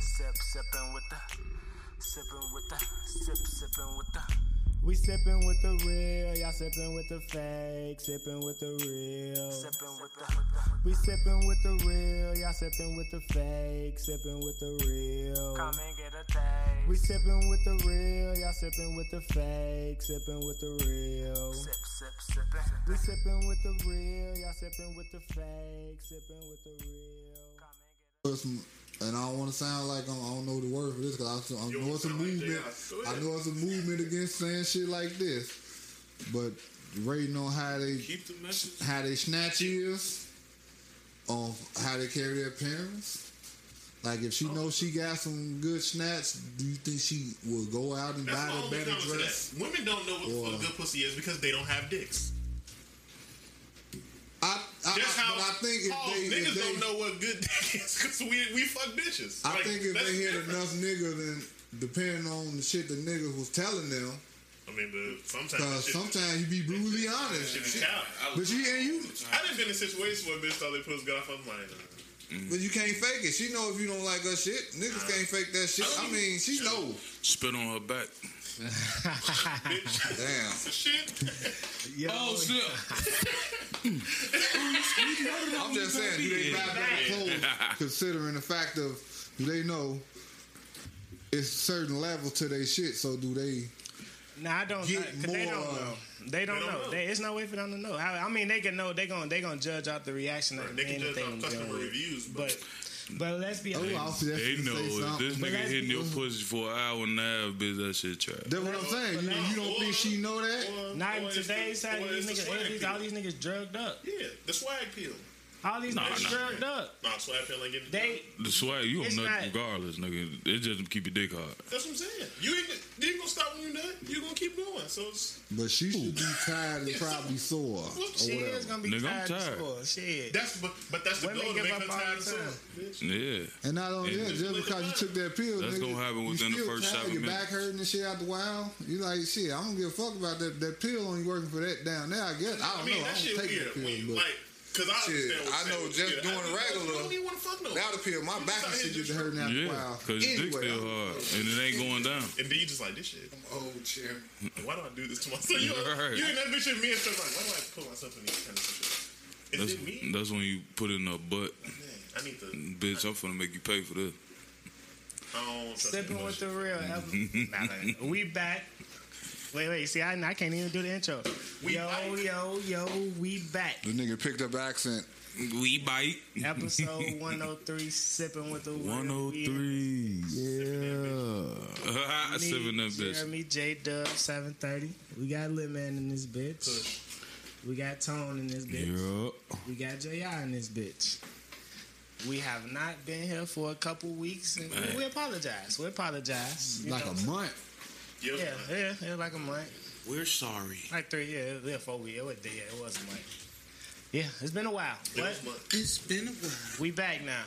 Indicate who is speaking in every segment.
Speaker 1: sip, sipping with the, sipping with the, sip, sipping with the.
Speaker 2: We sippin' with the real, y'all sippin' with the fake, sippin' with the real.
Speaker 1: Sipping with the,
Speaker 2: We sippin' with the real, y'all sippin' with the fake, sippin' with the real.
Speaker 1: come and get a taste.
Speaker 2: We sippin' with the real, y'all sippin' with the fake, sippin' with the real.
Speaker 1: sip, sip, sipping.
Speaker 2: We sippin' with the real, y'all sippin' with the fake, sippin' with the real.
Speaker 3: person, and I don't want to sound like I'm, I don't know the word for this because I, I know it's a movement. I know it's a movement against saying shit like this, but rating on how they
Speaker 4: Keep the message.
Speaker 3: how they snatch is, on how they carry their parents. Like if
Speaker 4: Oh.
Speaker 3: she knows she got some good snatch, do you think she will go out and
Speaker 4: That's my
Speaker 3: buy the
Speaker 4: only
Speaker 3: better
Speaker 4: comment to
Speaker 3: dress?
Speaker 4: that. Women don't know what the
Speaker 3: Or-
Speaker 4: fuck good pussy is because they don't have dicks.
Speaker 3: I, I, I,
Speaker 4: That's how.
Speaker 3: but I think if
Speaker 4: oh,
Speaker 3: they, if
Speaker 4: niggas
Speaker 3: they
Speaker 4: don't know what good dick is because we we fuck bitches.
Speaker 3: I
Speaker 4: Like,
Speaker 3: think if
Speaker 4: that's
Speaker 3: they had
Speaker 4: different.
Speaker 3: enough niggas, then depending on the shit the nigga was telling them,
Speaker 4: I mean, but sometimes. that
Speaker 3: Cause
Speaker 4: shit-
Speaker 3: sometimes you be brutally honest.
Speaker 4: Shit is
Speaker 3: Shit.
Speaker 4: cow.
Speaker 3: But you and you
Speaker 4: I done been in situations where a bitch thought they pussy got off. I'm like, nah.
Speaker 5: Mm.
Speaker 3: but you can't fake it. She know if you don't like her shit. Niggas can't fake that shit. I mean, she know.
Speaker 5: Spit on her back.
Speaker 4: bitch.
Speaker 3: Damn.
Speaker 4: Shit.
Speaker 5: Oh, snap.
Speaker 3: I'm just saying, do they buy better clothes considering the fact of do they know it's a certain level to their shit, so do they
Speaker 2: Nah, I don't.
Speaker 3: Get
Speaker 2: uh, 'cause they don't
Speaker 3: more-
Speaker 2: know. They don't,
Speaker 4: don't
Speaker 2: know.
Speaker 4: know.
Speaker 2: They, it's no way for them to know. I, I mean, they can know. They gon' they gonna judge out the reaction of
Speaker 4: They can judge
Speaker 2: anything.
Speaker 4: off customer
Speaker 2: dude.
Speaker 4: reviews,
Speaker 2: but
Speaker 4: but
Speaker 2: but let's be
Speaker 3: Oh,
Speaker 2: honest.
Speaker 3: I'll see that
Speaker 5: They
Speaker 3: shit
Speaker 5: know
Speaker 3: say
Speaker 5: if
Speaker 3: something.
Speaker 5: this
Speaker 2: But
Speaker 5: nigga
Speaker 2: that's
Speaker 5: hitting your
Speaker 2: because-
Speaker 5: pussy for an hour and a half, bitch, that shit trash.
Speaker 3: That's what I'm saying. You, you don't think she know that?
Speaker 4: Or-
Speaker 2: Not in
Speaker 4: or it's the-
Speaker 2: today's time,
Speaker 4: or
Speaker 2: these niggas,
Speaker 4: it's the swag
Speaker 2: all these-
Speaker 4: peel.
Speaker 2: all these niggas drugged up.
Speaker 4: Yeah, the swag peel.
Speaker 2: All these
Speaker 5: Nah,
Speaker 2: niggas
Speaker 5: nah.
Speaker 2: drugged up.
Speaker 4: Nah, swag peel ain't getting
Speaker 2: They
Speaker 5: The swag, you
Speaker 2: It's
Speaker 5: don't nut
Speaker 2: not-
Speaker 5: regardless, nigga. It just keep your dick hard.
Speaker 4: That's what I'm saying. You ain't you ain't gonna stop when you done. You gonna keep going. So it's,
Speaker 3: But she should be tired and probably sore or
Speaker 2: she
Speaker 3: whatever.
Speaker 2: is gonna be
Speaker 5: Nigga, I'm
Speaker 2: tired.
Speaker 5: tired.
Speaker 2: as fuck. Shit.
Speaker 4: that's but but that's the
Speaker 2: Women
Speaker 4: goal to
Speaker 2: give
Speaker 4: make
Speaker 2: up
Speaker 4: her
Speaker 2: all
Speaker 4: tired
Speaker 2: the
Speaker 4: so
Speaker 2: time.
Speaker 4: bitch.
Speaker 5: Yeah.
Speaker 3: And not only
Speaker 5: And
Speaker 3: that,
Speaker 5: just
Speaker 3: just
Speaker 4: look
Speaker 3: because you
Speaker 4: at
Speaker 3: took that pill,
Speaker 5: That's
Speaker 3: nigga,
Speaker 5: gonna happen within
Speaker 3: you
Speaker 5: the
Speaker 3: still
Speaker 5: first
Speaker 3: tired,
Speaker 5: seven
Speaker 3: your
Speaker 5: minutes.
Speaker 3: back hurting and shit after a while. You like shit. I don't give a fuck about that. That pill only working for that down there. I guess I
Speaker 4: I
Speaker 3: don't
Speaker 4: mean
Speaker 3: know.
Speaker 4: that
Speaker 3: I
Speaker 4: shit
Speaker 3: don't take
Speaker 4: weird.
Speaker 3: that
Speaker 4: When
Speaker 3: pill,
Speaker 4: you,
Speaker 3: but
Speaker 4: like, cause
Speaker 3: Shit,
Speaker 4: I understand. What
Speaker 3: I know
Speaker 4: you're
Speaker 3: just
Speaker 4: saying. Yeah, I
Speaker 3: doing
Speaker 4: think you
Speaker 3: regular-
Speaker 4: don't even want to fuck no.
Speaker 3: now the pill, my
Speaker 4: You
Speaker 3: back
Speaker 4: just
Speaker 3: and
Speaker 4: out
Speaker 3: shit
Speaker 4: here
Speaker 3: just hurting after a
Speaker 5: Yeah.
Speaker 3: while.
Speaker 5: Because your dick
Speaker 3: Anyway,
Speaker 5: still
Speaker 3: I'm
Speaker 5: hard. And it ain't going down.
Speaker 4: and then you just like this shit.
Speaker 3: old chair.
Speaker 4: Why do I do this to myself? You,
Speaker 5: Right.
Speaker 4: you ain't that bitch at me and stuff like. Why do I put myself in these kind of situations?
Speaker 5: That's,
Speaker 4: Is it me?
Speaker 5: that's when you put in a butt.
Speaker 4: Man, I need to.
Speaker 5: Bitch, I'm finna make you pay for this.
Speaker 4: I don't trust
Speaker 2: Sipping
Speaker 4: that
Speaker 2: with the real. ever- we back. Wait, wait. See, I, I can't even do the intro.
Speaker 4: We
Speaker 2: yo,
Speaker 4: back.
Speaker 2: yo, yo. We back.
Speaker 3: The nigga picked up accent.
Speaker 5: We bite.
Speaker 2: Episode one hundred three. Sipping with the real. We
Speaker 5: 103. Yeah.
Speaker 2: Me,
Speaker 5: Sipping that bitch.
Speaker 2: Jeremy J Dub seven thirty. We got Lil Man in this bitch.
Speaker 4: Push.
Speaker 2: We got Tone in this bitch.
Speaker 5: Yup.
Speaker 2: We got JR in this bitch. We have not been here for a couple weeks, and we apologize. We apologize. You
Speaker 3: Like
Speaker 2: know.
Speaker 3: a month.
Speaker 4: Yeah,
Speaker 2: yeah, yeah, yeah, like a month,
Speaker 5: We're sorry.
Speaker 2: like three, yeah, it was- yeah, four weeks. It was, yeah, it was a month. Yeah, it's been a while, but
Speaker 5: It's been a while.
Speaker 2: we back now.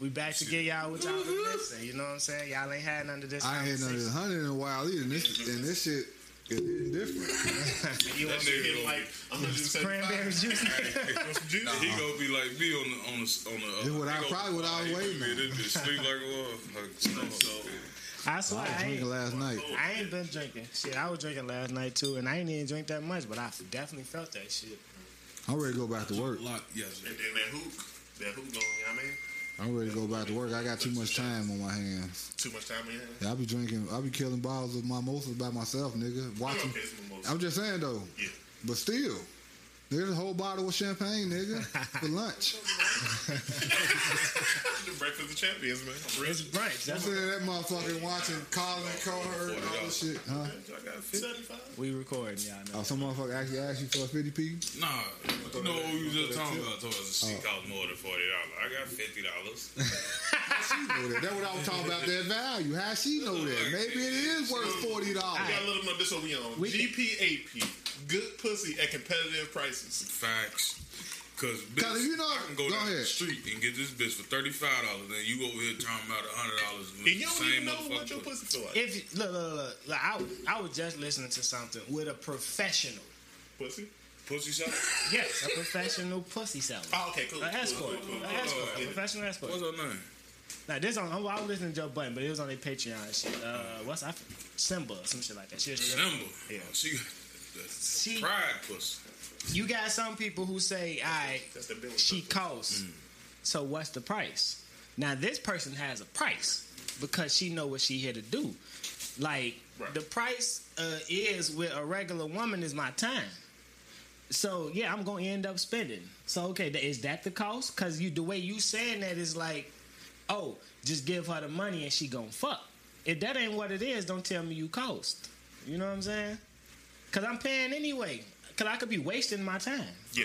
Speaker 2: We back to get y'all what y'all been missing. You know what I'm saying? Y'all ain't had none of this.
Speaker 3: I ain't had another hundred in a while either. And this, and this shit is hitting different.
Speaker 2: conversation. You
Speaker 4: That
Speaker 2: want
Speaker 4: nigga getting like
Speaker 2: some cranberry
Speaker 4: 175.
Speaker 2: juice?
Speaker 4: Juice.
Speaker 5: He gonna be like me on the on the on the. uh,
Speaker 3: That's what
Speaker 5: he
Speaker 3: I-
Speaker 5: gonna-
Speaker 3: probably what I
Speaker 5: he
Speaker 3: was
Speaker 5: gonna
Speaker 3: waiting
Speaker 5: be this bitch Sleep like a wall. Like, so,
Speaker 2: I swear,
Speaker 3: I was
Speaker 2: I ain't,
Speaker 3: drinking last night.
Speaker 2: I ain't been drinking. Shit, I was drinking last night too, and I ain't even drink that much, but I definitely felt that shit.
Speaker 3: I'm ready to go back to work.
Speaker 5: lot yesterday.
Speaker 4: And then that hook, that hook going, you know what I mean?
Speaker 3: I'm ready to go back to work. I got too much time on my hands.
Speaker 4: Too much time in your hand.
Speaker 3: Yeah, I be drinking. I be killing bottles of mimosas by myself, nigga. Watching.
Speaker 4: Okay, it's mimosa.
Speaker 3: I'm just saying though,
Speaker 4: Yeah.
Speaker 3: but still, there's a whole bottle of champagne, nigga, for lunch.
Speaker 4: The breakfast of champions, man. I'm real.
Speaker 2: It's brunch.
Speaker 3: I'm
Speaker 2: That's
Speaker 3: sitting there, that motherfucking watching Colin Cowherd and all this shit, huh?
Speaker 4: I got 75.
Speaker 2: we recording, y'all know.
Speaker 3: Oh, some motherfucker actually asked you for a fifty p.
Speaker 5: Nah, you know what we was just talking about? Told us
Speaker 3: Oh.
Speaker 5: she cost more than forty dollars. I got fifty dollars.
Speaker 3: That's what I was talking about. That value. How she know that? Maybe it is worth forty
Speaker 4: We
Speaker 3: dollars.
Speaker 4: gotta let them know this what we on.
Speaker 2: We-
Speaker 4: GPAP. Good pussy at competitive prices.
Speaker 5: Facts. Cause, bitch,
Speaker 3: 'Cause if you know-
Speaker 5: I can go,
Speaker 3: go
Speaker 5: down the
Speaker 3: ahead.
Speaker 5: street and get this bitch for thirty five dollars, and you over here talking about hundred dollars.
Speaker 4: And you don't even know what your pussy feel like.
Speaker 2: If you- look, look, look, look I, I was just listening to something with a professional.
Speaker 4: Pussy?
Speaker 5: pussy shot.
Speaker 2: Yes, a professional pussy seller,
Speaker 4: Oh, okay, cool.
Speaker 2: an escort,
Speaker 4: Cool, cool, cool,
Speaker 2: an
Speaker 4: cool.
Speaker 2: escort, a
Speaker 4: Yeah.
Speaker 2: professional escort.
Speaker 5: What's her name?
Speaker 2: Now this on, I'm, I was listening to Joe Button, but it was on their Patreon and shit. Uh, what's I? Simba, some shit like that. She was straight.
Speaker 5: Remember,
Speaker 2: Yeah.
Speaker 5: she got the, the
Speaker 2: She-
Speaker 5: pride pussy.
Speaker 2: You got some people who say, "All right,
Speaker 4: That's the bill.
Speaker 2: she costs, so what's the price?" Now this person has a price because she know what she here to do. Like
Speaker 4: Right.
Speaker 2: the price uh, is with a regular woman is my time. So yeah, I'm gonna end up spending. So okay, th- is that the cost? Because you the way you saying that is like, oh, just give her the money and she gonna fuck. If that ain't what it is, don't tell me you cost. You know what I'm saying? Cause I'm paying anyway. Cause I could be wasting my time.
Speaker 5: Yeah.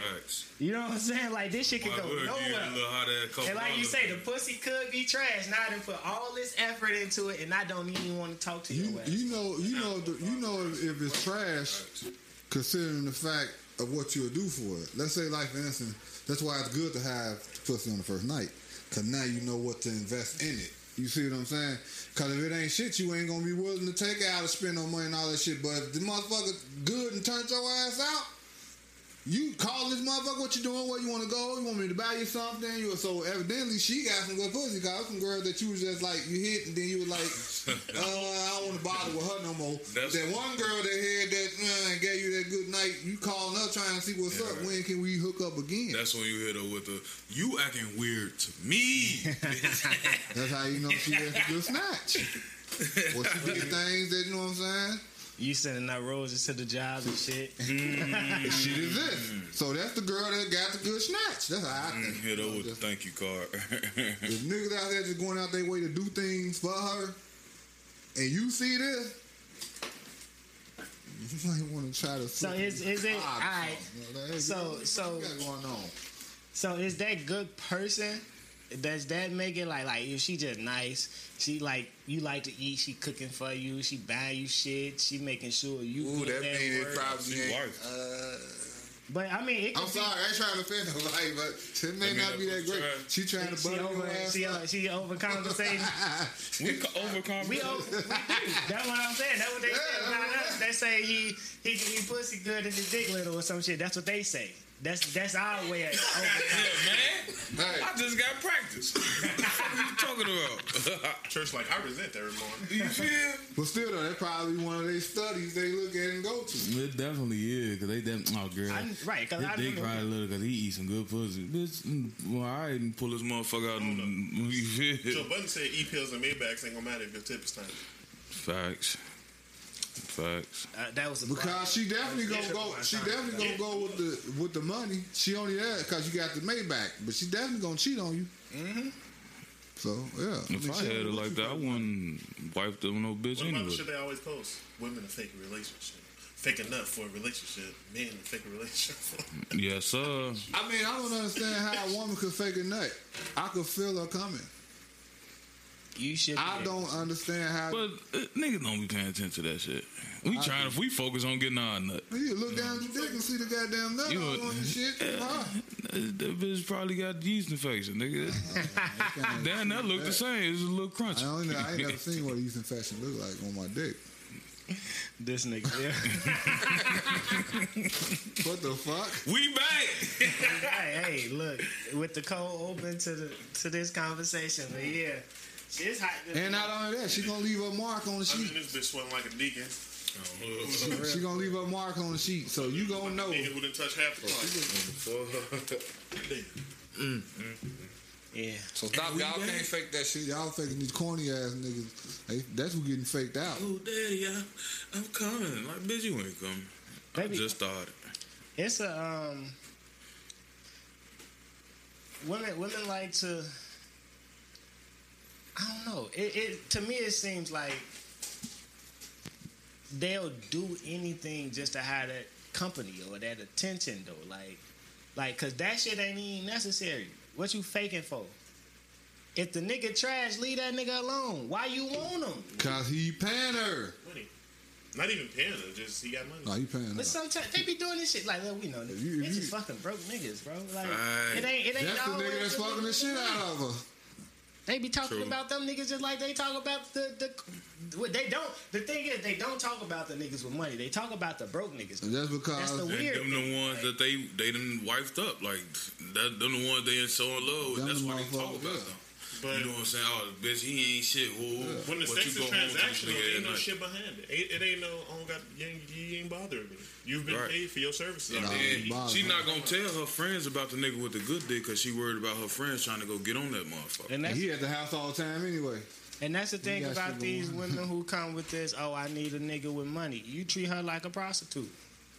Speaker 2: You know what I'm saying? Like this shit could
Speaker 5: Why
Speaker 2: go
Speaker 5: would you get a
Speaker 2: nowhere.
Speaker 5: little hot ass couple
Speaker 2: And like you
Speaker 5: dollars?
Speaker 2: say, the pussy could be trash. Now I done put all this effort into it, and I don't even want to talk to you.
Speaker 3: You, you know, you know, the, you know if, if it's trash, considering the fact of what you'll do for it. Let's say, like for instance, that's why it's good to have pussy on the first night, cause now you know what to invest in it. You see what I'm saying? Cause if it ain't shit, you ain't gonna be willing to take it out and spend no money and all that shit. But if the motherfucker good and turned your ass out. You call this motherfucker what you doing, where you want to go, you want me to buy you something. You so evidently she got some good pussy. Cause some girl that you was just like you hit, and then you was like, uh, I don't want to bother with her no more.
Speaker 5: That's-
Speaker 3: that one girl that had that uh, gave you that good night. You calling her trying to see what's
Speaker 5: Yeah,
Speaker 3: up.
Speaker 5: right.
Speaker 3: When can we hook up again? That's,
Speaker 5: That's when you hit her with the you acting weird to me.
Speaker 3: how you know she has a good snatch. Well, she did things that you know what I'm saying.
Speaker 2: You sending out roses to the jobs and shit.
Speaker 3: She did this. So that's the girl that got the good snatch. That's how I think.
Speaker 5: hit her with the thank you card.
Speaker 3: If niggas out there just going out their way to do things for her, and you see this, you might want to try to.
Speaker 2: So is- is it- alright. So- so-
Speaker 3: what you got going on?
Speaker 2: So is that good person? Does that make it like like if she just nice? She like you like to eat. She cooking for you. She buying you shit. She making sure you.
Speaker 3: Ooh,
Speaker 2: eat
Speaker 3: that mean it
Speaker 2: work.
Speaker 3: probably.
Speaker 5: She
Speaker 3: ain't-
Speaker 5: wife.
Speaker 3: Uh,
Speaker 2: But I mean, it could
Speaker 3: I'm sorry, I ain't trying to offend her life, but it may
Speaker 5: mean
Speaker 3: not
Speaker 5: that
Speaker 3: be that
Speaker 5: was
Speaker 3: great.
Speaker 5: trying.
Speaker 3: She trying
Speaker 2: be
Speaker 3: to
Speaker 2: she
Speaker 3: butter your
Speaker 2: over
Speaker 3: ass
Speaker 2: she,
Speaker 3: up.
Speaker 2: over she over compensating.
Speaker 5: We co- overcompensate.
Speaker 2: we over. We do. That's what I'm saying. That's what they say
Speaker 3: Yeah,
Speaker 2: about
Speaker 3: that's
Speaker 2: us. They say he he he pussy good and his dick little or some shit. That's what they say. That's that's our way of
Speaker 5: Yeah,
Speaker 2: over.
Speaker 5: man.
Speaker 3: Hey.
Speaker 5: I just got practice. what the fuck are you talking about?
Speaker 4: Church, like, I resent that remark.
Speaker 5: you feel?
Speaker 3: But still, though, that's probably one of their studies they look at and go to.
Speaker 6: It definitely is because they definitely. Oh, girl.
Speaker 2: I'm- right, because
Speaker 6: his
Speaker 2: I
Speaker 6: dick probably
Speaker 2: remember.
Speaker 6: little because he eat some good pussy. Bitch, mm, well, I didn't pull this motherfucker out. And, you
Speaker 4: Joe
Speaker 6: feel?
Speaker 4: Budden said E pills and Maybachs ain't gonna matter if your tip is tiny.
Speaker 6: Facts. Facts.
Speaker 2: Uh, that was a
Speaker 3: Because she definitely gonna go. She definitely gonna go with the with the money. She only there because you got the Maybach, but she definitely gonna cheat on you. So yeah, I
Speaker 6: If
Speaker 3: mean,
Speaker 6: I
Speaker 3: she-
Speaker 6: had it like that, I wouldn't wipe them no bitch
Speaker 4: What about the
Speaker 6: anyway.
Speaker 4: shit they always post? Women to fake a relationship. Fake enough for a relationship. Men to fake a relationship.
Speaker 6: Yes, sir.
Speaker 3: I mean, I don't understand how a woman could fake a nut. I could feel her coming.
Speaker 2: You should. be
Speaker 3: I
Speaker 2: able-
Speaker 3: don't understand how.
Speaker 6: But uh, niggas don't be paying attention to that shit. We trying if we focus on getting our nut.
Speaker 3: you look down at your dick and see the goddamn nut
Speaker 6: You
Speaker 3: all
Speaker 6: would-
Speaker 3: on the shit. Why?
Speaker 6: That Uh, that bitch probably got yeast infection, nigga. Damn, that look the same. It's a little
Speaker 3: I
Speaker 6: crunchy.
Speaker 3: don't know. I ain't never seen what a yeast infection look like on my dick.
Speaker 2: This nigga. Yeah.
Speaker 3: What the fuck?
Speaker 5: We back.
Speaker 2: hey, hey, look, with the cold open to the to this conversation, but yeah, it's hot.
Speaker 3: And not only that, she gonna leave her mark on the
Speaker 4: I
Speaker 3: sheet.
Speaker 4: mean, this bitch sweating like a deacon.
Speaker 3: She gonna leave her mark on the sheet, so you gonna know.
Speaker 4: Nigga who didn't touch half the clock.
Speaker 2: yeah,
Speaker 7: So stop, y'all can't fake that shit.
Speaker 3: Shit, y'all faking these corny ass niggas. Hey, that's who getting faked out.
Speaker 5: oh, daddy, I, I'm coming. Like, bitch, you ain't coming.
Speaker 2: Baby.
Speaker 5: I just started.
Speaker 2: it's a um, women women like to. I don't know. It, it to me it seems like they'll do anything just to have that company or that attention though, like, like cause that shit ain't even necessary. What you faking for? If the nigga trash, leave that nigga alone. Why you want him?
Speaker 3: Cause he paying her.
Speaker 4: Money. Not even paying her, just he got money.
Speaker 3: No, he paying her.
Speaker 2: But sometimes they be doing this shit like, look, we know this
Speaker 3: you-
Speaker 2: bitches
Speaker 3: you-
Speaker 2: fucking broke niggas, bro. Like
Speaker 5: Right.
Speaker 2: it ain't it ain't
Speaker 3: That's the
Speaker 2: always
Speaker 3: nigga that's fucking the shit out of her.
Speaker 2: They be talking
Speaker 5: True.
Speaker 2: about them niggas just like they talk about the the what they don't. The thing is, they don't talk about the niggas with money. They talk about the broke niggas.
Speaker 3: And that's
Speaker 2: That's
Speaker 3: because
Speaker 2: the
Speaker 3: them
Speaker 5: And
Speaker 2: weird.
Speaker 5: them the ones that they they done wifed up. Like, that, them the ones they in so in love with.
Speaker 3: Them
Speaker 5: That's
Speaker 3: the
Speaker 5: why they talk
Speaker 3: motherfuckers,
Speaker 5: about
Speaker 3: yeah.
Speaker 5: them.
Speaker 4: But-
Speaker 5: you know what I'm saying? Oh, bitch, he ain't shit. Woo, woo.
Speaker 4: When the
Speaker 5: But
Speaker 4: sex
Speaker 5: you
Speaker 4: is
Speaker 5: go home with this
Speaker 4: transactional,
Speaker 5: nigga
Speaker 4: ain't
Speaker 5: that
Speaker 4: no
Speaker 5: night.
Speaker 4: shit behind it. Ain't- It ain't no, I don't got, you ain't, you ain't bothering me. You've been
Speaker 5: Right.
Speaker 4: paid for your services.
Speaker 5: And
Speaker 4: already.
Speaker 3: Nah,
Speaker 5: she
Speaker 3: nah.
Speaker 5: not gonna tell her friends about the nigga with the good dick because she worried about her friends trying to go get on that motherfucker.
Speaker 2: And that's
Speaker 3: He at the house all the time anyway.
Speaker 2: and that's the thing
Speaker 3: got
Speaker 2: about
Speaker 3: shit
Speaker 2: these
Speaker 3: going
Speaker 2: women who come with this. Oh, I need a nigga with money. You treat her like a prostitute.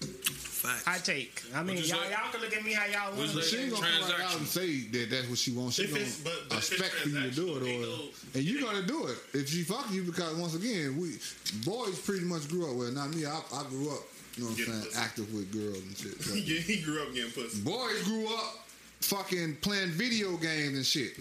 Speaker 5: Facts.
Speaker 2: I take. I mean,
Speaker 5: you
Speaker 2: y'all
Speaker 5: say?
Speaker 2: y'all can look at me how y'all want.
Speaker 5: What'd
Speaker 2: to.
Speaker 5: you
Speaker 3: She ain't gonna come right out and say that that's what she wants. She
Speaker 4: If
Speaker 3: gonna
Speaker 4: it's- but- but if it's
Speaker 3: expect for you to do it,
Speaker 4: transactional,
Speaker 3: or
Speaker 4: they go-
Speaker 3: and you gonna do it if she fuck you because once again, we boys pretty much grew up with. Not me. I, I grew up. You know what I'm
Speaker 4: Getting
Speaker 3: saying?
Speaker 4: pussy.
Speaker 3: Active with girls and shit. but-
Speaker 4: Yeah, he grew up getting pussy.
Speaker 3: boys grew up fucking playing video games and shit.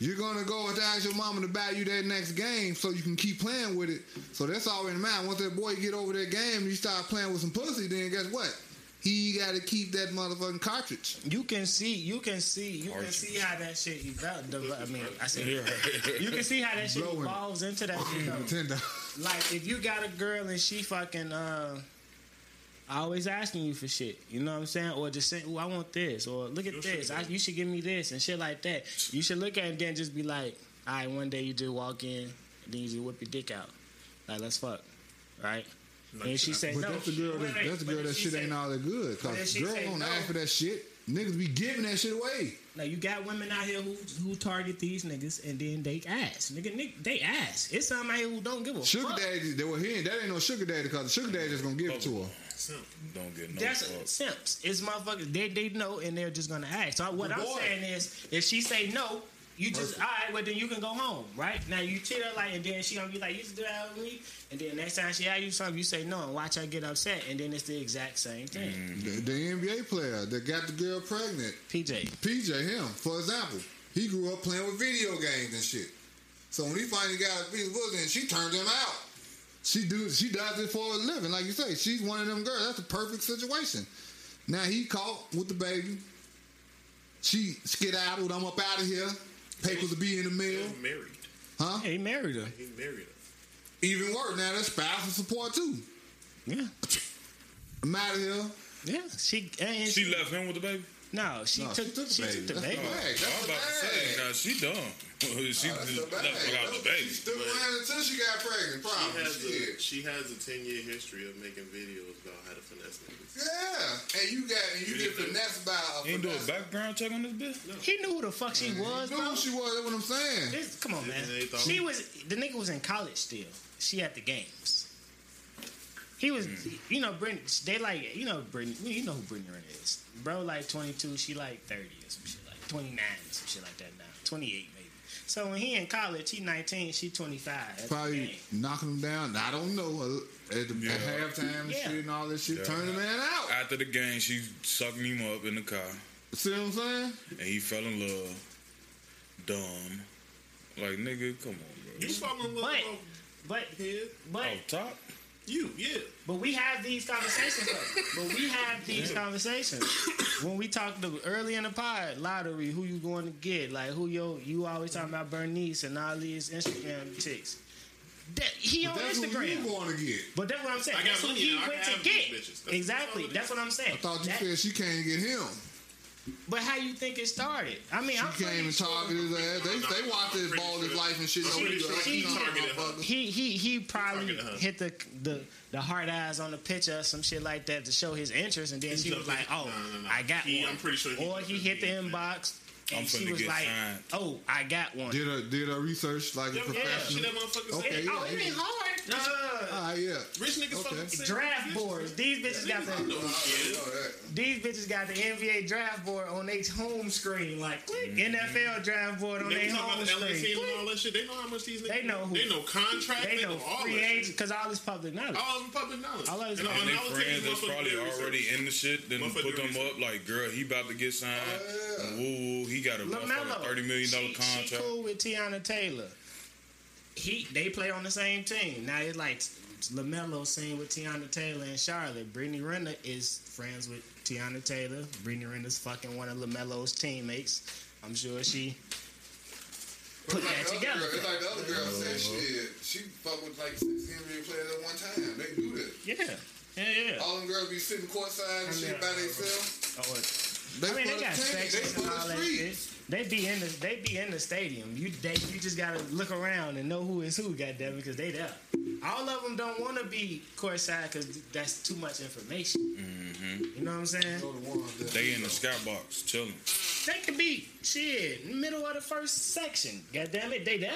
Speaker 3: You're gonna go and ask your mama to buy you that next game so you can keep playing with it. So that's all in mind. Once that boy get over that game and you start playing with some pussy, then guess what? He gotta keep that motherfucking cartridge.
Speaker 2: You can see, you can see, you can see how that shit evolved. I mean, I said, you can see how that shit
Speaker 3: Blowing.
Speaker 2: evolves into that. shit, though.
Speaker 3: Nintendo.
Speaker 2: like if you got a girl and she fucking uh always asking you for shit you know what i'm saying or just saying oh i want this or look at this I, you should give me this and shit like that you should look at it and then just be like all right one day you just walk in then you just whip your dick out like let's fuck right and if she say
Speaker 3: But
Speaker 2: no
Speaker 3: that's a girl that,
Speaker 2: wait,
Speaker 3: that's a
Speaker 2: but
Speaker 3: girl
Speaker 2: if
Speaker 3: that
Speaker 2: she
Speaker 3: shit
Speaker 2: say-
Speaker 3: ain't all that good.
Speaker 2: but if
Speaker 3: Cause
Speaker 2: she
Speaker 3: girls
Speaker 2: say
Speaker 3: don't
Speaker 2: no-
Speaker 3: ask for that shit. Niggas be giving that shit away.
Speaker 2: Now you got women out here who who target these niggas and then they ass nigga, nigga they ass it's some out here who don't give a
Speaker 3: Sugar
Speaker 2: fuck
Speaker 3: daddy, they were here. That ain't no sugar daddy because the sugar daddy just gonna give it to her.
Speaker 5: Don't get no
Speaker 2: That's
Speaker 5: fuck.
Speaker 2: simps. It's motherfuckers. They they know and they're just gonna ask. So what I'm
Speaker 3: boy.
Speaker 2: saying is, if she say no, you just all right. Well then you can go home, right? Now you treat her like, and then she gonna be like, you used to do that with me. And then next time she ask you something, you say no and watch her get upset, and then it's the exact same thing.
Speaker 3: The, the NBA player that got the girl pregnant.
Speaker 2: PJ,
Speaker 3: PJ, him, for example, he grew up playing with video games and shit. So when he finally got a piece of pussy, and she turned him out. She do she does it for a living, like you say. She's one of them girls. That's a perfect situation. Now he caught with the baby. She skedaddled. I'm up out of here. Papers will be in the mail,
Speaker 4: He married.
Speaker 3: huh?
Speaker 2: hey, he married her.
Speaker 4: He married her.
Speaker 3: Even worse, now that's spousal support too.
Speaker 2: Yeah,
Speaker 3: I'm out of here.
Speaker 2: yeah. She and
Speaker 5: She left him with the baby.
Speaker 2: no, she
Speaker 3: No,
Speaker 2: took she took the baby.
Speaker 3: That's the bag.
Speaker 5: I was
Speaker 3: That's
Speaker 5: about
Speaker 3: the
Speaker 5: to say,
Speaker 3: bag.
Speaker 5: now she dumb. she
Speaker 3: That's
Speaker 5: just
Speaker 3: the bag.
Speaker 5: left without the
Speaker 3: She
Speaker 5: baby.
Speaker 3: stuck around until she got pregnant.
Speaker 4: She
Speaker 3: Probably.
Speaker 4: has,
Speaker 3: Shit.
Speaker 4: a, she has a 10 year history of making videos about how to finesse niggas.
Speaker 3: Yeah, and you got and you get finessed by a
Speaker 5: You ain't do a
Speaker 3: finesse.
Speaker 5: background check on this bitch?
Speaker 2: He knew who the fuck she was,
Speaker 3: You know
Speaker 2: bro.
Speaker 3: who she was. That's what I'm saying.
Speaker 2: This- come on, man.
Speaker 4: Yeah, they thought-
Speaker 2: She was the nigga was in college still. She at the games. He was, you know, Brittany. They like, you know, Brittany. You know who Brittany Renner is, bro. Like twenty two, she like thirty or some shit, like twenty nine or some shit like that now, twenty eight maybe. So when he in college, he nineteen, she twenty five.
Speaker 3: Probably knocking him down. I don't know. uh, At, the,
Speaker 5: Yeah.
Speaker 3: at halftime and
Speaker 2: Yeah.
Speaker 3: shit and all that shit,
Speaker 5: Yeah.
Speaker 3: turn the man out.
Speaker 5: After the game, she sucked him up in the car,
Speaker 3: See what I'm saying?
Speaker 5: and he fell in love. Dumb. Like, nigga, come on, bro.
Speaker 4: You
Speaker 3: Mm-hmm.
Speaker 4: fucking little
Speaker 2: But-
Speaker 4: bro,
Speaker 2: But
Speaker 4: kid.
Speaker 2: but
Speaker 6: Oh,
Speaker 5: Off top?
Speaker 4: You, yeah.
Speaker 2: But we have these conversations. though. but we have these conversations when we talked to early in the pod lottery. Who you going to get? Like who yo? You always talking about Bernice and all these Instagram chicks. That, he on
Speaker 3: That's what you
Speaker 2: Instagram.
Speaker 3: going to get.
Speaker 2: But that's what I'm saying.
Speaker 4: I got
Speaker 2: That's what
Speaker 4: money
Speaker 2: he
Speaker 4: now. I
Speaker 2: went
Speaker 4: can
Speaker 2: to
Speaker 4: have
Speaker 2: get.
Speaker 4: these bitches. That's
Speaker 2: exactly.
Speaker 4: all it
Speaker 2: That's what I'm saying.
Speaker 3: I thought you
Speaker 2: That-
Speaker 3: said she can't get him.
Speaker 2: but how you think it started? I mean, I'm
Speaker 3: She came
Speaker 2: pretty
Speaker 3: and
Speaker 2: sure-
Speaker 3: targeted his ass. They, they watched his
Speaker 4: Pretty
Speaker 3: ball,
Speaker 4: sure.
Speaker 3: his life and shit.
Speaker 4: Pretty
Speaker 3: Nobody
Speaker 4: sure
Speaker 3: else
Speaker 4: she
Speaker 3: known about
Speaker 4: targeted her.
Speaker 3: motherfucker.
Speaker 2: He he he probably
Speaker 4: Target, huh?
Speaker 2: hit the the the hard eyes on the picture or some shit like that to show his interest, and then she was
Speaker 4: jumped
Speaker 2: like,
Speaker 4: in.
Speaker 2: "Oh,
Speaker 4: No, no, no.
Speaker 2: I got
Speaker 4: He-
Speaker 2: one."
Speaker 4: I'm pretty sure he
Speaker 2: or he hit the
Speaker 4: jumped in.
Speaker 2: inbox,
Speaker 5: I'm
Speaker 2: and she
Speaker 5: finna
Speaker 2: was
Speaker 5: get
Speaker 2: like,
Speaker 5: signed.
Speaker 2: "Oh, I got one."
Speaker 3: Did her did her research like a
Speaker 4: Yeah, she
Speaker 3: professional.
Speaker 4: that motherfucker said.
Speaker 3: Okay,
Speaker 2: oh,
Speaker 3: yeah.
Speaker 2: it ain't hard. Uh,
Speaker 3: All right, yeah.
Speaker 4: Rich niggas
Speaker 3: Okay.
Speaker 4: fucking say-
Speaker 2: draft boards. These bitches got
Speaker 4: I know
Speaker 2: the
Speaker 4: who she
Speaker 3: Oh,
Speaker 4: is.
Speaker 3: that-
Speaker 2: these bitches got the NBA draft board on their home screen, like click.
Speaker 5: Mm-hmm.
Speaker 2: NFL draft board on
Speaker 4: They
Speaker 2: their
Speaker 4: talk
Speaker 2: home
Speaker 4: about the LA
Speaker 2: screen.
Speaker 4: team
Speaker 2: Click.
Speaker 4: and all that shit. They know how much these niggas.
Speaker 2: They know who-
Speaker 4: They know contract.
Speaker 2: They know
Speaker 4: all
Speaker 2: free
Speaker 4: that shit.
Speaker 2: agents because all this public knowledge.
Speaker 4: All of public knowledge.
Speaker 2: All of it's
Speaker 4: And
Speaker 2: public
Speaker 5: And
Speaker 4: all
Speaker 5: their
Speaker 4: I was
Speaker 5: friends
Speaker 4: taking
Speaker 5: that's
Speaker 4: motherfucking
Speaker 5: probably
Speaker 4: theory
Speaker 5: already in the shit, then
Speaker 4: Motherfucker
Speaker 5: put
Speaker 4: do
Speaker 5: them
Speaker 4: research.
Speaker 5: up like, girl, he about to get signed.
Speaker 3: Oh, yeah.
Speaker 5: Woo, woo, he got a
Speaker 2: LaMelo.
Speaker 5: motherfucking $30 million
Speaker 2: she,
Speaker 5: contract.
Speaker 2: She cool with Tiana Taylor. He they play on the same team. Now it's like LaMelo seen with Tiana Taylor and Charlotte. Brittany Renner is friends with Tiana Taylor. Brittany Renner's fucking one of LaMelo's teammates. I'm sure she put
Speaker 8: It's like
Speaker 2: that
Speaker 8: the other
Speaker 2: together.
Speaker 8: girl- It's like the other
Speaker 3: Mm-hmm.
Speaker 8: girl said shit. She fuck with like six NBA players at one time. They do that.
Speaker 2: Yeah. Yeah, yeah.
Speaker 8: All them girls be sitting courtside and shit by themselves.
Speaker 2: Oh,
Speaker 3: They
Speaker 2: I mean, they
Speaker 3: full
Speaker 2: got
Speaker 3: of tennis. They
Speaker 2: sections
Speaker 3: full
Speaker 2: and
Speaker 3: of
Speaker 2: all that
Speaker 3: streets.
Speaker 2: shit. They be in the they be in the stadium. You they you just gotta look around and know who is who, goddamn, because they there. All of them don't want to be courtside because that's too much information.
Speaker 3: Mm-hmm.
Speaker 2: You know what I'm saying?
Speaker 3: They're the ones that-
Speaker 5: They in the skybox chilling.
Speaker 2: They could be shit middle of the first section. Goddamn it, they there.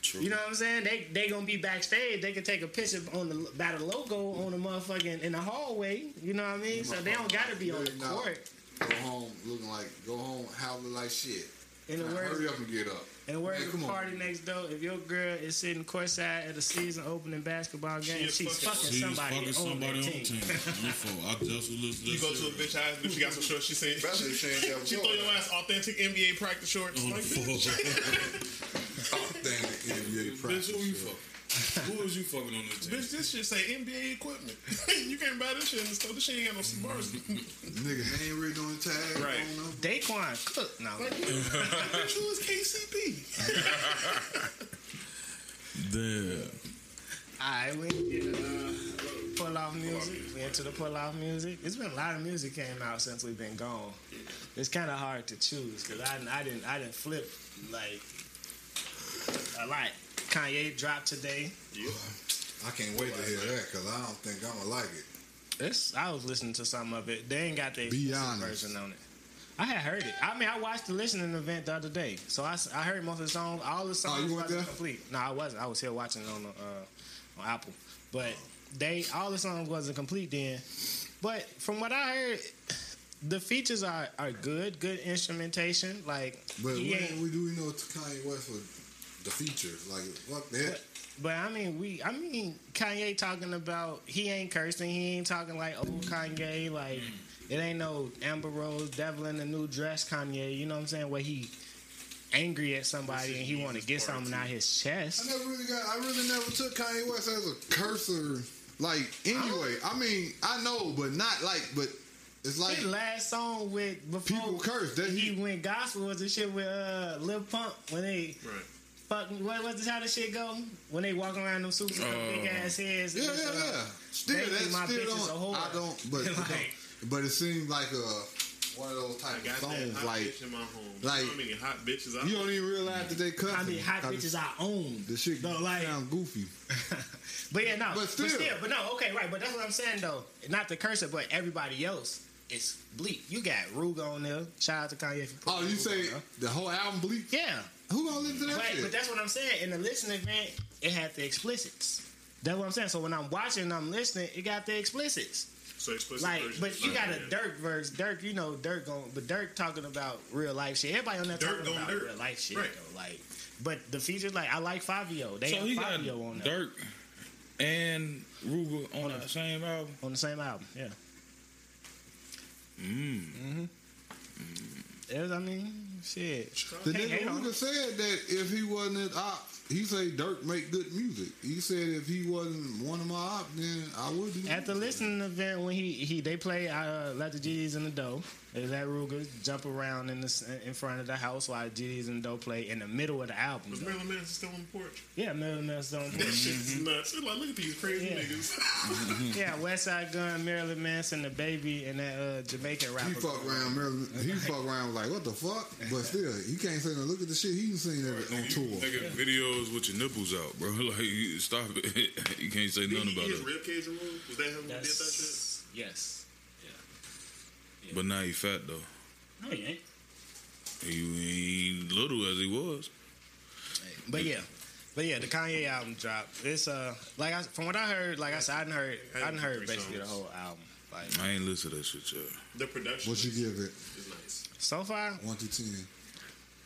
Speaker 5: True.
Speaker 2: You know what I'm saying? They they gonna be backstage. They can take a picture on the by the logo on the motherfucking in the hallway. You know what I mean? So they don't gotta be on the
Speaker 3: No.
Speaker 2: court.
Speaker 3: go home looking like go home howling like shit.
Speaker 2: In the
Speaker 3: Now,
Speaker 2: words,
Speaker 3: hurry up and get up.
Speaker 2: and where
Speaker 3: Man,
Speaker 2: the
Speaker 3: come on.
Speaker 2: party next door? If your girl is sitting courtside at a season opening basketball game, she's, fucking,
Speaker 5: She's
Speaker 2: somebody
Speaker 5: fucking
Speaker 2: on
Speaker 5: somebody
Speaker 2: that
Speaker 5: on
Speaker 2: team.
Speaker 5: the team. Your fault. I just was listening.
Speaker 4: You go to a bitch house, if she got some shorts, she saying,
Speaker 8: That's what
Speaker 4: she,
Speaker 8: you're saying.
Speaker 4: she throw your ass authentic NBA practice shorts.
Speaker 5: On Oh, the
Speaker 4: Like, bitch,
Speaker 5: floor.
Speaker 3: Damn the NBA
Speaker 5: Bitch,
Speaker 3: practice.
Speaker 5: who you fucking? Who was you fucking on this team?
Speaker 4: bitch, this shit say NBA equipment. you can't buy this shit in the store. This shit ain't got no Smarts.
Speaker 5: Mm-hmm.
Speaker 3: Nigga, they ain't really doing the tag.
Speaker 4: Right.
Speaker 3: on them.
Speaker 2: Daquan Cook, no,
Speaker 4: like, bitch, who is KCP?
Speaker 5: Damn.
Speaker 2: I we did uh, pull off music. We into the pull off music. It's been a lot of music came out since we've been gone. It's kind of hard to choose because I, I didn't I didn't flip like a lot. Kanye dropped today.
Speaker 3: I can't wait to hear that because I don't think I'm gonna like it.
Speaker 2: It's, I was listening to some of it. They ain't got the
Speaker 3: Be
Speaker 2: explicit
Speaker 3: honest.
Speaker 2: version on it. I had heard it. I mean, I watched the listening event the other day, so I, s- I heard most of the songs. All the songs
Speaker 3: Oh, you weren't
Speaker 2: wasn't
Speaker 3: there?
Speaker 2: complete. No, I wasn't. I was here watching it on the, uh, on Apple, but they all the songs wasn't complete then. But from what I heard, the features are, are good. Good instrumentation. Like
Speaker 3: But
Speaker 2: he
Speaker 3: what
Speaker 2: ain't-
Speaker 3: we do we know Kanye West for the features? Like what the heck?
Speaker 2: But I mean, we. I mean, Kanye talking about he ain't cursing. He ain't talking like old Kanye. Like it ain't no Amber Rose, Devil in a New Dress, Kanye. You know what I'm saying? Where he angry at somebody and he want to get something out his
Speaker 3: I
Speaker 2: chest.
Speaker 3: never really got. I really never took Kanye West as a cursor. Like anyway, I mean, I know, but not like, but it's like
Speaker 2: His last song with before
Speaker 3: people curse. That
Speaker 2: he
Speaker 3: he,
Speaker 2: went gospel was the shit with uh, Lil Pump when they
Speaker 4: Right.
Speaker 2: fucking what was how the shit go when they walking around them super big ass heads.
Speaker 3: yeah, yeah,
Speaker 2: Uh,
Speaker 3: yeah. Still,
Speaker 2: Baby, my
Speaker 3: that's
Speaker 2: bitch is a
Speaker 3: still
Speaker 2: whore.
Speaker 3: on. I don't, but
Speaker 2: Like-
Speaker 3: but it seems like a one of those
Speaker 4: I
Speaker 3: type of
Speaker 4: got that
Speaker 3: songs.
Speaker 4: hot
Speaker 3: Like
Speaker 4: bitch in my home.
Speaker 3: like-
Speaker 4: you know how many hot bitches I
Speaker 3: you don't even realize that they cut.
Speaker 2: I mean, hot bitches I own.
Speaker 3: The shit
Speaker 2: But, like-
Speaker 3: sound goofy.
Speaker 2: But yeah, no. But
Speaker 3: But
Speaker 2: still,
Speaker 3: still.
Speaker 2: but no. Okay, right. But that's what I'm saying though. Not the cursor, but everybody else. It's bleak. You got Ruga on there. Shout out to Kanye for
Speaker 3: Oh,
Speaker 2: putting
Speaker 3: you
Speaker 2: Ruga
Speaker 3: say
Speaker 2: on there.
Speaker 3: the whole album bleak?
Speaker 2: Yeah,
Speaker 3: Who gonna listen to that
Speaker 2: but,
Speaker 3: shit?
Speaker 2: but that's what I'm saying. In the listening event, it had the explicits. That's what I'm saying. So when I'm watching, and I'm listening. It got the explicits.
Speaker 4: So explicit
Speaker 2: Like,
Speaker 4: version
Speaker 2: but
Speaker 4: is
Speaker 2: you
Speaker 4: like,
Speaker 2: got a
Speaker 4: yeah.
Speaker 2: Dirk verse. Dirk, you know, Dirk going. But Dirk talking about real life shit. Everybody on that
Speaker 4: Dirk
Speaker 2: talking
Speaker 4: gonna
Speaker 2: about
Speaker 4: Dirk.
Speaker 2: real life shit.
Speaker 4: Right.
Speaker 2: Though. Like, but the features, like, I like Fabio. They
Speaker 6: So
Speaker 2: have
Speaker 6: he got
Speaker 2: Fabio on there
Speaker 6: Dirk and Ruger on the same album.
Speaker 2: on the same album. Yeah.
Speaker 5: Hmm.
Speaker 6: Mm.
Speaker 2: It was- I mean, shit.
Speaker 3: The
Speaker 2: Hey, hey,
Speaker 3: nigga
Speaker 2: homie.
Speaker 3: Ruger said that if he wasn't an op, he say Dirk make good music. He said if he wasn't one of my op, then I would do.
Speaker 2: At the
Speaker 3: music.
Speaker 2: listening event, when he, he they play uh, "Let the GDs in the Dough," they let Ruger jump around in the s- in front of the house while GDs in the Dough play in the middle of the album.
Speaker 4: Was
Speaker 2: though.
Speaker 4: Marilyn Manson still on the porch?
Speaker 2: Yeah, Marilyn Manson.
Speaker 4: That shit's nuts. It's like, look at these crazy
Speaker 2: Mm-hmm. Yeah.
Speaker 4: niggas.
Speaker 2: yeah, West Side Gun, Marilyn Manson, the baby, and that uh, Jamaican rapper.
Speaker 3: He fuck around, Maryland. He fuck around like what the fuck, but still he can't say no. Look at the shit he done seen that on tour.
Speaker 5: They got videos with your nipples out, bro. Like, you- stop it. you can't say
Speaker 4: Did
Speaker 5: nothing
Speaker 4: he
Speaker 5: about
Speaker 4: get his
Speaker 5: it.
Speaker 4: rib cage removed? Was that him who did that shit?
Speaker 2: That's, yes.
Speaker 5: But now he fat though.
Speaker 2: No, he ain't.
Speaker 5: He ain't little as he was.
Speaker 2: But yeah, but yeah, the Kanye album dropped. It's uh like I, from what I heard, like I said, I didn't heard, I didn't heard basically the whole album. Like
Speaker 5: I ain't listen to that shit yet.
Speaker 4: The production
Speaker 3: What you give it?
Speaker 4: is nice.
Speaker 2: so far,
Speaker 3: One through ten.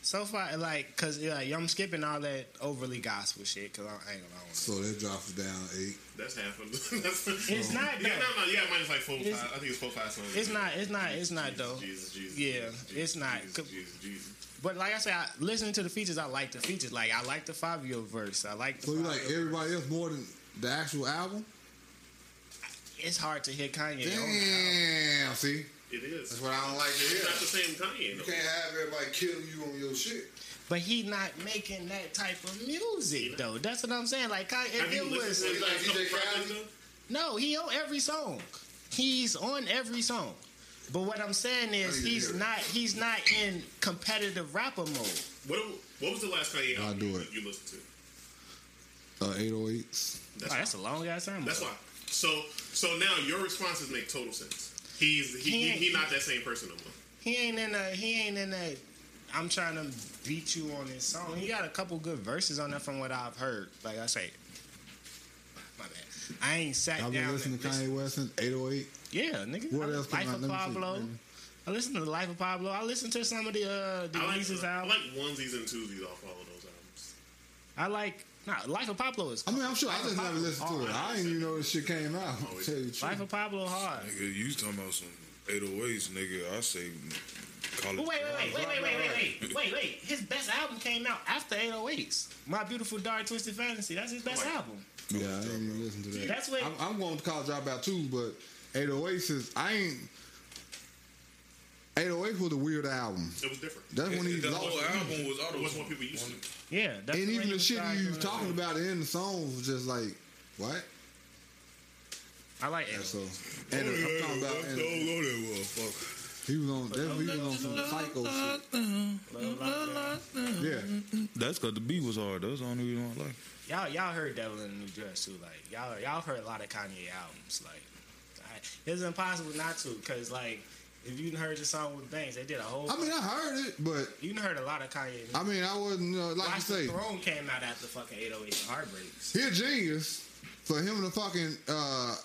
Speaker 2: So far, like, cause like, I'm skipping all that overly gospel shit, cause I, I ain't gonna.
Speaker 3: So that drops down eight.
Speaker 4: That's half of that's,
Speaker 2: It's not
Speaker 4: Yeah,
Speaker 2: though.
Speaker 4: no, no. Yeah, mine's like four,
Speaker 2: It's-
Speaker 4: five. I think it's four, five songs.
Speaker 2: It's not. It's not. It's not
Speaker 4: Jesus,
Speaker 2: though.
Speaker 4: Jesus, Jesus,
Speaker 2: Yeah,
Speaker 4: Jesus,
Speaker 2: it's not.
Speaker 4: Jesus, Jesus, Jesus.
Speaker 2: But like I said, I, listening to the features, I like the features. Like I like the Fabio verse. I like. The
Speaker 3: So you
Speaker 2: Fabio-
Speaker 3: like everybody else more than the actual album?
Speaker 2: It's hard to hit Kanye. on the album.
Speaker 3: Damn. See,
Speaker 4: It is.
Speaker 3: that's what I don't like to
Speaker 4: It's
Speaker 3: hear.
Speaker 4: not the same Kanye
Speaker 8: You
Speaker 4: though.
Speaker 8: can't have everybody killing you on your shit.
Speaker 2: But he not making that type of music though. That's what I'm saying. Like Kanye,
Speaker 4: Have
Speaker 2: if
Speaker 4: you
Speaker 2: it was
Speaker 4: listened to
Speaker 8: like
Speaker 4: his
Speaker 8: DJ
Speaker 4: last couple
Speaker 8: Khaled?
Speaker 4: projects,
Speaker 2: no, he on every song. He's on every song. But what I'm saying is he's not he's not in competitive rapper mode.
Speaker 4: What, what was the last Kanye
Speaker 3: I'll
Speaker 4: album
Speaker 3: do
Speaker 4: you,
Speaker 3: it.
Speaker 4: you listened to?
Speaker 3: Uh, 808s.
Speaker 4: That's
Speaker 2: Oh,
Speaker 4: why.
Speaker 2: that's a long ass time.
Speaker 4: That's why. So so now your responses make total sense. He's he, he,
Speaker 2: He ain't-
Speaker 4: he not that same person no more.
Speaker 2: He ain't in a he ain't in a I'm trying to beat you on this song. He got a couple good verses on that from what I've heard. Like I say, my bad. I ain't sat
Speaker 3: I've been
Speaker 2: down.
Speaker 3: listening
Speaker 2: and
Speaker 3: to
Speaker 2: listen-
Speaker 3: Kanye West oh and 808.
Speaker 2: Yeah, nigga.
Speaker 3: What
Speaker 2: I-
Speaker 3: else?
Speaker 2: Life
Speaker 3: come out?
Speaker 2: of
Speaker 3: Let me see.
Speaker 2: Pablo. I listened to the Life of Pablo. I listened to some of the uh the
Speaker 4: I like,
Speaker 2: Reasons
Speaker 4: I
Speaker 2: album.
Speaker 4: like onesies and twosies off all of those albums.
Speaker 2: I like nah, Life of Pablo is
Speaker 3: I mean, I'm sure I just never listened to it. I didn't even know this shit came out. Tell you the truth.
Speaker 2: Oh, Life of Pablo hard.
Speaker 5: Nigga, you was talking about some 808s, nigga. I say call it.
Speaker 2: But wait, wait, wait, wait, wait, wait, wait, wait, wait, wait. His best album came out after 808s. My Beautiful Dark Twisted Fantasy. That's his best album.
Speaker 3: Yeah, I didn't even listen to that.
Speaker 2: That's what-
Speaker 3: I'm, I'm going to college dropout too, but 808 is I ain't. 808 was a weird album.
Speaker 4: It was different.
Speaker 3: That's when he
Speaker 5: The
Speaker 3: lost.
Speaker 5: whole album was
Speaker 4: It
Speaker 5: auto
Speaker 4: was what people used to.
Speaker 2: Yeah. That's
Speaker 3: And
Speaker 2: when
Speaker 3: even
Speaker 2: he
Speaker 3: the
Speaker 2: was
Speaker 3: shit
Speaker 2: starting
Speaker 3: you was
Speaker 2: to-
Speaker 3: talking about in the song was just like, what?
Speaker 2: I like
Speaker 3: And
Speaker 2: it.
Speaker 3: so, and
Speaker 2: Oh,
Speaker 3: oh I'm talking about, and he was on, that, he was on some psycho shit. Mm-hmm. Yeah,
Speaker 6: That's because the beat was hard. That's the only reason I like.
Speaker 2: Y'all, y'all heard Devil in a New Dress too. Like y'all, y'all heard a lot of Kanye albums. Like I, it's impossible not to, cause like if you done heard the song with Banks, they did a whole.
Speaker 3: I mean, I heard it, but
Speaker 2: you done heard a lot of Kanye.
Speaker 3: I mean, I wasn't uh, like you
Speaker 2: Watch the
Speaker 3: say,
Speaker 2: Throne came out after fucking 808 Heartbreaks.
Speaker 3: he a genius for him to fucking uh,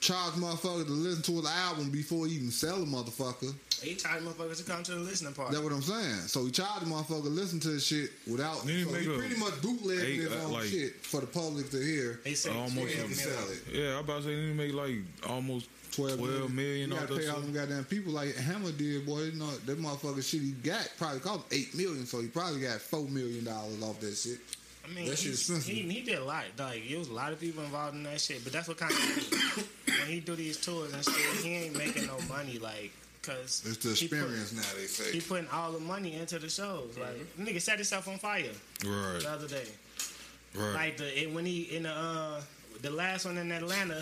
Speaker 3: charge motherfucker to listen to his album before he even sell a motherfucker.
Speaker 2: He tried motherfuckers to come to the listening party.
Speaker 3: That's what I'm saying. So he charged the motherfucker to listen to his shit without. So
Speaker 6: Then he
Speaker 3: he
Speaker 6: make a-
Speaker 3: pretty much bootlegged
Speaker 6: Hey,
Speaker 3: his
Speaker 6: uh,
Speaker 3: own
Speaker 6: like-
Speaker 3: shit for the public to hear.
Speaker 2: They said
Speaker 6: Almost
Speaker 3: And
Speaker 2: $12
Speaker 3: he can
Speaker 2: million.
Speaker 3: sell it.
Speaker 6: Yeah, I about to say they make like almost
Speaker 3: 12,
Speaker 6: 12 million
Speaker 3: You
Speaker 6: off
Speaker 3: gotta
Speaker 6: that
Speaker 3: pay all
Speaker 6: song.
Speaker 3: them goddamn people like Hammer did, boy. You know, that motherfucker shit he got probably cost him 8 million, so he probably got $4 million off that shit.
Speaker 2: I mean,
Speaker 3: That
Speaker 2: he,
Speaker 3: shit's sensitive.
Speaker 2: he, he did a lot. Like, it was a lot of people involved in that shit. But that's what kind of when he do these tours and shit, he ain't making no money. Like, cause
Speaker 3: It's the
Speaker 2: he put-
Speaker 3: experience
Speaker 8: Now they say
Speaker 2: He putting all the money into the shows. Like, nigga set himself on fire the
Speaker 6: Right,
Speaker 2: other day.
Speaker 6: right.
Speaker 2: Like the it, when he in the uh the last one in Atlanta,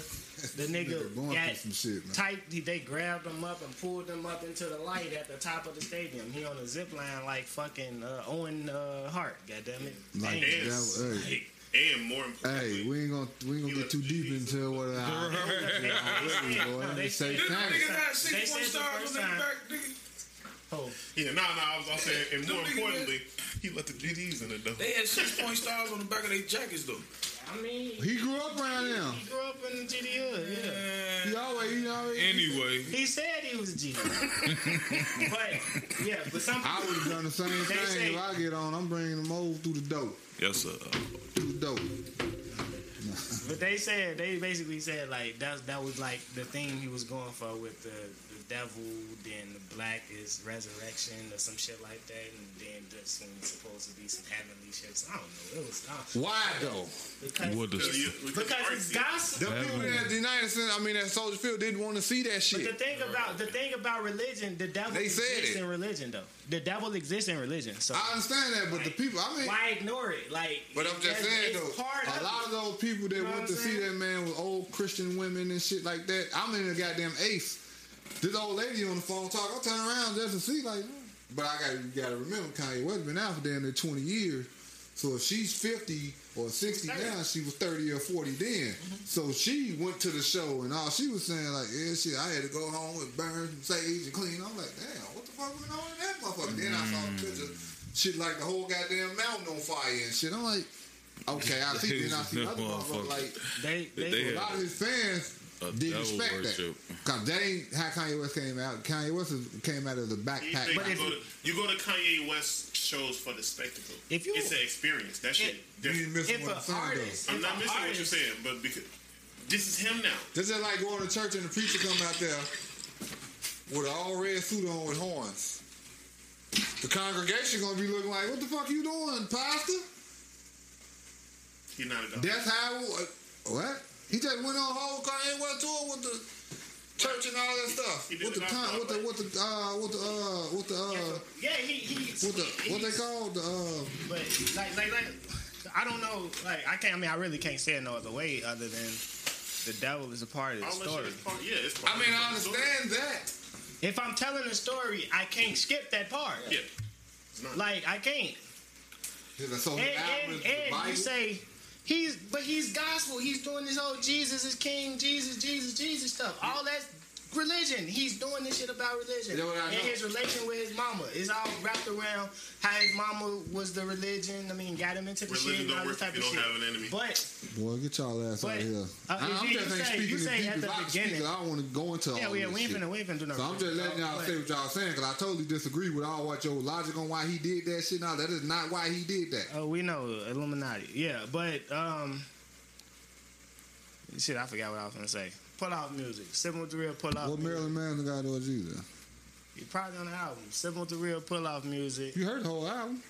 Speaker 2: the nigga
Speaker 3: Nigga going
Speaker 2: got
Speaker 3: through some shit, man.
Speaker 2: tight. he- They grabbed him up and pulled him up into the light at the top of the stadium. He on a zip line like fucking uh, Owen uh, Hart. Goddamn it!
Speaker 3: Like,
Speaker 2: Damn.
Speaker 4: And,
Speaker 3: that- hey.
Speaker 4: and more importantly,
Speaker 3: Hey, we ain't gonna we ain't gonna get too deep into what uh, I boy.
Speaker 2: No,
Speaker 3: They
Speaker 2: they
Speaker 3: say
Speaker 2: said-
Speaker 3: thanks.
Speaker 5: Nigga got
Speaker 2: They
Speaker 5: six
Speaker 2: said
Speaker 5: one
Speaker 2: the
Speaker 5: stars
Speaker 2: first
Speaker 5: on
Speaker 2: time.
Speaker 5: that back, nigga.
Speaker 2: Oh,
Speaker 4: yeah, no, no. I was, I was saying, and
Speaker 5: Them
Speaker 4: more
Speaker 5: niggas
Speaker 4: importantly, he let the GDs in the door.
Speaker 5: They had six point stars on the back of their jackets though.
Speaker 2: I mean, he
Speaker 3: He grew up around him.
Speaker 2: grew up in the GD hood. Yeah,
Speaker 3: He always, he always.
Speaker 5: Anyway,
Speaker 2: he said he was a G. but yeah, but some
Speaker 3: I would have done the same
Speaker 2: They
Speaker 3: thing
Speaker 2: say-
Speaker 3: if I get on. I'm bringing them over through the door,
Speaker 5: yes sir.
Speaker 3: through the door.
Speaker 2: But they said they basically said like that that was like the theme he was going for with the, the devil, then the black is resurrection or some shit like that, and then this one's supposed to be some heavenly shit. So I don't know. It was uh,
Speaker 3: Why though?
Speaker 2: because,
Speaker 6: What
Speaker 4: Because
Speaker 6: the?
Speaker 4: you-
Speaker 2: because
Speaker 4: Artsy-
Speaker 2: it's gospel.
Speaker 3: The people that denied us, I mean, at Soldier Field didn't want to see that
Speaker 2: But the
Speaker 3: shit.
Speaker 2: thing about the thing about religion, the devil
Speaker 3: They said
Speaker 2: exists
Speaker 3: it.
Speaker 2: in religion though. The devil exists in religion. So
Speaker 3: I understand that, but the people, I mean,
Speaker 2: why ignore it? Like,
Speaker 3: But I'm just
Speaker 2: that's-
Speaker 3: saying
Speaker 2: it's part
Speaker 3: though, a lot
Speaker 2: it.
Speaker 3: of those people that
Speaker 2: know
Speaker 3: went
Speaker 2: what
Speaker 3: to
Speaker 2: I'm
Speaker 3: see
Speaker 2: saying?
Speaker 3: that man was old Christian women and shit like that. I'm in a goddamn ace. This old lady on the phone talk. I turn around just to see like, but I got you got to remember Kanye West been out for damn near 20 years. So if she's 50 or 60 now, she was 30 or 40 then. So she went to the show and all she was saying like, yeah, shit, I had to go home and burn some sage and clean. I'm like, damn, what the fuck went on in that motherfucker? Then I saw the picture, shit like the whole goddamn mountain on fire and shit. I'm like. Okay, I see. Then I see other motherfuckers like
Speaker 2: They, they,
Speaker 6: They
Speaker 3: a lot of his fans
Speaker 6: A
Speaker 3: didn't
Speaker 6: devil
Speaker 3: respect
Speaker 6: worship.
Speaker 3: that. Cause that ain't how Kanye West came out. Kanye West is- came out as a
Speaker 4: You, think
Speaker 3: backpack.
Speaker 4: you, go to, you go to Kanye West shows for the spectacle.
Speaker 2: If you-
Speaker 4: it's an experience. That shit.
Speaker 3: you
Speaker 4: different.
Speaker 3: didn't miss
Speaker 2: if
Speaker 3: what
Speaker 2: an
Speaker 3: I'm saying
Speaker 2: artist,
Speaker 3: though.
Speaker 4: I'm
Speaker 2: if a
Speaker 4: not missing what you're
Speaker 2: artist-
Speaker 4: saying, but because this is him now.
Speaker 3: This is like going to church and the preacher come out there with an all red suit on with horns. The congregation gonna be looking like, "What the fuck you doing, pastor?"
Speaker 4: He's not a god.
Speaker 3: That's how. Uh, what? He just went on a whole Kanye West tour with the church and all that stuff.
Speaker 4: He did
Speaker 3: With the
Speaker 4: the
Speaker 3: con, with the with the uh, with the uh, with the uh,
Speaker 2: Yeah, he, he
Speaker 3: with the what they call the uh.
Speaker 2: But like, like, like, I don't know. Like, I can't. I mean, I really can't say it no other way other than the devil is a part of the
Speaker 4: All that shit
Speaker 2: story.
Speaker 4: is part- Yeah, it's part
Speaker 3: I mean,
Speaker 4: of
Speaker 3: I
Speaker 4: the story.
Speaker 3: understand that,
Speaker 2: If I'm telling a story, I can't skip that part.
Speaker 4: Yeah. It's not.
Speaker 2: Like I can't.
Speaker 3: So
Speaker 2: And,
Speaker 3: the album is
Speaker 2: and,
Speaker 3: the
Speaker 2: and you
Speaker 3: Bible?
Speaker 2: say he's, but he's gospel. He's doing this whole Jesus is King, Jesus, Jesus, Jesus stuff. All that's religion. He's doing this shit about religion
Speaker 3: You know what I
Speaker 2: and
Speaker 3: know?
Speaker 2: his relation with his mama. It's all wrapped around how his mama was the religion. I mean, got him into the
Speaker 4: Religion
Speaker 2: shit and
Speaker 4: don't
Speaker 2: all
Speaker 4: work
Speaker 2: this type
Speaker 4: if you
Speaker 2: of
Speaker 4: don't
Speaker 2: shit.
Speaker 4: have an enemy.
Speaker 2: But
Speaker 3: Boy, get y'all ass
Speaker 2: But,
Speaker 3: out of here.
Speaker 2: uh,
Speaker 3: I, I'm
Speaker 2: you-
Speaker 3: just
Speaker 2: you
Speaker 3: ain't
Speaker 2: say-
Speaker 3: speaking
Speaker 2: you
Speaker 3: to
Speaker 2: say at
Speaker 3: deep
Speaker 2: the
Speaker 3: because I, speak
Speaker 2: beginning-
Speaker 3: it, I don't want to go into
Speaker 2: yeah,
Speaker 3: all
Speaker 2: yeah,
Speaker 3: this
Speaker 2: we ain't
Speaker 3: shit.
Speaker 2: finna, we ain't finna do nothing.
Speaker 3: So I'm just letting y'all
Speaker 2: But-
Speaker 3: say what y'all saying because I totally disagree with all what your logic on why he did that shit. Now that is not why he did that.
Speaker 2: Oh, we know Illuminati. Yeah, but um, shit, I forgot what I was gonna say. Pull off music. Seven with the real pull off.
Speaker 3: What
Speaker 2: music.
Speaker 3: Marilyn Manson got to do with Jesus?
Speaker 2: You probably on the album. Seven with the real pull off music.
Speaker 3: You heard the whole album.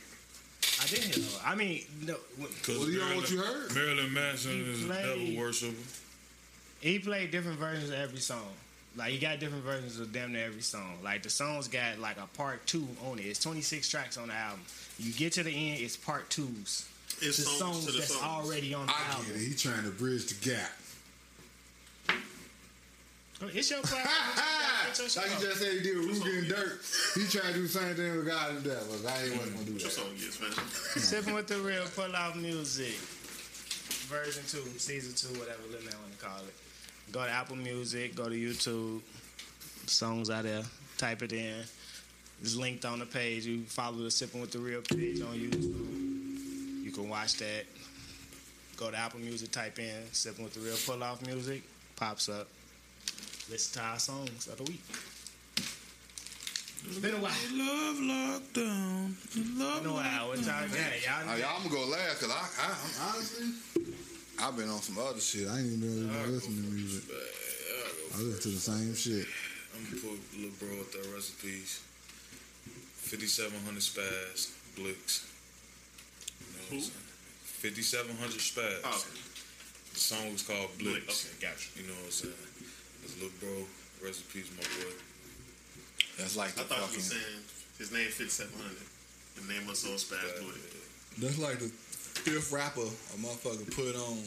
Speaker 2: I didn't hear. No, I mean, no. w-
Speaker 3: Well, you know what you heard?
Speaker 5: Marilyn Manson is a
Speaker 2: Play.
Speaker 5: devil worshiper.
Speaker 2: He played different versions of every song. Like he got different versions of damn near every song. Like the songs got like a part two on it. It's 26 tracks on the album. You get to the end, it's part twos.
Speaker 4: It's
Speaker 2: The
Speaker 4: songs,
Speaker 2: songs
Speaker 4: to the
Speaker 2: that's
Speaker 4: songs.
Speaker 2: already on the
Speaker 3: I
Speaker 2: album.
Speaker 3: get it. He trying to bridge the gap.
Speaker 2: It's your platform.
Speaker 3: like
Speaker 2: It's
Speaker 3: you
Speaker 2: your show.
Speaker 3: just said, he did with Ruger and Dirt. He trying to do the same thing with God and Devil. I ain't wasn't gonna do
Speaker 4: What
Speaker 3: that.
Speaker 4: your song is, man?
Speaker 2: Sipping with the real, pull out music. Version two, season two, whatever little man wanna call it. Go to Apple Music, go to YouTube. Songs out there. Type it in. It's linked on the page. You follow the Sipping with the Real page on YouTube. You can watch that. Go to Apple Music, type in Sipping with the Real Pull Off Music, pops up. Listen to our songs of the week. It's been a while.
Speaker 6: Love lockdown. Love
Speaker 2: Been a while. What y'all got? Y'all
Speaker 8: Now, y'all, I'm gonna go last because I, I, I'm honestly, I've been on some other shit.
Speaker 3: Shit, I ain't even really been listening to music. I listen to the same shit.
Speaker 5: I'm gonna put Lil Bro with the recipes. 5700 spaz, Blix. You know what I'm
Speaker 4: Who?
Speaker 5: saying? 5700 spaz.
Speaker 4: Oh,
Speaker 5: The song was called
Speaker 4: Blitz.
Speaker 5: Blix.
Speaker 4: Okay, gotcha.
Speaker 5: You know what I'm saying? It's Lil Bro, recipes, my boy.
Speaker 8: That's like
Speaker 4: I
Speaker 8: the
Speaker 4: thought you were
Speaker 8: fucking.
Speaker 4: saying his name fits 700. The name of the song Spaz Boy.
Speaker 8: That's like the.
Speaker 3: Fifth rapper a motherfucker put on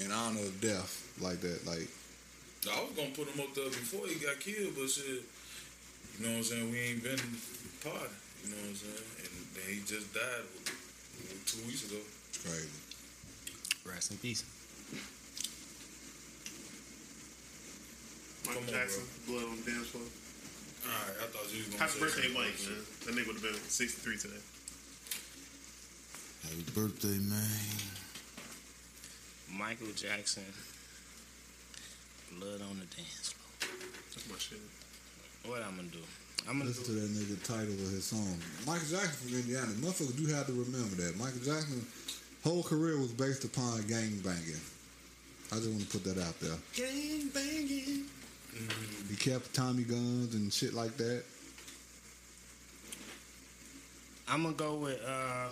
Speaker 3: in honor of death like that. Like
Speaker 5: I was gonna put him up there before he got killed, but shit, you know what I'm saying? We ain't been partying, you know what I'm saying? And then he just died w- two weeks ago.
Speaker 3: it's crazy.
Speaker 2: Rest in peace.
Speaker 5: Come
Speaker 4: Michael
Speaker 5: on,
Speaker 4: Jackson, Blood on the Dance Floor.
Speaker 5: All right, I thought you was gonna say
Speaker 4: Happy birthday,
Speaker 5: something
Speaker 4: Mike,
Speaker 5: else.
Speaker 4: man. That nigga would have been 63 today.
Speaker 3: Happy birthday, man.
Speaker 2: Michael Jackson, blood on the dance
Speaker 4: That's my shit.
Speaker 2: floor. What I'm gonna do? I'm gonna
Speaker 3: Listen to
Speaker 2: do.
Speaker 3: that nigga title of his song. Michael Jackson from Indiana. Motherfuckers do have to remember that. Michael Jackson's whole career was based upon gang banging. I just want to put that out there. Mm-hmm.
Speaker 2: Gang banging.
Speaker 3: He kept Tommy guns and shit like that.
Speaker 2: I'm gonna go with uh,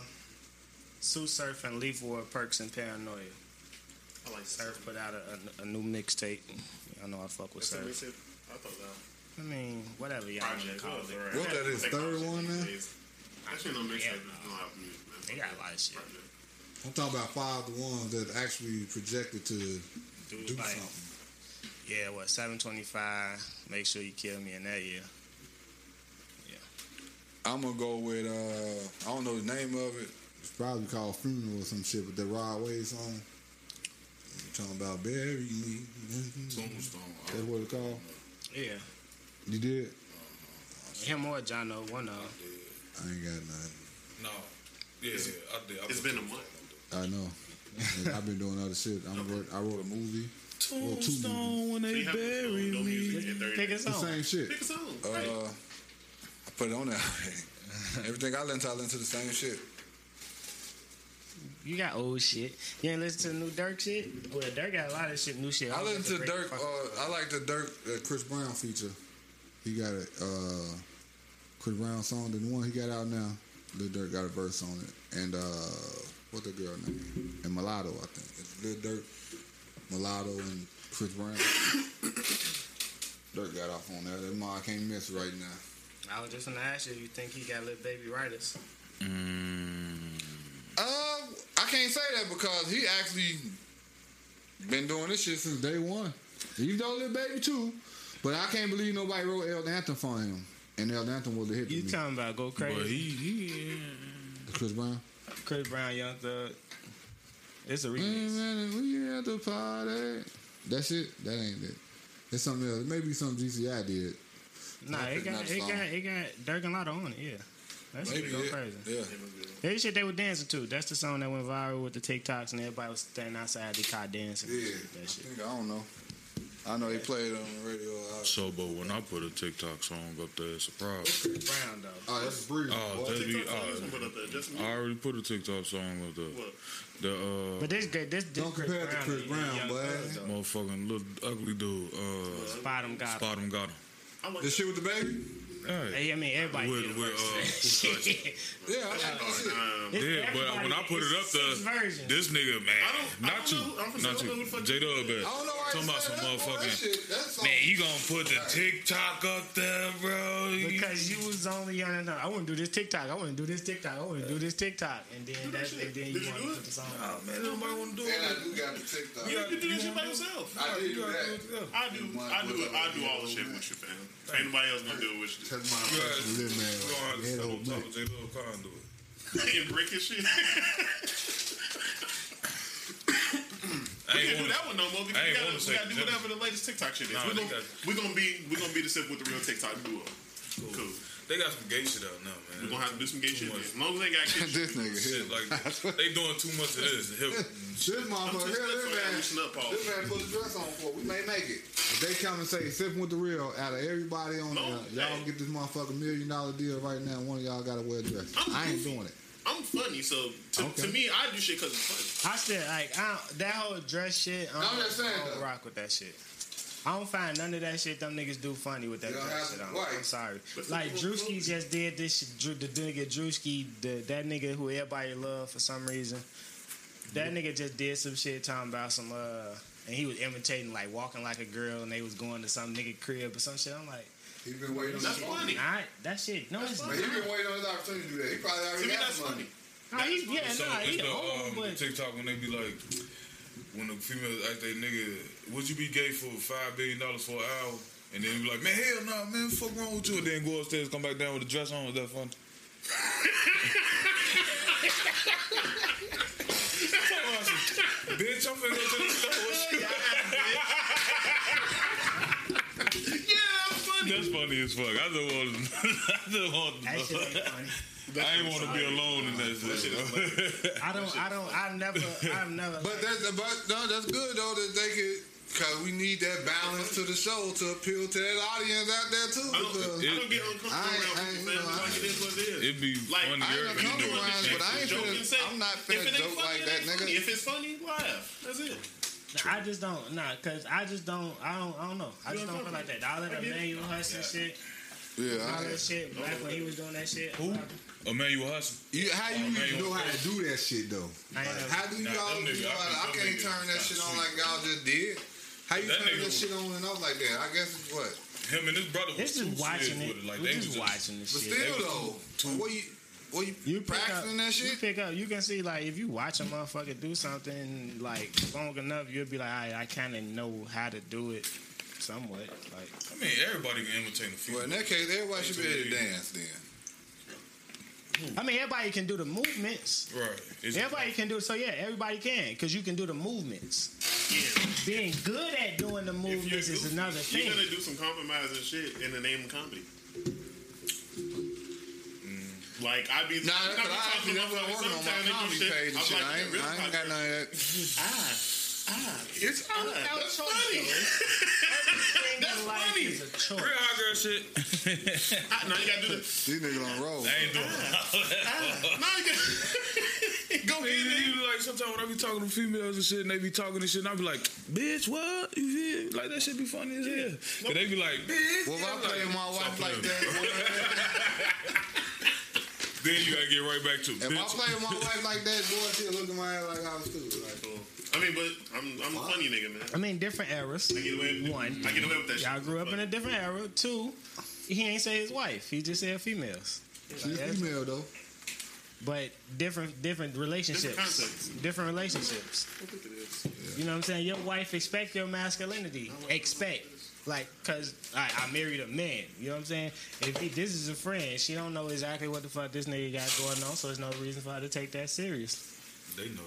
Speaker 2: Sue Surf and Leaf Ward Perks and Paranoia.
Speaker 4: I like
Speaker 2: Surf put out a, a, a new mixtape. I know I fuck with
Speaker 4: That's a
Speaker 2: Surf.
Speaker 4: mixtape. I thought that
Speaker 2: I mean, whatever y'all wanna
Speaker 4: project
Speaker 2: call
Speaker 4: was
Speaker 2: it.
Speaker 4: alright.
Speaker 3: What that is,
Speaker 4: They
Speaker 3: third
Speaker 4: call
Speaker 3: one
Speaker 4: shit these
Speaker 3: now?
Speaker 4: days. Actually, no mixtape.
Speaker 2: Yeah,
Speaker 4: is not out music, man.
Speaker 2: They got a lot of shit.
Speaker 4: Project.
Speaker 3: I'm talking about five of the ones that actually projected to do
Speaker 2: Dude, like,
Speaker 3: something.
Speaker 2: yeah, what 725? Make sure you kill me in that year.
Speaker 8: I'm gonna go with. uh I don't know the name of it.
Speaker 3: It's probably called Funeral or some shit, but that Rod Wave song. i talking about bury me.
Speaker 5: Tombstone. I
Speaker 3: That's what it's called.
Speaker 2: Yeah,
Speaker 3: You did?
Speaker 2: him or John O. One of. 'em.
Speaker 3: I ain't got nothing.
Speaker 5: No. Yeah, yeah, I did. I
Speaker 4: It's
Speaker 5: put
Speaker 4: been a month.
Speaker 3: I know. I've been doing other shit. I'm wrote, I wrote a movie. Well, two
Speaker 6: Tombstone when
Speaker 4: So
Speaker 6: they
Speaker 4: you have to
Speaker 6: bury
Speaker 4: no
Speaker 6: me.
Speaker 4: music in 30
Speaker 2: Pick a
Speaker 4: days.
Speaker 3: The
Speaker 2: song.
Speaker 3: same shit.
Speaker 4: Pick a song.
Speaker 8: Uh,
Speaker 4: Right.
Speaker 8: I put it on there. Everything I listen to, I listen to the same shit.
Speaker 2: You got old shit. You ain't listen to the new Dirk shit? Well, Dirk got a lot of shit, new shit.
Speaker 8: I listen to
Speaker 2: Dirk
Speaker 8: Dirk. Uh, I like the Dirk.
Speaker 3: That Chris Brown feature. He got a uh, Chris Brown song. The one he got out now, Lil Durk got a verse on it. And uh, what the girl name? And Mulatto, I think. It's Lil Durk, Mulatto, and Chris Brown. Dirk got off on that. That ma I can't miss right now.
Speaker 2: I was just gonna ask you, you think he got little baby writers?
Speaker 3: Um,
Speaker 8: Uh, I can't say that because he actually been doing this shit since.
Speaker 3: Since day one. Even though Lil Baby too, But I can't believe nobody wrote El Anthem for him. And El Anthem was the hit.
Speaker 2: You
Speaker 3: to me.
Speaker 2: talking about go
Speaker 6: But
Speaker 2: crazy?
Speaker 6: Mm-hmm. he, he
Speaker 3: Chris Brown.
Speaker 2: Chris Brown, Young Thug. It's a
Speaker 3: Hey,
Speaker 2: remix.
Speaker 3: man, we at the party. That's it. That ain't it. It's something else. Maybe something GCI did.
Speaker 2: Nah, it got it got it got Dirk and Lotto on it. Yeah, that's
Speaker 8: Maybe
Speaker 2: go
Speaker 8: it-
Speaker 2: crazy.
Speaker 8: Yeah.
Speaker 2: That shit they were dancing to. That's the song that went viral with the TikToks and everybody was standing outside the car dancing.
Speaker 8: Yeah.
Speaker 2: That shit.
Speaker 8: I don't know. I know they played it on the radio. I-
Speaker 6: So, but when I put a TikTok song up there, it's a problem.
Speaker 2: Brown though.
Speaker 3: Oh, that's breathing.
Speaker 6: Oh,
Speaker 3: boy.
Speaker 6: that'd be.
Speaker 4: TikTok
Speaker 2: uh,
Speaker 4: song,
Speaker 6: Oh,
Speaker 4: but up there, just me.
Speaker 6: I already put a TikTok song up there.
Speaker 4: What?
Speaker 6: The uh,
Speaker 2: But this this, this
Speaker 3: Don't
Speaker 2: Chris
Speaker 3: compare it to
Speaker 2: Brown
Speaker 3: Chris
Speaker 2: and
Speaker 3: Brown,
Speaker 2: Young
Speaker 3: boy.
Speaker 2: Thug, though.
Speaker 6: motherfucking little ugly dude. Uh,
Speaker 2: Bottom guy.
Speaker 6: Spottom got him.
Speaker 4: I like
Speaker 8: The shit with the baby?
Speaker 6: Hey,
Speaker 2: Hey, I mean everybody.
Speaker 6: with,
Speaker 2: did
Speaker 6: with, uh, who touched it?
Speaker 8: Yeah, I like that shit.
Speaker 4: um,
Speaker 6: yeah, but when I put it up there,
Speaker 2: version.
Speaker 6: this nigga, man,
Speaker 4: I don't- I
Speaker 6: not
Speaker 4: don't
Speaker 6: you,
Speaker 4: know who- I'm gonna say, I
Speaker 6: not
Speaker 4: don't know who
Speaker 6: you,
Speaker 4: the fuck
Speaker 6: J Dub,
Speaker 8: I don't know why
Speaker 6: talking
Speaker 8: you
Speaker 6: about
Speaker 8: said that, boy. That
Speaker 6: some motherfucking.
Speaker 8: shit- That's all.
Speaker 6: Man, you gonna put the TikTok up there, bro? You-
Speaker 2: because you was only on and on. I wouldn't do this TikTok. I wouldn't do this TikTok. I wouldn't do this TikTok. And then that's and then you want to put the song.
Speaker 6: Oh, man, nobody wanna do
Speaker 8: And I
Speaker 6: it.
Speaker 8: do got the TikTok.
Speaker 6: Yeah.
Speaker 4: You do that shit by yourself.
Speaker 8: I did do that.
Speaker 4: I do. I do. I do all the shit with you, fam. Ain't nobody else gonna do it with you.
Speaker 3: That's my fucking little man. Yeah, the whole
Speaker 6: J
Speaker 3: thing.
Speaker 6: Dub can't do it.
Speaker 4: And brick and shit.
Speaker 6: I
Speaker 4: We
Speaker 6: ain't
Speaker 4: can't do
Speaker 6: wanna-
Speaker 4: that one no more because
Speaker 6: I
Speaker 4: we
Speaker 6: ain't
Speaker 4: gotta,
Speaker 6: wanna
Speaker 4: we
Speaker 6: say
Speaker 4: gotta do
Speaker 6: nothing.
Speaker 4: whatever the latest TikTok shit is.
Speaker 6: Nah,
Speaker 4: we're,
Speaker 6: they
Speaker 4: gonna,
Speaker 6: got-
Speaker 4: we're gonna be we're gonna be the sip with the real TikTok duo. Cool.
Speaker 6: They got some gay shit out now, man.
Speaker 4: We're gonna have to do some gay shit.
Speaker 6: Too much
Speaker 4: As long as they got kids.
Speaker 3: This nigga here.
Speaker 6: Shit like this. they doing too much of this. Hip.
Speaker 3: This
Speaker 4: I'm
Speaker 3: motherfucker here,
Speaker 4: too stiff for that
Speaker 3: this
Speaker 4: loosen
Speaker 3: man.
Speaker 4: up Paul.
Speaker 3: This man put a dress on for. it. We may make it. If they come and say, sipping with the real, out of everybody on
Speaker 4: No,
Speaker 3: there, y'all
Speaker 4: hey.
Speaker 3: get this motherfucking million dollar deal right now. One of y'all gotta wear a dress.
Speaker 4: I'm
Speaker 3: I ain't
Speaker 4: goofy.
Speaker 3: doing it.
Speaker 4: I'm funny, so to,
Speaker 3: Okay.
Speaker 4: to me, I do shit because it's funny.
Speaker 2: I said like I don't, that whole dress shit. I
Speaker 8: I'm
Speaker 2: don't,
Speaker 8: just saying,
Speaker 2: I don't
Speaker 8: though.
Speaker 2: rock with that shit. I don't find none of that shit them niggas do funny with that
Speaker 8: You don't
Speaker 2: dress
Speaker 8: have to-
Speaker 2: shit on.
Speaker 8: why?
Speaker 2: I'm sorry.
Speaker 4: But
Speaker 2: Like
Speaker 4: people will
Speaker 2: Drewski just did this shit. Drew, the nigga Drewski, the, that nigga who everybody love for some reason. That nigga just did some shit talking about some uh, and he was imitating like walking like a girl, and they was going to some nigga crib or some shit. I'm like,
Speaker 8: He been waiting on
Speaker 4: That's
Speaker 8: this
Speaker 4: funny.
Speaker 2: all right, that shit. No, it's
Speaker 8: But
Speaker 2: not.
Speaker 8: he been waiting on his opportunity to do that. He probably
Speaker 4: To
Speaker 8: already
Speaker 4: me,
Speaker 8: got
Speaker 4: that's
Speaker 8: some money.
Speaker 2: Nah,
Speaker 4: funny.
Speaker 2: he, yeah,
Speaker 6: So
Speaker 2: nah,
Speaker 6: it's
Speaker 2: he
Speaker 6: the
Speaker 2: old,
Speaker 6: um,
Speaker 2: but
Speaker 6: TikTok when they be like, when the females ask they nigga, would you be gay for five billion dollars for an hour? And then be like, man, hell no, nah, man, fuck wrong with you? And then go upstairs, come back down with a dress on. Is that fun? Bitch, I'm finna go to the store with you.
Speaker 4: Yeah, I'm funny.
Speaker 6: That's funny as fuck. I just want, I just want,
Speaker 2: that shit ain't funny.
Speaker 6: I ain't want to be alone in that shit.
Speaker 2: I don't, I don't, I've never, I've never.
Speaker 8: But that's but no, that's good though that they could. Cause we need that balance to the show to appeal to that audience out there too.
Speaker 4: I don't,
Speaker 8: Because
Speaker 4: I don't get uncomfortable
Speaker 8: I ain't- I
Speaker 4: around
Speaker 8: ain't- no,
Speaker 4: people, fam. It's like it is what it is.
Speaker 6: It'd be
Speaker 4: Like,
Speaker 6: funny.
Speaker 4: I
Speaker 8: ain't
Speaker 6: everybody
Speaker 8: gonna come
Speaker 6: doing this
Speaker 8: around,
Speaker 6: shit.
Speaker 8: but I ain't
Speaker 4: Joke
Speaker 8: finna-
Speaker 4: and say,
Speaker 8: I'm not
Speaker 4: if it
Speaker 8: finna
Speaker 4: ain't
Speaker 8: joke
Speaker 4: funny,
Speaker 8: like
Speaker 4: it
Speaker 8: that,
Speaker 4: ain't
Speaker 8: nigga.
Speaker 4: funny. If it's funny, laugh. That's it.
Speaker 2: I just don't nah, cause I just don't I don't I don't know. I just don't feel like that. All that Emmanuel Hudson shit,
Speaker 3: Yeah.
Speaker 2: all
Speaker 3: I-
Speaker 2: that shit back when he was doing that shit.
Speaker 6: Who? Emmanuel Hudson.
Speaker 3: You, how you
Speaker 6: man,
Speaker 3: even
Speaker 6: you
Speaker 3: know how to do that shit though?
Speaker 2: I ain't
Speaker 3: Like,
Speaker 2: never-
Speaker 3: how do y'all?
Speaker 6: Nah, them niggas-
Speaker 8: you know, I,
Speaker 6: I think them
Speaker 8: can't
Speaker 6: niggas
Speaker 8: turn that
Speaker 6: got
Speaker 8: shit on
Speaker 6: sweet.
Speaker 8: like y'all just did. How you
Speaker 6: That
Speaker 8: turn
Speaker 6: nigga
Speaker 8: that
Speaker 6: was-
Speaker 8: shit on and off like that? I guess it's what.
Speaker 6: Him and his brother was
Speaker 2: It's
Speaker 6: too
Speaker 2: just watching
Speaker 6: serious
Speaker 2: it.
Speaker 6: with it. Like
Speaker 2: We're
Speaker 6: they
Speaker 2: just
Speaker 6: was just
Speaker 2: watching
Speaker 8: But
Speaker 2: this shit.
Speaker 8: still though, what you what you,
Speaker 2: You pick up,
Speaker 8: practicing that
Speaker 2: you
Speaker 8: shit?
Speaker 2: pick up. You can see like if you watch a motherfucker do something like long enough, you'll be like, I, I kind of know how to do it somewhat. Like
Speaker 6: I mean, everybody can imitate a few.
Speaker 8: Well, in that case, everybody should be able to dance then.
Speaker 2: I mean, everybody can do the movements.
Speaker 6: right. It's
Speaker 2: Everybody can do it. So yeah, everybody can because you can do the movements. Being good at doing the
Speaker 4: If you're
Speaker 2: movements is
Speaker 4: goofy,
Speaker 2: another thing.
Speaker 4: You're gonna do some compromising shit in the name of comedy. Mm. Like I be
Speaker 8: Nah, that's
Speaker 4: I
Speaker 8: what I actually that's what I'm working on my comedy page and shit. I ain't, I ain't got none of that.
Speaker 2: Ah,
Speaker 4: It's ah, that's funny.
Speaker 2: That's
Speaker 4: That's
Speaker 2: life
Speaker 4: funny.
Speaker 2: is a choice.
Speaker 6: real hot girl shit.
Speaker 4: Ah, Now you gotta do the.
Speaker 3: These niggas on roll.
Speaker 6: I ain't doing
Speaker 4: Now you gotta go ahead.
Speaker 6: it.
Speaker 4: nigga.
Speaker 6: You know, like sometimes when I be talking to females and shit, and they be talking and shit, and I be like, "Bitch, what? You feel? Like that shit be funny as hell." And they be like, "Bitch."
Speaker 8: Well, if I
Speaker 6: yeah,
Speaker 8: play
Speaker 6: like,
Speaker 8: my wife
Speaker 6: stop
Speaker 8: like
Speaker 6: playing.
Speaker 8: that,
Speaker 6: Then you gotta get right back to
Speaker 3: If I
Speaker 6: bitch.
Speaker 3: play with my wife like that, boy, she'll look at my ass like I was stupid. Like,
Speaker 4: I mean, but I'm I'm a funny nigga, man.
Speaker 2: I mean, different eras.
Speaker 4: I get away with
Speaker 2: One.
Speaker 4: I get away with that.
Speaker 2: Y'all
Speaker 4: shit.
Speaker 2: grew up in a different era. Two, he ain't say his wife. He just said females.
Speaker 3: she's female though.
Speaker 2: but different different relationships,
Speaker 4: Different concepts.
Speaker 2: different relationships. You know what I'm saying? Your wife expect your masculinity. Expect. Like, cause I, I married a man. You know what I'm saying? If he, this is a friend, she don't know exactly what the fuck this nigga got going on, so there's no reason for her to take that serious.
Speaker 6: They know.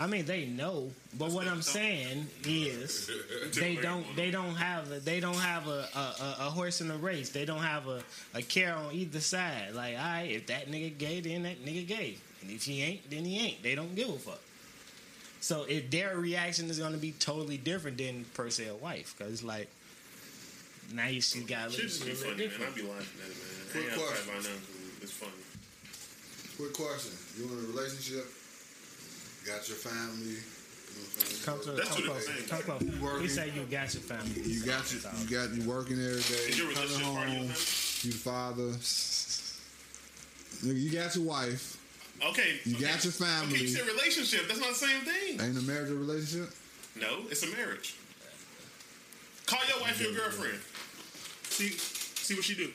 Speaker 2: I mean, they know, but what I'm saying is, they don't. They don't have. A, they don't have a, a, a, a horse in the race. They don't have a, a care on either side. Like, all right, if that nigga gay, then that nigga gay, and if he ain't, then he ain't. They don't give a fuck. So if their reaction is going to be totally different than per se a wife, because like now you see got a
Speaker 4: Shit just
Speaker 2: little
Speaker 4: be
Speaker 2: bit
Speaker 4: funny, man.
Speaker 2: different.
Speaker 4: I be laughing at it, man.
Speaker 3: Quick
Speaker 4: I ain't gotta
Speaker 3: question.
Speaker 4: fight about nothing 'cause it's funny.
Speaker 3: Quick question. You in a relationship? Got your family?
Speaker 2: Come to,
Speaker 4: That's
Speaker 2: come
Speaker 4: what it
Speaker 2: close.
Speaker 4: is.
Speaker 2: Come close.
Speaker 3: Working.
Speaker 2: We say you got your family.
Speaker 3: You got your, you got you working every day.
Speaker 4: Is your
Speaker 3: coming
Speaker 4: relationship part of your
Speaker 3: home, You the father. Nigga, You got your wife.
Speaker 4: Okay.
Speaker 3: You
Speaker 4: okay.
Speaker 3: got your family.
Speaker 4: Okay, you said relationship. That's not the same thing.
Speaker 3: Ain't a marriage a relationship?
Speaker 4: No, it's a marriage. Call your wife your girlfriend. See, see what she do.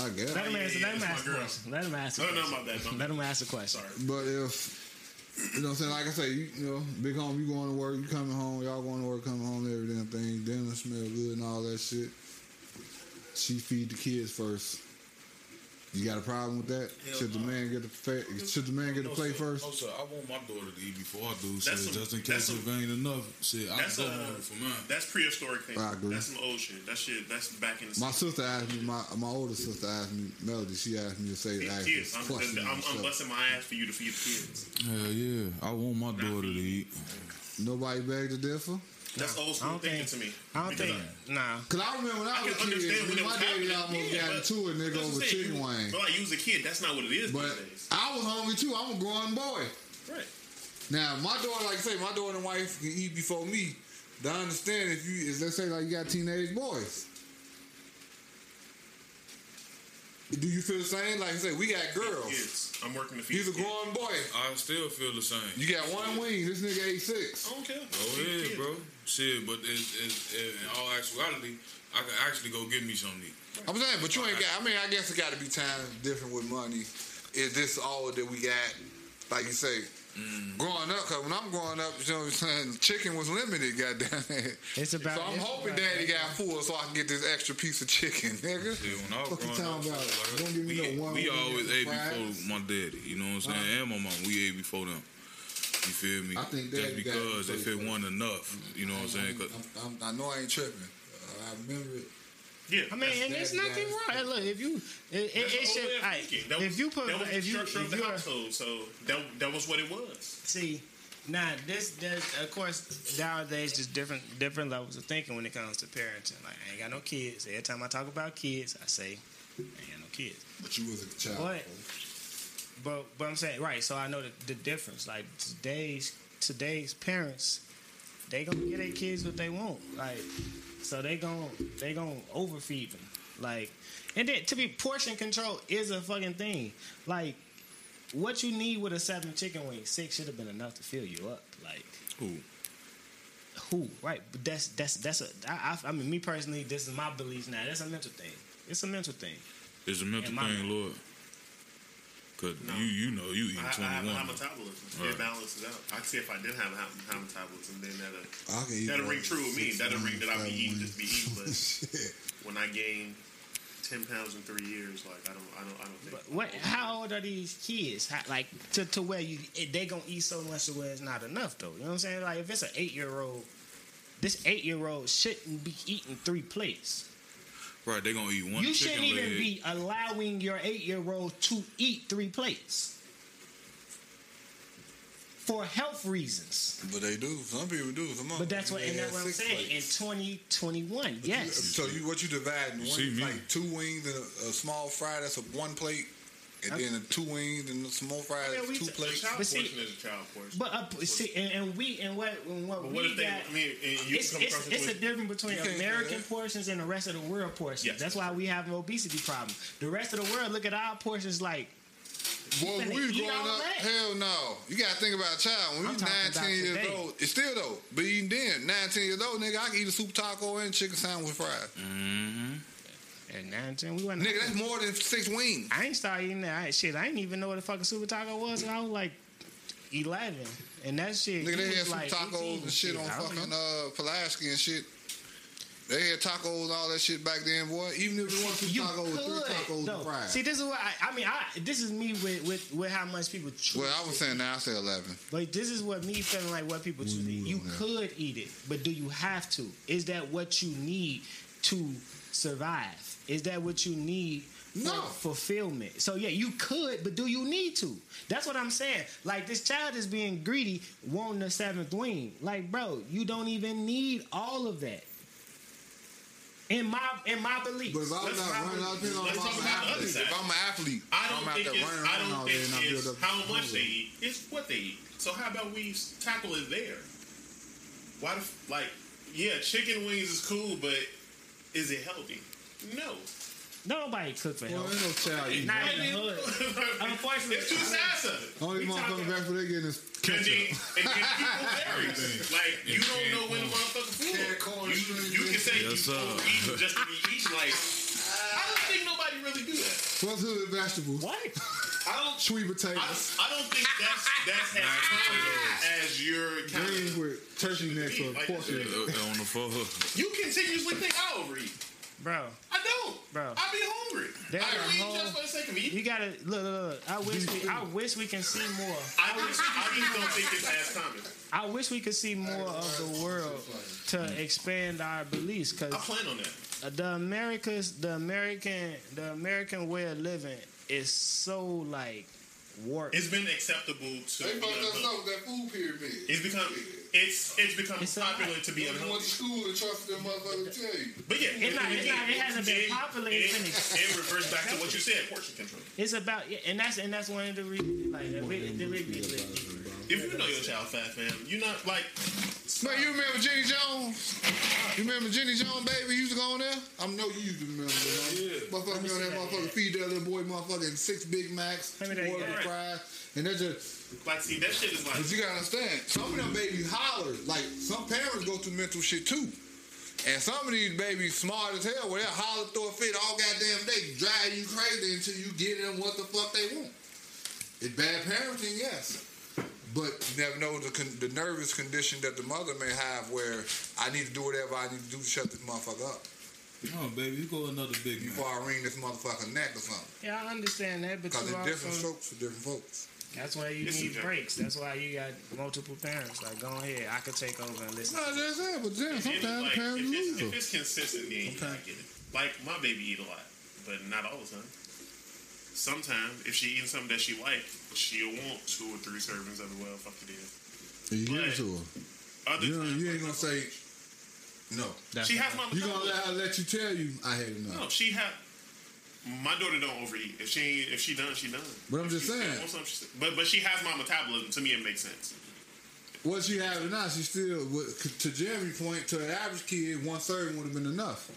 Speaker 3: I guess.
Speaker 2: Let him
Speaker 4: yeah,
Speaker 2: answer.
Speaker 4: yeah,
Speaker 2: Let him
Speaker 4: it's my
Speaker 2: ask the
Speaker 4: girl.
Speaker 2: question. Let him ask the
Speaker 4: No, no,
Speaker 2: question.
Speaker 4: my bad. my bad.
Speaker 2: Let him ask the question.
Speaker 3: But if you know what I'm saying, like I say, you, you know, big home, you going to work, you coming home, y'all going to work, coming home, every damn thing, dinner smell good and all that shit. She feed the kids first. You got a problem with that? should the man get the fa- should the man get to play first?
Speaker 6: Also, Oh, I want my daughter to eat before I do.
Speaker 4: That's
Speaker 6: shit,
Speaker 4: a-
Speaker 6: just in
Speaker 4: that's
Speaker 6: case
Speaker 4: a-
Speaker 6: if ain't enough, shit, I
Speaker 4: that's
Speaker 6: go
Speaker 4: a-
Speaker 6: hungry for mine.
Speaker 4: That's prehistoric thing.
Speaker 3: I agree.
Speaker 4: That's some old shit. That shit. That's back in the.
Speaker 3: My sister asked me, my my older sister asked me, Melody, she asked me to say,
Speaker 4: Feed
Speaker 3: ask
Speaker 4: kids.
Speaker 3: this
Speaker 4: I'm,
Speaker 3: question.
Speaker 4: I'm,
Speaker 3: and
Speaker 4: I'm
Speaker 3: stuff.
Speaker 4: busting my ass for you to feed the kids.
Speaker 6: Hell yeah, I want my daughter to eat.
Speaker 3: Nobody beg to differ.
Speaker 4: That's old
Speaker 2: I
Speaker 4: school
Speaker 2: don't
Speaker 4: thinking
Speaker 2: think-
Speaker 4: to me.
Speaker 2: I don't
Speaker 4: Because
Speaker 2: think. Nah.
Speaker 3: Cause I remember when I,
Speaker 4: I
Speaker 3: was
Speaker 4: can
Speaker 3: a
Speaker 4: understand
Speaker 3: kid,
Speaker 4: when
Speaker 3: me
Speaker 4: it
Speaker 3: and my
Speaker 4: was
Speaker 3: daddy
Speaker 4: happening.
Speaker 3: almost
Speaker 4: Yeah,
Speaker 3: got
Speaker 4: but
Speaker 3: into it,
Speaker 4: that's
Speaker 3: nigga,
Speaker 4: what I'm
Speaker 3: over
Speaker 4: saying.
Speaker 3: chicken
Speaker 4: You-
Speaker 3: wing.
Speaker 4: But like, you was a kid. That's not what it is
Speaker 3: But
Speaker 4: these days.
Speaker 3: I was hungry too. I'm a grown boy.
Speaker 4: Right.
Speaker 3: Now my daughter, like I say, my daughter and wife can eat before me. But I understand if you, is let's say like you got teenage boys. Do you feel the same? Like I say, we got girls.
Speaker 4: Kids. I'm working to feed.
Speaker 3: He's a
Speaker 4: the kids.
Speaker 3: grown boy.
Speaker 6: I still feel the same.
Speaker 3: You got one wing. This nigga ate six.
Speaker 4: I don't care.
Speaker 6: Go
Speaker 4: Feed the
Speaker 6: ahead,
Speaker 4: kids.
Speaker 6: bro. Shit, but it's, it's, in all actuality, I could actually go get me something to eat.
Speaker 3: I'm saying, but you ain't got. I mean, I guess it got to be times different with money. Is this all that we got? Like you say, growing up. Cause when I'm growing up, you know what I'm saying. Chicken was limited. Goddamn.
Speaker 2: It's about.
Speaker 3: So I'm
Speaker 2: it's
Speaker 3: hoping
Speaker 2: about-
Speaker 3: Daddy got full so I can get this extra piece of chicken, nigga.
Speaker 6: Yeah, when I was
Speaker 3: Fuck you
Speaker 6: growing up,
Speaker 3: talking about?
Speaker 6: like,
Speaker 3: Don't give me
Speaker 6: we,
Speaker 3: no one
Speaker 6: we
Speaker 3: wing
Speaker 6: always
Speaker 3: and
Speaker 6: ate
Speaker 3: fries.
Speaker 6: before my daddy. You know what I'm saying? And my mom, we ate before them. You feel me?
Speaker 3: I think
Speaker 6: Just
Speaker 3: daddy got it
Speaker 6: because if it
Speaker 3: before.
Speaker 6: wasn't enough, you know what I'm saying? 'Cause
Speaker 3: I'm, I'm, I know I ain't tripping. Uh, I remember it.
Speaker 4: Yeah.
Speaker 2: I mean, and there's nothing wrong. Hey, Look, if you, it, it,
Speaker 4: That's
Speaker 2: it
Speaker 4: the
Speaker 2: should.
Speaker 4: old way of
Speaker 2: alright,
Speaker 4: thinking. That was-
Speaker 2: if you put,
Speaker 4: that was the
Speaker 2: if you,
Speaker 4: structure
Speaker 2: if
Speaker 4: of the
Speaker 2: you're,
Speaker 4: household, so that that was what it was.
Speaker 2: see, now this, this, of course, nowadays there's different different levels of thinking when it comes to parenting. Like, I ain't got no kids. Every time I talk about kids, I say, I ain't got no kids.
Speaker 3: But you was a child.
Speaker 2: What? But but I'm saying right. So I know the, the difference. Like today's today's parents, they gonna get their kids what they want. Like so they gonna they gonna overfeed them. Like and then to be portion control is a fucking thing. Like what you need with a seven chicken wing, six should have been enough to fill you up. Like
Speaker 6: who?
Speaker 2: who right but that's that's that's a I, I, I mean me personally this is my belief now that's a mental thing it's a mental thing
Speaker 6: It's a mental
Speaker 2: And my
Speaker 6: thing,
Speaker 2: mom.
Speaker 6: Lord. Cause you you know you eat
Speaker 4: I, I have a high
Speaker 6: 21.
Speaker 4: metabolism.
Speaker 6: Right.
Speaker 4: It balances out. I can see if I didn't have a high, high metabolism, then that'll,
Speaker 3: I can eat
Speaker 4: that'll
Speaker 3: like
Speaker 4: ring true with me.
Speaker 3: six
Speaker 4: That'll ring that I be
Speaker 3: wings, seven
Speaker 4: eating, just be eating.
Speaker 3: wings.
Speaker 4: But
Speaker 3: Shit.
Speaker 4: when I gain ten pounds in three years, like I don't, I don't, I don't think.
Speaker 2: But what? How old are these kids? How, like to, to where you they gonna eat so much to where it's not enough though. You know what I'm saying? Like if it's an eight year old, this eight year old shouldn't be eating three plates.
Speaker 6: Right, they gonna eat one.
Speaker 2: you
Speaker 6: chicken
Speaker 2: shouldn't even
Speaker 6: leg.
Speaker 2: be allowing your eight year old to eat three plates for health reasons.
Speaker 8: But they do. Some people do. Some
Speaker 2: But that's what
Speaker 8: they
Speaker 2: and
Speaker 8: had
Speaker 2: that's what I'm
Speaker 8: six
Speaker 2: saying.
Speaker 8: plates.
Speaker 2: In 2021, yes.
Speaker 8: So you what you divide in
Speaker 6: see
Speaker 8: one
Speaker 6: me.
Speaker 8: like two wings and a, a small fry. That's a one plate, and
Speaker 2: Okay.
Speaker 8: then a two wings and a small fry.
Speaker 2: I mean, we
Speaker 8: That's two
Speaker 2: t-
Speaker 8: plates.
Speaker 4: Child
Speaker 2: But see-
Speaker 4: portion is a child portion.
Speaker 2: But uh, see, and, and we and what and what,
Speaker 4: But
Speaker 2: we
Speaker 4: what if they?
Speaker 2: got,
Speaker 4: I mean, and you
Speaker 2: it's,
Speaker 4: come
Speaker 2: it's,
Speaker 4: across
Speaker 2: it's a
Speaker 4: with-
Speaker 2: difference between
Speaker 8: You can't do
Speaker 2: American
Speaker 8: that.
Speaker 2: portions and the rest of the world portions.
Speaker 4: Yes.
Speaker 2: That's why we have an obesity problem. The rest of the world look at our portions like
Speaker 8: Boy, when we was
Speaker 2: eat
Speaker 8: growing
Speaker 2: all
Speaker 8: up,
Speaker 2: that?
Speaker 8: hell no. You gotta think about a child. When we
Speaker 2: I'm
Speaker 8: was 9,
Speaker 2: talking about
Speaker 8: 10 years
Speaker 2: today.
Speaker 8: old, it's still though. But
Speaker 2: Mm-hmm.
Speaker 6: Mm-hmm.
Speaker 8: even then, 9, 10 years old, nigga, I can eat a soup taco and chicken sandwich with fries.
Speaker 2: At nine ten, we went.
Speaker 3: Nigga, that's more than six wings.
Speaker 2: I ain't started eating that I, shit. I didn't even know what a fucking super taco was. And I was like eleven, and that shit.
Speaker 3: Nigga,
Speaker 2: he
Speaker 3: they
Speaker 2: was
Speaker 3: had some
Speaker 2: like
Speaker 3: tacos
Speaker 2: 18
Speaker 3: and shit on
Speaker 2: I don't
Speaker 3: fucking
Speaker 2: know.
Speaker 3: uh, Pulaski and shit. They had tacos and all that shit back then, boy. Even if
Speaker 9: You want two
Speaker 2: You
Speaker 9: tacos, three
Speaker 2: could,
Speaker 9: tacos,
Speaker 2: though.
Speaker 9: and fries.
Speaker 2: See, this is what I, I mean. I this is me with with with how much people. Treat
Speaker 3: well, I was
Speaker 2: it.
Speaker 3: saying now I say eleven.
Speaker 2: But this is what me feeling like what people choose. to eat. You
Speaker 9: Mm-hmm.
Speaker 2: could eat it, but do you have to? Is that what you need to survive? Is that what you need for
Speaker 9: No.
Speaker 2: fulfillment? So yeah, you could, but do you need to? That's what I'm saying. Like this child is being greedy, wanting the seventh wing. Like, bro, you don't even need all of that. In my in my belief.
Speaker 9: But if I'm
Speaker 4: Let's
Speaker 9: not
Speaker 4: talk-
Speaker 9: running, I depend on
Speaker 4: let's
Speaker 9: if
Speaker 4: talk
Speaker 9: I'm an
Speaker 4: about the other
Speaker 9: athlete.
Speaker 4: side.
Speaker 3: If I'm an athlete,
Speaker 4: I
Speaker 3: I'm
Speaker 4: don't
Speaker 3: out
Speaker 4: think
Speaker 3: there
Speaker 4: it's,
Speaker 3: running
Speaker 4: I
Speaker 3: around all
Speaker 4: don't
Speaker 3: day
Speaker 4: think
Speaker 3: and I build
Speaker 4: it's
Speaker 3: up
Speaker 4: how much
Speaker 9: hunger.
Speaker 4: they eat. It's what they eat. So how about we s- tackle it there? Why the f like yeah, chicken wings is cool, but is it healthy? No.
Speaker 2: Nobody cook for
Speaker 9: Well,
Speaker 2: health.
Speaker 9: ain't no child eating.
Speaker 2: Not in
Speaker 4: I
Speaker 2: the hood.
Speaker 4: mean,
Speaker 2: Unfortunately,
Speaker 4: it's two sides of it.
Speaker 9: Only
Speaker 2: we
Speaker 9: motherfucker
Speaker 2: talking-
Speaker 9: back for they getting is
Speaker 4: And then,
Speaker 9: ketchup.
Speaker 4: and then people varies. Like you don't know when the motherfucker
Speaker 3: Canned
Speaker 4: food.
Speaker 3: corn, string
Speaker 4: You, you can
Speaker 3: beans.
Speaker 4: say
Speaker 6: Yes,
Speaker 4: you
Speaker 6: sir.
Speaker 4: overeating just to be eating. Like I don't think nobody really do that.
Speaker 9: Plus hood vegetables,
Speaker 2: What?
Speaker 4: I don't.
Speaker 9: sweet
Speaker 4: I,
Speaker 9: potatoes,
Speaker 4: I don't think that's that's as common as your
Speaker 2: Mm.
Speaker 4: kind of,
Speaker 9: greens with turkey necks or
Speaker 4: Like
Speaker 9: pork necks.
Speaker 6: on the floor.
Speaker 4: You continuously think I overeat.
Speaker 2: Bro,
Speaker 4: I don't.
Speaker 2: Bro.
Speaker 4: I be hungry.
Speaker 2: There
Speaker 4: I
Speaker 2: are
Speaker 4: don't eat
Speaker 2: whole-
Speaker 4: just for the sake of eating.
Speaker 2: you gotta look, look, look. I wish we, I wish we can see more.
Speaker 4: I just, I just don't think it's as common.
Speaker 2: I wish we could see more of the world to expand our beliefs,
Speaker 4: I
Speaker 2: because
Speaker 4: plan on that.
Speaker 2: the Americas, the American, the American way of living is so like warped.
Speaker 4: It's been acceptable to.
Speaker 3: they
Speaker 4: be
Speaker 3: fucked us
Speaker 4: unhealthy.
Speaker 3: up with that food pyramid.
Speaker 4: It's become it's it's become
Speaker 2: It's a
Speaker 4: popular
Speaker 2: lot.
Speaker 4: to be
Speaker 3: you went to
Speaker 4: unhealthy.
Speaker 3: school and trusted them motherfuckers to tell you.
Speaker 4: But yeah,
Speaker 2: It's not- it's not- it hasn't been popular, it's
Speaker 4: It,
Speaker 2: been
Speaker 4: it reverts back to what you said, portion control.
Speaker 2: It's about, and that's and that's one of the reasons. Like, the re- the re-
Speaker 4: If you know your child fat, fam, you're not like
Speaker 3: Man, you remember Jenny Jones? You remember Jenny Jones, baby? You used to go on there? I know you used to remember that. Motherfucker, you know that motherfucker feed that little boy motherfucking six Big Macs, two
Speaker 2: Let me tell you,
Speaker 3: water
Speaker 4: yeah.
Speaker 3: fries, and that just.
Speaker 4: like see that shit is like
Speaker 3: But you gotta understand, some of them babies holler. Like some parents go through mental shit too. And some of these babies smart as hell, where they holler, throw a fit all goddamn day, drive you crazy until you get them what the fuck they want. It's bad parenting, yes. But you never know the, con- the nervous condition that the mother may have where I need to do whatever I need to do to shut this motherfucker up
Speaker 6: Come on, baby, you go another big man.
Speaker 3: before I wring this motherfucker neck or something.
Speaker 2: yeah, I understand that, but
Speaker 3: Because
Speaker 2: you
Speaker 3: it's different
Speaker 2: also,
Speaker 3: strokes for different folks.
Speaker 2: that's why you
Speaker 4: It's
Speaker 2: need
Speaker 4: subjective.
Speaker 2: breaks. That's why you got multiple parents. Like, go ahead, I could take over and listen.
Speaker 3: No, that's it. But then
Speaker 4: if,
Speaker 3: sometimes
Speaker 4: like,
Speaker 3: parents
Speaker 4: if,
Speaker 3: lose
Speaker 4: it's,
Speaker 3: them.
Speaker 4: if it's consistent, then you
Speaker 3: Okay.
Speaker 4: I get it. Like my baby eat a lot, but not all the time. Sometimes if she eating something that she like, she'll want two or three servings of it. Well, fuck it is.
Speaker 9: You give it to her.
Speaker 4: Other
Speaker 9: You, don't-
Speaker 4: times,
Speaker 9: you ain't gonna say no.
Speaker 4: she has my
Speaker 9: You gonna let her let you tell you I had enough.
Speaker 4: No, she have. My daughter don't overeat. If she ain't, if she done, she done.
Speaker 9: But I'm
Speaker 4: If
Speaker 9: just
Speaker 4: she
Speaker 9: saying.
Speaker 4: want something, she- But but she has my metabolism. To me, it makes sense.
Speaker 9: What she had enough, she still would- to Jeremy's point, to an average kid, one serving would have been enough.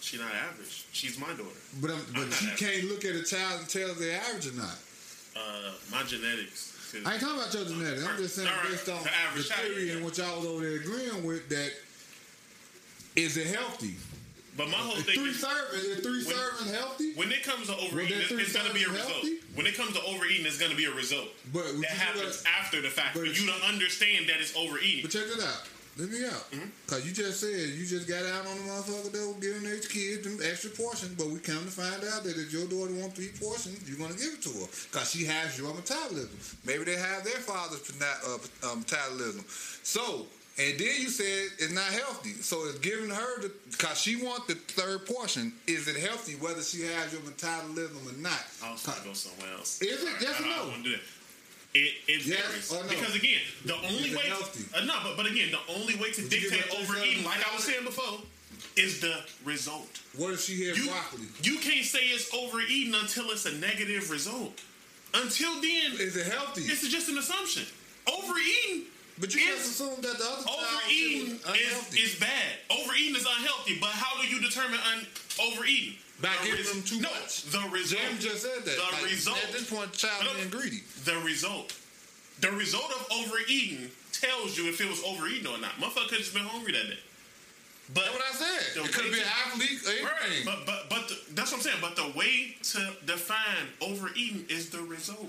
Speaker 4: She not average. She's my daughter.
Speaker 9: But I'm,
Speaker 4: I'm
Speaker 9: but
Speaker 4: not
Speaker 9: you
Speaker 4: average.
Speaker 9: can't look at a child and tell if they're average or not.
Speaker 4: Uh, my genetics.
Speaker 9: I ain't talking about your genetics. I'm just saying
Speaker 4: All right,
Speaker 9: based on
Speaker 4: the
Speaker 9: the
Speaker 4: average child,
Speaker 9: theory
Speaker 4: yeah.
Speaker 9: and what y'all was over there agreeing with that is it healthy?
Speaker 4: But my whole
Speaker 9: Is
Speaker 4: thing
Speaker 9: three
Speaker 4: is
Speaker 9: servings, is three
Speaker 4: When-
Speaker 9: servings healthy?
Speaker 4: when it comes to
Speaker 9: Well,
Speaker 4: overeating,
Speaker 9: that
Speaker 4: it's, it's gonna be a
Speaker 9: three's
Speaker 4: result.
Speaker 9: healthy?
Speaker 4: When it comes to overeating, it's gonna be a result.
Speaker 9: But would
Speaker 4: that
Speaker 9: you do
Speaker 4: happens
Speaker 9: that-
Speaker 4: after the fact.
Speaker 9: but-
Speaker 4: But you to understand that it's overeating.
Speaker 9: But check it out. Let me out.
Speaker 4: Mm-hmm.
Speaker 9: Cause you just said you just got out on the motherfucker that was giving their kids them extra portions, but we come to find out that if your daughter wants to eat portions, you're gonna give it to her. Cause she has your metabolism.
Speaker 3: Maybe they have their father's pena- uh, uh, metabolism. So, and then you said it's not healthy. So it's giving her the because she wants the third portion. Is it healthy whether she has your metabolism or not?
Speaker 4: I was trying to go somewhere else.
Speaker 9: Is it?
Speaker 4: All
Speaker 9: Yes or
Speaker 4: I- I
Speaker 9: no?
Speaker 4: don't wanna do that. It, it
Speaker 9: Yes
Speaker 4: varies
Speaker 9: or no?
Speaker 4: because again, the only
Speaker 9: it
Speaker 4: way
Speaker 9: healthy?
Speaker 4: uh, no, but, but again, the only way to
Speaker 9: Would you give
Speaker 4: dictate
Speaker 9: her three
Speaker 4: overeating,
Speaker 9: servings?
Speaker 4: like I was saying before, is the result.
Speaker 9: What if she had
Speaker 4: You,
Speaker 9: broccoli?
Speaker 4: you can't say it's overeating until it's a negative result. Until then,
Speaker 9: Is it healthy?
Speaker 4: this is just an assumption. Overeating
Speaker 9: but you
Speaker 4: it's-
Speaker 9: just assume that the other child
Speaker 2: E
Speaker 4: Overeating
Speaker 9: is unhealthy.
Speaker 4: is, is bad. Overeating is unhealthy, but how do you determine un- overeating?
Speaker 3: By
Speaker 4: The
Speaker 3: giving them too
Speaker 4: no,
Speaker 3: much.
Speaker 4: The result.
Speaker 3: Jim just said that.
Speaker 4: The
Speaker 3: Like,
Speaker 4: result.
Speaker 3: At this point, the child
Speaker 4: Look.
Speaker 3: being greedy.
Speaker 4: The result. The result of overeating tells you if it was overeating or not. Motherfucker could just been hungry that day. But
Speaker 9: That's what I said.
Speaker 4: The
Speaker 9: it could
Speaker 4: way
Speaker 9: be an
Speaker 4: to-
Speaker 9: athlete, anything.
Speaker 4: But but but the, that's what I'm saying. But the way to define overeating is the result.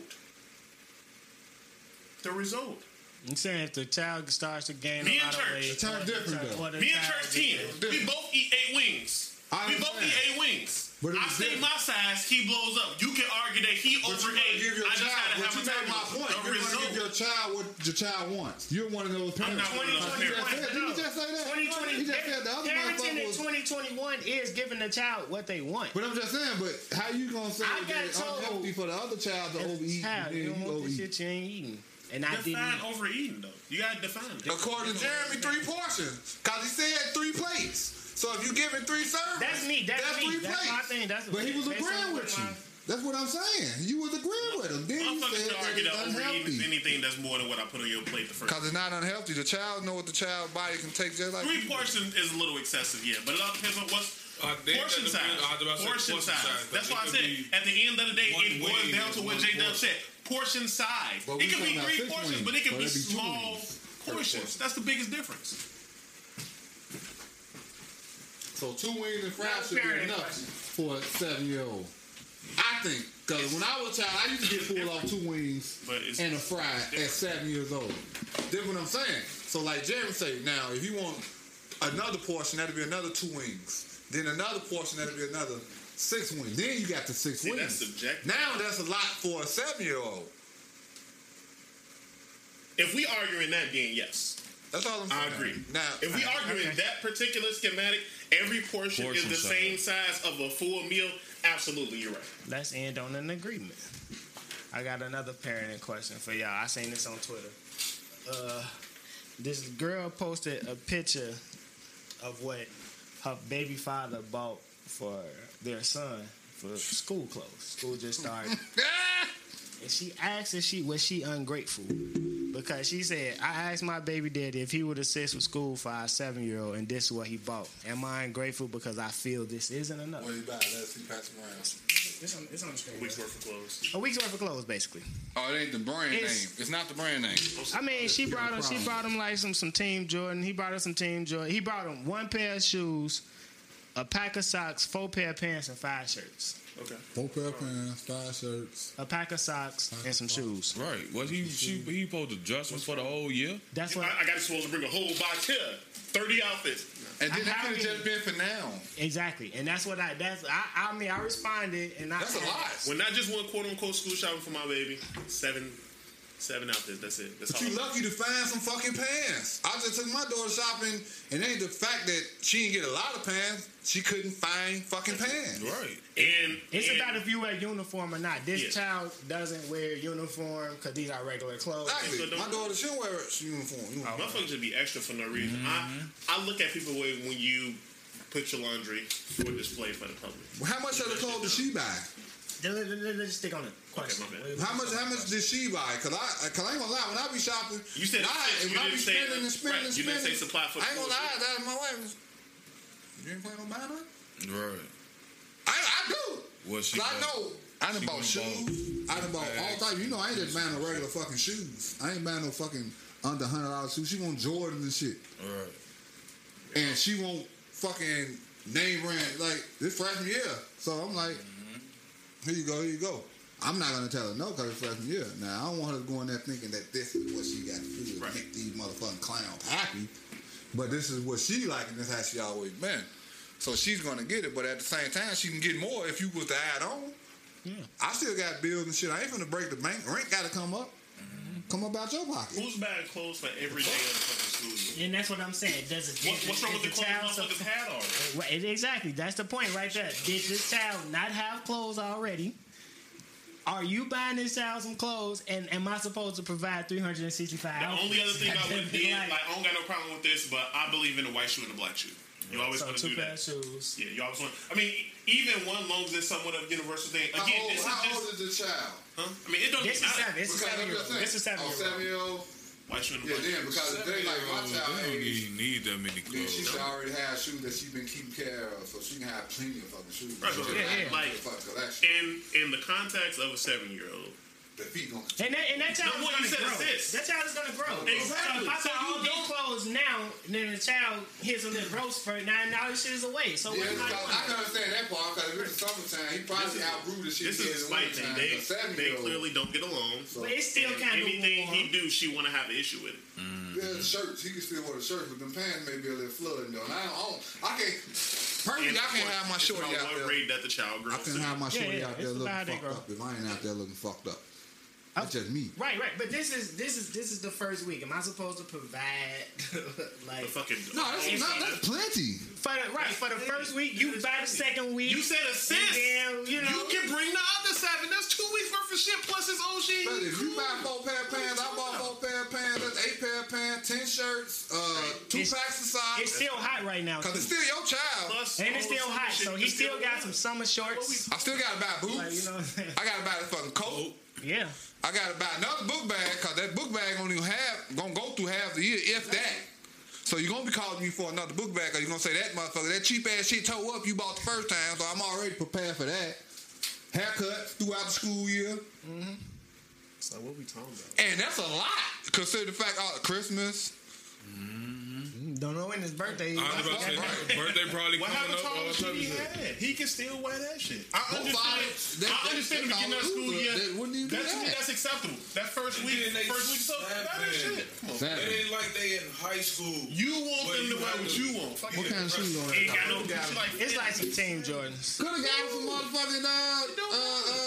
Speaker 4: The result.
Speaker 2: I'm saying if the child starts to gain
Speaker 4: Me
Speaker 2: a
Speaker 4: and
Speaker 2: lot of
Speaker 4: Church.
Speaker 2: weight,
Speaker 10: Church different, though.
Speaker 2: or the
Speaker 4: Me and
Speaker 2: child-
Speaker 4: Church Team, we both eat eight wings.
Speaker 10: I
Speaker 4: We both
Speaker 10: understand.
Speaker 4: eat eight wings.
Speaker 10: But it
Speaker 4: I
Speaker 10: was
Speaker 4: stay
Speaker 10: different.
Speaker 4: my size. He blows up. You can argue that he
Speaker 10: But you wanna
Speaker 2: E.
Speaker 4: overate.
Speaker 10: give your
Speaker 4: I just
Speaker 10: child,
Speaker 4: gotta
Speaker 10: but
Speaker 4: have
Speaker 10: you
Speaker 4: a
Speaker 10: made my point.
Speaker 4: table. The
Speaker 10: You're gonna
Speaker 4: result.
Speaker 10: give your child what your child wants. You're one of those parents.
Speaker 4: not one of those
Speaker 10: Like you just
Speaker 4: parents.
Speaker 10: said- You just say that. He just said the other
Speaker 2: parenting
Speaker 10: motherfucker
Speaker 2: in
Speaker 10: was.
Speaker 2: 2021 is giving the child what they want.
Speaker 10: But I'm just saying. But how you gonna say
Speaker 2: I
Speaker 10: that
Speaker 2: got
Speaker 10: it's
Speaker 2: told-
Speaker 10: unhealthy for the other child to
Speaker 2: As a
Speaker 10: overeat?
Speaker 2: child,
Speaker 10: and
Speaker 2: you
Speaker 10: then
Speaker 2: don't
Speaker 10: you E?
Speaker 2: want this
Speaker 10: overeat?
Speaker 2: shit you ain't eating, and I didn't.
Speaker 4: Define
Speaker 2: eat.
Speaker 4: overeating though. You gotta define. it.
Speaker 9: According to Jeremy, three portions. Because he said three plates. So if you give it three servings,
Speaker 2: That's me. That's, me.
Speaker 9: three
Speaker 2: that's my
Speaker 9: plates.
Speaker 2: thing. That's
Speaker 10: But he was
Speaker 2: based on
Speaker 10: agreeing
Speaker 2: what
Speaker 10: with
Speaker 2: my-
Speaker 10: you. That's what I'm saying. You was agreeing with him. Then you
Speaker 4: Motherfuckers
Speaker 10: said
Speaker 4: can argue that
Speaker 10: that it's
Speaker 4: overeating is
Speaker 10: unhealthy.
Speaker 4: anything that's more than what I put on your plate the first.
Speaker 9: Because it's not unhealthy. The child know what the child body can take just like
Speaker 4: Three portions is a little excessive, yeah, but it all depends on what's
Speaker 6: I think
Speaker 4: portion
Speaker 6: that
Speaker 4: size.
Speaker 6: depends- I was about to say
Speaker 4: Portion
Speaker 6: portion
Speaker 4: size.
Speaker 6: size, 'cause
Speaker 4: That's
Speaker 6: it
Speaker 4: why I
Speaker 6: could
Speaker 4: said
Speaker 6: be
Speaker 4: at the end of the day,
Speaker 6: one
Speaker 4: it boils
Speaker 6: wing
Speaker 4: down to
Speaker 6: or
Speaker 4: what
Speaker 6: one
Speaker 4: J Dub
Speaker 6: portion.
Speaker 4: said. Portion size.
Speaker 10: But we
Speaker 4: it could
Speaker 10: talking
Speaker 4: be
Speaker 10: about
Speaker 4: three
Speaker 10: six
Speaker 4: portions,
Speaker 10: wings,
Speaker 4: but it could
Speaker 10: or
Speaker 4: be,
Speaker 10: it be two
Speaker 4: small
Speaker 10: wings
Speaker 4: portions. That's the biggest difference.
Speaker 10: So two wings and fries should
Speaker 2: Parent
Speaker 10: be enough
Speaker 2: question.
Speaker 10: for a seven year old. I think because when I was a child, I used to get full off two wings
Speaker 4: But it's-
Speaker 10: and a fry at seven years old. That's what I'm saying.
Speaker 9: So like Jeremy say, now if you want another portion, that'll be another two wings. Then another portion, that'll be another
Speaker 10: Six wings. Then you got the six
Speaker 4: See,
Speaker 10: wings.
Speaker 4: that's subjective.
Speaker 9: Now that's a lot for a seven year old.
Speaker 4: If we arguing that, then yes,
Speaker 9: That's all I'm saying.
Speaker 4: I agree.
Speaker 9: Now,
Speaker 4: if we arguing that particular schematic, every portion, is
Speaker 6: Portion
Speaker 4: the
Speaker 6: size.
Speaker 4: same size of a full meal. Absolutely, you're right.
Speaker 2: Let's end on an agreement. I got another parenting question for y'all. I seen this on Twitter. Uh, this girl posted a picture of what her baby father bought for their son for school clothes. School just started. and she asked if she was she ungrateful because she said, "I asked my baby daddy if he would assist with school for our seven year old, and this is what he bought. Am I ungrateful because I feel this isn't enough?"
Speaker 9: What you buy? Let's see, pass them around.
Speaker 2: It's on, it's on the screen.
Speaker 4: Weeks worth of clothes.
Speaker 2: A week's worth of clothes, basically.
Speaker 3: Oh, it ain't the brand
Speaker 2: It's-
Speaker 3: name. It's not the brand name.
Speaker 2: I mean, she brought him. She brought him like some some Team Jordan. He brought her some Team Jordan. He brought him one pair of shoes, a pack of socks, four pair of pants, and five shirts.
Speaker 10: Four pair of pants, five shirts.
Speaker 2: A pack of socks and some shoes.
Speaker 6: Right. Was he she, he supposed to dress him for the whole year?
Speaker 2: That's what
Speaker 4: I, I got supposed to bring a whole box here, thirty outfits.
Speaker 9: And then that
Speaker 2: How
Speaker 9: could have
Speaker 2: many-
Speaker 9: just been for now.
Speaker 2: exactly, and that's what I. That's I. I mean, I responded, and I.
Speaker 9: That's a lot.
Speaker 4: When I just went quote unquote school shopping for my baby, seven, seven outfits. That's it. That's
Speaker 9: But
Speaker 4: all.
Speaker 9: you lucky to find some fucking pants. I just took my daughter shopping, and ain't the fact that she didn't get a lot of pants, she couldn't find fucking pants.
Speaker 6: Right.
Speaker 4: and
Speaker 2: It's
Speaker 4: and
Speaker 2: about if you wear uniform or not. This
Speaker 4: Yeah.
Speaker 2: child doesn't wear uniform because these are regular clothes.
Speaker 9: Exactly.
Speaker 4: So don't-
Speaker 9: My daughter shouldn't wear a uniform. You know.
Speaker 4: motherfuckers should be extra for no reason.
Speaker 2: Mm-hmm.
Speaker 4: I I look at people way when you put your laundry for display for the public.
Speaker 9: How much of the clothes did she buy?
Speaker 2: Let, us stick on it. Question.
Speaker 4: my bad.
Speaker 2: Wait, wait.
Speaker 9: How much? How much did she buy? Cause I, cause I ain't gonna lie. When I be shopping,
Speaker 4: You said
Speaker 9: and I,
Speaker 4: six,
Speaker 9: and
Speaker 4: you
Speaker 9: when I be
Speaker 4: didn't say,
Speaker 9: spending
Speaker 4: uh,
Speaker 9: and spending
Speaker 4: right,
Speaker 9: and
Speaker 4: you
Speaker 9: spending,
Speaker 4: didn't say supply for
Speaker 9: I ain't
Speaker 4: full
Speaker 9: gonna lie. That my wife. You ain't planning on buying nothing?
Speaker 6: Right.
Speaker 9: I, I do.
Speaker 6: What she?
Speaker 9: Cause I
Speaker 6: got.
Speaker 9: know. I done
Speaker 6: She
Speaker 9: bought
Speaker 6: went
Speaker 9: shoes. I done bought all
Speaker 6: bags.
Speaker 9: types.
Speaker 10: You know, I ain't just buying no regular fucking shoes. I ain't buying no fucking under hundred dollars shoes. She want Jordans and shit,
Speaker 6: Right.
Speaker 10: and she want
Speaker 9: fucking name brand. Like this freshman year,
Speaker 10: So I'm like,
Speaker 4: Mm-hmm.
Speaker 9: here you go, here you go.
Speaker 10: I'm not gonna tell her no because it's freshman year. Now I don't want her to go in there thinking that this is what she got to do to
Speaker 4: Right.
Speaker 10: make these motherfucking clowns happy.
Speaker 9: But this is what she like, and this is how she always been. So she's gonna get it, but at the same time, she can get more if you was to add on. I still got bills and shit. I ain't finna break the bank. Rent gotta come up.
Speaker 4: Mm-hmm.
Speaker 9: Come up out your pocket.
Speaker 4: Who's buying clothes for every day of the fucking school? year?
Speaker 2: And that's what I'm saying. Does it?
Speaker 4: What, what's wrong with the clothes motherfuckers had already?
Speaker 2: Right, it- exactly. That's the point right there. Did this child not have clothes already? Are you buying this child some clothes? And am I supposed to provide 365?
Speaker 4: The only other thing I would did,
Speaker 2: Like,
Speaker 4: like I don't got no problem with this, but I believe in a white shoe and a black shoe. You always
Speaker 2: so
Speaker 4: want to
Speaker 2: two
Speaker 4: do
Speaker 2: pair of
Speaker 4: that.
Speaker 2: shoes.
Speaker 4: Yeah, you always want. I mean, e- even one loans is somewhat of a universal thing. Again,
Speaker 9: How old,
Speaker 4: this is
Speaker 9: how
Speaker 4: just.
Speaker 9: old is the child?
Speaker 4: Huh? I mean, it don't
Speaker 2: This
Speaker 4: even
Speaker 2: is
Speaker 4: matter.
Speaker 2: seven. This is seven
Speaker 9: Because I'm
Speaker 2: year
Speaker 9: just
Speaker 2: old.
Speaker 9: saying,
Speaker 2: This is seven
Speaker 9: oh,
Speaker 2: year old.
Speaker 9: seven year old.
Speaker 4: White shoe and a
Speaker 9: Yeah,
Speaker 4: black shoe.
Speaker 9: then because if they like my child
Speaker 6: They don't
Speaker 9: age,
Speaker 6: even need that many
Speaker 9: then she
Speaker 6: clothes.
Speaker 9: should already have shoes that she been keeping care of, so she can have plenty of fucking shoes.
Speaker 4: Right, right,
Speaker 9: She
Speaker 4: right.
Speaker 9: can have
Speaker 2: Yeah, yeah.
Speaker 9: plenty of fucking collection.
Speaker 4: In in the context of a seven year old,
Speaker 9: The feet gonna
Speaker 2: And that, and that child
Speaker 4: No, what you
Speaker 2: is
Speaker 4: said
Speaker 2: going
Speaker 4: is
Speaker 2: to grow.
Speaker 4: this.
Speaker 2: That child is going to grow.
Speaker 4: Exactly.
Speaker 2: If I saw
Speaker 4: So you
Speaker 2: all these
Speaker 4: don't-
Speaker 2: clothes now, and then the child hears a little roast for it. Now, now this shit is away. So
Speaker 9: Yeah,
Speaker 2: what's my
Speaker 9: because
Speaker 2: point?
Speaker 9: I can understand that part because if it's the summertime, he
Speaker 4: This
Speaker 9: probably
Speaker 4: is-
Speaker 9: outgrew the shit.
Speaker 4: This is a
Speaker 9: he had in
Speaker 4: spite
Speaker 9: the
Speaker 4: thing.
Speaker 9: wintertime.
Speaker 4: They,
Speaker 9: A seven
Speaker 4: they
Speaker 9: year old.
Speaker 4: clearly don't get along.
Speaker 2: But it's still kind of
Speaker 4: Anything he do, she want to have an issue with it.
Speaker 9: Yeah, shirts. He can still wear the shirts, but them pants may be a little flooding though. And I don't. I can't. Personally,
Speaker 4: And
Speaker 9: I can't
Speaker 4: it's
Speaker 9: have my
Speaker 4: about
Speaker 9: shorty out
Speaker 4: what
Speaker 9: there.
Speaker 4: grade that the child grows
Speaker 3: I can
Speaker 4: to.
Speaker 3: have my shorty
Speaker 2: yeah,
Speaker 3: out there
Speaker 2: it's
Speaker 3: looking
Speaker 2: about it,
Speaker 3: fucked
Speaker 2: girl.
Speaker 3: up if I ain't out there looking fucked up. That's just me.
Speaker 2: Right, right. But this is this is this is the first week. Am I supposed to provide like
Speaker 4: The fucking
Speaker 3: No, that's, not, that's plenty.
Speaker 2: for the right for the first week? You by the second week.
Speaker 4: You said assist.
Speaker 2: Damn, you know.
Speaker 4: You can bring the other seven. That's two weeks worth of shit plus his own shit.
Speaker 9: But if you
Speaker 4: Cool.
Speaker 9: buy four pair of pants, I bought four pair of pants. That's eight pair of pants, ten shirts, uh, two
Speaker 2: It's-
Speaker 9: packs of
Speaker 2: it's
Speaker 9: socks.
Speaker 2: still hot right now,
Speaker 9: Because
Speaker 2: too.
Speaker 9: it's still your child.
Speaker 4: Plus
Speaker 2: and it's
Speaker 4: all the
Speaker 2: still
Speaker 4: summer
Speaker 2: hot.
Speaker 4: shit
Speaker 2: So
Speaker 4: you
Speaker 2: he
Speaker 4: can
Speaker 2: still got some
Speaker 4: wear.
Speaker 2: summer shorts.
Speaker 9: I still gotta buy
Speaker 2: Like, you
Speaker 9: boots.
Speaker 2: know what I'm saying?
Speaker 9: I gotta buy the fucking coat.
Speaker 2: Yeah.
Speaker 9: I gotta buy another book bag because that book bag only have gonna go through half the year, if that. So you're gonna be calling me for another book bag, or you're gonna say that motherfucker, that cheap ass shit toe up you bought the first time, so I'm already prepared for that. Haircut throughout the school year,
Speaker 2: Mm-hmm. So what we talking about?
Speaker 9: and that's a lot considering the fact all Christmas.
Speaker 2: Don't know when his birthday is.
Speaker 6: I was about to say, birthday probably
Speaker 4: What happened
Speaker 6: coming up.
Speaker 4: to all the
Speaker 6: All
Speaker 4: shit
Speaker 6: type of
Speaker 4: he
Speaker 6: shit.
Speaker 4: had? He can still wear that shit. I
Speaker 9: fathers,
Speaker 4: understand. I
Speaker 9: they- they-
Speaker 4: understand
Speaker 9: they
Speaker 4: beginning of
Speaker 9: call
Speaker 4: school
Speaker 9: it,
Speaker 4: year.
Speaker 9: they wouldn't even do
Speaker 4: That's
Speaker 9: that.
Speaker 4: that's acceptable. That first week,
Speaker 6: then they
Speaker 4: first week, so
Speaker 6: slap
Speaker 4: that is
Speaker 6: in.
Speaker 4: shit. Come on.
Speaker 6: It
Speaker 3: Exactly.
Speaker 6: ain't like they in high school.
Speaker 4: You want
Speaker 6: Well,
Speaker 4: them
Speaker 6: you
Speaker 4: to wear
Speaker 6: have
Speaker 4: what
Speaker 6: to-
Speaker 4: you want. Fuck
Speaker 3: What
Speaker 4: it.
Speaker 3: kind of shoes on
Speaker 4: Ain't
Speaker 3: that?
Speaker 4: got no guy. Like,
Speaker 2: It's like some team Jordans.
Speaker 3: Could have got some motherfucking uh, uh,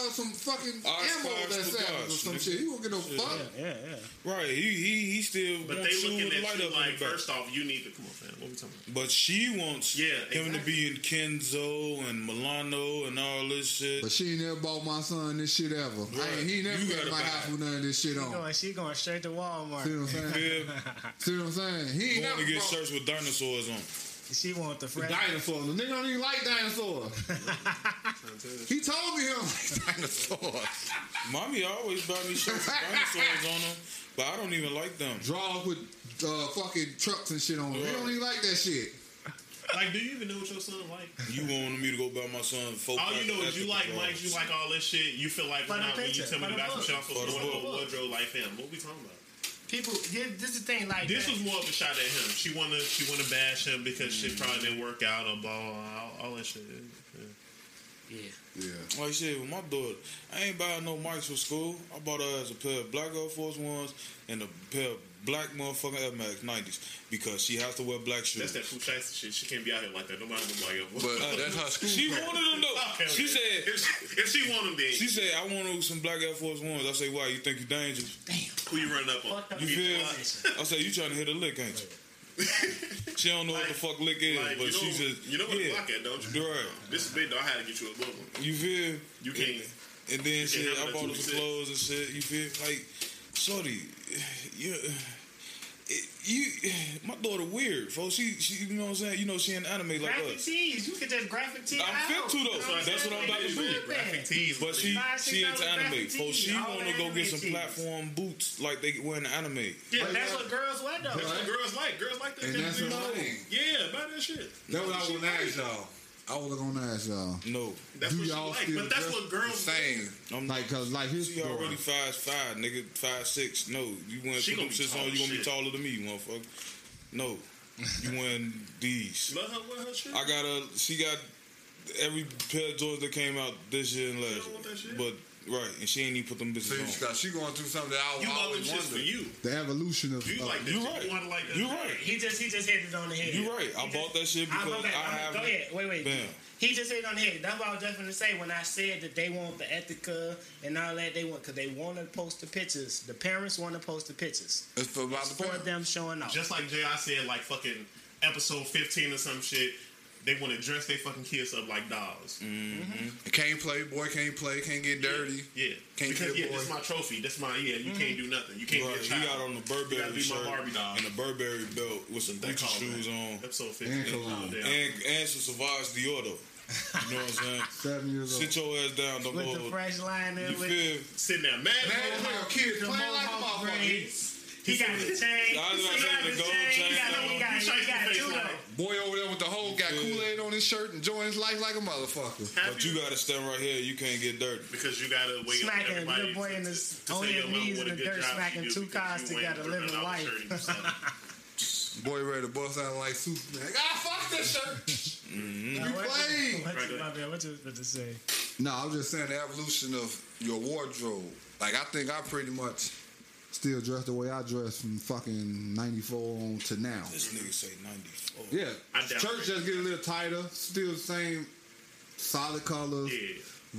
Speaker 3: uh, some fucking
Speaker 6: Ox
Speaker 3: ammo
Speaker 6: bars
Speaker 3: that
Speaker 6: for
Speaker 3: savage or
Speaker 6: guys,
Speaker 3: some
Speaker 6: nigga.
Speaker 3: shit. You won't get no fuck.
Speaker 2: Yeah, yeah.
Speaker 6: Right, he he he still
Speaker 4: But
Speaker 6: wants
Speaker 4: they
Speaker 6: shoes
Speaker 4: looking
Speaker 6: with
Speaker 4: at
Speaker 6: light
Speaker 4: you
Speaker 6: up in
Speaker 4: like,
Speaker 6: the back.
Speaker 4: first off, you need to come on, man. What we talking about?
Speaker 6: But she wants
Speaker 4: Yeah,
Speaker 6: him to be in Kenzo and Milano and all this shit.
Speaker 3: But she ain't never bought my son this shit ever. I ain't, he ain't never
Speaker 6: You
Speaker 3: got
Speaker 6: gotta
Speaker 3: my
Speaker 6: buy
Speaker 3: house
Speaker 6: it.
Speaker 3: with none of this shit on.
Speaker 2: Going, she going straight to
Speaker 3: See
Speaker 2: Walmart.
Speaker 3: what I'm saying?
Speaker 6: Yeah,
Speaker 3: See what I'm saying? He ain't
Speaker 6: going
Speaker 3: never
Speaker 6: to get
Speaker 3: bought
Speaker 6: shirts with dinosaurs on.
Speaker 2: She want the fresh.
Speaker 3: dinosaur. The nigga don't even like dinosaur. he told me he don't like dinosaur.
Speaker 6: Mommy always buy me shirts with dinosaurs on them, but I don't even like them.
Speaker 3: Draw with uh, fucking trucks and shit on. He don't even like that shit.
Speaker 4: Like, do you even know what your son like?
Speaker 6: You wanted me to go buy my son four
Speaker 4: All Oh, you know is
Speaker 6: packs of
Speaker 4: you like
Speaker 6: Ethical
Speaker 4: Mike, you
Speaker 6: Drawers.
Speaker 4: like all this shit. You feel like
Speaker 2: By
Speaker 4: when,
Speaker 2: the
Speaker 4: I, when you
Speaker 2: picture,
Speaker 4: tell me
Speaker 2: by
Speaker 4: to
Speaker 2: the
Speaker 4: buy some
Speaker 2: book.
Speaker 4: shit, I'm supposed to
Speaker 6: By the
Speaker 4: go in a
Speaker 6: book.
Speaker 4: wardrobe like him. What we talking about?
Speaker 2: People, this, this is the thing. Like
Speaker 4: This
Speaker 2: that.
Speaker 4: was more of a shot at him. She wanna she wanna bash him because shit probably didn't work out or blah blah, blah, all, all that shit. Mm. Yeah.
Speaker 6: Like Oh, shit, with my daughter, I ain't buying no mics for school. I bought her as a pair of black Air Force Ones and a pair of black motherfucking Air Max 90s because she has to wear black
Speaker 4: That's
Speaker 6: shoes.
Speaker 4: that food shit. She can't be out here like that. Nobody look like him.
Speaker 9: But
Speaker 3: Oh,
Speaker 9: that's her school.
Speaker 6: She wanted them though. She said,
Speaker 4: if she, if she want him, then
Speaker 6: She said, I want some black Air Force Ones. I say, why? You think you dangerous?
Speaker 4: who you running up on?
Speaker 2: Fuck up.
Speaker 6: You
Speaker 4: You
Speaker 6: feel?
Speaker 4: get
Speaker 6: I say, you trying to hit a lick, ain't you? she don't know what the fuck lick is,
Speaker 4: Like,
Speaker 6: but
Speaker 4: you know,
Speaker 6: she just.
Speaker 4: you know what
Speaker 6: yeah,
Speaker 4: to block at, don't you?
Speaker 6: Right.
Speaker 4: This is big dog. I had to get you a good one.
Speaker 6: You feel?
Speaker 4: You can't.
Speaker 6: And then shit,
Speaker 4: have
Speaker 6: I
Speaker 4: that
Speaker 6: bought her
Speaker 4: 26.
Speaker 6: some clothes and shit. You feel? Like, shorty, you. It, you, my daughter weird, folks. She, she, you know what I'm saying. You know she in anime like
Speaker 2: graphic
Speaker 6: us,
Speaker 2: tees. You could just graphic tee.
Speaker 6: I'm
Speaker 2: out.
Speaker 6: fit to, though.
Speaker 2: You know
Speaker 6: So that's
Speaker 2: saying?
Speaker 6: what I'm about to
Speaker 2: Like,
Speaker 6: do.
Speaker 2: you
Speaker 4: Graphic
Speaker 2: fit.
Speaker 4: tees,
Speaker 6: but she,
Speaker 2: Five, six
Speaker 6: she into
Speaker 2: dollar
Speaker 6: anime.
Speaker 2: graphic
Speaker 6: Folks, she
Speaker 2: tees, all
Speaker 6: wanna
Speaker 2: the
Speaker 6: go
Speaker 2: anime
Speaker 6: get some
Speaker 2: tees.
Speaker 6: platform boots like they wear in the anime.
Speaker 2: Yeah, that's what girls wear though.
Speaker 4: That's what girls like. Girls like that.
Speaker 3: And
Speaker 4: shit.
Speaker 3: that's her thing.
Speaker 4: yeah, about that shit.
Speaker 3: That's what I was gonna ask y'all. I was gonna ask y'all.
Speaker 6: No,
Speaker 4: That's
Speaker 3: Do
Speaker 4: what she
Speaker 3: y'all
Speaker 4: like.
Speaker 3: still
Speaker 4: But that's
Speaker 3: dress
Speaker 4: what girls
Speaker 9: Same.
Speaker 6: I'm not.
Speaker 3: Like, cause like his
Speaker 6: She
Speaker 3: story.
Speaker 6: already five five, nigga, five six. No, you wearing
Speaker 4: She
Speaker 6: put
Speaker 4: gonna
Speaker 6: them
Speaker 4: be
Speaker 6: shits
Speaker 4: tall
Speaker 6: on, you gonna be
Speaker 4: shit.
Speaker 6: taller than me, motherfucker. No, you wearing these.
Speaker 4: Let her wear her shit.
Speaker 6: I got a. She got every pair of Jordans that came out this year and last.
Speaker 4: don't want that
Speaker 6: year.
Speaker 4: shit?
Speaker 6: But right, and she ain't even put them bitches on.
Speaker 9: Because she going through something that I
Speaker 4: you love them
Speaker 9: always
Speaker 4: shits for
Speaker 9: wondered.
Speaker 4: you.
Speaker 3: the evolution of.
Speaker 2: Uh,
Speaker 4: You
Speaker 3: of-
Speaker 4: like that.
Speaker 6: You're
Speaker 4: shit.
Speaker 6: right.
Speaker 4: You wanna like that.
Speaker 6: You're right.
Speaker 2: He just he just hit it on the head.
Speaker 6: You're right. I
Speaker 2: He
Speaker 6: bought that shit
Speaker 2: I'm-
Speaker 6: because
Speaker 2: okay,
Speaker 6: I
Speaker 2: I'm-
Speaker 6: have-
Speaker 2: Go ahead. Wait, wait.
Speaker 6: Bam.
Speaker 2: He just hit it on the head. That's what I was just gonna say when I said that they want the Ethica and all that. They want because they want to post the pictures. The parents want to post the pictures
Speaker 9: It's for about the
Speaker 2: for
Speaker 9: point.
Speaker 2: them showing off.
Speaker 4: Just like J.I. said, like fucking episode 15 or some shit, they want to dress their fucking kids up like dolls.
Speaker 2: Mm.
Speaker 9: Can't play, boy. Can't play. Can't get dirty.
Speaker 4: Yeah.
Speaker 9: Can't
Speaker 4: because,
Speaker 9: be a
Speaker 4: yeah,
Speaker 9: boy.
Speaker 4: this my trophy. That's my, yeah, you
Speaker 2: Mm.
Speaker 4: can't do nothing. You can't
Speaker 6: Right,
Speaker 4: be a
Speaker 6: he
Speaker 4: child.
Speaker 6: got on the
Speaker 4: You gotta
Speaker 6: Burberry
Speaker 4: be my
Speaker 6: shirt
Speaker 4: Barbie doll.
Speaker 6: and a Burberry belt with some
Speaker 4: They
Speaker 6: Gucci
Speaker 4: call it
Speaker 6: shoes
Speaker 4: that.
Speaker 6: on,
Speaker 4: Episode 15.
Speaker 3: And cologne.
Speaker 4: Yeah.
Speaker 6: and and some Savage Dior. though. You know what I'm saying?
Speaker 3: Seven years old.
Speaker 6: Sit your ass down. Don't
Speaker 2: with
Speaker 6: go.
Speaker 2: the fresh line there
Speaker 6: You
Speaker 2: with
Speaker 6: feel?
Speaker 4: Sitting there, mad.
Speaker 9: Man,
Speaker 4: as hell.
Speaker 9: your kids
Speaker 2: the
Speaker 9: playing like a
Speaker 2: mohawk
Speaker 9: motherfucker.
Speaker 2: braids. He got the chain. He
Speaker 6: I
Speaker 2: got
Speaker 6: was about to say
Speaker 2: the
Speaker 6: the gold
Speaker 2: chain. He
Speaker 6: chain
Speaker 2: got the- he
Speaker 6: on.
Speaker 2: got-
Speaker 4: He
Speaker 2: he got
Speaker 4: shakes
Speaker 2: two
Speaker 4: his face
Speaker 2: though.
Speaker 4: like-
Speaker 9: Boy over there with the whole got
Speaker 6: Yeah.
Speaker 9: Kool Aid on his shirt, enjoying his life like a motherfucker.
Speaker 4: Happy
Speaker 6: But you gotta stand right here. You can't get dirty.
Speaker 4: because you gotta wait on
Speaker 2: Smacking
Speaker 4: everybody.
Speaker 2: little boy
Speaker 4: to-
Speaker 2: in his-
Speaker 4: to
Speaker 2: on
Speaker 4: say
Speaker 2: his
Speaker 4: your mama
Speaker 2: knees
Speaker 4: what
Speaker 2: in
Speaker 4: a
Speaker 2: the
Speaker 4: good
Speaker 2: dirt,
Speaker 4: job she
Speaker 2: smacking
Speaker 4: do
Speaker 2: two
Speaker 4: because
Speaker 2: cars
Speaker 4: you
Speaker 2: together,
Speaker 4: ain't
Speaker 2: living
Speaker 4: ripping out the
Speaker 2: life.
Speaker 4: shirt and stuff.
Speaker 9: Boy ready to bust out like Superman. Ah, fuck this shirt.
Speaker 2: Now,
Speaker 9: You
Speaker 2: what-
Speaker 9: played.
Speaker 2: what- my bad, what you was about to say?
Speaker 9: No, I was just saying the evolution of your wardrobe. Like I think I pretty much
Speaker 11: Still dressed the way I dressed from fucking '94 on to now.
Speaker 6: This nigga say 94.
Speaker 11: Yeah,
Speaker 4: I doubt
Speaker 11: church just get a little tighter. Still the same solid colors.
Speaker 4: Yeah.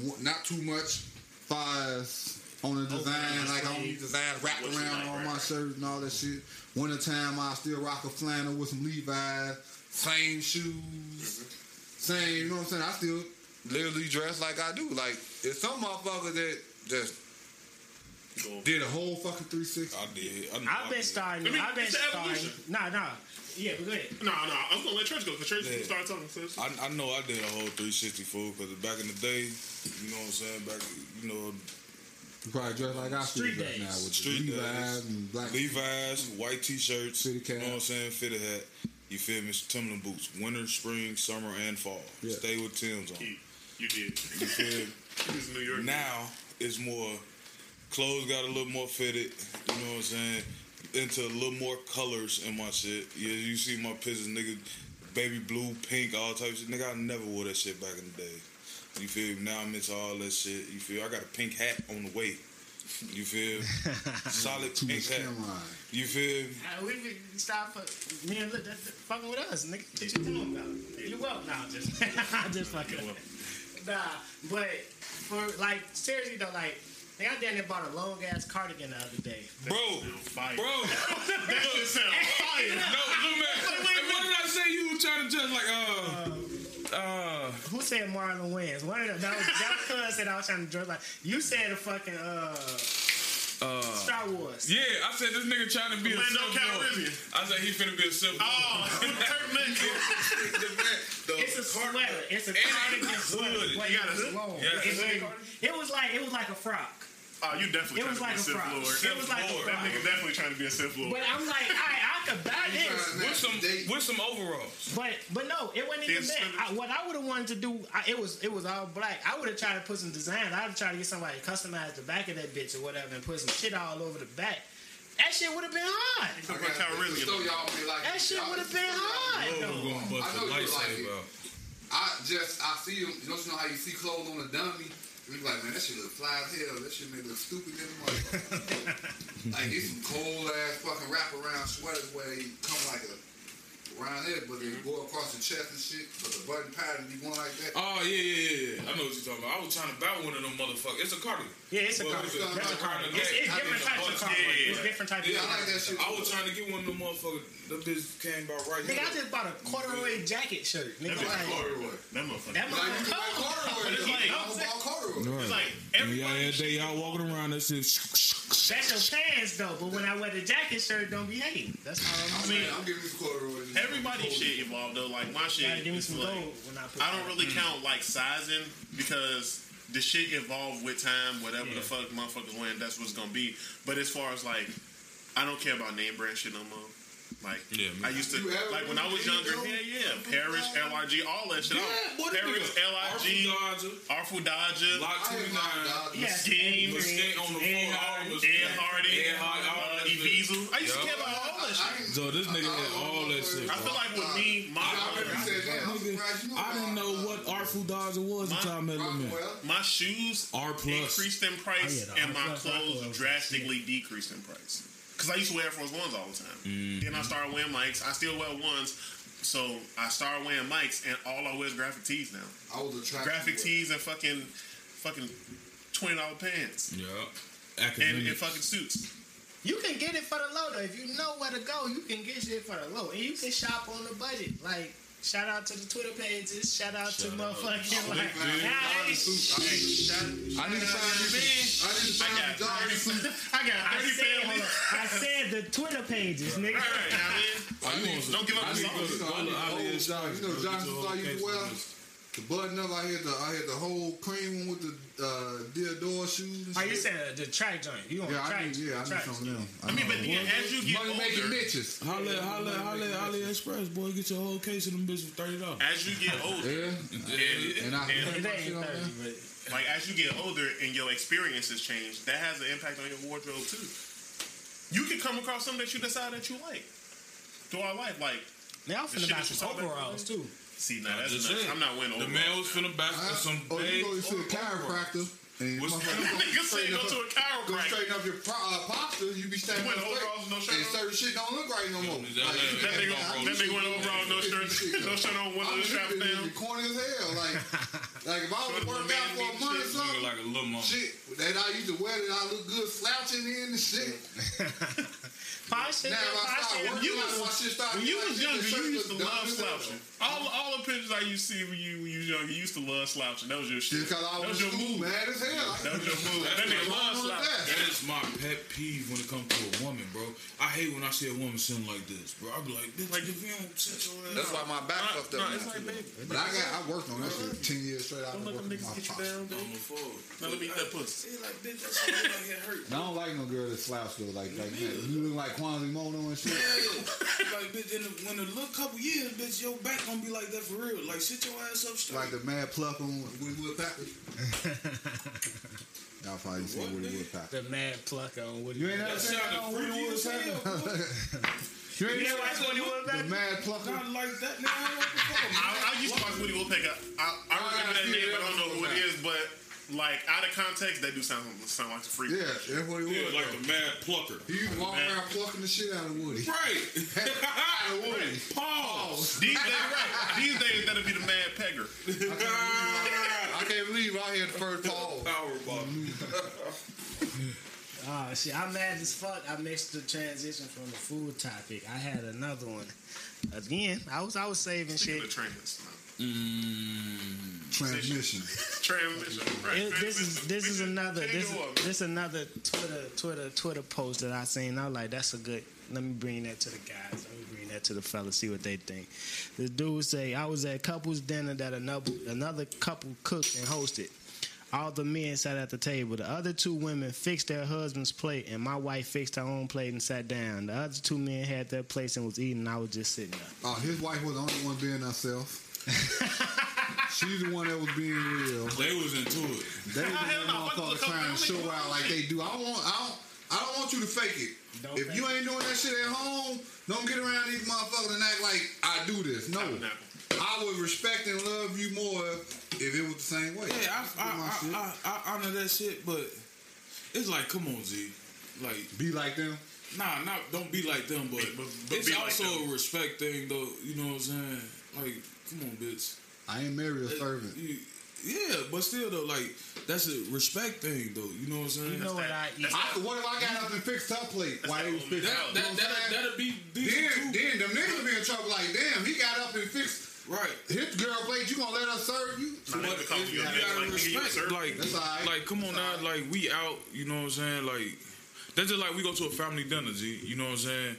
Speaker 11: w- Not too much fires on the design.
Speaker 4: just
Speaker 11: like I
Speaker 4: like
Speaker 11: don't need designs wrapped
Speaker 4: what you
Speaker 11: around
Speaker 4: like,
Speaker 11: all
Speaker 4: right,
Speaker 11: my
Speaker 4: right.
Speaker 11: shirts and all that shit. Winter time, I still rock a flannel with some Levi's. Same shoes. Same. You know what I'm saying? I still
Speaker 9: literally dress like I do. Like it's some motherfucker that just
Speaker 4: Go.
Speaker 11: did a whole fucking 360.
Speaker 6: I did. I know I
Speaker 2: I've been
Speaker 6: did.
Speaker 2: starting.
Speaker 4: I mean,
Speaker 2: I've been
Speaker 4: it's an
Speaker 2: starting.
Speaker 4: evolution.
Speaker 2: Nah, nah. Yeah, but go ahead.
Speaker 4: No, no, I was gonna let Church go because Church
Speaker 6: Yeah.
Speaker 4: started talking. So
Speaker 6: I, I know I did a whole 360 fool because back in the day, you know what I'm saying? Back, you know,
Speaker 11: You probably dress like I still
Speaker 2: Street
Speaker 11: dress
Speaker 2: days.
Speaker 11: now with
Speaker 6: Street
Speaker 11: the Levi's
Speaker 6: days.
Speaker 11: and black.
Speaker 6: Levi's, white t-shirts,
Speaker 11: Fitted cap.
Speaker 6: you know what I'm saying, fitted hat. You feel me? Timberland boots, winter, spring, summer, and fall.
Speaker 11: Yeah.
Speaker 6: Stay with Tim's on.
Speaker 4: you, you did.
Speaker 6: You feel me?
Speaker 4: He's New York.
Speaker 6: now it's more clothes got a little more fitted. You know what I'm saying? Into a little more colors in my shit. Yeah, you see my pictures, nigga. Baby blue, pink, all types of shit. Nigga, I never wore that shit back in the day. You feel me? Now I'm into all that shit. You feel? I got a pink hat on the way. You feel? Solid
Speaker 11: Too
Speaker 6: pink
Speaker 11: much
Speaker 6: hat.
Speaker 11: camera. eye.
Speaker 6: You feel? me?
Speaker 2: Nah, we be stop for me and look that's that's fucking with us, nigga. What you talking about? You up now? Just, I'm just fucking. Nah, but for like seriously though, like they got down there bought a long ass cardigan the other day.
Speaker 6: Bro,
Speaker 4: Fire.
Speaker 6: bro.
Speaker 4: That shit sound fire.
Speaker 6: No, look, man. And what did I say? You were trying to judge like, uh, uh,
Speaker 2: Who said Marlon Wayans? One of them. That was that was cuz said I was trying to dress like you said a fucking uh,
Speaker 4: Uh,
Speaker 2: Star Wars.
Speaker 6: yeah. I said this nigga trying to be a
Speaker 4: Orlando
Speaker 6: Sith Lord.
Speaker 4: Calrissian.
Speaker 6: I said he finna be a Sith. Lord.
Speaker 4: Oh, Turk
Speaker 2: It's a sweater. It's a
Speaker 6: it's
Speaker 2: cardigan
Speaker 6: hooded.
Speaker 2: sweater. but
Speaker 4: You got a
Speaker 2: it's
Speaker 4: hood?
Speaker 2: long.
Speaker 6: Yeah.
Speaker 2: It's- It was like it was like a frock.
Speaker 4: Oh, you definitely
Speaker 2: It
Speaker 4: trying
Speaker 2: was
Speaker 4: to be
Speaker 2: like
Speaker 4: a
Speaker 2: a frock.
Speaker 4: Sith Lord.
Speaker 2: It was like a
Speaker 6: Lord.
Speaker 4: That
Speaker 2: frock.
Speaker 4: nigga definitely trying to be a Sith Lord.
Speaker 2: But I'm like, I, I could buy this,
Speaker 6: With some, with some overalls.
Speaker 2: but but no, it wasn't even
Speaker 4: Then
Speaker 2: that. I,
Speaker 4: spend-
Speaker 2: what I would have wanted to do, I, it was it was all black. I would have tried to put some design. I'd have tried to get somebody to customize the back of that bitch or whatever, and put some shit all over the back. That shit would have been hard.
Speaker 4: Talking about Calrissian.
Speaker 9: So y'all be like,
Speaker 2: That shit
Speaker 9: y'all-
Speaker 2: would have been hard.
Speaker 6: I'm
Speaker 2: though.
Speaker 6: gonna bust
Speaker 9: I
Speaker 6: the
Speaker 9: know you like
Speaker 6: lightsaber
Speaker 9: it.
Speaker 6: out.
Speaker 9: I just I see them. Don't you know how you see clothes on a dummy? And you be like, man, that shit look fly as hell. That shit may look stupid than a motherfucker. like these some cold ass fucking wrap around sweaters where they come like a around here, but they go across the chest and shit. But the button pattern be going like that.
Speaker 6: Oh yeah, yeah, yeah, yeah. I know what you're talking about. I was trying to buy one of them motherfuckers. It's a cardigan.
Speaker 2: Yeah, it's a
Speaker 6: Well,
Speaker 2: car.
Speaker 6: it's a-
Speaker 2: That's a car.
Speaker 6: it's a-
Speaker 2: It's, it's
Speaker 6: I
Speaker 2: different
Speaker 6: mean,
Speaker 2: types
Speaker 6: it's
Speaker 2: of
Speaker 6: a-
Speaker 2: car.
Speaker 6: yeah,
Speaker 2: It's
Speaker 6: yeah.
Speaker 2: different types
Speaker 9: Yeah,
Speaker 2: of
Speaker 9: I like
Speaker 2: car.
Speaker 9: that shit.
Speaker 6: I was trying to get one of them motherfuckers. That bitch came by right
Speaker 2: Nigga, I
Speaker 6: here.
Speaker 2: just bought a corduroy jacket shirt. Nigga,
Speaker 4: That bitch
Speaker 9: Oh,
Speaker 2: like,
Speaker 4: corduroy. That motherfucker.
Speaker 2: that
Speaker 9: Like you
Speaker 2: motherfucker
Speaker 9: can buy
Speaker 2: cold.
Speaker 9: corduroy.
Speaker 4: It's
Speaker 9: though.
Speaker 4: like-
Speaker 9: I would buy corduroy.
Speaker 4: It's like everybody.
Speaker 6: day y'all walking around that shit.
Speaker 2: That's your pants though, but when I wear the jacket shirt, don't be hating. That's all
Speaker 9: I
Speaker 2: I'm
Speaker 9: mean,
Speaker 2: saying.
Speaker 9: I'm giving you corduroy.
Speaker 4: Everybody shit evolved though. Like my shit.
Speaker 2: Gotta give me
Speaker 4: is
Speaker 2: some
Speaker 4: like,
Speaker 2: gold when I put
Speaker 4: I don't
Speaker 2: that.
Speaker 4: really
Speaker 6: Mm-hmm.
Speaker 4: count like sizing because the shit evolved with time. Whatever the fuck motherfuckers wearing, that's what's gonna be. But as far as like, I don't care about name brand shit no more. Like
Speaker 6: Yeah, me
Speaker 4: I used to
Speaker 9: You ever-
Speaker 4: like when I was younger.
Speaker 9: you
Speaker 4: Yeah, yeah. Parish, LRG, all that shit.
Speaker 6: Yeah,
Speaker 4: I-
Speaker 6: what a
Speaker 4: Parish, LRG, Artful Dodger,
Speaker 6: Lot
Speaker 9: I ain't
Speaker 6: 29,
Speaker 9: lying, dog.
Speaker 2: Yeah,
Speaker 4: Scheme,
Speaker 2: Ed
Speaker 6: Skate on the
Speaker 2: Ed
Speaker 6: floor, all
Speaker 2: Hardy.
Speaker 6: of us.
Speaker 4: Ed Hardy,
Speaker 6: Ed Hardy, all that shit.
Speaker 4: Evizu. I used to
Speaker 6: Yup.
Speaker 4: care about all that shit.
Speaker 9: I ain't-
Speaker 6: So this nigga had all that shit.
Speaker 4: I feel like with me, my
Speaker 9: I remember you said that. I'm surprised you about
Speaker 6: Artful Dodger was
Speaker 4: My-
Speaker 6: I met
Speaker 9: Rockwell.
Speaker 4: my shoes
Speaker 6: R plus.
Speaker 4: increased in price
Speaker 2: Oh, yeah, the
Speaker 4: and
Speaker 2: R
Speaker 4: my
Speaker 2: plus, I
Speaker 4: clothes
Speaker 2: love that
Speaker 4: drastically decreased in price. Cause I used to wear Air Force Ones all the time.
Speaker 6: Mm-hmm.
Speaker 4: Then I started wearing mics. I still wear ones, so I started wearing mics, and all I wear is graphic tees now.
Speaker 9: I was attracted.
Speaker 4: Graphic
Speaker 9: to it.
Speaker 4: tees and fucking, fucking twenty dollar pants
Speaker 6: Yeah.
Speaker 4: and,
Speaker 6: Academic.
Speaker 4: and fucking suits.
Speaker 2: You can get it for the low though. If you know where to go, you can get shit for the low, and you can shop on the budget. Like shout out to the Twitter pages. Shout out to motherfucking like.
Speaker 9: Man,
Speaker 2: Nah,
Speaker 9: Jordan
Speaker 2: they-
Speaker 9: suits. I need to find you. I need to
Speaker 4: I
Speaker 9: find
Speaker 4: got
Speaker 9: you Jordan
Speaker 4: thirty-
Speaker 9: suits.
Speaker 4: I got
Speaker 2: I
Speaker 4: thirty
Speaker 2: said, hold
Speaker 4: families.
Speaker 2: on, I said the Twitter pages, nigga.
Speaker 4: All right, now
Speaker 6: Oh, you
Speaker 4: man.
Speaker 6: want some-
Speaker 4: Don't give
Speaker 6: I
Speaker 4: up the
Speaker 6: need
Speaker 4: sauce.
Speaker 6: to
Speaker 9: You
Speaker 6: go
Speaker 9: know,
Speaker 6: to-
Speaker 9: I need
Speaker 6: I need
Speaker 9: old
Speaker 6: to go
Speaker 9: Johnson.
Speaker 6: to-
Speaker 9: You know,
Speaker 6: get
Speaker 9: Johnson
Speaker 6: your
Speaker 9: saw you
Speaker 6: case
Speaker 9: well.
Speaker 6: on this.
Speaker 9: The button up, I had the I had the whole cream one with the uh, Diadora shoes. and
Speaker 2: Oh, you
Speaker 9: shit.
Speaker 2: said the track joint. You want
Speaker 11: Yeah,
Speaker 2: track?
Speaker 11: I need, yeah, I need
Speaker 2: track.
Speaker 11: something else.
Speaker 4: I mean, but yeah, as you get
Speaker 9: money making
Speaker 4: older,
Speaker 9: bitches.
Speaker 6: Holla, holla, holla, AliExpress, boy. Get your whole case of them bitches for $30.
Speaker 4: as you get older,
Speaker 11: Yeah,
Speaker 4: and-
Speaker 11: and I
Speaker 2: It ain't
Speaker 4: and
Speaker 11: Yeah.
Speaker 2: thirty, but
Speaker 4: like as you get older and your experiences change, that has an impact on your wardrobe too. You can come across something that you decide that you like. through our life. Like,
Speaker 2: Now I'm
Speaker 4: The
Speaker 2: finna
Speaker 4: shit
Speaker 2: buy
Speaker 4: that you
Speaker 2: some
Speaker 4: talking about?
Speaker 2: overalls too.
Speaker 4: see, now that's
Speaker 6: Just
Speaker 4: nuts.
Speaker 6: saying.
Speaker 4: I'm not winning.
Speaker 6: The man was finna back for some
Speaker 9: or Oh, you
Speaker 6: big
Speaker 9: go to a
Speaker 6: overall.
Speaker 9: chiropractor and
Speaker 6: What's-
Speaker 9: motherfucker-
Speaker 4: Nigga say go to a
Speaker 9: go
Speaker 4: chiropractor.
Speaker 9: straighten up your pro- uh, posture. You be standing
Speaker 4: You
Speaker 9: up
Speaker 4: went overalls,
Speaker 9: straight,
Speaker 4: no shirt
Speaker 9: and
Speaker 4: on?
Speaker 9: certain shit don't look right no more.
Speaker 6: that- that-
Speaker 4: That nigga,
Speaker 6: Yeah,
Speaker 4: that nigga went overall, no shirt, no shirt on, one of
Speaker 9: I'm
Speaker 4: the straps
Speaker 9: tripping,
Speaker 4: down.
Speaker 9: nigga, corny as hell. Like, like if I was
Speaker 4: Shorty,
Speaker 9: working
Speaker 4: man,
Speaker 9: out for a
Speaker 4: nigga, shit,
Speaker 9: month or
Speaker 6: Nigga
Speaker 9: something,
Speaker 6: like a little mama.
Speaker 9: shit that I used to wear that I look good slouching in and shit.
Speaker 2: Posture,
Speaker 9: Now if I
Speaker 2: posture.
Speaker 9: start working
Speaker 4: you
Speaker 9: out,
Speaker 4: was-
Speaker 9: my shit start
Speaker 4: When
Speaker 9: looking
Speaker 4: you
Speaker 9: like
Speaker 4: was
Speaker 9: shit,
Speaker 4: younger,
Speaker 9: the
Speaker 4: you
Speaker 9: shirt
Speaker 4: used to
Speaker 9: look dumb
Speaker 4: love
Speaker 9: as hell.
Speaker 4: slouching. All all the pictures I used to see when you when you was younger, you used to love slouching. That was your shit.
Speaker 9: Just cause I
Speaker 4: That was your
Speaker 9: was in school,
Speaker 4: move.
Speaker 9: mad as hell.
Speaker 4: That was your move. That nigga love
Speaker 9: Wrong with
Speaker 4: slouching.
Speaker 9: that?
Speaker 6: That is my pet peeve when it comes to a woman, bro. I hate when I see a woman sitting like this, bro. I be like, bitch, like if you don't sit your
Speaker 3: That's
Speaker 6: ass.
Speaker 3: why my back
Speaker 4: Nah,
Speaker 3: fucked up.
Speaker 4: nah,
Speaker 3: now.
Speaker 4: it's like, baby,
Speaker 9: But I got I worked on that shit ten years straight. I've
Speaker 4: don't let
Speaker 9: been
Speaker 4: them niggas
Speaker 9: working on my
Speaker 4: get you
Speaker 9: posture.
Speaker 4: down,
Speaker 6: I'm
Speaker 4: baby.
Speaker 6: a fool.
Speaker 4: Now let me eat that pussy.
Speaker 6: She like, bitch, that's how I get hurt.
Speaker 9: I don't like no girl that slouch though. Like like that. you look like Quasimodo and shit.
Speaker 6: like, bitch, in the, when a little couple years, bitch, your back gonna be like that for real. Like, sit your ass up straight.
Speaker 9: Like the mad pluck on Woodwood Packer. Y'all probably see
Speaker 6: What,
Speaker 9: Woodwood Packer.
Speaker 2: The mad plucker on Woody.
Speaker 9: You ain't
Speaker 6: that
Speaker 9: never seen that on
Speaker 6: sounded freaky
Speaker 9: Woodwood
Speaker 6: as hell.
Speaker 9: Packer.
Speaker 6: bro.
Speaker 9: You ain't
Speaker 2: You never
Speaker 9: never
Speaker 2: watched Woody Wood back?
Speaker 9: the mad plucker.
Speaker 6: Not like that, nigga. What the fuck, man?
Speaker 4: I, I used to watch Woody Woodpecker. I, I remember that name, but I don't know who it is. But like out of context, that do sound sound like a freak.
Speaker 9: Yeah, that's what he was.
Speaker 6: Yeah, like the mad plucker.
Speaker 9: He was walking around plucking the shit out of Woody.
Speaker 6: Right. Pause.
Speaker 4: These days, right? These days, that'll be the mad pegger.
Speaker 3: I can't believe I had the first ball.
Speaker 6: Powerball.
Speaker 2: Oh shit, I'm mad as fuck. I missed the transition from the food topic. I had another one. Again, I was I was saving
Speaker 4: Speaking
Speaker 2: shit.
Speaker 4: of trans,
Speaker 3: Mm.
Speaker 9: Transmission.
Speaker 4: transmission. Right?
Speaker 2: It- this is this is another
Speaker 4: Take
Speaker 2: this
Speaker 4: it
Speaker 2: is,
Speaker 4: away.
Speaker 2: this another Twitter Twitter Twitter post that I seen. I was like, that's a good. Let me bring that to the guys. Let me bring that to the fellas. See what they think. The dude say, I was at couples dinner that another another couple cooked and hosted. All the men sat at the table. The other two women fixed their husband's plate, and my wife fixed her own plate and sat down. The other two men had their plates and was eating. I was just sitting there.
Speaker 9: Oh, his wife was the only one being herself. She's the one that was being real.
Speaker 6: They was into it.
Speaker 9: They was
Speaker 4: hell
Speaker 9: that
Speaker 4: no, fuck
Speaker 9: motherfucker
Speaker 4: the
Speaker 9: trying to
Speaker 4: company.
Speaker 9: show out like they do. I don't want. I don't. I don't want you to fake it.
Speaker 2: Don't
Speaker 9: if
Speaker 2: fake
Speaker 9: you ain't doing that shit at home, don't get around these motherfuckers and act like I do this. No,
Speaker 4: Tabernacle.
Speaker 9: I would respect and love you more if it was the same way.
Speaker 6: Yeah, I,
Speaker 9: Do my shit.
Speaker 6: I, I, I, I honor that shit, but it's like, come on, Z. Like,
Speaker 9: be like them.
Speaker 6: Nah, not don't be like them, but,
Speaker 4: but- but
Speaker 6: it's
Speaker 4: be like
Speaker 6: also
Speaker 4: them.
Speaker 6: a respect thing, though. You know what I'm saying? Like, come on, bitch.
Speaker 9: I ain't married a servant.
Speaker 6: You, yeah, but still though, like that's a respect thing, though. You know what I'm saying?
Speaker 2: You know what I eat?
Speaker 9: I, what if I got up and fixed her plate while they was
Speaker 4: old
Speaker 9: fixing?
Speaker 4: man.
Speaker 6: that
Speaker 9: it? You
Speaker 6: that,
Speaker 9: know what I'm
Speaker 6: that
Speaker 9: saying?
Speaker 6: that'll be decent
Speaker 9: Then,
Speaker 6: too,
Speaker 9: then them niggas would be in trouble. Like, damn, he got up and fixed
Speaker 6: right?
Speaker 9: his girl plate. You gonna let her serve you?
Speaker 4: Nah, they
Speaker 6: But
Speaker 4: would call
Speaker 6: if
Speaker 4: you a
Speaker 6: you gotta
Speaker 4: bitch, like, nigga, you a
Speaker 6: respect,
Speaker 4: servant.
Speaker 6: like,
Speaker 9: That's all right.
Speaker 6: like, come on now,
Speaker 9: That's all
Speaker 6: like we out. You know what I'm saying? Like that's just like we go to a family dinner, G. You know what I'm saying?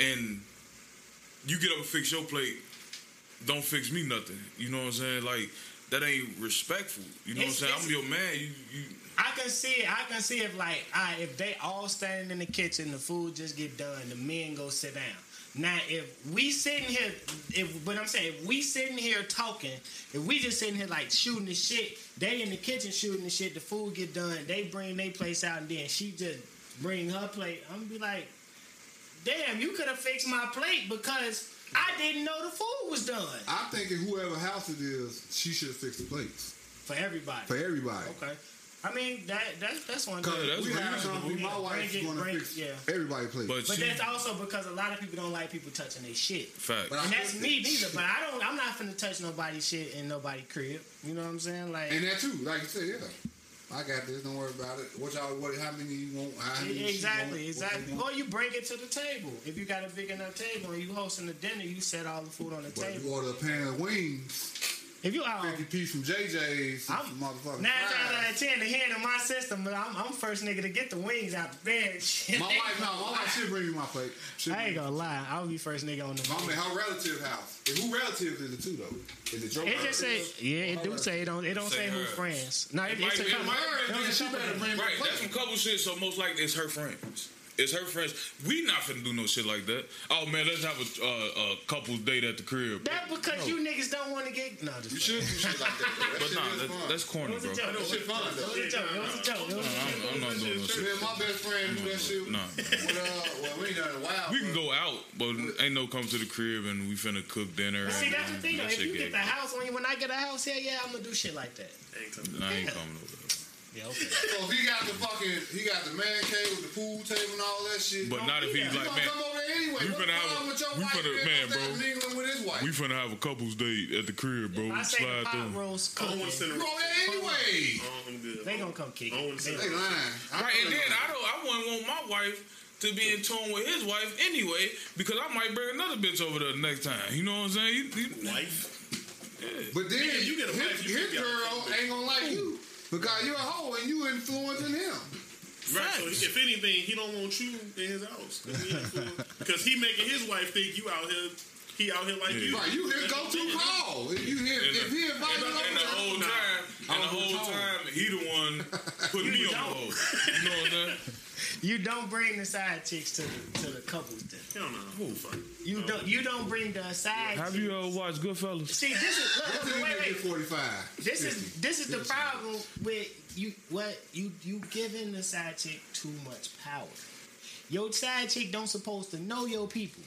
Speaker 6: And you get up and fix your plate. Don't fix me nothing. You know what I'm saying? Like that ain't respectful. You know
Speaker 2: It's-
Speaker 6: what I'm
Speaker 2: it's-
Speaker 6: saying? I'm your man. You, you
Speaker 2: I can see it. I can see if like I, if they all standing in the kitchen, the food just get done. The men go sit down. Now if we sitting here, if but I'm saying if we sitting here talking, if we just sitting here like shooting the shit, they in the kitchen shooting the shit. The food get done. They bring their place out, and then she just bring her plate. I'm gonna be like, damn, you could have fixed my plate because I didn't know the food was done
Speaker 9: I think in whoever house it is, she should have fixed the plates
Speaker 2: for everybody.
Speaker 9: for everybody.
Speaker 2: Okay, I mean that that that's one.
Speaker 9: Because
Speaker 2: thing.
Speaker 6: that's
Speaker 9: we have something,
Speaker 2: Yeah,
Speaker 9: my wife's
Speaker 2: bring it,
Speaker 9: going to
Speaker 2: bring it,
Speaker 9: fix
Speaker 2: yeah.
Speaker 9: everybody's plate.
Speaker 6: but,
Speaker 2: But
Speaker 6: she,
Speaker 2: that's also because a lot of people don't like people touching their shit.
Speaker 6: fact.
Speaker 9: But I
Speaker 2: And that's
Speaker 9: feel
Speaker 2: me
Speaker 9: that-
Speaker 2: neither. But I don't. I'm not finna touch nobody's shit and nobody crib. You know what I'm saying? Like
Speaker 9: And that too, like you said, yeah. I got this. Don't worry about it. What y'all? What? How many you want? How many she want,
Speaker 2: e, exactly,
Speaker 9: what
Speaker 2: exactly.
Speaker 9: you want.
Speaker 2: Or you bring it to the table. If you got a big enough table and you hosting a dinner, you set all the food on the
Speaker 9: But if you
Speaker 2: table.
Speaker 9: order a pan of wings,
Speaker 2: If you out.
Speaker 9: fifty piece from JJ's,
Speaker 2: I'm
Speaker 9: motherfucker.
Speaker 2: nine times out of ten, the hand in my system, but I'm, I'm first nigga to get the wings out the bed. Shit.
Speaker 9: My wife, no, my wife should bring me my plate. She
Speaker 2: I ain't
Speaker 9: bring-
Speaker 2: gonna lie, I'll be first nigga on the.
Speaker 9: I'm in her relative house. And who relatives is it too though? Is it your?
Speaker 2: It just say,
Speaker 9: relatives?
Speaker 2: yeah, it do say it don't. It don't say,
Speaker 6: Say
Speaker 2: who
Speaker 6: hers.
Speaker 2: friends. No, it,
Speaker 6: It
Speaker 2: it's
Speaker 6: might
Speaker 2: a
Speaker 6: be
Speaker 2: couple.
Speaker 6: hers,
Speaker 2: it was a
Speaker 9: She
Speaker 2: couple
Speaker 9: better
Speaker 2: of them.
Speaker 9: bring me
Speaker 6: Right,
Speaker 9: a
Speaker 6: that's some
Speaker 9: plate.
Speaker 6: couple shit. So most likely it's her friends. It's her friends. We not finna do no shit like that. Oh man, let's have a, uh, a couple's date at the crib.
Speaker 2: That because you niggas don't want to get. No, just
Speaker 9: You should do shit like that. though. That
Speaker 6: But
Speaker 9: shit
Speaker 6: nah,
Speaker 9: is
Speaker 6: that's,
Speaker 9: fun.
Speaker 6: that's corny,
Speaker 2: It was
Speaker 6: bro.
Speaker 2: a joke.
Speaker 9: That shit fun though.
Speaker 2: It was a joke. It was a joke. It was a joke.
Speaker 6: I'm, I'm not doing no shit.
Speaker 9: Man, my best friend do that shit.
Speaker 6: Nah.
Speaker 9: With, uh, well, we ain't done it in a while.
Speaker 6: We can
Speaker 9: but
Speaker 6: go out, but ain't no come to the crib and we finna cook dinner.
Speaker 2: See,
Speaker 6: and
Speaker 2: that's the thing. though.
Speaker 6: that
Speaker 2: If
Speaker 6: shit
Speaker 2: you get
Speaker 6: gay.
Speaker 2: the house on you, when I get a house, yeah, yeah, I'm gonna do shit like that.
Speaker 6: Nah, I ain't coming over. there.
Speaker 2: Yeah, okay.
Speaker 9: So if he got the fucking, he got the man cave with the pool table and all that shit.
Speaker 6: But not if he's
Speaker 9: You
Speaker 6: like, man,
Speaker 9: gonna come over anyway.
Speaker 6: we
Speaker 9: What's
Speaker 6: finna have a-
Speaker 9: wrong with your
Speaker 6: we
Speaker 9: wife
Speaker 6: finna-
Speaker 9: being
Speaker 6: man,
Speaker 9: upset
Speaker 6: bro.
Speaker 9: in England with his wife?
Speaker 6: we finna have a couple's date at the crib, bro.
Speaker 2: I say the
Speaker 6: Slide
Speaker 2: pot
Speaker 6: through.
Speaker 2: roast
Speaker 4: I don't
Speaker 2: cooking.
Speaker 4: want to sit
Speaker 9: Bro, anyway.
Speaker 4: I'm good.
Speaker 2: They gonna come kick
Speaker 4: I don't wanna
Speaker 2: it.
Speaker 4: sit
Speaker 2: They-
Speaker 9: They lying. I
Speaker 6: Right,
Speaker 9: know
Speaker 6: and
Speaker 9: they
Speaker 6: then
Speaker 9: lying.
Speaker 6: I don't. I wouldn't want my wife to be in tune with his wife anyway, because I might bring another bitch over there next time. You know what I'm saying? You, you,
Speaker 4: Wife.
Speaker 9: But then
Speaker 4: Yeah, you get a
Speaker 9: his,
Speaker 4: wife, you
Speaker 9: his
Speaker 4: get a
Speaker 9: girl
Speaker 4: fucking bitch.
Speaker 9: ain't gonna like you because you're a hoe and you influencing him.
Speaker 4: Right. So if anything, he don't want you in his house because he making his wife think you out here. He out here like you.
Speaker 9: Right, you his go-to call. If you hear, if he invites
Speaker 6: and
Speaker 9: you
Speaker 6: the, and the whole
Speaker 9: over,
Speaker 6: time, and the
Speaker 9: I'm
Speaker 6: whole
Speaker 9: told.
Speaker 6: time, he the one putting me on the hold. You know what I'm saying?
Speaker 2: You don't bring the side chicks to the to the couples dinner.
Speaker 4: Hell no. Fuck.
Speaker 2: You don't you don't bring the side.
Speaker 6: Have
Speaker 2: chick-
Speaker 6: you ever watched Goodfellas?
Speaker 2: See, this is look,
Speaker 9: this
Speaker 2: look,
Speaker 9: nigga
Speaker 2: wait,
Speaker 9: get
Speaker 2: wait.
Speaker 9: 45.
Speaker 2: This is this is the problem with you. What you you giving the side chick too much power. Your side chick don't supposed to know your people.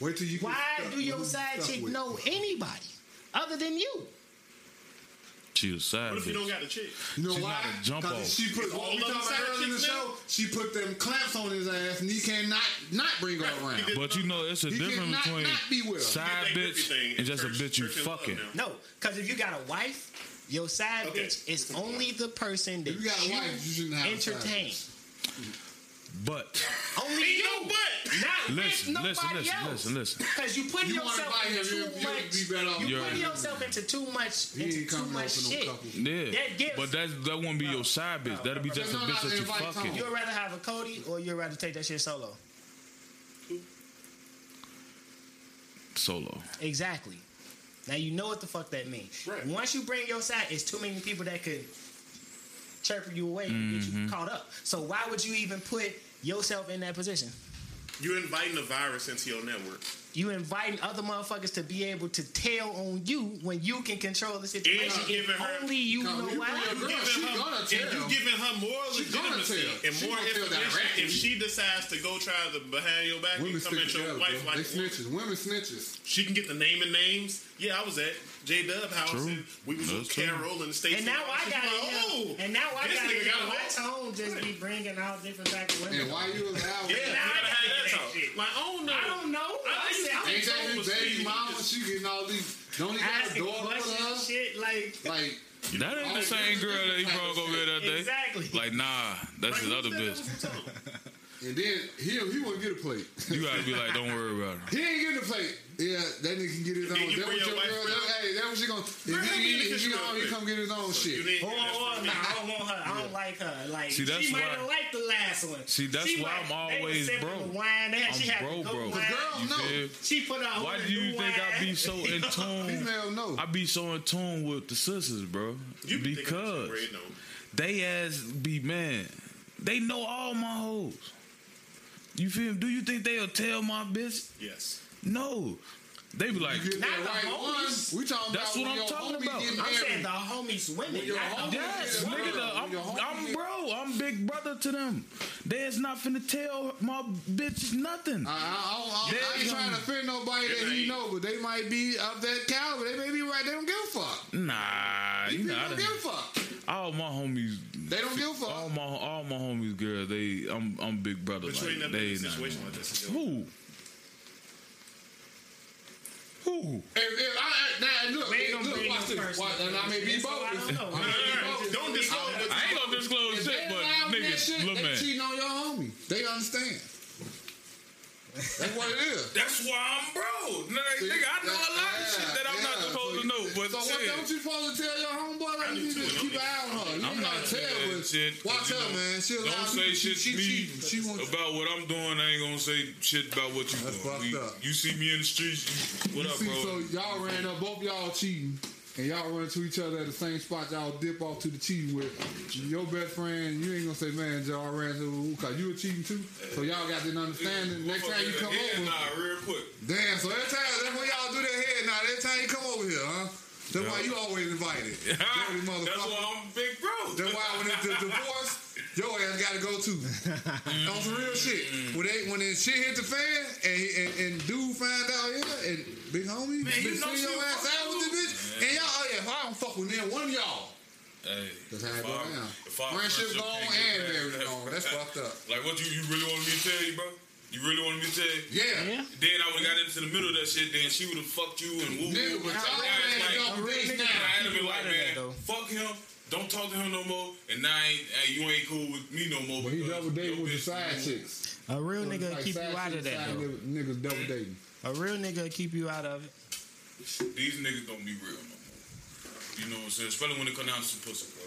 Speaker 9: Wait till you.
Speaker 2: Why
Speaker 9: get stuck
Speaker 2: do
Speaker 9: with
Speaker 2: your
Speaker 9: who you
Speaker 2: side
Speaker 9: stuck
Speaker 2: chick
Speaker 9: with.
Speaker 2: know anybody other than you?
Speaker 6: She was sad.
Speaker 4: What if you don't got a chick?
Speaker 9: You know
Speaker 6: She's
Speaker 9: why?
Speaker 6: not a jump
Speaker 9: 'Cause
Speaker 6: off.
Speaker 9: She put
Speaker 4: All
Speaker 9: what we
Speaker 4: of them
Speaker 9: talking about earlier in the
Speaker 4: side chicks
Speaker 9: show. She put them clamps on his ass, and he cannot not bring her around.
Speaker 4: did-
Speaker 6: But you know, it's a
Speaker 9: He
Speaker 6: difference
Speaker 9: cannot
Speaker 6: between
Speaker 9: not be with her.
Speaker 6: side
Speaker 4: That Griffey thing
Speaker 6: bitch and
Speaker 4: is
Speaker 6: just a
Speaker 4: church-
Speaker 6: bitch you
Speaker 4: church in love
Speaker 6: fucking.
Speaker 4: now.
Speaker 2: No, because if you got a wife, your side
Speaker 4: Okay.
Speaker 2: bitch is only the person that
Speaker 9: If you got a wife, you shouldn't have a side
Speaker 2: entertain.
Speaker 9: bitch.
Speaker 6: But
Speaker 2: Only you, not
Speaker 6: listen,
Speaker 2: with
Speaker 6: listen,
Speaker 2: nobody
Speaker 6: listen,
Speaker 2: else.
Speaker 6: listen, listen.
Speaker 2: Because you putting
Speaker 9: You want to
Speaker 2: yourself
Speaker 9: fight him,
Speaker 2: into
Speaker 9: you
Speaker 2: too
Speaker 9: would be
Speaker 2: much.
Speaker 9: better off.
Speaker 2: You
Speaker 6: You're-
Speaker 2: putting yourself into too much, into
Speaker 9: He ain't
Speaker 2: too
Speaker 9: coming
Speaker 2: much
Speaker 9: over no
Speaker 2: shit.
Speaker 9: couple.
Speaker 6: Yeah,
Speaker 2: That gives-
Speaker 6: but that's that won't be your side bitch. That'll be just a
Speaker 9: No, no,
Speaker 6: bitch that you
Speaker 9: invite
Speaker 6: fucking.
Speaker 9: Tom.
Speaker 2: You'd rather have a Cody, or you'd rather take that shit solo.
Speaker 6: solo.
Speaker 2: Exactly. Now you know what the fuck that means.
Speaker 4: Right.
Speaker 2: Once you bring your side, it's too many people that could chirp you away and get you caught up. So why would you even put yourself in that position?
Speaker 4: You're inviting a virus into your network.
Speaker 2: You inviting other motherfuckers to be able to tell on you when you can control the situation.
Speaker 4: And
Speaker 2: If
Speaker 4: giving her-
Speaker 2: only you
Speaker 9: Come,
Speaker 2: know
Speaker 9: you
Speaker 2: why.
Speaker 9: bring your girl,
Speaker 4: Giving
Speaker 9: she
Speaker 4: her-
Speaker 9: gonna
Speaker 4: and
Speaker 9: tell.
Speaker 4: you giving her more
Speaker 9: She gonna
Speaker 4: legitimacy
Speaker 9: tell.
Speaker 4: and
Speaker 9: She
Speaker 4: more
Speaker 9: gonna tell
Speaker 4: information
Speaker 9: directly.
Speaker 4: if she decides to go try to behind your back
Speaker 9: Women
Speaker 4: and come
Speaker 9: stick
Speaker 4: at your
Speaker 9: together,
Speaker 4: wife
Speaker 9: bro. They
Speaker 4: like a woman.
Speaker 9: snitches. Women snitches.
Speaker 4: She can get the name and names. Yeah, I was at J Dub house
Speaker 6: True.
Speaker 4: and we was
Speaker 6: That's
Speaker 4: with Carol and Stacey.
Speaker 2: And now I
Speaker 4: She's
Speaker 2: got
Speaker 4: like,
Speaker 2: it.
Speaker 4: oh,
Speaker 2: And now I
Speaker 4: this
Speaker 2: got
Speaker 4: nigga
Speaker 2: it.
Speaker 4: got a
Speaker 2: My
Speaker 4: hoe.
Speaker 2: tone just be bringing out different types of
Speaker 9: And
Speaker 2: women.
Speaker 9: why you allow?
Speaker 4: Yeah, you
Speaker 2: Now I gotta
Speaker 4: gotta have that
Speaker 2: get that
Speaker 4: talk.
Speaker 2: shit.
Speaker 4: Like, oh no,
Speaker 2: I don't know. I,
Speaker 4: I
Speaker 2: said, I
Speaker 9: Ain't
Speaker 2: was
Speaker 9: that his baby mama? She getting all these. Don't he got a
Speaker 2: asking
Speaker 9: daughter with
Speaker 2: questions, and
Speaker 9: her?
Speaker 2: shit like
Speaker 9: Like,
Speaker 6: That ain't the same girl that he brought over here that day.
Speaker 2: exactly.
Speaker 6: Like nah, that's his
Speaker 4: Who
Speaker 6: other
Speaker 4: said that
Speaker 6: bitch.
Speaker 4: was the tone?
Speaker 9: and then he he wouldn't get a plate.
Speaker 6: You gotta be like, don't worry about her.
Speaker 9: He ain't getting a plate. Yeah, that nigga can get his
Speaker 4: Then
Speaker 9: own.
Speaker 4: you
Speaker 9: That
Speaker 4: bring
Speaker 9: was your
Speaker 4: your wife
Speaker 9: girl.
Speaker 4: around.
Speaker 9: That, hey, that was you gonna.
Speaker 4: Bring
Speaker 9: If
Speaker 4: her
Speaker 9: he
Speaker 4: in the
Speaker 9: get
Speaker 4: kitchen
Speaker 9: his
Speaker 4: real
Speaker 9: own, he
Speaker 4: quick.
Speaker 9: come get his own
Speaker 4: You
Speaker 9: shit.
Speaker 4: didn't
Speaker 2: Or,
Speaker 4: get
Speaker 2: or
Speaker 4: that from
Speaker 2: Oh, nah,
Speaker 4: me.
Speaker 2: I don't want her. I don't like her. Like
Speaker 6: See, that's
Speaker 2: she might
Speaker 6: why-
Speaker 2: have liked the last one.
Speaker 6: See, that's
Speaker 2: She
Speaker 6: why
Speaker 2: might-
Speaker 6: I'm
Speaker 2: they was
Speaker 6: always
Speaker 2: sipping
Speaker 6: broke.
Speaker 2: the Wine. They had, she
Speaker 6: I'm
Speaker 2: had
Speaker 6: broke,
Speaker 2: the
Speaker 6: broke.
Speaker 2: Wine.
Speaker 9: The girl,
Speaker 6: You
Speaker 9: no.
Speaker 6: feel?
Speaker 2: She put out.
Speaker 6: Why do you think I be so in tune?
Speaker 9: Female, no.
Speaker 6: I be so in tune with the sisters, bro.
Speaker 4: You be thinking that shit,
Speaker 6: because
Speaker 4: bro, you know.
Speaker 6: they ass be man. They know all my hoes. You feel me? Do you think they'll tell my bitch?
Speaker 4: Yes.
Speaker 6: No. They be like,
Speaker 9: You get
Speaker 2: Not
Speaker 9: that
Speaker 2: the
Speaker 9: right
Speaker 2: homies.
Speaker 9: one. We talking
Speaker 6: That's what
Speaker 9: about when
Speaker 6: I'm
Speaker 9: your
Speaker 6: talking
Speaker 9: homie
Speaker 6: about.
Speaker 9: get
Speaker 2: I'm saying
Speaker 9: married.
Speaker 2: the homies, women.
Speaker 9: Your
Speaker 2: not the
Speaker 9: homies
Speaker 6: Yes,
Speaker 9: get
Speaker 6: nigga,
Speaker 9: married.
Speaker 6: the, I'm,
Speaker 9: Your homie
Speaker 6: I'm
Speaker 9: get-
Speaker 6: bro. I'm big brother to them. They is not finna tell my bitch nothing.
Speaker 4: Uh,
Speaker 9: I, I, I, I ain't
Speaker 6: They-
Speaker 9: trying to offend nobody that he know, but they might be of that caliber. They may be right. They don't give a fuck.
Speaker 6: Nah, you
Speaker 9: They
Speaker 6: know, I
Speaker 9: don't give a
Speaker 6: done,
Speaker 9: fuck.
Speaker 6: all my homies,
Speaker 9: They don't give a
Speaker 6: all
Speaker 9: fuck.
Speaker 6: Oh my all my homies, girl. They, I'm I'm big brother.
Speaker 4: But you ain't
Speaker 6: Like,
Speaker 4: never been
Speaker 6: they
Speaker 4: in a
Speaker 6: not.
Speaker 4: situation like this. yo.
Speaker 6: Who? Who?
Speaker 9: If, if I, I, now, look,
Speaker 2: They ain't gonna
Speaker 9: look,
Speaker 2: bring
Speaker 9: watch
Speaker 2: no
Speaker 9: this.
Speaker 2: person.
Speaker 9: Watch, and I may be
Speaker 2: So I
Speaker 9: both.
Speaker 2: don't know.
Speaker 9: I may be
Speaker 4: All
Speaker 9: both.
Speaker 4: right, Don't disclose.
Speaker 9: I-
Speaker 4: what
Speaker 6: I ain't gonna disclose
Speaker 9: If
Speaker 6: shit,
Speaker 9: they
Speaker 6: but
Speaker 9: allowing that
Speaker 6: niggas,
Speaker 9: shit,
Speaker 6: look
Speaker 9: they
Speaker 6: man.
Speaker 9: cheating on your homie. They understand. That's what it is.
Speaker 6: That's why I'm bro. Nigga,
Speaker 9: See,
Speaker 6: nigga, I know a lot of
Speaker 9: yeah,
Speaker 6: shit that I'm not
Speaker 9: yeah.
Speaker 6: supposed
Speaker 9: So-
Speaker 6: to know, but
Speaker 9: so
Speaker 6: shit.
Speaker 9: what don't you supposed to tell your homeboy? Like,
Speaker 4: I
Speaker 9: you
Speaker 4: need
Speaker 9: need to
Speaker 4: to.
Speaker 9: keep an eye on her. You
Speaker 6: I'm
Speaker 9: ain't
Speaker 6: not
Speaker 9: gotta tell,
Speaker 6: saying
Speaker 9: but
Speaker 6: shit, 'cause
Speaker 9: watch
Speaker 6: you
Speaker 9: out,
Speaker 6: know,
Speaker 9: man. She
Speaker 6: don't
Speaker 9: allows
Speaker 6: say
Speaker 9: you- she,
Speaker 6: shit
Speaker 9: she,
Speaker 6: to me.
Speaker 9: cheating. She wants.
Speaker 6: about what I'm doing, I ain't gonna say shit about what you
Speaker 9: That's
Speaker 6: doing.
Speaker 9: fucked
Speaker 6: You,
Speaker 9: up.
Speaker 6: you see me in the streets, you, what
Speaker 9: You
Speaker 6: up,
Speaker 9: see,
Speaker 6: bro?
Speaker 9: so y'all ran up, both y'all cheating. and y'all run into each other at the same spot y'all dip off to the cheating with, your best friend, you ain't gonna say, man, y'all ran into because you were cheating too. So y'all got an understanding. Next time you come
Speaker 6: Yeah,
Speaker 9: over,
Speaker 6: nah, real quick.
Speaker 9: damn. So every time that's when y'all do that head now. Every time you come over here, huh? That's why you always invited. Dirty
Speaker 6: That's
Speaker 9: motherfucker.
Speaker 6: why I'm big bro.
Speaker 9: That's why when it's the divorce, your ass got to go too. On some real shit. When they when this shit hit the fan and and, and dude find out yeah and big homie
Speaker 6: Man, you
Speaker 9: been
Speaker 6: know
Speaker 9: sending
Speaker 6: she
Speaker 9: your
Speaker 6: was
Speaker 9: ass out with this bitch and y'all oh yeah if I don't fuck with them one of y'all.
Speaker 6: Hey,
Speaker 9: That's how it
Speaker 6: if
Speaker 9: go
Speaker 6: I-
Speaker 9: down.
Speaker 6: if I
Speaker 9: Friendship
Speaker 6: friendship
Speaker 9: gone
Speaker 6: can't
Speaker 9: and
Speaker 6: get
Speaker 9: marriage
Speaker 6: past-
Speaker 9: gone. That's fucked up.
Speaker 6: Like, what you, you really wanted me to tell you, bro? You really wanted me to tell you?
Speaker 9: Yeah.
Speaker 2: Yeah.
Speaker 6: Then I would have got into the middle of that shit, then she would have fucked you and woo
Speaker 9: Nigga, but
Speaker 6: I,
Speaker 9: y'all ass
Speaker 6: like,
Speaker 9: got
Speaker 2: real
Speaker 9: rich
Speaker 2: nigga.
Speaker 9: now.
Speaker 6: I had to be like,
Speaker 2: Out of that,
Speaker 6: man,
Speaker 2: though.
Speaker 6: fuck him. Don't talk to him no more. And now I ain't, hey, you ain't cool with me no more.
Speaker 9: But he
Speaker 6: because
Speaker 9: double
Speaker 6: your
Speaker 9: dating with the
Speaker 6: bitch-
Speaker 9: side chicks.
Speaker 2: A real
Speaker 9: So it's
Speaker 2: nigga
Speaker 9: like
Speaker 2: keep you
Speaker 9: side
Speaker 2: out of
Speaker 9: chicks,
Speaker 2: that
Speaker 9: side
Speaker 2: though.
Speaker 9: nigga- Niggas double dating.
Speaker 2: A real nigga keep you out of it.
Speaker 6: These niggas don't be real no more. You know what I'm saying? Especially when it comes down to some pussy, bro.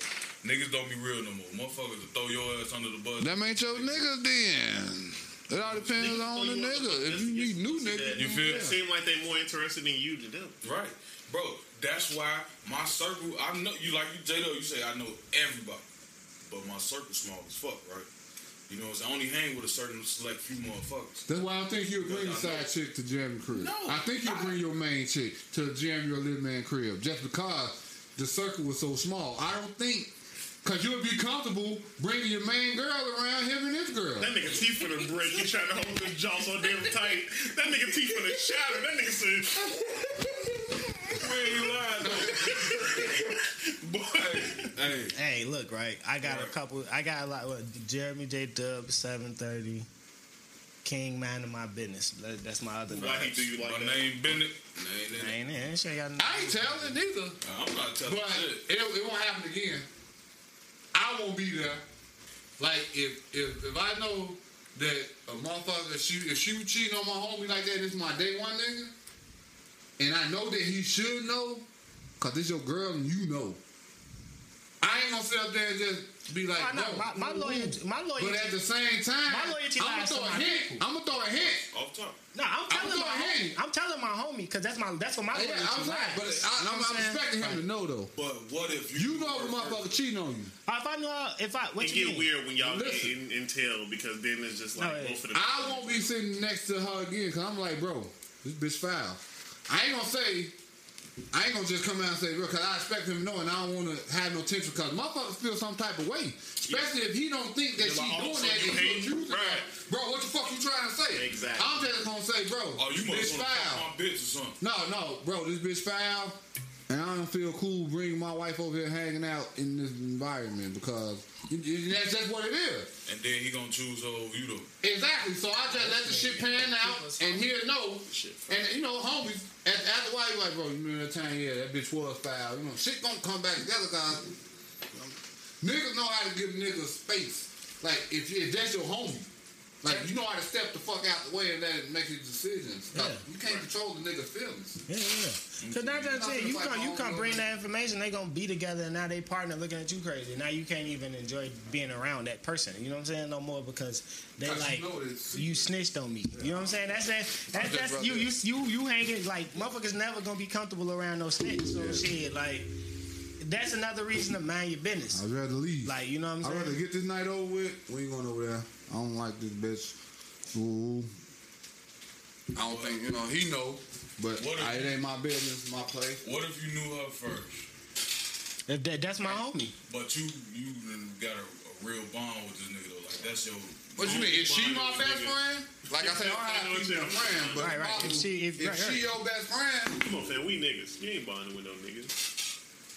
Speaker 6: Niggas don't be real no more. Motherfuckers will throw your ass under the bus.
Speaker 12: Them ain't your niggas then. It all depends on the nigga. If you meet new niggas,
Speaker 6: You feel?
Speaker 4: It seems like they more interested in you than them.
Speaker 6: Right, bro. That's why my circle. I know you like you, J Lo. You say I know everybody, but my circle small as fuck, right? You know, it's, I only hang with a certain select few motherfuckers.
Speaker 9: That's why I don't think you'll bring your side chick to jam your crib.
Speaker 6: No.
Speaker 9: I think you'll bring your main chick to jam your little man crib just because the circle was so small. I don't think, because you'll be comfortable bringing your main girl around him and this girl.
Speaker 4: That nigga teeth finna break. He trying to hold his jaw so damn tight. That nigga teeth finna shatter. That nigga said,
Speaker 6: Where you lying? Boy, hey,
Speaker 2: Hey, look, right. I got a
Speaker 6: Right.
Speaker 2: couple. I got a lot. What, Jeremy J. Dub, seven thirty. King minding my business. That- That's my other
Speaker 4: "Why he do you like
Speaker 6: my
Speaker 4: that?"
Speaker 6: name Bennett. Name,
Speaker 2: I
Speaker 6: name.
Speaker 2: ain't, I ain't sure y'all know.
Speaker 9: I ain't telling neither,
Speaker 6: I'm not telling
Speaker 9: but
Speaker 6: shit.
Speaker 9: it, it won't happen again. I won't be there. Like, if if, if I know that a motherfucker, if she, if she was cheating on my homie like that, this my day one nigga, and I know that he should know, because this your girl and you know. I ain't gonna sit up there and just be like,
Speaker 2: Why
Speaker 9: no.
Speaker 2: not? My, my lawyer, my lawyer.
Speaker 9: but at the same time,
Speaker 2: My loyalty
Speaker 9: I'm gonna
Speaker 2: lies to
Speaker 9: throw a
Speaker 2: my
Speaker 9: hint.
Speaker 2: people.
Speaker 9: I'm gonna throw a hint.
Speaker 6: Off top.
Speaker 2: no, I'm telling
Speaker 9: I'm
Speaker 2: my
Speaker 9: sorry.
Speaker 2: homie. I'm telling my homie because that's my that's what my lawyer.
Speaker 9: Yeah,
Speaker 2: lied.
Speaker 9: I'm sorry, but I,
Speaker 2: You know what I'm
Speaker 9: I'm, I'm
Speaker 2: saying?
Speaker 9: expecting him to know though.
Speaker 6: But what if you?
Speaker 9: You know if a motherfucker cheating on you.
Speaker 2: Uh, if I know if I what
Speaker 4: It
Speaker 2: you
Speaker 4: get
Speaker 2: mean?
Speaker 4: weird when y'all get
Speaker 9: Listen.
Speaker 4: in, intel because then it's just like
Speaker 2: No,
Speaker 4: both of them.
Speaker 9: I won't be sitting next to her again because I'm like, bro, this bitch foul. I ain't gonna say, I ain't gonna just come out and say, bro, because I expect him to know and I don't want to have no tension because motherfuckers feel some type of way. Especially if he don't think that
Speaker 4: Yeah,
Speaker 9: she
Speaker 4: like,
Speaker 9: doing
Speaker 4: oh, so
Speaker 9: that
Speaker 4: you
Speaker 9: and he
Speaker 4: hate-
Speaker 9: accusing her.
Speaker 4: right.
Speaker 9: Bro, what the fuck you trying to say?
Speaker 4: Exactly.
Speaker 9: I'm just gonna say, bro,
Speaker 6: Oh, you must
Speaker 9: bitch
Speaker 6: want to
Speaker 9: foul.
Speaker 6: fuck my bitch or something.
Speaker 9: No, no, bro, this bitch foul, and I don't feel cool bringing my wife over here hanging out in this environment because it- it- that's just what it is.
Speaker 6: And then he gonna choose over you though.
Speaker 9: Exactly. So I just let the shit pan out, and he'll know. And you know, homies, at- after a while, you like, bro, you remember that time? Yeah, that bitch was foul. You know, shit gonna come back together, guys. Niggas know how to give niggas space. Like if, if that's your homie. Like you know how to step the fuck out the way and let it make your decisions. Like,
Speaker 2: Yeah.
Speaker 9: You can't control the nigga's feelings.
Speaker 2: Yeah, yeah. Cause now that's it. You come, you come bring that information. They gonna be together, and now they partner looking at you crazy. Now you can't even enjoy being around that person. You know what I'm saying? No more because they
Speaker 9: 'Cause
Speaker 2: like
Speaker 9: you know it's-
Speaker 2: you snitched on me. You know what I'm saying? That's that. That's,
Speaker 9: just
Speaker 2: that's you. You you you hanging like motherfuckers never gonna be comfortable around no snitch. So shit, like that's another reason to mind your business.
Speaker 9: I'd rather leave.
Speaker 2: Like you know what I'm
Speaker 9: I'd
Speaker 2: saying?
Speaker 9: rather get this night over with. We ain't going over there. I don't like this bitch. Ooh. I don't think, you know, he know. But
Speaker 6: What if-
Speaker 9: I, it ain't my business, it's my place.
Speaker 6: What if you knew her first?
Speaker 2: If that, that's my homie.
Speaker 6: But you you done got a, a real bond with this nigga though. Like that's your.
Speaker 9: What you mean? Is she my
Speaker 4: Nigga.
Speaker 9: best friend? Like I said, I don't
Speaker 4: I know
Speaker 9: have
Speaker 4: what
Speaker 9: female
Speaker 4: you're-
Speaker 9: friends, but
Speaker 2: Right, right.
Speaker 9: if,
Speaker 2: If she- if- right,
Speaker 9: she your best friend,
Speaker 4: Come on, fam. We niggas. You ain't bonding with no niggas.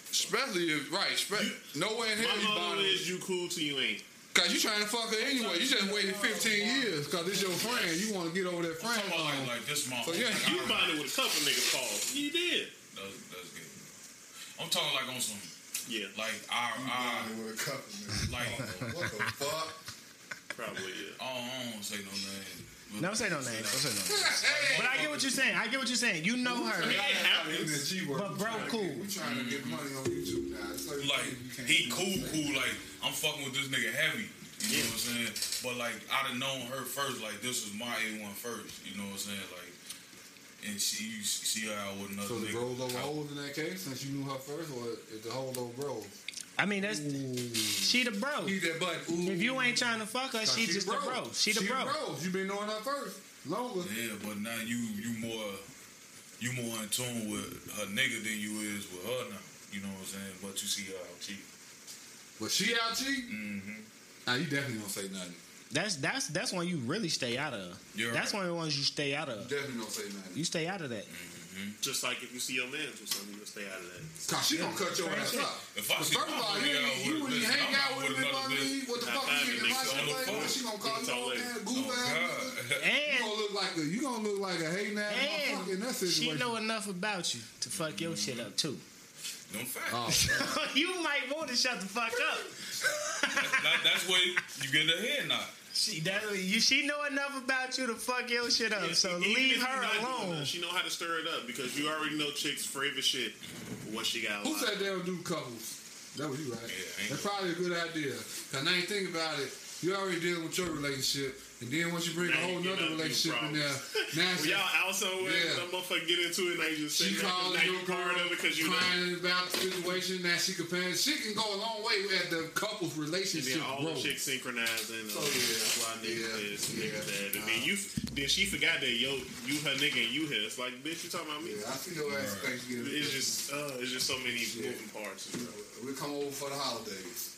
Speaker 13: Especially if right, spe- nowhere in here
Speaker 4: My
Speaker 13: you
Speaker 4: motto
Speaker 13: bonding.
Speaker 4: is you cool till you ain't.
Speaker 13: Cause you trying to fuck her anyway. You just waited 15 years.
Speaker 9: years, because it's your friend. You want to get over
Speaker 6: I'm
Speaker 9: that friend.
Speaker 6: talking about like, like this mom.
Speaker 13: So, yeah,
Speaker 6: like,
Speaker 4: You
Speaker 6: I-
Speaker 4: bonding with a couple niggas, Paul. You did.
Speaker 6: that's, that's good. I'm talking like on some
Speaker 4: Yeah,
Speaker 6: like our our
Speaker 3: with a couple, man.
Speaker 6: like.
Speaker 3: What the fuck?
Speaker 4: probably. Yeah.
Speaker 6: I don't, I don't say no name. But
Speaker 2: Don't say no names. Don't say no names.
Speaker 6: Hey,
Speaker 2: But I get what you're saying. I get what you're saying. You know her.
Speaker 3: In the G word.
Speaker 2: But
Speaker 3: we
Speaker 2: bro,
Speaker 3: trying to
Speaker 2: cool.
Speaker 3: Get, we trying to get money on YouTube now. It's like,
Speaker 6: like
Speaker 3: you can't
Speaker 6: he
Speaker 3: do
Speaker 6: cool,
Speaker 3: nothing.
Speaker 6: cool. Like I'm fucking with this nigga heavy. You know what I'm saying? But like I'd have known her first. Like this was my A1 first. You know what I'm saying? Like and she you see her out with another
Speaker 9: So the
Speaker 6: nigga.
Speaker 9: rollover
Speaker 6: Out-
Speaker 9: holds in that case, since you knew her first, or is the holdover bro?
Speaker 2: I mean, that's she the bro.
Speaker 9: He that butt. Ooh.
Speaker 2: If you ain't trying to fuck her,
Speaker 9: Cause
Speaker 2: she, just the bro. She the bro.
Speaker 9: You been knowing her first longer.
Speaker 6: Yeah, but now you you more you more in tune with her nigga than you is with her now. You know what I'm saying? But you see her out cheating.
Speaker 9: But she out cheating.
Speaker 6: Mm-hmm.
Speaker 9: Nah, you definitely don't say nothing.
Speaker 2: That's that's that's when you really stay out of.
Speaker 6: You're
Speaker 2: that's
Speaker 6: right.
Speaker 2: one of the ones you stay out of.
Speaker 9: Definitely don't say nothing.
Speaker 2: You stay out of that.
Speaker 4: Just like if you see your man's or something, you'll stay out of that.
Speaker 9: Cause she gonna cut your ass up.
Speaker 6: If I
Speaker 9: But
Speaker 6: see
Speaker 9: first of
Speaker 6: my
Speaker 9: all,
Speaker 6: homie out
Speaker 9: you, ain't- you
Speaker 6: with
Speaker 9: wouldn't
Speaker 6: a bitch,
Speaker 9: hang
Speaker 6: I'm
Speaker 9: out
Speaker 6: out
Speaker 9: with
Speaker 6: with
Speaker 9: him if I
Speaker 6: another
Speaker 9: leave. What the
Speaker 4: Not
Speaker 9: fuck you
Speaker 4: five
Speaker 9: even
Speaker 4: niggas on
Speaker 9: like?
Speaker 4: the
Speaker 9: somebody?
Speaker 6: phone.
Speaker 9: She gonna call
Speaker 4: It's all
Speaker 9: you
Speaker 4: later.
Speaker 9: a goof
Speaker 6: Oh,
Speaker 9: ass.
Speaker 6: God.
Speaker 9: You
Speaker 2: And
Speaker 9: gonna look like a you gonna look like a hating ass motherfucker in that
Speaker 2: and she
Speaker 9: situation.
Speaker 2: know enough about you to fuck your shit up too.
Speaker 6: Them facts.
Speaker 9: Oh,
Speaker 2: you might want to shut the fuck up.
Speaker 6: that, that's where you get the head knock.
Speaker 2: She that, you she know enough about you to fuck your shit up. so
Speaker 4: Even if
Speaker 2: leave
Speaker 4: you
Speaker 2: her
Speaker 4: not doing
Speaker 2: alone.
Speaker 4: nothing, She know how to stir it up because you already know chicks' favorite shit. What she got?
Speaker 9: Who
Speaker 4: alive.
Speaker 9: said they don't do couples? That was you, right?
Speaker 6: Yeah, ain't
Speaker 9: That's probably a good idea. Cause now you think about it, you already dealing with your relationship, and then once you bring
Speaker 4: Now
Speaker 9: a
Speaker 4: you
Speaker 9: whole
Speaker 4: get
Speaker 9: nother
Speaker 4: other
Speaker 9: relationship in
Speaker 4: people's
Speaker 9: there, now
Speaker 4: Well,
Speaker 9: she,
Speaker 4: y'all out somewhere,
Speaker 9: Yeah.
Speaker 4: that motherfucker get into it, and they just
Speaker 9: she
Speaker 4: sitting there,
Speaker 9: calls
Speaker 4: now
Speaker 9: your
Speaker 4: you part
Speaker 9: girl
Speaker 4: of it because you know.
Speaker 9: crying about the situation. Now she comparing. She can go a long way at the couple's
Speaker 4: And
Speaker 9: relationship
Speaker 4: then all
Speaker 9: growth.
Speaker 4: the chicks synchronizing. Uh,
Speaker 9: Oh, yeah.
Speaker 4: That's why niggas
Speaker 9: Yeah.
Speaker 4: this, niggas
Speaker 9: Yeah.
Speaker 4: that. And then you, then she forgot that yo, you her nigga and you her. It's like, bitch, you talking about me?
Speaker 9: Yeah, I see your ass Thanksgiving.
Speaker 4: It's just, uh, it's just so many moving parts. Bro.
Speaker 9: we come over for the holidays.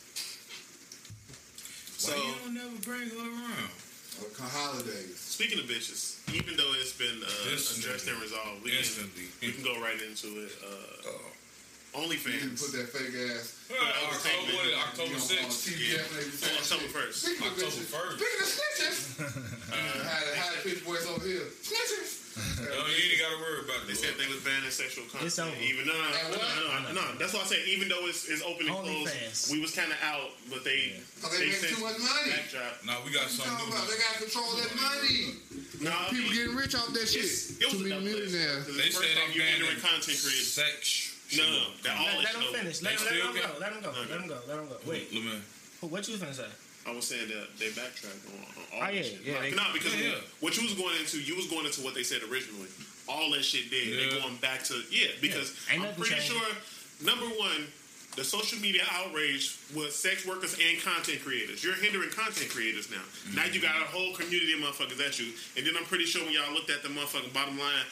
Speaker 4: So
Speaker 6: Why you don't never bring her around?
Speaker 3: Uh,
Speaker 9: Or come holidays.
Speaker 4: speaking of bitches, even though it's been uh,
Speaker 6: This
Speaker 4: addressed
Speaker 6: nigga.
Speaker 4: and resolved, we can,
Speaker 6: Instantly.
Speaker 4: we can go right into it. Uh,
Speaker 9: You can
Speaker 4: OnlyFans.
Speaker 9: put that fake ass.
Speaker 6: Well, October, what is it, October
Speaker 9: you know, on
Speaker 6: 6th?
Speaker 9: TV that lady
Speaker 4: Oh,
Speaker 9: saying
Speaker 4: October
Speaker 9: shit.
Speaker 4: first.
Speaker 9: Speaking of
Speaker 6: October
Speaker 9: bitches,
Speaker 6: 1st.
Speaker 9: Speaking of snitches.
Speaker 3: Uh,
Speaker 9: How the how the bitch boys over here? Snitches.
Speaker 6: No, you ain't got to worry about it.
Speaker 4: They said they was banning sexual content.
Speaker 2: It's over.
Speaker 4: Even no, no,
Speaker 9: And
Speaker 4: no,
Speaker 9: what?
Speaker 4: no, no, no, That's why I said even though it's, it's open and
Speaker 2: Only
Speaker 4: closed,
Speaker 2: fans.
Speaker 4: we was kind of out, but they
Speaker 9: Oh, they making
Speaker 4: sent
Speaker 9: too much money.
Speaker 4: backdrop.
Speaker 6: Nah, we got
Speaker 9: Talking
Speaker 6: something new.
Speaker 9: about they gotta control that money.
Speaker 4: No, I
Speaker 9: People
Speaker 4: mean,
Speaker 9: getting rich off that
Speaker 4: it's-
Speaker 9: shit.
Speaker 4: it was a
Speaker 9: Too
Speaker 4: double edge.
Speaker 9: many millionaires.
Speaker 4: 'Cause
Speaker 6: They
Speaker 4: first
Speaker 6: said
Speaker 4: off,
Speaker 6: they
Speaker 4: you're
Speaker 6: banned
Speaker 4: hindering content creators.
Speaker 6: Sex.
Speaker 4: No, no, that all
Speaker 2: Let,
Speaker 4: is
Speaker 2: let him
Speaker 4: over.
Speaker 2: finish. Let,
Speaker 6: They
Speaker 2: let
Speaker 6: still
Speaker 2: him go.
Speaker 6: got-
Speaker 2: Let him go. Let him go. Let him go. Wait,
Speaker 6: Let me.
Speaker 2: what you finna say?
Speaker 4: I was saying that they backtracked on, on all
Speaker 2: Oh,
Speaker 4: that
Speaker 2: yeah,
Speaker 4: shit.
Speaker 2: yeah,
Speaker 4: like,
Speaker 2: they-
Speaker 4: nah, because
Speaker 6: yeah, yeah.
Speaker 4: what you was going into, you was going into what they said originally. All that shit did. They
Speaker 6: Yeah.
Speaker 4: going back to yeah, because
Speaker 2: Yeah, ain't
Speaker 4: I'm
Speaker 2: nothing
Speaker 4: pretty
Speaker 2: changed.
Speaker 4: sure number one, the social media outrage was sex workers and content creators. You're hindering content creators now. Now
Speaker 2: Mm-hmm.
Speaker 4: you got a whole community of motherfuckers at you. And then I'm pretty sure when y'all looked at the motherfucking bottom line,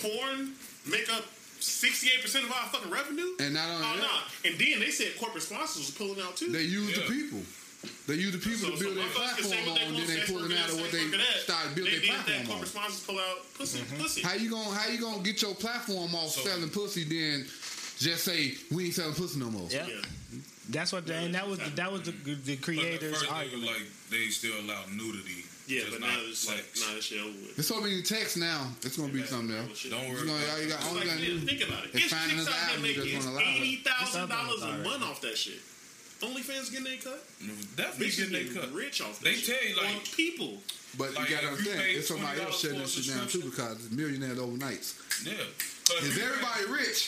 Speaker 4: porn make up sixty eight percent of our fucking revenue.
Speaker 3: And uh, not
Speaker 4: Oh
Speaker 3: only
Speaker 4: no!
Speaker 3: that,
Speaker 4: And then they said corporate sponsors was pulling out too.
Speaker 3: they use
Speaker 6: Yeah.
Speaker 3: the people. They use the people
Speaker 4: So,
Speaker 3: to
Speaker 4: so
Speaker 3: build their
Speaker 4: motherfuckers can say
Speaker 3: platform
Speaker 4: what
Speaker 3: on,
Speaker 4: they want,
Speaker 3: then they
Speaker 4: sex
Speaker 3: pulling
Speaker 4: worker
Speaker 3: out
Speaker 4: this,
Speaker 3: of what
Speaker 4: sex
Speaker 3: they
Speaker 4: worker that.
Speaker 3: started build
Speaker 4: They
Speaker 3: their
Speaker 4: did that
Speaker 3: platform on.
Speaker 4: corporate sponsors pull out pussy, pussy.
Speaker 3: How you gonna how you gonna get your platform off selling pussy then just say we ain't selling pussy no more?
Speaker 2: Yeah.
Speaker 4: Yeah.
Speaker 2: That's what. The, and that was the, that was the, the
Speaker 6: But at
Speaker 2: creators.
Speaker 6: first, they
Speaker 2: argument.
Speaker 6: were like, they still allow nudity.
Speaker 4: Yeah,
Speaker 6: just
Speaker 4: but now it's like,
Speaker 6: sex.
Speaker 4: nah, this shit over with.
Speaker 3: There's so many texts now. It's gonna be something else.
Speaker 4: Bullshit.
Speaker 6: Don't
Speaker 3: You
Speaker 6: worry
Speaker 3: know,
Speaker 6: about
Speaker 3: all you
Speaker 6: it.
Speaker 3: got, all you
Speaker 4: Like,
Speaker 3: gotta
Speaker 4: yeah,
Speaker 3: do.
Speaker 4: think about it.
Speaker 3: It's
Speaker 4: It's
Speaker 3: finding
Speaker 4: chicks
Speaker 3: another
Speaker 4: out there
Speaker 3: avenue
Speaker 4: making
Speaker 3: that's gonna allow it.
Speaker 4: eighty thousand dollars
Speaker 2: It's
Speaker 4: a
Speaker 2: up,
Speaker 4: month off that shit. OnlyFans getting their cut.
Speaker 6: Definitely
Speaker 4: Bitches
Speaker 6: getting
Speaker 4: getting
Speaker 6: their cut.
Speaker 4: rich off that.
Speaker 6: They
Speaker 4: shit.
Speaker 6: tell you, like-
Speaker 4: On people.
Speaker 3: But
Speaker 6: Like,
Speaker 3: you gotta
Speaker 6: if you
Speaker 3: understand,
Speaker 6: pay
Speaker 3: it's somebody else shutting this
Speaker 6: $20
Speaker 3: shit down
Speaker 6: for a
Speaker 3: too because it's millionaires overnight.
Speaker 6: Yeah. So if
Speaker 3: Is
Speaker 6: you-
Speaker 3: everybody rich?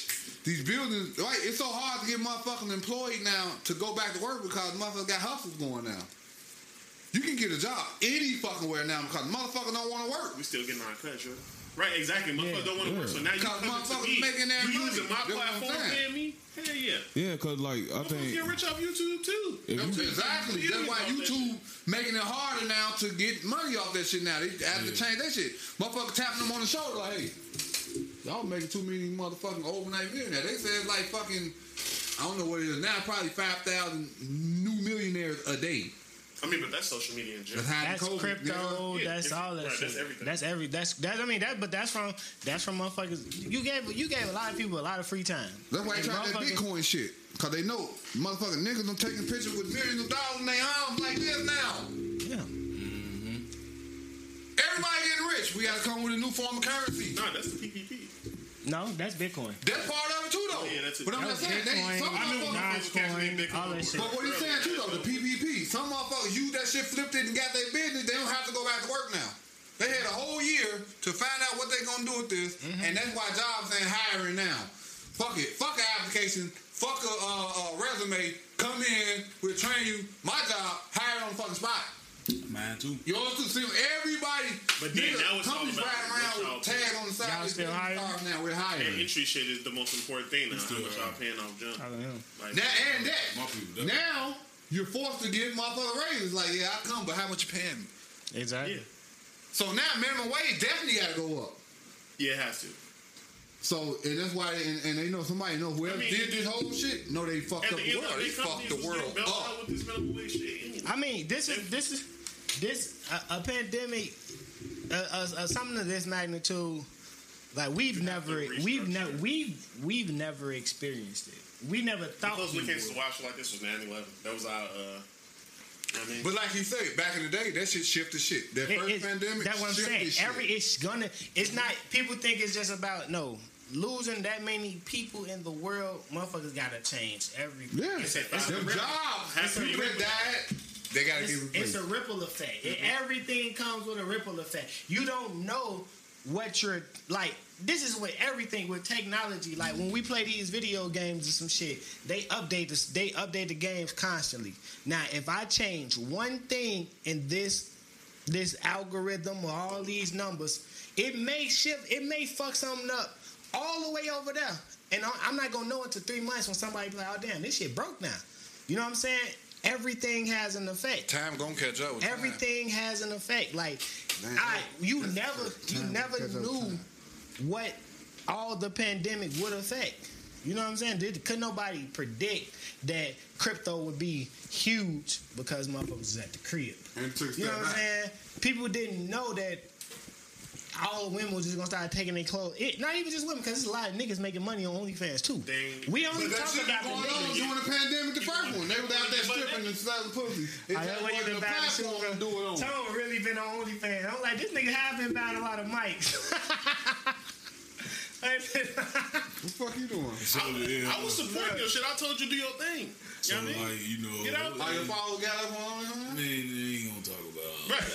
Speaker 3: These buildings, right? It's so hard to get motherfucking employed now to go back to work because motherfuckers got hustles going now. You can get a job any fucking where now because motherfuckers don't want to work.
Speaker 4: We still getting our cut, yo. Right, exactly. Motherfuckers
Speaker 2: Yeah,
Speaker 4: don't want to work,
Speaker 6: yeah.
Speaker 4: so now you
Speaker 3: Cause
Speaker 4: coming
Speaker 3: motherfuckers
Speaker 4: to me.
Speaker 3: making that
Speaker 4: you
Speaker 3: money.
Speaker 4: using my
Speaker 3: That's what I'm
Speaker 4: platform,
Speaker 3: saying.
Speaker 4: paying me? Hell yeah.
Speaker 7: Yeah, cause like I
Speaker 4: Motherfuckers
Speaker 7: think
Speaker 4: get rich off YouTube too.
Speaker 7: if you
Speaker 3: Exactly. That's why YouTube making it harder now to get money off that shit now. They have to change that shit. Motherfucker tapping them on the shoulder like, hey, y'all making too many motherfucking overnight millionaires. They said like fucking, I don't know what it is now, probably 5,000 new millionaires a day.
Speaker 4: I mean, but that's social media in general.
Speaker 3: That's how the
Speaker 2: That's
Speaker 3: COVID, nigga.
Speaker 2: crypto.
Speaker 4: Yeah,
Speaker 2: that's
Speaker 4: different-
Speaker 2: all that
Speaker 4: right,
Speaker 2: shit.
Speaker 4: that's
Speaker 2: That's
Speaker 4: everything.
Speaker 2: everything. That's every. That's that's. I mean that. But that's from that's from motherfuckers. You gave you gave a lot of people a lot of free time.
Speaker 3: That's why they
Speaker 2: And
Speaker 3: trying that
Speaker 2: motherfuckers-
Speaker 3: Bitcoin shit. Cause they know motherfucking niggas them taking pictures with millions of dollars in their arms like this now.
Speaker 2: Yeah.
Speaker 3: Everybody getting rich. We gotta come with a new form of currency.
Speaker 4: Nah, that's the PPP.
Speaker 2: No, that's Bitcoin.
Speaker 3: That's part of it too though.
Speaker 4: Yeah, that's it.
Speaker 3: But I'm
Speaker 4: That
Speaker 3: just
Speaker 2: was
Speaker 3: saying, they,
Speaker 2: Bitcoin.
Speaker 3: some
Speaker 2: I
Speaker 4: knew
Speaker 3: motherfuckers
Speaker 4: motherfuckers was catching
Speaker 2: Dogecoin,
Speaker 4: their dick
Speaker 2: all
Speaker 4: on
Speaker 2: that
Speaker 4: the
Speaker 2: shit.
Speaker 4: board.
Speaker 3: But what he's saying too though, the PPP, some motherfuckers used that shit, flipped it, and got their business. They don't have to go back to work now. They had a whole year to find out what they gonna do with this,
Speaker 2: Mm-hmm.
Speaker 3: and that's why jobs ain't hiring now. Fuck it, fuck an application, fuck a, uh, a resume. Come in, we'll train you. My job, hire on the fucking spot.
Speaker 6: Mine too.
Speaker 3: Yours too. See, everybody.
Speaker 4: But
Speaker 3: nigga,
Speaker 4: then now it's all
Speaker 3: companies
Speaker 4: about
Speaker 3: riding around
Speaker 4: what y'all
Speaker 3: with tags
Speaker 2: still hiring?
Speaker 9: Cars now we're
Speaker 4: That
Speaker 9: hiring.
Speaker 4: entry shit is the most important thing now. How much y'all paying off jump?
Speaker 2: I don't know.
Speaker 4: Like,
Speaker 9: Now and that.
Speaker 6: My people, that-
Speaker 9: Now you're forced to give motherfucker raises. Like, yeah, I come, but how much you paying me?
Speaker 2: Exactly.
Speaker 9: So now minimum wage definitely got to go up.
Speaker 4: yeah, it has to.
Speaker 9: So and that's why, and, and they know somebody know whoever
Speaker 4: I mean-
Speaker 9: did this whole shit. No, they fucked
Speaker 4: At
Speaker 9: up
Speaker 4: the
Speaker 9: the
Speaker 4: end
Speaker 9: world.
Speaker 4: of
Speaker 9: They
Speaker 4: the
Speaker 9: fucked the world up.
Speaker 4: With this minimum wage shit. anyway.
Speaker 2: I mean, this is this is this a, a pandemic, uh, uh, uh, something of this magnitude. Like we've never, we've never, we've we've never experienced it. We never thought
Speaker 4: Close
Speaker 2: we
Speaker 4: look against
Speaker 2: would.
Speaker 4: the watch like this was 9 11. That was our, uh, I mean,
Speaker 3: But like you say, back in the day, that shit shifted shit. That
Speaker 2: It-
Speaker 3: first
Speaker 2: it's-
Speaker 3: pandemic,
Speaker 2: That's what I'm
Speaker 3: shifted
Speaker 2: saying.
Speaker 3: shit.
Speaker 2: Every it's gonna. It's not. People think it's just about no losing that many people in the world. Motherfuckers gotta change every.
Speaker 9: Yeah,
Speaker 4: It's a- it's a
Speaker 9: them
Speaker 4: rip-
Speaker 9: jobs.
Speaker 4: Half of
Speaker 9: If you
Speaker 4: you
Speaker 9: been
Speaker 4: rip-
Speaker 9: died, they got to
Speaker 2: It's,
Speaker 9: be
Speaker 2: it's
Speaker 9: replaced. Mm-hmm.
Speaker 2: a ripple effect. It- everything comes with a ripple effect. You don't know what you're like. This is with everything with technology. Like when
Speaker 9: Mm-hmm.
Speaker 2: we play these video games and some shit, they update this. They update the games constantly. Now, if I change one thing in this this algorithm or all these numbers, it may shift. It may fuck something up all the way over there. And I- I'm not gonna know until three months when somebody be like, "Oh damn, this shit broke now." You know what I'm saying? Everything has an effect
Speaker 3: Time gonna catch up with Time.
Speaker 2: everything has an effect. Like
Speaker 9: Man,
Speaker 2: I, you
Speaker 9: that's
Speaker 2: never,
Speaker 9: the
Speaker 2: you
Speaker 9: time
Speaker 2: never
Speaker 9: because of
Speaker 2: knew
Speaker 9: time.
Speaker 2: what all the pandemic would affect. You know what I'm saying? Did, could nobody predict that crypto would be huge because motherfuckers was at the crib?
Speaker 9: And took
Speaker 2: You know
Speaker 9: that
Speaker 2: what I'm
Speaker 9: back.
Speaker 2: saying? People didn't know that all women was just gonna start taking their clothes. It, not even just women, because there's a lot of niggas making money on OnlyFans too.
Speaker 4: Dang.
Speaker 2: We
Speaker 9: But
Speaker 2: only
Speaker 9: that
Speaker 2: talk
Speaker 9: shit
Speaker 2: about
Speaker 9: was
Speaker 2: the
Speaker 9: going on
Speaker 2: niggas.
Speaker 9: during the pandemic, the first one. They was out there stripping and selling pussy. It
Speaker 2: I
Speaker 9: just
Speaker 2: know you
Speaker 9: wasn't
Speaker 2: been
Speaker 9: a
Speaker 2: buying shoes,
Speaker 9: platform to do it
Speaker 2: bro.
Speaker 9: on.
Speaker 2: Tone really been on OnlyFans. I'm like, this nigga have been buying a lot of mics.
Speaker 9: What the fuck you doing?
Speaker 4: I, I was supporting your shit. I told you to do your thing.
Speaker 6: So,
Speaker 4: You know what I mean?
Speaker 6: like, you know,
Speaker 4: Get out
Speaker 9: Like
Speaker 6: Man,
Speaker 9: if I was got up on him,
Speaker 6: man, you ain't gonna talk about
Speaker 4: Right.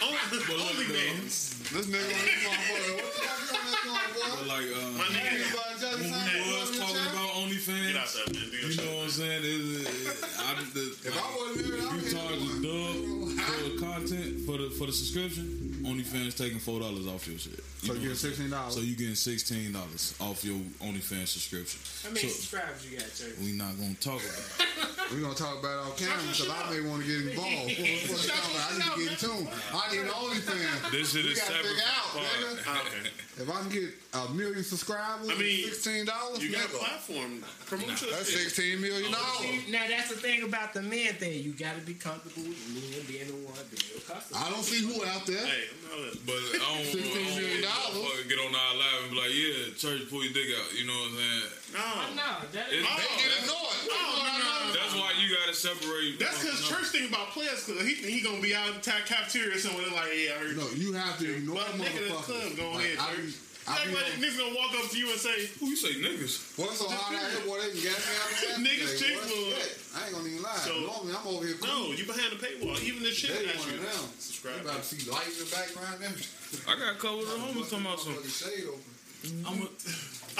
Speaker 4: Only, only man.
Speaker 9: this nigga on this motherfucker. What the fuck you on this motherfucker?
Speaker 6: But like, um,
Speaker 4: My
Speaker 6: we
Speaker 4: nigga.
Speaker 6: was talking about
Speaker 4: Get out
Speaker 6: OnlyFans.
Speaker 4: there, man. Do your
Speaker 6: You
Speaker 4: shit.
Speaker 6: know what I'm saying? It- it- I, the,
Speaker 9: If I wasn't married, I would
Speaker 6: you
Speaker 9: have
Speaker 6: charge a dub for the content for the for the subscription. OnlyFans taking four dollars off your shit. You know what
Speaker 9: So you
Speaker 6: I'm
Speaker 9: get
Speaker 6: saying?
Speaker 9: sixteen dollars.
Speaker 6: So you getting sixteen dollars off your OnlyFans subscription.
Speaker 14: How many
Speaker 6: So
Speaker 14: subscribers you got, Church?
Speaker 6: we not gonna talk about.
Speaker 9: We're gonna talk about it off camera
Speaker 4: your
Speaker 9: because
Speaker 4: shit
Speaker 9: I may want to get involved. Fuck, fuck, fuck, I need to get in tune. I need an OnlyFans.
Speaker 15: This shit
Speaker 9: We
Speaker 15: is
Speaker 9: gotta
Speaker 15: separate
Speaker 9: figure out,
Speaker 15: from the
Speaker 9: nigga.
Speaker 4: Ah, okay.
Speaker 9: If I can get a million subscribers,
Speaker 4: I mean,
Speaker 9: sixteen dollars,
Speaker 4: You got a
Speaker 9: nigga.
Speaker 4: platform. Promote your shit. Oh,
Speaker 3: That's sixteen million dollars.
Speaker 2: now that's the thing about the men thing. You gotta be comfortable with me being the one being your customer.
Speaker 9: I don't see who out there.
Speaker 4: Hey, I'm not
Speaker 6: But I don't, I
Speaker 9: $16
Speaker 6: don't
Speaker 9: million
Speaker 6: want to get on our live and be like, yeah, church, pull your dick out. You know what I'm saying?
Speaker 4: No.
Speaker 14: No, that
Speaker 6: It-
Speaker 14: is.
Speaker 4: Oh,
Speaker 3: They get annoyed.
Speaker 6: That's why you gotta separate.
Speaker 4: That's
Speaker 6: one
Speaker 4: because
Speaker 6: from
Speaker 4: church think about players because he he gonna be out in the ta- cafeteria somewhere like yeah I heard
Speaker 9: No,
Speaker 4: you.
Speaker 9: you have to ignore
Speaker 4: But nigga, the club,
Speaker 9: motherfuckers.
Speaker 4: go ahead,
Speaker 9: Like, I be-
Speaker 4: Jerry.
Speaker 9: I
Speaker 4: Act
Speaker 9: be
Speaker 4: like
Speaker 9: on-
Speaker 4: niggas gonna walk up to you and say
Speaker 6: another. Who you say niggas?
Speaker 9: Boy, it's so hard out here, boy. They can gas me out of town
Speaker 4: Niggas
Speaker 9: today,
Speaker 4: cheap
Speaker 9: boy.
Speaker 4: food.
Speaker 9: Shit, I ain't gonna even lie.
Speaker 4: So-
Speaker 9: Normally, I'm over here.
Speaker 4: no you behind the paywall even the shit
Speaker 9: They
Speaker 4: at
Speaker 9: one
Speaker 4: you
Speaker 9: of them. You
Speaker 4: subscribe
Speaker 9: about to see light in the background. and everything.
Speaker 6: I got a couple of the homies talking about some.
Speaker 9: Motherfucking shade open.
Speaker 6: I'm a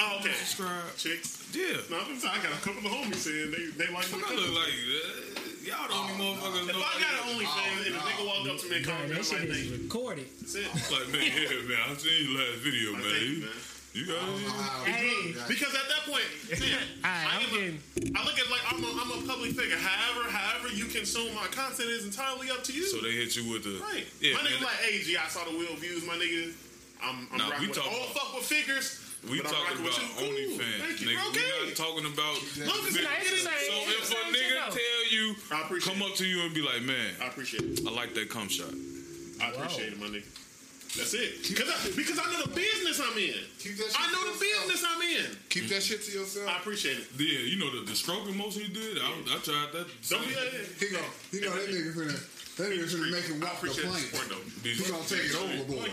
Speaker 4: oh okay
Speaker 6: subscribe.
Speaker 4: chicks
Speaker 6: Yeah.
Speaker 4: no I'm sorry, I got a couple of homies saying they they like
Speaker 6: What
Speaker 4: the
Speaker 6: I
Speaker 4: color.
Speaker 6: look like? Uh, y'all the only motherfuckers
Speaker 4: if I
Speaker 6: know.
Speaker 4: got an OnlyFans and a
Speaker 9: nah.
Speaker 4: nigga walk up to me and call me
Speaker 2: Oh, that
Speaker 4: I'm
Speaker 2: shit
Speaker 4: like
Speaker 2: is
Speaker 4: "Nigga,
Speaker 2: recorded.
Speaker 4: that's it
Speaker 6: like, man, yeah, man, I seen your last video,
Speaker 4: Like,
Speaker 6: man.
Speaker 4: thank you,
Speaker 6: You,
Speaker 4: man.
Speaker 6: you got
Speaker 9: I don't
Speaker 6: it?
Speaker 9: know how we
Speaker 2: Hey.
Speaker 9: got
Speaker 4: because at that point yeah,
Speaker 2: Alright,
Speaker 4: I,
Speaker 2: I'm
Speaker 4: am a,
Speaker 2: getting
Speaker 4: I look at it like I'm a, I'm a public figure however however you consume my content is entirely up to you
Speaker 6: So they hit you with the.
Speaker 4: Right. my
Speaker 6: Yeah,
Speaker 4: nigga
Speaker 6: man,
Speaker 4: like, hey, G, I saw the wheel views, my nigga. I'm, I'm
Speaker 6: Nah, we
Speaker 4: rocking with
Speaker 6: talking
Speaker 4: all
Speaker 6: about-
Speaker 4: fuck with figures.
Speaker 6: we
Speaker 4: but I'm rocking
Speaker 6: talking about
Speaker 4: with you. Cool.
Speaker 6: OnlyFans.
Speaker 4: Thank you.
Speaker 6: nigga, we
Speaker 4: okay.
Speaker 6: not talking about.
Speaker 4: Look, it's not- it's the
Speaker 6: So
Speaker 4: same- it's
Speaker 6: if
Speaker 4: the
Speaker 6: a
Speaker 4: same shit,
Speaker 6: nigga
Speaker 4: though.
Speaker 6: tell you,
Speaker 4: I appreciate
Speaker 6: come
Speaker 4: it.
Speaker 6: up to you and be like, man,
Speaker 4: I appreciate it.
Speaker 6: I like that cum shot.
Speaker 4: I appreciate it, my nigga. That's it. Because I, because I know the business I'm in.
Speaker 9: Keep that shit
Speaker 4: I know
Speaker 9: to
Speaker 4: the
Speaker 9: yourself.
Speaker 4: business I'm in.
Speaker 3: Keep that shit to yourself.
Speaker 4: I appreciate it.
Speaker 6: Yeah, you know the, the stroking motion you did. I, I tried that.
Speaker 4: Don't be like
Speaker 9: He go, you know that nigga finna, that nigga finna make him
Speaker 4: I
Speaker 9: walk the
Speaker 4: appreciate the
Speaker 9: plank.
Speaker 4: support, though.
Speaker 6: Did
Speaker 9: He
Speaker 6: you-
Speaker 9: gonna take it overboard.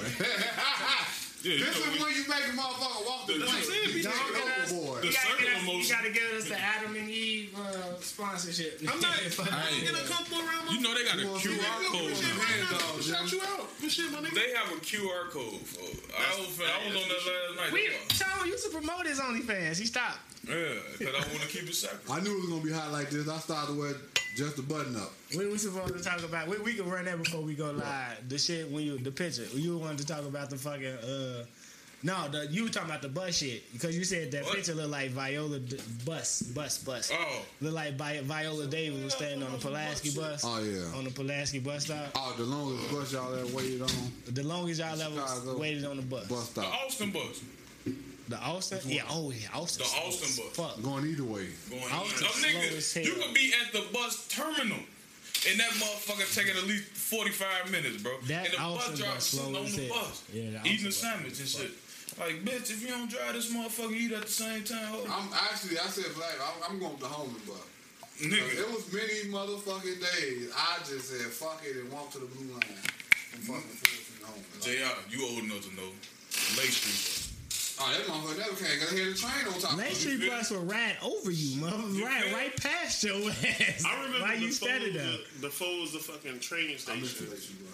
Speaker 6: Yeah, you
Speaker 9: This
Speaker 6: know,
Speaker 9: is when you make a motherfucker walk the
Speaker 4: That's what I'm
Speaker 9: plank.
Speaker 4: saying.
Speaker 9: You
Speaker 4: Be
Speaker 9: take
Speaker 4: talking to
Speaker 9: it
Speaker 4: us.
Speaker 9: overboard.
Speaker 6: the
Speaker 2: you gotta,
Speaker 6: circle
Speaker 2: give us, you
Speaker 6: motion.
Speaker 2: gotta give us the Adam and Eve uh, sponsorship.
Speaker 4: I'm not I'm not uncomfortable around my
Speaker 6: You know they got a
Speaker 9: You wanna see
Speaker 6: QR
Speaker 9: that?
Speaker 6: code.
Speaker 9: Appreciate
Speaker 6: now.
Speaker 9: my dog,
Speaker 4: Shout you out. Good shit, my nigga.
Speaker 6: They have a QR code. For, I was, I was on that last night.
Speaker 2: We, Tone used to promote his OnlyFans. He stopped.
Speaker 6: yeah, because I want to keep it separate.
Speaker 9: I knew it was gonna be hot like this. I started to wear just a button up.
Speaker 2: We were supposed to talk about. We, we can run that before we go live. The shit when you the picture. You wanted to talk about the fucking uh, No, the, you were talking about the bus shit because you said that
Speaker 6: What?
Speaker 2: picture looked like Viola D- bus, bus, bus.
Speaker 6: Oh.
Speaker 2: looked like Vi- Viola Davis was standing on the Pulaski bus.
Speaker 3: Oh, yeah.
Speaker 2: on the Pulaski bus stop.
Speaker 3: Oh, the longest bus y'all ever waited on.
Speaker 2: The longest y'all ever
Speaker 3: Chicago.
Speaker 2: waited on the bus.
Speaker 3: Bus
Speaker 6: The
Speaker 3: stop.
Speaker 6: Austin bus.
Speaker 2: The Austin, yeah, oh yeah, Austin.
Speaker 6: The Austin bus.
Speaker 2: Fuck.
Speaker 3: Going either way.
Speaker 6: Going
Speaker 2: Austin
Speaker 6: east.
Speaker 2: slow
Speaker 6: nigga,
Speaker 2: as hell.
Speaker 6: You could be at the bus terminal. And that motherfucker taking at least 45 minutes, bro.
Speaker 2: That
Speaker 6: and the
Speaker 2: Austin
Speaker 6: bus driver
Speaker 2: bus slow
Speaker 6: sitting on
Speaker 2: as
Speaker 6: the
Speaker 2: hell.
Speaker 6: bus.
Speaker 2: Yeah, the
Speaker 6: eating
Speaker 2: Austin
Speaker 6: a
Speaker 2: bus.
Speaker 6: sandwich and shit. Like, bitch, if you don't drive this motherfucker, eat at the same time. Oh,
Speaker 9: I'm actually, I said black. I'm, I'm going with the homie, but
Speaker 6: nigga.
Speaker 9: it was many motherfucking days. I just said fuck it and walked to the blue line and fucking forced me home. Like,
Speaker 6: JR, you old enough to know. Lake Street
Speaker 9: oh, that motherfucker never came because I had a train on top. of
Speaker 2: Lake
Speaker 9: me.
Speaker 2: Street
Speaker 6: feel-
Speaker 2: bus will ride over you, mother.
Speaker 6: You
Speaker 2: Ride
Speaker 6: feel-
Speaker 2: right past your ass.
Speaker 4: I remember
Speaker 2: Why
Speaker 4: the
Speaker 2: you standing
Speaker 4: Foles-
Speaker 2: there?
Speaker 4: The Foles, the fucking train station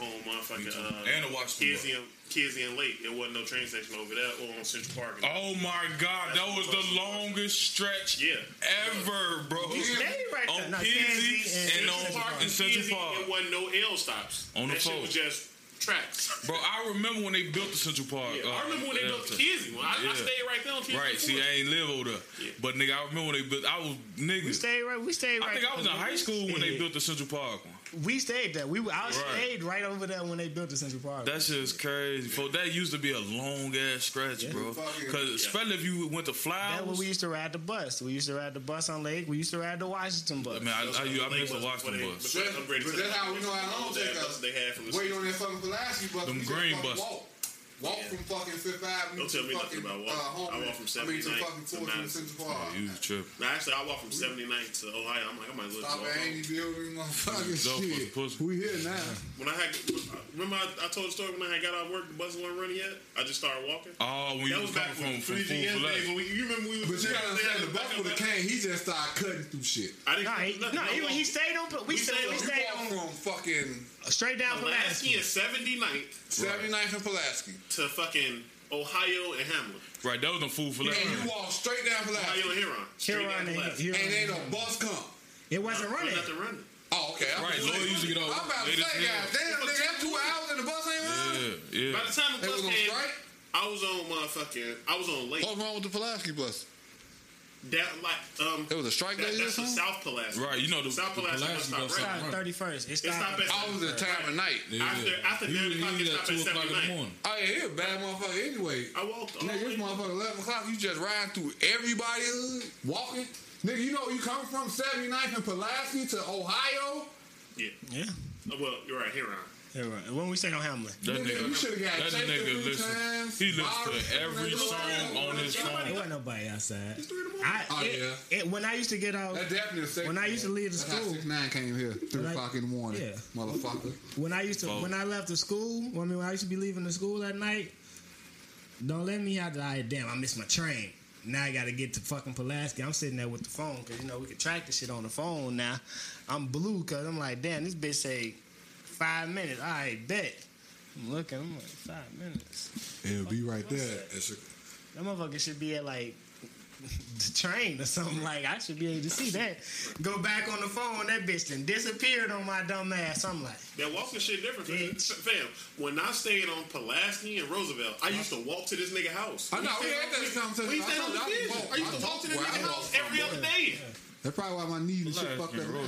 Speaker 4: on motherfucking
Speaker 6: bus.
Speaker 4: uh,
Speaker 6: and the Washington bus.
Speaker 4: Kizzy and Kizzy and Lake. There wasn't no train station over there or on Central Park.
Speaker 6: Oh my God, that was the longest stretch
Speaker 4: Yeah.
Speaker 6: ever, bro.
Speaker 2: You stay right there.
Speaker 6: on
Speaker 2: No,
Speaker 6: Kizzy
Speaker 2: Kizzy and
Speaker 6: and on
Speaker 2: Central
Speaker 6: Park
Speaker 2: Park.
Speaker 6: and Central
Speaker 4: Kizzy,
Speaker 6: Park.
Speaker 4: There wasn't no L stops.
Speaker 6: On the Uh,
Speaker 4: that
Speaker 6: Foles.
Speaker 4: shit was just tracks.
Speaker 6: Bro, I remember when they built the Central Park.
Speaker 4: Yeah, I
Speaker 6: uh,
Speaker 4: remember when they built
Speaker 6: Elton.
Speaker 4: Kizzy. When I,
Speaker 6: Yeah.
Speaker 4: I stayed right there on Kizzy.
Speaker 6: Right, see,
Speaker 4: Court.
Speaker 6: I ain't live over there.
Speaker 4: Yeah.
Speaker 6: But nigga, I remember when they built. I was
Speaker 2: We
Speaker 6: nigga.
Speaker 2: stayed right. We stayed right.
Speaker 6: I think I was in
Speaker 2: there.
Speaker 6: high school when they
Speaker 2: Yeah.
Speaker 6: built the Central Park one.
Speaker 2: We stayed there. We were, I
Speaker 6: Right.
Speaker 2: stayed right over there when they built the Central Park.
Speaker 6: That shit is crazy. For that used to be a long ass stretch, bro. Because especially if you went to
Speaker 2: That's where
Speaker 6: Flowers.
Speaker 2: we used to ride the bus. We used to ride the bus on Lake. We used to ride the Washington bus.
Speaker 6: I mean, I, I, I,
Speaker 4: Lake
Speaker 6: I missed
Speaker 4: was
Speaker 6: the Washington
Speaker 4: before
Speaker 6: bus.
Speaker 4: they- before they upgraded
Speaker 9: But
Speaker 4: to the-
Speaker 9: that's how we know how long it
Speaker 4: that
Speaker 9: take us.
Speaker 4: bus They had from the
Speaker 9: Wait on that fucking Pulaski bus.
Speaker 6: Them
Speaker 9: we just
Speaker 6: green
Speaker 9: fucking
Speaker 6: buses.
Speaker 9: Walk, walk from fucking Fifth Avenue.
Speaker 4: Don't tell
Speaker 9: to
Speaker 4: me nothing
Speaker 9: fucking,
Speaker 4: about
Speaker 9: Uh,
Speaker 4: walking.
Speaker 9: home,
Speaker 4: I walk from
Speaker 9: I mean, to
Speaker 4: 79th
Speaker 9: fucking
Speaker 4: to
Speaker 9: Fourth and
Speaker 4: Madison.
Speaker 9: Central Park.
Speaker 6: You was tripping.
Speaker 4: Now, actually, I walked from 79th to Ohio. I'm like, I might as well just
Speaker 9: Stop
Speaker 4: walk
Speaker 9: at
Speaker 4: home.
Speaker 9: Andy Building, motherfucker.
Speaker 6: Dog
Speaker 3: Shit.
Speaker 6: fucking pussy.
Speaker 3: We here now.
Speaker 4: When I had, remember I, I told the story when I had got out of work, the bus wasn't running yet. I just started walking.
Speaker 6: Oh, when you
Speaker 4: that
Speaker 6: was
Speaker 4: was
Speaker 6: coming
Speaker 4: back
Speaker 6: from
Speaker 4: when
Speaker 6: from
Speaker 4: 3
Speaker 6: Food for
Speaker 4: days.
Speaker 6: Less.
Speaker 4: When we, you remember we
Speaker 3: But
Speaker 4: was
Speaker 3: you gotta understand, the
Speaker 4: back
Speaker 3: bus
Speaker 4: up
Speaker 3: would have
Speaker 4: there?
Speaker 3: came. He just started cutting through shit.
Speaker 4: I didn't
Speaker 2: no,
Speaker 4: do
Speaker 2: he,
Speaker 4: nothing.
Speaker 2: no,
Speaker 4: I
Speaker 2: he,
Speaker 4: walked
Speaker 2: he stayed on. We,
Speaker 4: We
Speaker 2: stayed.
Speaker 4: stayed
Speaker 2: We
Speaker 4: on-
Speaker 9: You
Speaker 2: stayed
Speaker 9: walk
Speaker 2: on
Speaker 9: from fucking
Speaker 2: straight down
Speaker 4: Pulaski
Speaker 2: Pulaski.
Speaker 4: and 79th
Speaker 9: 79th and Pulaski.
Speaker 4: to fucking Ohio and Hamlin.
Speaker 6: Right, that was the Food for Less.
Speaker 9: And you walk straight down
Speaker 4: Ohio
Speaker 9: Pulaski.
Speaker 4: and Huron. Straight
Speaker 2: Huron
Speaker 4: down
Speaker 2: and-
Speaker 4: Pulaski.
Speaker 2: Huron
Speaker 9: And then
Speaker 2: and-
Speaker 9: a bus come.
Speaker 2: It wasn't running.
Speaker 4: Nothing running.
Speaker 9: Oh, okay. I'm
Speaker 6: Right,
Speaker 9: just
Speaker 6: Lloyd
Speaker 9: saying.
Speaker 6: used to get
Speaker 9: I'm
Speaker 6: off
Speaker 9: about to
Speaker 6: late
Speaker 9: say,
Speaker 6: as hell.
Speaker 9: goddamn, nigga, that's two hours and the bus ain't running.
Speaker 6: Yeah, yeah.
Speaker 4: By the time the
Speaker 9: They
Speaker 4: bus
Speaker 9: was on
Speaker 4: came,
Speaker 9: strike. Oh.
Speaker 4: I was on motherfucking. I was on late.
Speaker 7: What's wrong with the Pulaski bus?
Speaker 4: That like um.
Speaker 7: It was a strike
Speaker 4: That,
Speaker 7: day or
Speaker 4: that's the
Speaker 7: something?
Speaker 4: South Pulaski.
Speaker 6: Right, you know the,
Speaker 4: South
Speaker 6: the
Speaker 4: Pulaski
Speaker 6: Pulaski
Speaker 4: bus stop
Speaker 6: bus.
Speaker 4: right.
Speaker 6: stop.
Speaker 2: Thirty first. It
Speaker 4: It's not
Speaker 2: stopped.
Speaker 4: best.
Speaker 7: I was the time of night.
Speaker 6: Yeah.
Speaker 4: After- after
Speaker 6: You-
Speaker 4: nine o'clock,
Speaker 6: you
Speaker 4: it
Speaker 6: at
Speaker 4: stopped at
Speaker 6: two o'clock in the
Speaker 4: 79.
Speaker 6: morning.
Speaker 9: Oh, yeah, he a bad motherfucker anyway.
Speaker 4: I walked all
Speaker 9: Nigga,
Speaker 4: the
Speaker 9: it's
Speaker 4: way.
Speaker 9: motherfucker 11 o'clock. You just riding through everybody hood, walking. Nigga, you know where you come from 79th and Pulaski to Ohio?
Speaker 4: Yeah.
Speaker 2: Yeah.
Speaker 4: Oh, well, you're right, Huron.
Speaker 2: Yeah, right. When we stayed on Hamlin.
Speaker 6: That
Speaker 9: Nigga, you
Speaker 6: nigga,
Speaker 9: shoulda got
Speaker 6: that
Speaker 9: chased a
Speaker 6: nigga
Speaker 9: few
Speaker 6: listen.
Speaker 9: times.
Speaker 6: He listens to
Speaker 9: Bothered.
Speaker 6: every
Speaker 9: Nigga,
Speaker 6: song
Speaker 9: nobody-
Speaker 6: on his
Speaker 2: There
Speaker 6: phone.
Speaker 2: wasn't nobody outside. I,
Speaker 9: Oh,
Speaker 2: it,
Speaker 9: yeah.
Speaker 2: it- when I used to get off,
Speaker 9: That definitely a safety.
Speaker 2: when I used to leave the
Speaker 3: That's how
Speaker 2: school,
Speaker 3: six nine came here, three
Speaker 2: But I-
Speaker 3: o'clock in the morning,
Speaker 2: yeah.
Speaker 3: motherfucker.
Speaker 2: when I used to, when I left the school, I mean, when I used to be leaving the school at night, don't let me out. I damn, I missed my train. Now I got to get to fucking Pulaski. I'm sitting there with the phone because you know we can track the shit on the phone now. I'm blue because I'm like, damn, this bitch say five minutes. All right, bet. I'm looking. I'm like five minutes.
Speaker 3: It'll be right there.
Speaker 2: That motherfucker should be at like the train or something. Like I should be able to see that. Go back on the phone. That bitch then disappeared on my dumb ass. I'm like,
Speaker 4: That walking shit different,
Speaker 2: Bitch.
Speaker 4: fam. Fam, When I stayed on Pulaski and Roosevelt, I used to walk to this nigga house.
Speaker 9: I know, we had that conversation.
Speaker 4: We
Speaker 9: I
Speaker 4: stayed
Speaker 9: told
Speaker 4: on
Speaker 9: you
Speaker 4: the
Speaker 9: I was
Speaker 4: vision.
Speaker 9: broke.
Speaker 4: I used to
Speaker 9: I
Speaker 4: walk to this
Speaker 9: broke.
Speaker 4: nigga
Speaker 9: Where I
Speaker 4: house
Speaker 9: walked
Speaker 4: every other day.
Speaker 3: That's probably why my knees and shit fucked up. now.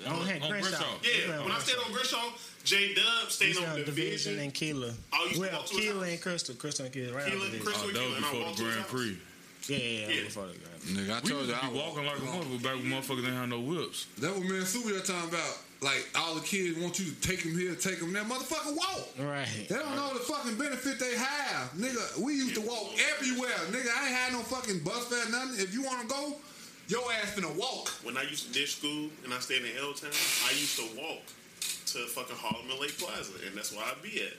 Speaker 2: I don't have
Speaker 6: On
Speaker 2: Crenshaw.
Speaker 6: Crenshaw.
Speaker 4: Yeah, when I stayed on Grishaw, J Dub stayed
Speaker 2: East
Speaker 4: on
Speaker 2: Division,
Speaker 4: Division.
Speaker 2: Division and Keeler.
Speaker 4: I used to
Speaker 2: Well,
Speaker 4: walk to his
Speaker 2: Keeler
Speaker 4: house.
Speaker 2: and Crystal. Crystal and Keeler. Right
Speaker 4: Keeler
Speaker 2: out
Speaker 4: and
Speaker 2: the
Speaker 4: Crystal.
Speaker 2: Crystal.
Speaker 6: Oh, that was
Speaker 4: And I
Speaker 6: before
Speaker 4: walked
Speaker 6: the
Speaker 4: to his
Speaker 6: Grand
Speaker 4: house.
Speaker 2: Yeah,
Speaker 6: Prix.
Speaker 2: yeah, yeah.
Speaker 4: Yeah.
Speaker 2: before the Grand Prix.
Speaker 7: Nigga, I
Speaker 6: We
Speaker 7: told you
Speaker 6: used to be
Speaker 7: I walked.
Speaker 6: walking like a motherfucker back when motherfuckers didn't have no whips.
Speaker 9: That what me and Sue were just talking about. Like, all the kids want you to take them here, take them there. Motherfucker, walk.
Speaker 2: Right.
Speaker 9: They don't know the fucking benefit they have. Nigga, we used to walk everywhere. Nigga, I ain't had no fucking bus fare, nothing. If you want to go, your ass finna walk.
Speaker 4: When I used to ditch school and I stayed in L Town, I used to walk to fucking Harlem and Lake Plaza, and that's where I'd be at.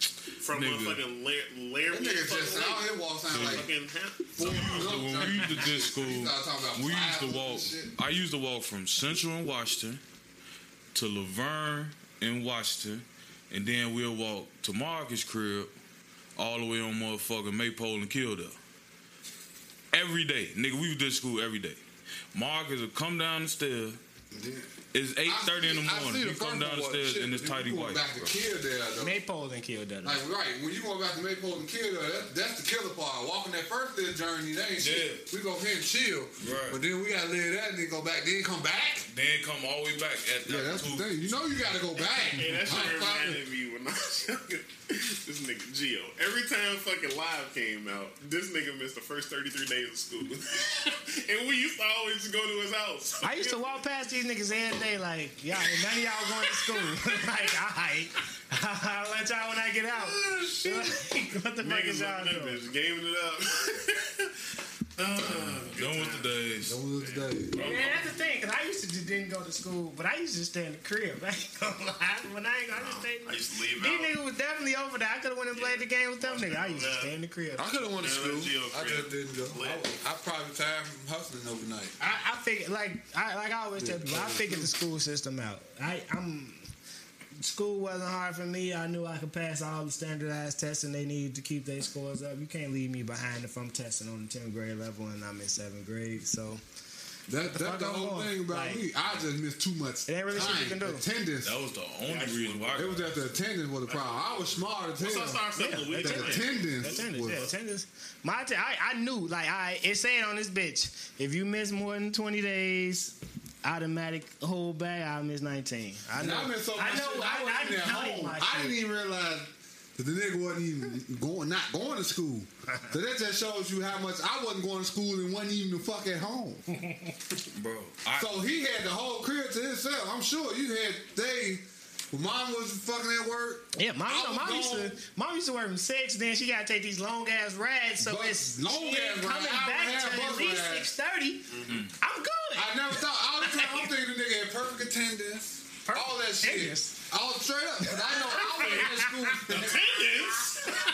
Speaker 4: From
Speaker 6: Nigga.
Speaker 4: motherfucking Lar- Larry,
Speaker 9: That nigga just out here walk sound like
Speaker 4: fucking Ham-
Speaker 9: four
Speaker 6: So when we used to ditch school, we used to walk. I used to walk from Central and Washington to Laverne and Washington, and then we'll walk to Marcus Crib, all the way on motherfucking Maypole and Kildare. Every day, nigga, we would ditch school every day. Marcus would come down the stairs, It's eight thirty in the
Speaker 3: I see
Speaker 6: morning.
Speaker 3: the
Speaker 6: You come
Speaker 3: first one was
Speaker 6: downstairs
Speaker 3: shit,
Speaker 6: and it's
Speaker 3: but you
Speaker 6: tidy
Speaker 3: going
Speaker 6: white.
Speaker 3: Back to
Speaker 6: bro.
Speaker 3: kill there though.
Speaker 2: Maypole and killed that.
Speaker 3: Like right when you go back to Maypole and kill her, that, that's the killer part. Walking that first little journey, that ain't shit. We go here and chill,
Speaker 16: Right.
Speaker 3: but then we gotta live that and then go back. Then come back.
Speaker 16: Then come all the way back at
Speaker 3: Yeah,
Speaker 16: that
Speaker 3: that's
Speaker 16: two.
Speaker 3: the thing. You know you gotta go back.
Speaker 4: Hey, that shit
Speaker 3: I'm fucking-
Speaker 4: reminded me when I was younger. This nigga Gio. Every time fucking live came out, this nigga missed the first 33 days of school. and we used to always go to his house.
Speaker 2: I used to walk past these niggas every day, like, y'all, none of y'all going to school. like, all right. I'll let y'all when I get out. Like, what the fuck is
Speaker 4: Oh, Niggas
Speaker 2: y'all
Speaker 4: up in that
Speaker 2: doing?
Speaker 4: bitch, gaming it up.
Speaker 6: Done with the days.
Speaker 9: Don't lose today.
Speaker 2: Yeah, that's the thing, because I used to just didn't go to school, but I used to stay in the crib. I ain't gonna lie. When I ain't gonna, I just stayed in
Speaker 4: I
Speaker 2: the
Speaker 4: used to leave
Speaker 2: These
Speaker 4: out.
Speaker 2: niggas was definitely over there. I could have went and played the game with them niggas. I used to stay in the crib.
Speaker 3: I could have went to school.
Speaker 4: Man, that Gio
Speaker 3: I just didn't go. I,
Speaker 4: Lit.
Speaker 3: I probably tired from hustling overnight.
Speaker 2: I, I figured like I like I always tell people I figured the school system out. I I'm school wasn't hard for me. I knew I could pass all the standardized tests and they needed to keep their scores up. You can't leave me behind if I'm testing on the 10th grade level and I'm in seventh grade. So
Speaker 9: That, that's
Speaker 2: fuck
Speaker 9: the
Speaker 2: I'm
Speaker 9: whole
Speaker 2: going?
Speaker 9: thing about
Speaker 2: Like-
Speaker 9: me. I just missed too much.
Speaker 2: It ain't really shit you can
Speaker 9: time.
Speaker 2: do.
Speaker 9: Attendance.
Speaker 6: That was the only reason why. I
Speaker 9: It
Speaker 6: got
Speaker 9: was that the attendance was the problem. I was smart as
Speaker 4: So I
Speaker 9: hell.
Speaker 4: started selling
Speaker 2: Yeah,
Speaker 4: weed.
Speaker 9: The
Speaker 2: that-
Speaker 4: man.
Speaker 9: attendance,
Speaker 2: attendance,
Speaker 9: was
Speaker 2: yeah, attendance. My atten- I, I knew like I it said on this bitch if you miss more than 20 days. Automatic whole bag. I miss nineteen. I
Speaker 9: And
Speaker 2: know.
Speaker 9: I missed so much
Speaker 2: I know.
Speaker 9: shit.
Speaker 2: I,
Speaker 9: I,
Speaker 2: I,
Speaker 9: wasn't at
Speaker 2: counted
Speaker 9: home.
Speaker 2: my
Speaker 9: I
Speaker 2: shit.
Speaker 9: didn't even realize that the nigga wasn't even going, not going to school. So that just shows you how much I wasn't going to school and wasn't even the fuck at home.
Speaker 6: bro. I,
Speaker 9: So he had the whole crib to himself. I'm sure you had days when mom was fucking at work.
Speaker 2: Yeah, mom,
Speaker 9: I
Speaker 2: you know,
Speaker 9: was
Speaker 2: mom used to
Speaker 9: gone.
Speaker 2: mom used to work from six. Then she got to take these long ass rides, so
Speaker 9: Bus-
Speaker 2: it's
Speaker 9: long
Speaker 2: she
Speaker 9: ass
Speaker 2: ain't
Speaker 9: ride,
Speaker 2: coming
Speaker 9: hour and a
Speaker 2: back
Speaker 9: half
Speaker 2: to
Speaker 9: bus
Speaker 2: at least
Speaker 9: ride.
Speaker 2: six I'm good.
Speaker 9: I never thought. All the time I'm thinking the nigga had perfect attendance. all that
Speaker 2: attendance.
Speaker 9: shit. All straight up. But I know I wasn't in school.
Speaker 4: Attendance?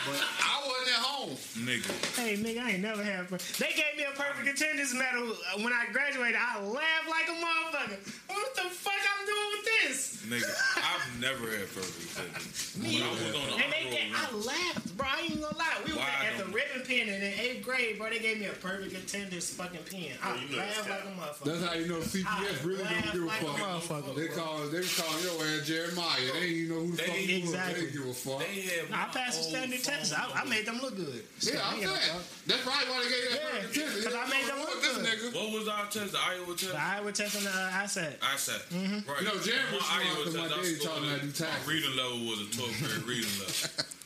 Speaker 9: But I wasn't at home.
Speaker 6: nigga,
Speaker 2: hey, nigga, I ain't never had. per- They gave me a perfect attendance medal uh, when I graduated. I laughed like a motherfucker. What the fuck I'm doing with this?
Speaker 6: nigga, I've never had perfect attendance. When I was on the
Speaker 2: And they,
Speaker 6: honor
Speaker 2: gave, I
Speaker 6: roll,
Speaker 2: laughed, bro. I ain't gonna lie. We were
Speaker 6: Why I
Speaker 2: at the
Speaker 6: don't-
Speaker 2: ribbon pin in the eighth grade, bro. They gave me a perfect attendance fucking pin. I
Speaker 4: you know
Speaker 2: laughed like
Speaker 4: this guy.
Speaker 2: a motherfucker.
Speaker 9: Oh, That's how you know
Speaker 2: Ah,
Speaker 9: CPS really don't give a
Speaker 2: Laugh like a motherfucker,
Speaker 9: fuck. They
Speaker 2: bro.
Speaker 9: call they was calling your ass Jeremiah. They didn't even know who the
Speaker 16: They
Speaker 9: fuck
Speaker 16: didn't-
Speaker 9: you was. They
Speaker 2: exactly.
Speaker 9: didn't give a fuck.
Speaker 16: They had
Speaker 2: Nah, I
Speaker 16: my
Speaker 2: passed the
Speaker 16: old
Speaker 2: standard
Speaker 16: phone
Speaker 2: test. I, I
Speaker 16: number.
Speaker 2: made them look good. uh,
Speaker 9: Oh, Yeah, I'm
Speaker 2: Shit, I ain't
Speaker 9: saying.
Speaker 2: gonna-
Speaker 9: That's probably why they gave you that
Speaker 2: Yeah,
Speaker 9: perfect attendance.
Speaker 2: 'cause I made them
Speaker 9: Fuck
Speaker 2: look
Speaker 9: this
Speaker 2: good.
Speaker 9: nigga.
Speaker 6: What was our test? The Iowa test.
Speaker 2: The Iowa test and the uh, ISAT.
Speaker 6: I said,
Speaker 2: Mm-hmm.
Speaker 6: right.
Speaker 9: You know, Jerry was
Speaker 6: My
Speaker 9: smart
Speaker 6: Iowa
Speaker 9: 'cause my
Speaker 6: test, I
Speaker 9: daddy taught me
Speaker 6: scored-
Speaker 9: how to do taxes.
Speaker 6: My reading level was a 12th grade reading level.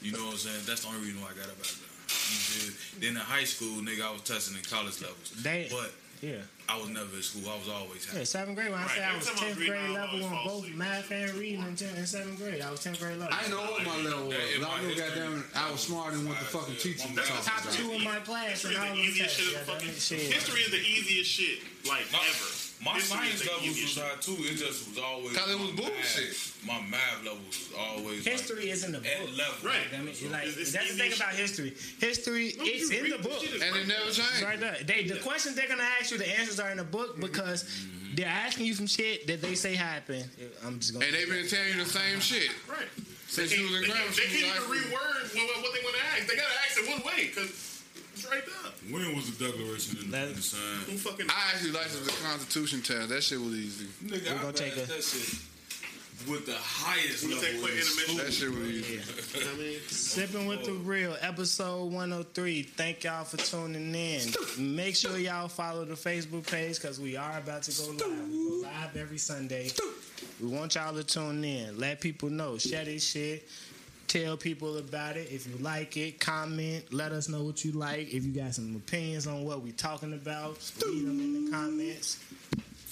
Speaker 6: You know what I'm saying? That's the only reason why I got up out of there. You feel? Then in high school, nigga, I was testing in college levels.
Speaker 2: They-
Speaker 6: But
Speaker 2: Yeah.
Speaker 6: I was never in school. I was always
Speaker 2: Yeah,
Speaker 6: happy.
Speaker 2: seventh grade. When I
Speaker 4: Right,
Speaker 2: said I
Speaker 4: every
Speaker 2: was
Speaker 4: time I
Speaker 2: 10th
Speaker 4: read,
Speaker 2: grade
Speaker 4: I
Speaker 2: level
Speaker 4: always
Speaker 2: on
Speaker 4: fall
Speaker 2: both
Speaker 4: asleep.
Speaker 2: math and reading in, 10th and seventh grade, I was 10th grade level.
Speaker 9: I didn't know what my level was. but I knew goddamn I was smart and what the fucking teacher was
Speaker 4: That's the
Speaker 9: talking
Speaker 4: top
Speaker 2: Top
Speaker 9: about.
Speaker 2: two in my class
Speaker 4: History
Speaker 2: and
Speaker 4: is
Speaker 2: all
Speaker 4: the
Speaker 2: those tests.
Speaker 4: easiest shit.
Speaker 2: Yeah,
Speaker 4: in
Speaker 2: that
Speaker 4: fucking,
Speaker 2: ain't shit.
Speaker 4: history is the easiest shit, like
Speaker 6: My,
Speaker 4: ever.
Speaker 6: my
Speaker 4: History is
Speaker 6: science
Speaker 4: the
Speaker 6: levels was
Speaker 4: easiest
Speaker 6: high too. It just was always.
Speaker 3: 'Cause it
Speaker 6: my
Speaker 3: was bullshit.
Speaker 6: Math, my math level was always.
Speaker 2: History is in the
Speaker 6: Like, at
Speaker 2: book.
Speaker 6: level.
Speaker 4: Right.
Speaker 2: Damn it, like,
Speaker 4: It's- it's
Speaker 2: that's the
Speaker 4: easy
Speaker 2: thing
Speaker 4: as
Speaker 2: about history. History,
Speaker 4: Don't
Speaker 2: it's
Speaker 4: you
Speaker 2: in
Speaker 4: read
Speaker 2: the
Speaker 4: this
Speaker 2: book.
Speaker 4: shit? It's
Speaker 3: And it never changed.
Speaker 2: Right there. They, the questions they're gonna ask you, the answers are in the book because
Speaker 4: Mm-hmm.
Speaker 2: they're asking you some shit that they say happened. I'm just gonna.
Speaker 3: And they've been telling you the same shit.
Speaker 4: Right.
Speaker 3: Since
Speaker 4: they
Speaker 3: you was in
Speaker 4: they
Speaker 3: grammar
Speaker 4: can't- They
Speaker 3: school,
Speaker 4: can't even
Speaker 3: like-
Speaker 4: reword what, what they want to ask. They got to ask it one way because it's right there.
Speaker 6: When was the Declaration of Independence signed?
Speaker 4: Who fucking.
Speaker 3: I actually liked the Constitution test. That shit was easy.
Speaker 6: Nigga,
Speaker 2: gonna
Speaker 6: I passed
Speaker 2: take a-
Speaker 6: that shit with the highest
Speaker 4: We
Speaker 6: level.
Speaker 4: take quick
Speaker 6: in
Speaker 4: intermission.
Speaker 6: school.
Speaker 3: That shit was easy.
Speaker 4: I mean,
Speaker 2: Sipping with the Real, episode 103. Thank y'all for tuning in. Make sure y'all follow the Facebook page because we are about to go live. We go live every Sunday. We want y'all to tune in. Let people know. Share this shit. Tell people about it. If you like it, comment. Let us know what you like. If you got some opinions on what we talking about, leave them in the comments.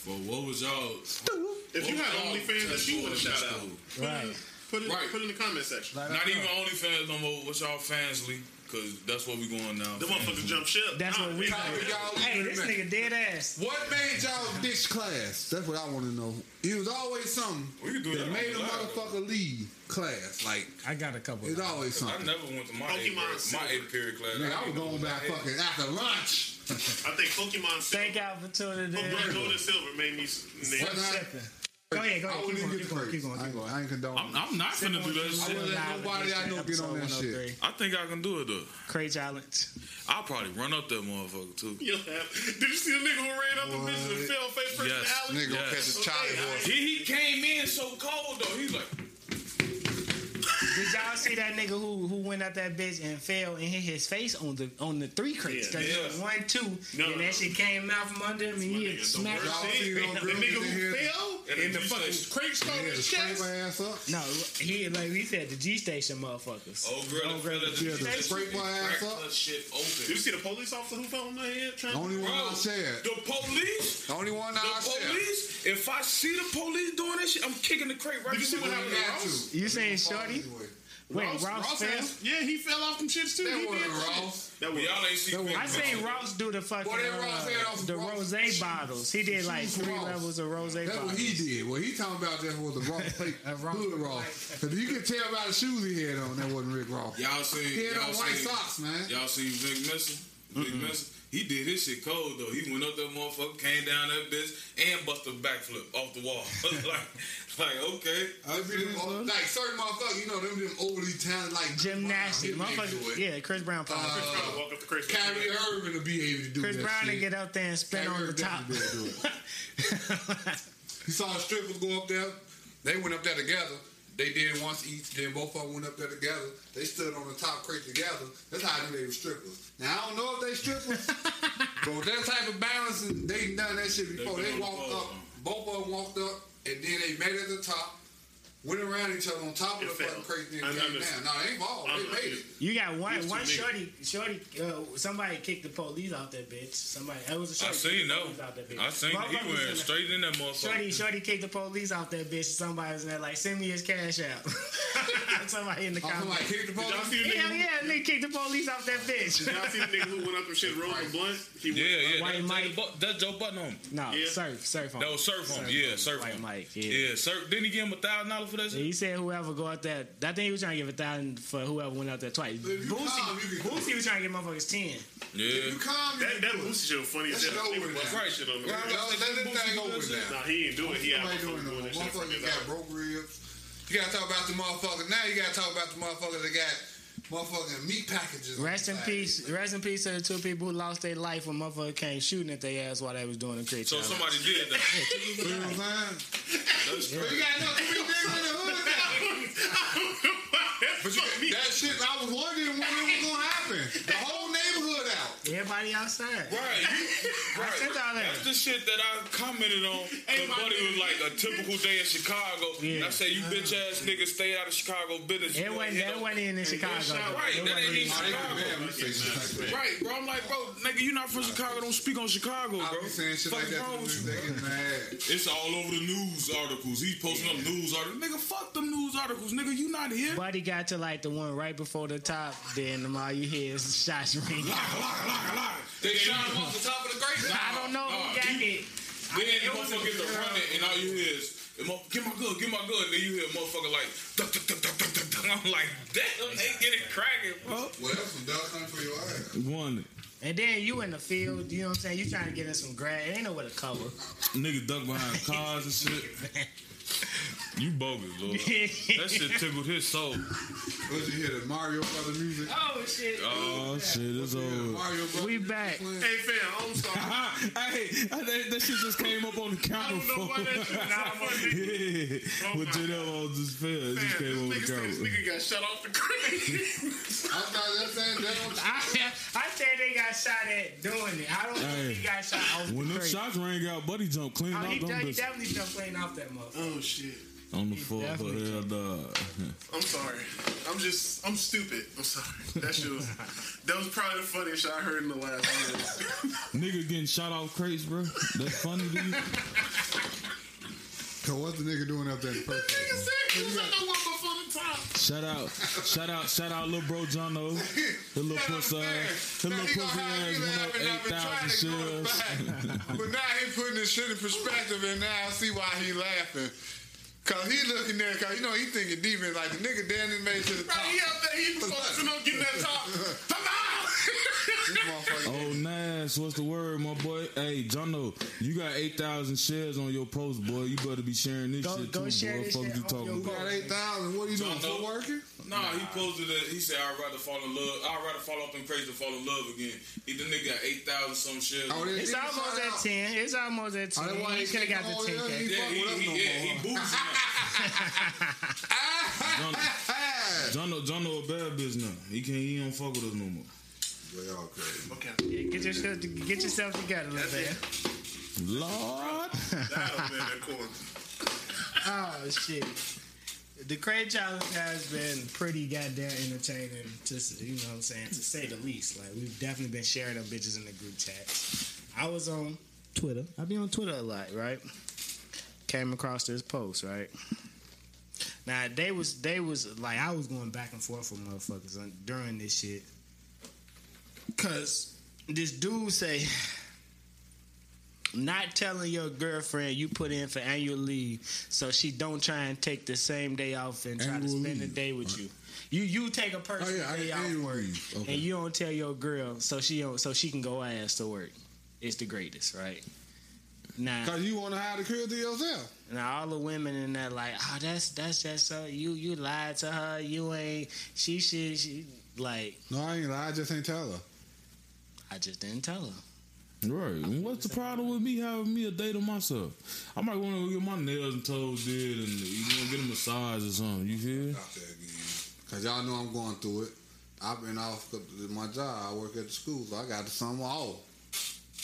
Speaker 6: But what was y'all?
Speaker 4: if you
Speaker 6: what
Speaker 4: have
Speaker 6: y'all
Speaker 4: OnlyFans that you want to
Speaker 6: testing
Speaker 4: shout
Speaker 6: in
Speaker 4: out,
Speaker 6: school?
Speaker 2: Right.
Speaker 4: put it,
Speaker 6: Right.
Speaker 4: put it in the comment section.
Speaker 2: Let us
Speaker 6: Not
Speaker 2: know.
Speaker 6: even OnlyFans no more. What's y'all fansly? Because that's what we going now.
Speaker 4: The motherfuckers jump ship.
Speaker 2: That's what we.
Speaker 9: Y'all-
Speaker 2: Hey, this nigga dead ass.
Speaker 9: What made y'all ditch class? That's what I want to know. It was always something
Speaker 6: We can do
Speaker 9: that
Speaker 6: that
Speaker 9: made a
Speaker 6: on the live.
Speaker 9: motherfucker leave class. Like
Speaker 2: I got a couple.
Speaker 9: it's always
Speaker 6: I
Speaker 9: something.
Speaker 6: never went to my eighth
Speaker 4: Pokemon
Speaker 6: grade- my eighth period class.
Speaker 9: Nigga, I
Speaker 6: didn't
Speaker 9: was
Speaker 6: go
Speaker 9: going
Speaker 6: to
Speaker 9: back
Speaker 6: my eighth.
Speaker 9: fucking after lunch.
Speaker 4: I think Pokemon
Speaker 2: Thank
Speaker 4: Silver.
Speaker 2: y'all for tuning in.
Speaker 4: Oh, Pokemon Gold and Silver made me. s-
Speaker 9: What
Speaker 4: nigga.
Speaker 9: not?
Speaker 2: Sipping. Go ahead, go ahead.
Speaker 9: I
Speaker 2: Keep
Speaker 9: wouldn't
Speaker 2: going,
Speaker 9: even
Speaker 2: keep
Speaker 9: get the
Speaker 2: going,
Speaker 9: crates.
Speaker 2: keep going,
Speaker 9: I
Speaker 2: keep
Speaker 9: ain't
Speaker 2: going.
Speaker 9: gonna- I ain't condoning
Speaker 17: I'm, I'm not
Speaker 2: Sip
Speaker 17: finna
Speaker 2: on
Speaker 17: do that
Speaker 2: this
Speaker 17: shit.
Speaker 2: shit live
Speaker 9: nobody
Speaker 2: edition,
Speaker 9: I know get on
Speaker 2: episode
Speaker 9: that shit.
Speaker 2: 103.
Speaker 17: I think I can do it though.
Speaker 2: Crate challenge.
Speaker 17: I'll probably run up that motherfucker too.
Speaker 4: Yo, did you see the nigga who ran up the bitches and fell face first
Speaker 17: Yes,
Speaker 4: in the alley?
Speaker 17: nigga gonna catch
Speaker 18: a Charlie horse.
Speaker 6: Then he came in so cold though. He like,
Speaker 2: Did y'all see that nigga who who went out that bitch and fell and hit his face on the on the three crates?
Speaker 4: Yeah.
Speaker 2: Cause it was one, two,
Speaker 4: No,
Speaker 2: and
Speaker 4: no.
Speaker 2: that shit came out from under him and
Speaker 4: My
Speaker 2: he
Speaker 4: nigga, the
Speaker 2: smacked.
Speaker 4: worst
Speaker 2: all
Speaker 4: thing,
Speaker 2: three of them.
Speaker 4: The nigga who
Speaker 9: Yeah.
Speaker 4: fell and the fucking crate stole
Speaker 9: Yeah, to
Speaker 4: his
Speaker 9: spray
Speaker 4: chest.
Speaker 9: my ass up.
Speaker 2: No, he like he said the G station motherfuckers.
Speaker 6: oh girl,
Speaker 2: girl,
Speaker 6: that
Speaker 9: yeah, the straight my ass up.
Speaker 6: That shit
Speaker 4: Did you
Speaker 6: open.
Speaker 4: see the police officer who fell on the head? Trying
Speaker 9: The only one
Speaker 6: Bro,
Speaker 9: I said.
Speaker 6: the police.
Speaker 9: The only one
Speaker 6: The police. If I see the police doing that shit, I'm kicking the crate right.
Speaker 4: Did you see
Speaker 6: before
Speaker 4: what happened
Speaker 6: they
Speaker 4: to
Speaker 6: get out.
Speaker 4: Ross?
Speaker 2: You saying Shorty? Wait, Ross, fell.
Speaker 4: has- yeah, he fell off them shits too.
Speaker 3: That
Speaker 4: he
Speaker 3: wasn't
Speaker 4: did too.
Speaker 3: Ross.
Speaker 4: That was
Speaker 6: Y'all ain't see.
Speaker 9: That
Speaker 6: Quick
Speaker 2: I
Speaker 6: Ross.
Speaker 2: seen Ross do the fucking
Speaker 3: Boy, that
Speaker 2: uh,
Speaker 3: Ross had on some
Speaker 2: the
Speaker 3: Ross-
Speaker 2: rose bottles. He did like
Speaker 9: Shoes
Speaker 2: three
Speaker 9: Ross.
Speaker 2: levels of rose
Speaker 9: That's
Speaker 2: bottles.
Speaker 9: what he did. What he talking about that was the raw plate,
Speaker 2: Ross.
Speaker 9: hood raw. Because you can tell by the shoes he had on, that wasn't Rick Raw.
Speaker 6: Y'all seen.
Speaker 9: He had
Speaker 6: y'all
Speaker 9: on white
Speaker 6: seen-
Speaker 9: socks, man.
Speaker 6: Y'all seen Vic Mensa? Vic Mensa? He did his shit cold though. He went up that motherfucker, came down that bitch, and busted a backflip off the wall. like, like okay.
Speaker 3: I be them, like certain motherfuckers, you know, them, them overly talented, like
Speaker 2: Gymnastics,
Speaker 3: Brown, he can't
Speaker 2: motherfucker.
Speaker 3: do it.
Speaker 2: Yeah, Chris Brown. fell.
Speaker 4: Chris Brown walk up the crate.
Speaker 3: Kyrie Irving will be able to do
Speaker 2: Chris
Speaker 3: that
Speaker 2: Brown to
Speaker 3: shit.
Speaker 2: get up there and spin
Speaker 3: Kyrie
Speaker 2: on the
Speaker 3: Irving
Speaker 2: top.
Speaker 3: definitely be able to do it. You saw the strippers go up there. They went up there together. They did it once each. Then both of them went up there together. They stood on the top crate together. That's how I knew they were strippers. Now I don't know if they strippers, but with that type of balancing, they done that shit before.
Speaker 6: been
Speaker 3: They,
Speaker 6: on the
Speaker 3: walked
Speaker 6: pole,
Speaker 3: up. Both of them walked up, and then they met at the top. Went around each other on top of
Speaker 4: It
Speaker 3: the
Speaker 4: fell.
Speaker 3: fucking crate, then
Speaker 4: I- I
Speaker 3: came
Speaker 4: just-
Speaker 3: down. No, they balled.
Speaker 4: I'm-
Speaker 3: They
Speaker 4: I'm-
Speaker 3: made it.
Speaker 2: You got
Speaker 4: Used
Speaker 2: one,
Speaker 4: to
Speaker 2: one
Speaker 4: nigga.
Speaker 2: shorty, shorty. Uh, somebody kicked the police out that bitch. Somebody, that was a shorty.
Speaker 6: I seen
Speaker 2: kicked the
Speaker 6: no.
Speaker 2: police out that bitch.
Speaker 6: I seen
Speaker 2: Motherfucker
Speaker 6: he
Speaker 2: was
Speaker 6: went
Speaker 2: in the-
Speaker 6: straight in that motherfucker.
Speaker 2: Shorty, shorty kicked the police out that bitch. Somebody was in there like, send me his cash out. somebody
Speaker 9: Oh,
Speaker 2: in the
Speaker 3: I'm
Speaker 2: comments.
Speaker 3: like, kick the ball.
Speaker 4: Y'all see the nigga?
Speaker 2: Hell yeah, nigga kicked the police out that bitch.
Speaker 4: Y'all see the nigga who went up and shit rolled a blunt? He
Speaker 6: Yeah,
Speaker 4: went,
Speaker 6: yeah.
Speaker 2: White
Speaker 6: that-
Speaker 2: Mike.
Speaker 6: that bu- That's Joe Button on him.
Speaker 2: no,
Speaker 4: Yeah.
Speaker 2: surf, surf on.
Speaker 6: That was surf on him. Yeah, surf on
Speaker 2: White
Speaker 6: him.
Speaker 2: Mike. Yeah.
Speaker 6: Yeah, surf. Didn't he give him a thousand dollars for that shit?
Speaker 2: He said whoever go out there, I think he was trying to give a thousand for whoever went out there twice.
Speaker 3: If you
Speaker 2: Boosie,
Speaker 3: calm, you can do
Speaker 2: Boosie was trying to get motherfuckers ten.
Speaker 6: Yeah.
Speaker 3: You calm.
Speaker 4: That,
Speaker 3: you
Speaker 4: that Boosie shit was funny as
Speaker 3: That
Speaker 4: hell.
Speaker 3: shit
Speaker 4: Nigga
Speaker 3: over
Speaker 4: bust
Speaker 3: now.
Speaker 4: that shit on the
Speaker 3: Right,
Speaker 4: ground.
Speaker 3: let that thing over now.
Speaker 4: Nah, he ain't do it. He out
Speaker 3: Nobody doing
Speaker 4: doing
Speaker 3: no
Speaker 4: that shit from
Speaker 3: motherfucker
Speaker 4: his
Speaker 3: got
Speaker 4: eye.
Speaker 3: broke ribs. You gotta talk about the motherfucker. Now you gotta talk about the motherfucker that got motherfucking meat packages. on
Speaker 2: Rest
Speaker 3: the
Speaker 2: in
Speaker 3: side.
Speaker 2: peace. Rest in peace to the two people who lost their life when motherfucker came shooting at their ass while they was doing the crate
Speaker 6: So
Speaker 2: challenge.
Speaker 6: somebody did that.
Speaker 9: You know what I'm saying?
Speaker 3: But you got no three niggas in the hood. now.
Speaker 4: But you got
Speaker 3: That shit, I was wondering when it was gonna happen. The whole neighborhood out.
Speaker 2: Everybody outside.
Speaker 6: Right. you-
Speaker 2: I said all that.
Speaker 6: That's the shit that I commented on.
Speaker 4: Hey,
Speaker 6: Hey,
Speaker 4: my
Speaker 6: buddy was
Speaker 4: nigga.
Speaker 6: like a typical day in Chicago.
Speaker 2: Yeah.
Speaker 6: I say you bitch ass niggas stay out of Chicago business.
Speaker 2: It
Speaker 6: You
Speaker 2: wasn't.
Speaker 6: hit
Speaker 2: That
Speaker 6: on-
Speaker 2: wasn't in, in Chicago. though.
Speaker 6: Right,
Speaker 2: It
Speaker 6: that
Speaker 2: wasn't
Speaker 6: ain't
Speaker 2: in
Speaker 6: in Chicago.
Speaker 3: Man, we say shit like that.
Speaker 6: Right, bro. I'm like, bro, nigga, you not from Chicago. Don't speak on Chicago,
Speaker 3: I
Speaker 6: bro.
Speaker 3: be saying shit like
Speaker 6: Fuck
Speaker 3: that
Speaker 6: wrong
Speaker 3: to
Speaker 6: with
Speaker 3: the
Speaker 6: you?
Speaker 3: niggas, they get mad.
Speaker 6: It's all over the news articles. He posting up news articles. Nigga, fuck them news articles. Nigga, you not here.
Speaker 2: Buddy got to like the one right before the top. Then all you hear is shots ring.
Speaker 6: Lock, lock, lock, lock.
Speaker 3: They shot him off the top of the grate.
Speaker 2: I don't know
Speaker 6: Nah,
Speaker 2: who got
Speaker 6: you-
Speaker 2: it.
Speaker 6: Then the motherfucker gets to running, and all you hear is, "Get my- "Get my good, get my good." Then you hear a motherfucker like, duck, duck, duck, duck, duck, duck, duck. I'm like, damn, they get it cracking, bro.
Speaker 3: Well, that's some duck hunting for your ass.
Speaker 17: One
Speaker 2: And then you in the field. You know what I'm saying? You trying to get in some grass. Ain't nowhere to cover.
Speaker 17: nigga ducked behind cars and shit. You bogus, Lord. That shit tickled his soul.
Speaker 9: What you hear the Mario Brothers music?
Speaker 2: oh shit.
Speaker 17: Oh shit, it's over.
Speaker 3: Mario Brothers.
Speaker 2: We back.
Speaker 4: Hey, fam, I'm sorry. I
Speaker 17: hey, that, that shit just came up on the counter
Speaker 4: don't know
Speaker 17: phone.
Speaker 4: why that shit was so funny.
Speaker 17: yeah,
Speaker 4: Oh
Speaker 17: with
Speaker 4: my
Speaker 17: Janelle on this field, it
Speaker 4: Man,
Speaker 17: just came on the
Speaker 4: this nigga said this
Speaker 17: counter.
Speaker 4: nigga got shut off the crib.
Speaker 3: I thought that saying that on
Speaker 2: I, I said they got shot at doing it. I don't know if
Speaker 17: Hey.
Speaker 2: he got shot off
Speaker 17: When
Speaker 2: the
Speaker 17: them
Speaker 2: crate.
Speaker 17: shots rang out, Buddy jumped clean
Speaker 2: oh,
Speaker 17: off
Speaker 2: he,
Speaker 17: them
Speaker 2: done, he
Speaker 17: bitches
Speaker 2: definitely jumped playing off that motherfucker.
Speaker 4: oh, shit.
Speaker 17: on the floor. But
Speaker 2: definitely
Speaker 17: hell, dog.
Speaker 4: I'm sorry. I'm just, I'm stupid. I'm sorry. That shit was, that was probably the funniest shit I heard in the last minute.
Speaker 17: Nigga getting shot off crates, bro. That's funny to you?
Speaker 9: So what's the nigga doing up there in
Speaker 4: That
Speaker 9: person?
Speaker 4: nigga said he was at the one before the top.
Speaker 17: Shout out, shout out, shout out, little bro Jono. The little
Speaker 3: That
Speaker 17: pussy ass. The
Speaker 3: Now
Speaker 17: little
Speaker 3: he gonna
Speaker 17: pussy
Speaker 3: have
Speaker 17: ass
Speaker 3: me
Speaker 17: went up
Speaker 3: laughing. I've been trying
Speaker 17: 8,000
Speaker 3: to go
Speaker 17: shares.
Speaker 3: back. But now he putting this shit in perspective, and now I see why he laughing. Cause he looking there, cause you know he thinking deep in like the nigga damn near made it to the
Speaker 4: Bro,
Speaker 3: top.
Speaker 4: he up there, he focusing on getting that top. Come on!
Speaker 6: Oh, Nas, what's the word, my boy? Hey, Jono, you got 8,000 shares on your post, boy. You better be sharing this
Speaker 2: Go-
Speaker 6: shit
Speaker 2: go
Speaker 6: too,
Speaker 2: share
Speaker 6: boy.
Speaker 2: this
Speaker 6: Fuck
Speaker 2: shit
Speaker 6: you
Speaker 2: on
Speaker 6: talking
Speaker 2: your
Speaker 6: about.
Speaker 9: Got eight thousand. What are you doing?
Speaker 6: Don't
Speaker 9: Foot
Speaker 6: know.
Speaker 9: working?
Speaker 19: Nah, he posted it. He said, "I'd rather fall in love. I'd rather fall off in crazy than fall in love again." He the nigga got eight thousand some shares.
Speaker 9: Oh, they-
Speaker 2: It's
Speaker 9: they
Speaker 2: almost
Speaker 9: shout
Speaker 2: at
Speaker 9: out.
Speaker 2: ten. It's almost at
Speaker 9: Oh,
Speaker 2: ten.
Speaker 9: that why
Speaker 2: He
Speaker 9: they
Speaker 2: could have got
Speaker 9: keep
Speaker 2: the ten
Speaker 9: on-
Speaker 2: k.
Speaker 19: yeah, he,
Speaker 9: fuck with us
Speaker 19: he,
Speaker 9: no
Speaker 19: yeah, he
Speaker 9: more.
Speaker 19: boozy now.
Speaker 6: Jono, Jono a bad bitch now. He can't, he don't fuck with us no more.
Speaker 9: They all crazy.
Speaker 4: Okay.
Speaker 2: Yeah, get yourself to- get yourself together, little man.
Speaker 6: Lord.
Speaker 4: That'll be in that corner.
Speaker 2: Oh shit. The Crate Challenge has been pretty goddamn entertaining, to s- you know what I'm saying, to say the least. Like we've definitely been sharing them bitches in the group chats. I was on Twitter. I be on Twitter a lot, right? Came across this post, right? Now they was they was like I was going back and forth with motherfuckers on, during this shit, cause this dude say not telling your girlfriend you put in for annual leave so she don't try and take the same day off and try to
Speaker 9: Annual
Speaker 2: spend the
Speaker 9: leave.
Speaker 2: day with you. You you take a
Speaker 9: Oh
Speaker 2: personal
Speaker 9: yeah, I
Speaker 2: day
Speaker 9: got
Speaker 2: off
Speaker 9: eight rings.
Speaker 2: and
Speaker 9: Okay.
Speaker 2: you don't tell your girl so she don't so she can go ass to work. It's the greatest, right? Now
Speaker 9: Cause you want to hide the crib to yourself.
Speaker 2: now all the women in that like, oh, that's that's just so you you lied to her. You ain't she should she like
Speaker 9: No, I ain't. lie. I just ain't tell her.
Speaker 2: I just didn't tell her.
Speaker 6: Right. And what's the problem with me having me a day to myself? I might want to get my nails and toes did and you know, get a massage or something. You feel?
Speaker 9: out there again. Cause y'all know I'm going through it. I've been off 'cause of my job. I work at the school, so I got the summer off.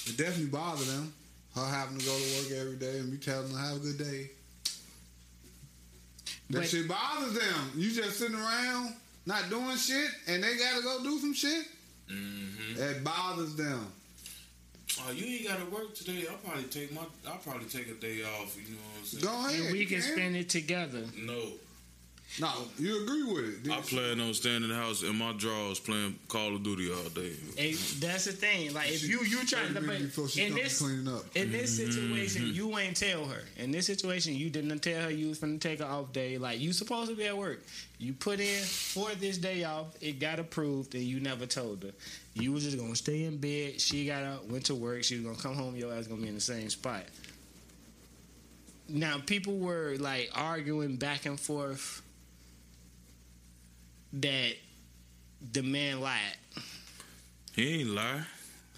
Speaker 9: It definitely bothered them. Her having to go to work every day and me telling her have a good day. That
Speaker 2: But-
Speaker 9: shit bothers them. You just sitting around not doing shit, and they gotta go do some shit. That bothers them.
Speaker 19: Mm-hmm. Oh, you ain't gotta work today. I'll probably take my. I'll probably take a day off. You know what I'm saying?
Speaker 9: Go ahead.
Speaker 2: And we
Speaker 9: you
Speaker 2: can spend it together.
Speaker 19: No,
Speaker 9: No, you agree with it.
Speaker 6: I plan on staying in the house in my drawers playing Call of Duty all day.
Speaker 2: It, that's the thing. Like if
Speaker 9: She-
Speaker 2: you you trying to
Speaker 9: Thirty
Speaker 2: but
Speaker 9: minutes before she
Speaker 2: in
Speaker 9: comes
Speaker 2: this
Speaker 9: cleaning up.
Speaker 2: in this situation you ain't tell her. In this situation you didn't tell her you was finna take an off day. Like you supposed to be at work. You put in for this day off. It got approved and you never told her. You was just gonna stay in bed. She got up, went to work. She was gonna come home. Your ass gonna be in the same spot. Now people were like arguing back and forth that the man lied.
Speaker 6: He ain't lie.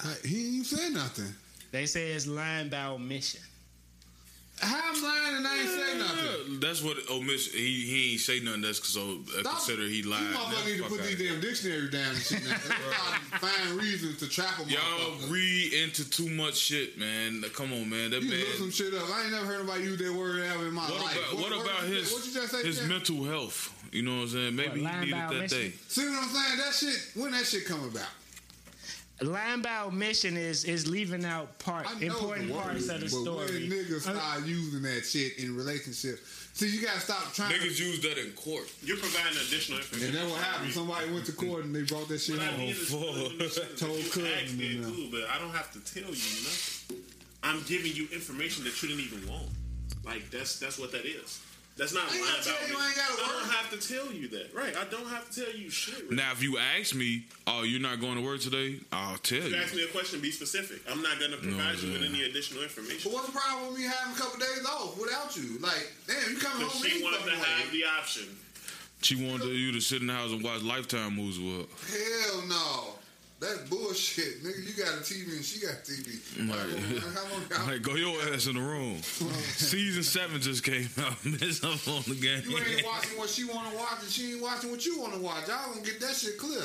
Speaker 9: I, he ain't even say nothing.
Speaker 2: They say it's lying by omission.
Speaker 9: How I'm lying and I ain't say nothing.
Speaker 6: That's what omission. He he ain't say nothing. That's so uh,
Speaker 9: Stop.
Speaker 6: consider he
Speaker 9: You
Speaker 6: lied.
Speaker 9: motherfuckers need to put these damn dictionaries down and shit now. find reasons to trap a
Speaker 6: Y'all
Speaker 9: motherfucker.
Speaker 6: read into too much shit, man. Come on, man. That
Speaker 9: you
Speaker 6: man.
Speaker 9: look some shit up. I ain't never heard nobody use that word ever in my
Speaker 6: What
Speaker 9: life.
Speaker 6: about what,
Speaker 9: word
Speaker 6: about
Speaker 9: you-
Speaker 6: his
Speaker 9: What you just say?
Speaker 6: his
Speaker 9: Ken?
Speaker 6: mental health? You know what I'm saying? Maybe
Speaker 2: lying
Speaker 6: he needed
Speaker 2: about
Speaker 6: that
Speaker 2: omission?
Speaker 6: day.
Speaker 9: See what I'm saying? That shit. When that shit come about?
Speaker 2: Lying by omission is is leaving out part
Speaker 9: I know
Speaker 2: important
Speaker 9: the word,
Speaker 2: parts of the
Speaker 9: but
Speaker 2: story.
Speaker 9: When niggas
Speaker 2: Uh,
Speaker 9: start using that shit in relationships, see, you gotta stop trying.
Speaker 6: Niggas use that in court.
Speaker 4: You're providing additional
Speaker 9: to,
Speaker 4: information.
Speaker 9: and that what happened. Somebody went to court and they brought that shit
Speaker 4: What I mean
Speaker 9: home.
Speaker 4: is, told
Speaker 9: Told
Speaker 4: you
Speaker 9: Cooper,
Speaker 4: asked me
Speaker 9: you know.
Speaker 4: cool, but I don't have to tell you nothing. I'm giving you information that you didn't even want. Like that's that's what that is. That's not
Speaker 9: I ain't
Speaker 4: lying
Speaker 9: gotta
Speaker 4: about
Speaker 9: tell
Speaker 4: me.
Speaker 9: you, I ain't gotta
Speaker 4: I don't
Speaker 9: worry.
Speaker 4: have to tell you that. Right. I don't have to tell you shit. Right?
Speaker 6: Now, if you ask me, "Oh, you're not going to work today," I'll tell
Speaker 4: If you
Speaker 6: you.
Speaker 4: ask me a question, be specific. I'm not gonna provide you with any additional information.
Speaker 9: But what's the problem with me having a couple days off without you? Like, damn, you coming
Speaker 4: But
Speaker 9: home?
Speaker 4: she
Speaker 9: you
Speaker 4: wanted to
Speaker 9: fucking
Speaker 4: have
Speaker 9: late.
Speaker 4: the option.
Speaker 6: She wanted you to sit in the house and watch Lifetime movies with her.
Speaker 9: Hell no. That's bullshit, nigga. You got a TV and she got a TV. Come on, man. Come on,
Speaker 6: Like, go your ass in the room. Season seven just came out. Miss up on the game.
Speaker 9: You ain't watching what she want to watch, and she ain't watching what you want to watch. Y'all gonna get that shit clear.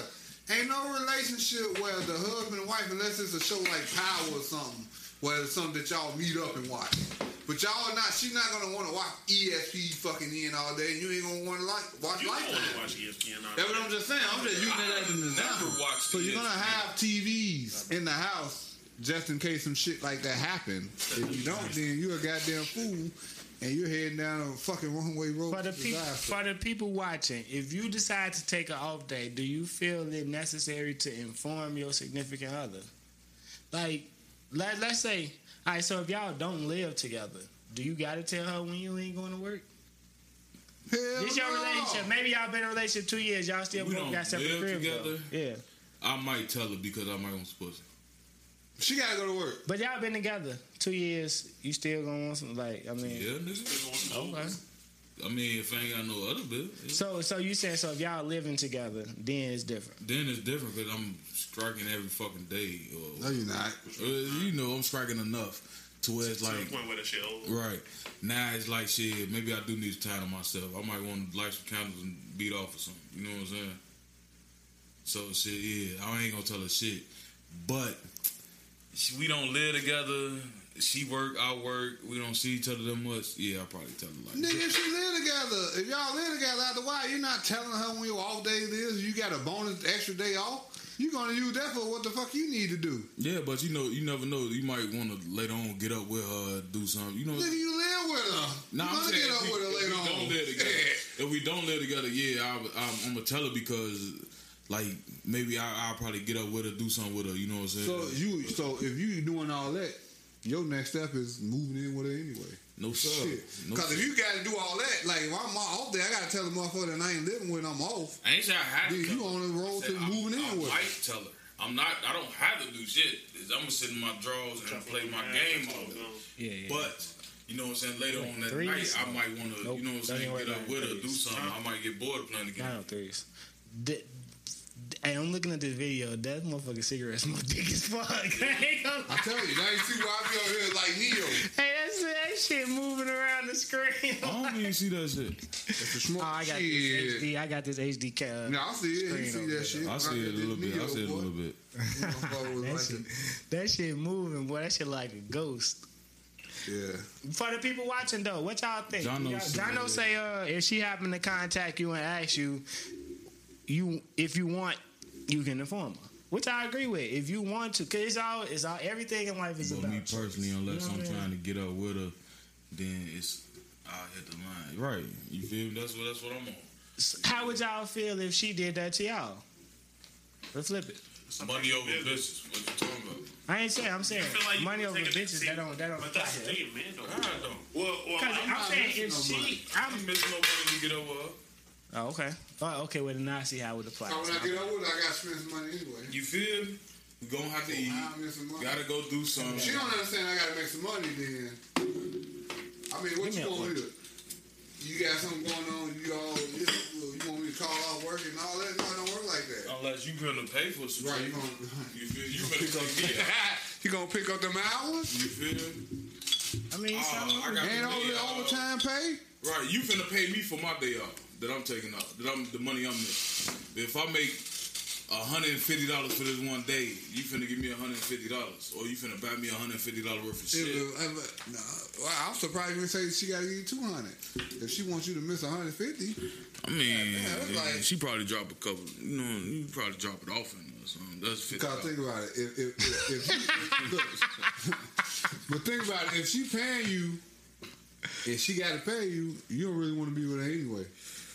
Speaker 9: Ain't no relationship where the husband and wife, unless it's a show like Power or something, where it's something that y'all meet up and watch. But y'all not, she not gonna want to watch ESP fucking in all day, and you ain't gonna want to like watch
Speaker 4: You don't want to
Speaker 9: Lifetime.
Speaker 4: watch E ESPN. all
Speaker 9: That's what I'm just saying. I'm just using that as an example.
Speaker 19: never watched.
Speaker 9: So you're
Speaker 6: E
Speaker 9: gonna have TVs in the house just in case some shit like that happen. If you don't, then you're a goddamn fool, and you're heading down a fucking one-way road.
Speaker 2: for the
Speaker 9: to
Speaker 2: people
Speaker 9: disaster.
Speaker 2: for the people watching, if you decide to take an off day, do you feel it necessary to inform your significant other? Like, let let's say, all right. So if y'all don't live together, do you gotta tell her when you ain't going to work?
Speaker 9: Hell
Speaker 2: This your
Speaker 9: no.
Speaker 2: relationship. Maybe y'all been in a relationship two years. Y'all still
Speaker 19: We
Speaker 2: broke
Speaker 19: don't
Speaker 2: got separate
Speaker 19: live
Speaker 2: crib. though.
Speaker 19: together.
Speaker 2: Yeah.
Speaker 6: I might tell her because I might want some pussy.
Speaker 3: She gotta go to work.
Speaker 2: But y'all been together two years. You still gonna want some? Like I mean,
Speaker 6: Yeah, nigga.
Speaker 2: okay.
Speaker 6: I mean, if I ain't got no other bill, yeah.
Speaker 2: So so you saying so if y'all living together, then it's different.
Speaker 6: then it's different because I'm striking every fucking day. Or,
Speaker 9: No, you're not.
Speaker 6: Uh, you know, I'm striking enough to where it's
Speaker 4: To the
Speaker 6: like,
Speaker 4: point where the shit over.
Speaker 6: right now it's like shit. Maybe I do need to time to myself. I might want to light some candles and beat off or something. You know what I'm saying? So shit, yeah. I ain't gonna tell her shit, but she, we don't live together. She work, I work. We don't see each other that much. Yeah, I probably tell her like,
Speaker 9: Nigga, if she live together, if y'all live together out the why, you're not telling her when your off day is, you got a bonus extra day off. you gonna use that for what the fuck you need to do.
Speaker 6: yeah. But you know, you never know. You might want to later on get up with her, do something. You know,
Speaker 9: Nigga, you live with her.
Speaker 6: Nah,
Speaker 9: you
Speaker 6: I'm
Speaker 9: gonna
Speaker 6: saying
Speaker 9: get up
Speaker 6: if we,
Speaker 9: with her
Speaker 6: if
Speaker 9: later
Speaker 6: we
Speaker 9: on.
Speaker 6: Don't live together. If we don't live together, yeah, I, I'm, I'm gonna tell her because, like, maybe I, I'll probably get up with her, do something with her. You know what I'm saying?
Speaker 9: So you, so if you doing all that, your next step is moving in with her anyway.
Speaker 6: no sir.
Speaker 9: Shit,
Speaker 6: No
Speaker 9: because
Speaker 6: sir.
Speaker 9: if you got to do all that, like if I'm off there, I got to tell the motherfucker that I ain't living with. I'm off.
Speaker 6: I ain't saying I have
Speaker 9: Then
Speaker 6: to.
Speaker 9: you on the road
Speaker 6: I
Speaker 9: to
Speaker 6: said I-
Speaker 9: moving
Speaker 6: I
Speaker 9: in with. her.
Speaker 6: might tell her. I'm not. I don't have to do shit. I'm gonna sit in my drawers and play my game all day.
Speaker 2: Yeah, yeah.
Speaker 6: But you know what I'm saying. Later on that
Speaker 2: threes?
Speaker 6: night, I might want to.
Speaker 2: Nope.
Speaker 6: You know what
Speaker 2: Don't
Speaker 6: I'm saying.
Speaker 2: even worry
Speaker 6: Get up
Speaker 2: about
Speaker 6: with her, do
Speaker 2: threes.
Speaker 6: something. I might get bored of playing the game.
Speaker 2: Nine oh threes. The- Hey, I'm looking at this video. That motherfucking cigarette smoke dick as fuck. hey,
Speaker 3: I tell you, now you see why I be over here like Neo.
Speaker 2: that's that shit moving around the screen.
Speaker 6: I don't even see that shit.
Speaker 9: It's a smart
Speaker 2: Oh, I got this
Speaker 9: Oh, shit.
Speaker 2: HD. I got this HD. Ca-
Speaker 9: Nah, I see it. You
Speaker 2: Screen
Speaker 9: see
Speaker 2: over there.
Speaker 9: that shit?
Speaker 6: I see it a little bit. I see it a little bit.
Speaker 2: that, shit, that shit moving, boy. That shit like a ghost.
Speaker 9: Yeah.
Speaker 2: For the people watching though, what y'all think?
Speaker 6: Jono
Speaker 2: Y'all-
Speaker 6: said-
Speaker 2: Jono say, uh, if she happened to contact you and ask you, you if you want, you can inform her. Which I agree with. If you want to, cause it's all it's all everything in life is
Speaker 6: But
Speaker 2: about.
Speaker 6: me personally, unless
Speaker 2: You know
Speaker 6: I'm
Speaker 2: what I'm
Speaker 6: trying to get up with her, then it's I hit the line. Right. You feel me? That's what that's what I'm on.
Speaker 2: How would y'all feel if she did that to y'all? Let's flip it.
Speaker 6: Money over bitches. What you talking about?
Speaker 2: I ain't saying I'm saying
Speaker 4: I feel like you
Speaker 2: money
Speaker 4: can
Speaker 2: over
Speaker 4: take a
Speaker 2: bitches.
Speaker 4: seat,
Speaker 2: That don't that don't
Speaker 4: But
Speaker 2: apply.
Speaker 4: that's the
Speaker 2: here.
Speaker 4: thing, man. Though.
Speaker 6: I don't.
Speaker 4: Well, well,
Speaker 2: Cause I'm,
Speaker 4: I'm, not
Speaker 2: saying
Speaker 4: missing
Speaker 2: if
Speaker 4: no
Speaker 2: she,
Speaker 4: money.
Speaker 6: I ain't missing no money to get over. her.
Speaker 2: oh okay, oh, okay, well then I see how it would apply.
Speaker 3: So when I get over, I gotta spend some money anyway.
Speaker 6: You feel me? We gonna have to eat.
Speaker 3: I'm missing money.
Speaker 6: Gotta go do something.
Speaker 3: She don't understand. I gotta make some money. Then I mean, what
Speaker 2: Give me
Speaker 3: you
Speaker 2: a
Speaker 3: want
Speaker 2: one.
Speaker 3: me to? You got something going on? You all? You want me to call off work and all that? No, it don't work like that.
Speaker 6: Unless you gonna pay for
Speaker 2: Oh.
Speaker 6: some.
Speaker 3: Right? You
Speaker 6: shit.
Speaker 3: gonna
Speaker 6: You feel you better come get it.
Speaker 3: you gonna pick up them hours?
Speaker 6: You feel me?
Speaker 2: I mean,
Speaker 6: Oh, I
Speaker 2: something-
Speaker 6: got
Speaker 9: Ain't
Speaker 6: the
Speaker 9: all
Speaker 6: day
Speaker 9: the
Speaker 6: off.
Speaker 9: overtime pay?
Speaker 6: Right, you finna pay me for my day off that I'm taking off, that I'm the money I'm making. If I make hundred and fifty dollars for this one day, you finna give me hundred and fifty dollars, or you finna buy me hundred and fifty dollars worth of
Speaker 9: If-
Speaker 6: shit.
Speaker 9: if- if- nah, well, I'm surprised you didn't say she got to give you 200. If she wants you to miss 150,
Speaker 6: I mean,
Speaker 9: that's like-
Speaker 6: she probably drop a couple. You know, you probably drop it off in there or something. That's fifty.
Speaker 9: Because think about it. If, if, if, if look, but think about it. If she paying you, if she got to pay you, you don't really want to be with her anyway.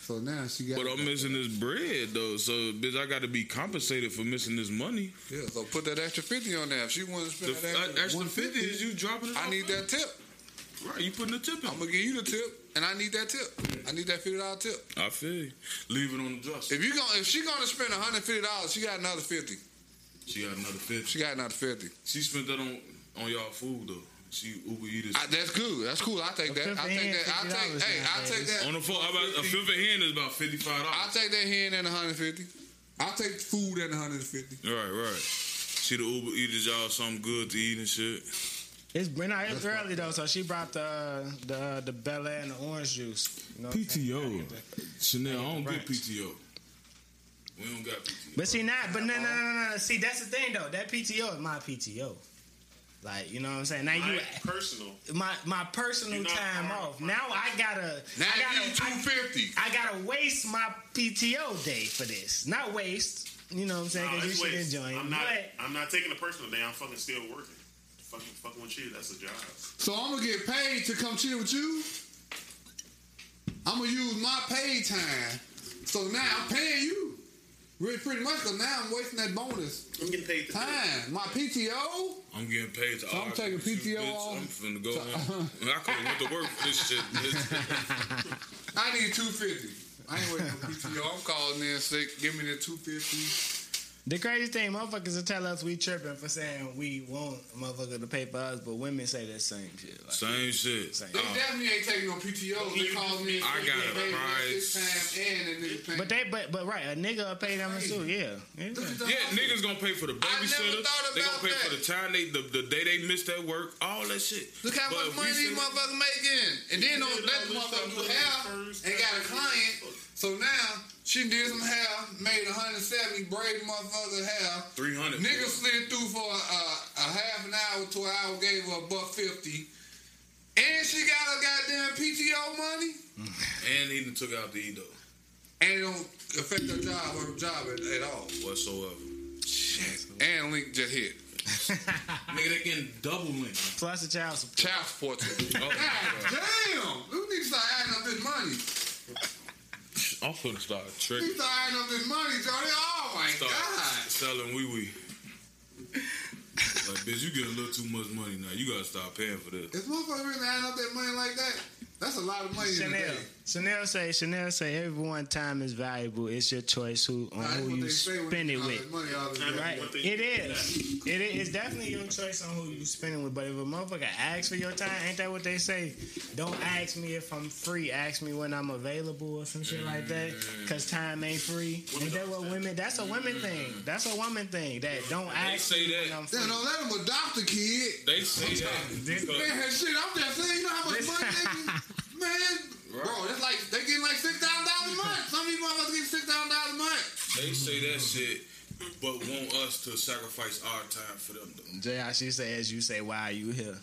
Speaker 9: So now she got.
Speaker 6: But I'm missing this bread though, so bitch, I got to be compensated for missing this money.
Speaker 3: Yeah. So put that extra fifty on there. If she wants to
Speaker 6: The,
Speaker 3: spend that,
Speaker 6: uh,
Speaker 3: extra,
Speaker 6: that's the fifty is you dropping it.
Speaker 3: I
Speaker 6: off
Speaker 3: need
Speaker 6: in?
Speaker 3: that tip.
Speaker 6: Right, you putting the tip in.
Speaker 3: I'm gonna give you the tip, and I need that tip. I need that fifty dollar tip.
Speaker 6: I feel you. Leave it on the dresser.
Speaker 3: If you going if she gonna spend one hundred fifty dollars, she got another fifty.
Speaker 6: She got another fifty.
Speaker 3: She got another fifty.
Speaker 6: She spent that on on y'all food though. She Uber Eats.
Speaker 3: I, that's good. That's cool. I take that. I take that. I take.
Speaker 2: $50
Speaker 3: Hey, I
Speaker 2: nowadays.
Speaker 3: take that.
Speaker 6: on the phone, how about a fifth of hand is about fifty five
Speaker 3: I
Speaker 6: dollars.
Speaker 3: take that hen and one hundred fifty. I take food and one hundred fifty.
Speaker 6: Right, right. She the Uber Eats y'all something good to eat and shit.
Speaker 2: It's been out it's early though, so she brought the the the Bel Air and the orange juice. You know what I'm saying?
Speaker 6: PTO, Chanel. I don't
Speaker 2: get
Speaker 6: PTO. We don't got PTO.
Speaker 2: But see, not but no, no, no, no, no. See, that's the thing though. That PTO is my PTO. Like you know what I'm saying. Now
Speaker 4: My
Speaker 2: you
Speaker 4: personal.
Speaker 2: my my personal
Speaker 4: You're not
Speaker 2: time
Speaker 4: part
Speaker 2: off.
Speaker 4: of my-
Speaker 2: Now I gotta
Speaker 3: Now
Speaker 2: I
Speaker 3: I
Speaker 2: gotta
Speaker 3: need two
Speaker 2: I,
Speaker 3: fifty.
Speaker 2: I gotta waste my PTO day for this. Not waste. You know what I'm saying?
Speaker 4: Nah,
Speaker 2: Because you
Speaker 4: it's
Speaker 2: should
Speaker 4: waste.
Speaker 2: enjoy it.
Speaker 4: I'm not.
Speaker 2: But
Speaker 4: I'm not taking a personal day. I'm fucking still working. Fucking fucking with you. That's a job.
Speaker 9: so I'm gonna get paid to come chill with you. I'm gonna use my paid time. So now I'm paying you. Really, pretty much. Cause now I'm wasting that bonus
Speaker 4: I'm getting paid to do it.
Speaker 9: time. My PTO.
Speaker 6: I'm getting paid to.
Speaker 9: So I'm
Speaker 6: argue
Speaker 9: taking
Speaker 6: with you,
Speaker 9: PTO
Speaker 6: bitch.
Speaker 9: off. uh-huh.
Speaker 6: I'm finna go home. I could have went to work for this shit. Bitch.
Speaker 3: I need two fifty. I ain't waiting for PTO. I'm calling in sick. Give me the two fifty.
Speaker 2: The crazy thing, motherfuckers will tell us we tripping for saying we want a motherfucker to pay for us, but women say that same shit. Like,
Speaker 6: Same shit. Uh,
Speaker 2: Same.
Speaker 9: They definitely ain't taking no PTO. They called me. and
Speaker 6: Oh. I
Speaker 9: said,
Speaker 6: got a
Speaker 9: "Baby,
Speaker 6: price.
Speaker 9: this Time and a nigga paying.
Speaker 2: But they, but but right, a nigga will pay them in suit. Yeah, yeah.
Speaker 6: Yeah, niggas gonna pay for the
Speaker 9: I never
Speaker 6: babysitter.
Speaker 9: thought
Speaker 6: They gonna
Speaker 9: about
Speaker 6: pay
Speaker 9: that.
Speaker 6: for the time they, the, the day they missed that work, all that shit.
Speaker 9: Look how
Speaker 6: But
Speaker 9: much
Speaker 6: if we
Speaker 9: money these
Speaker 6: say-
Speaker 9: motherfuckers making. And then don't let the motherfucker do hair and got a client. So now she did some hair, made 170 braid motherfucker hair.
Speaker 6: 300.
Speaker 9: Nigga slid through for a, a half an hour to an hour, gave her a buck 50. And she got her goddamn PTO money.
Speaker 6: And he done took out the E though,
Speaker 9: And it don't affect her job or her job at, at all.
Speaker 6: whatsoever.
Speaker 9: And Link just hit.
Speaker 6: Nigga, they getting double link.
Speaker 2: Plus a child support.
Speaker 9: Child support.
Speaker 6: Oh, my God.
Speaker 9: Damn! Who needs to start adding up this money?
Speaker 6: I'm finna start
Speaker 9: He
Speaker 6: tricking.
Speaker 9: started adding up this money, Jody. Oh my
Speaker 6: Start
Speaker 9: God.
Speaker 6: selling wee wee. Like, bitch, you get a little too much money now. You gotta stop paying for this.
Speaker 9: If motherfuckers really adding up that money like that, that's a lot of money in a
Speaker 2: Chanel,
Speaker 9: day.
Speaker 2: Chanel say, Chanel say, everyone time is valuable. It's your choice who on
Speaker 9: That's
Speaker 2: who
Speaker 9: what
Speaker 2: you
Speaker 9: they say when
Speaker 2: spend
Speaker 9: they
Speaker 2: it
Speaker 9: call
Speaker 2: with.
Speaker 9: that Money all the day.
Speaker 2: Right, it is. It is. It's definitely your choice on who you spend it with. But if a motherfucker asks for your time, ain't that what they say? Don't ask me if I'm free. Ask me when I'm available or some shit like that.
Speaker 9: Mm.
Speaker 2: Cause time ain't free. Ain't that what women? That's a women thing. That's a woman thing. That don't ask
Speaker 6: say
Speaker 2: me when
Speaker 6: that.
Speaker 2: I'm free.
Speaker 9: Damn, don't let them adopt a kid.
Speaker 6: They say that.
Speaker 2: This-
Speaker 9: Man, shit, I'm just saying, you know how much money they get? Man, bro, that's like, they getting like $6,000 a month. Some of these motherfuckers getting $6,000 a month.
Speaker 6: They say that shit, but want us to sacrifice our time for them. Though.
Speaker 2: J.I. she says, "You say why are you here?"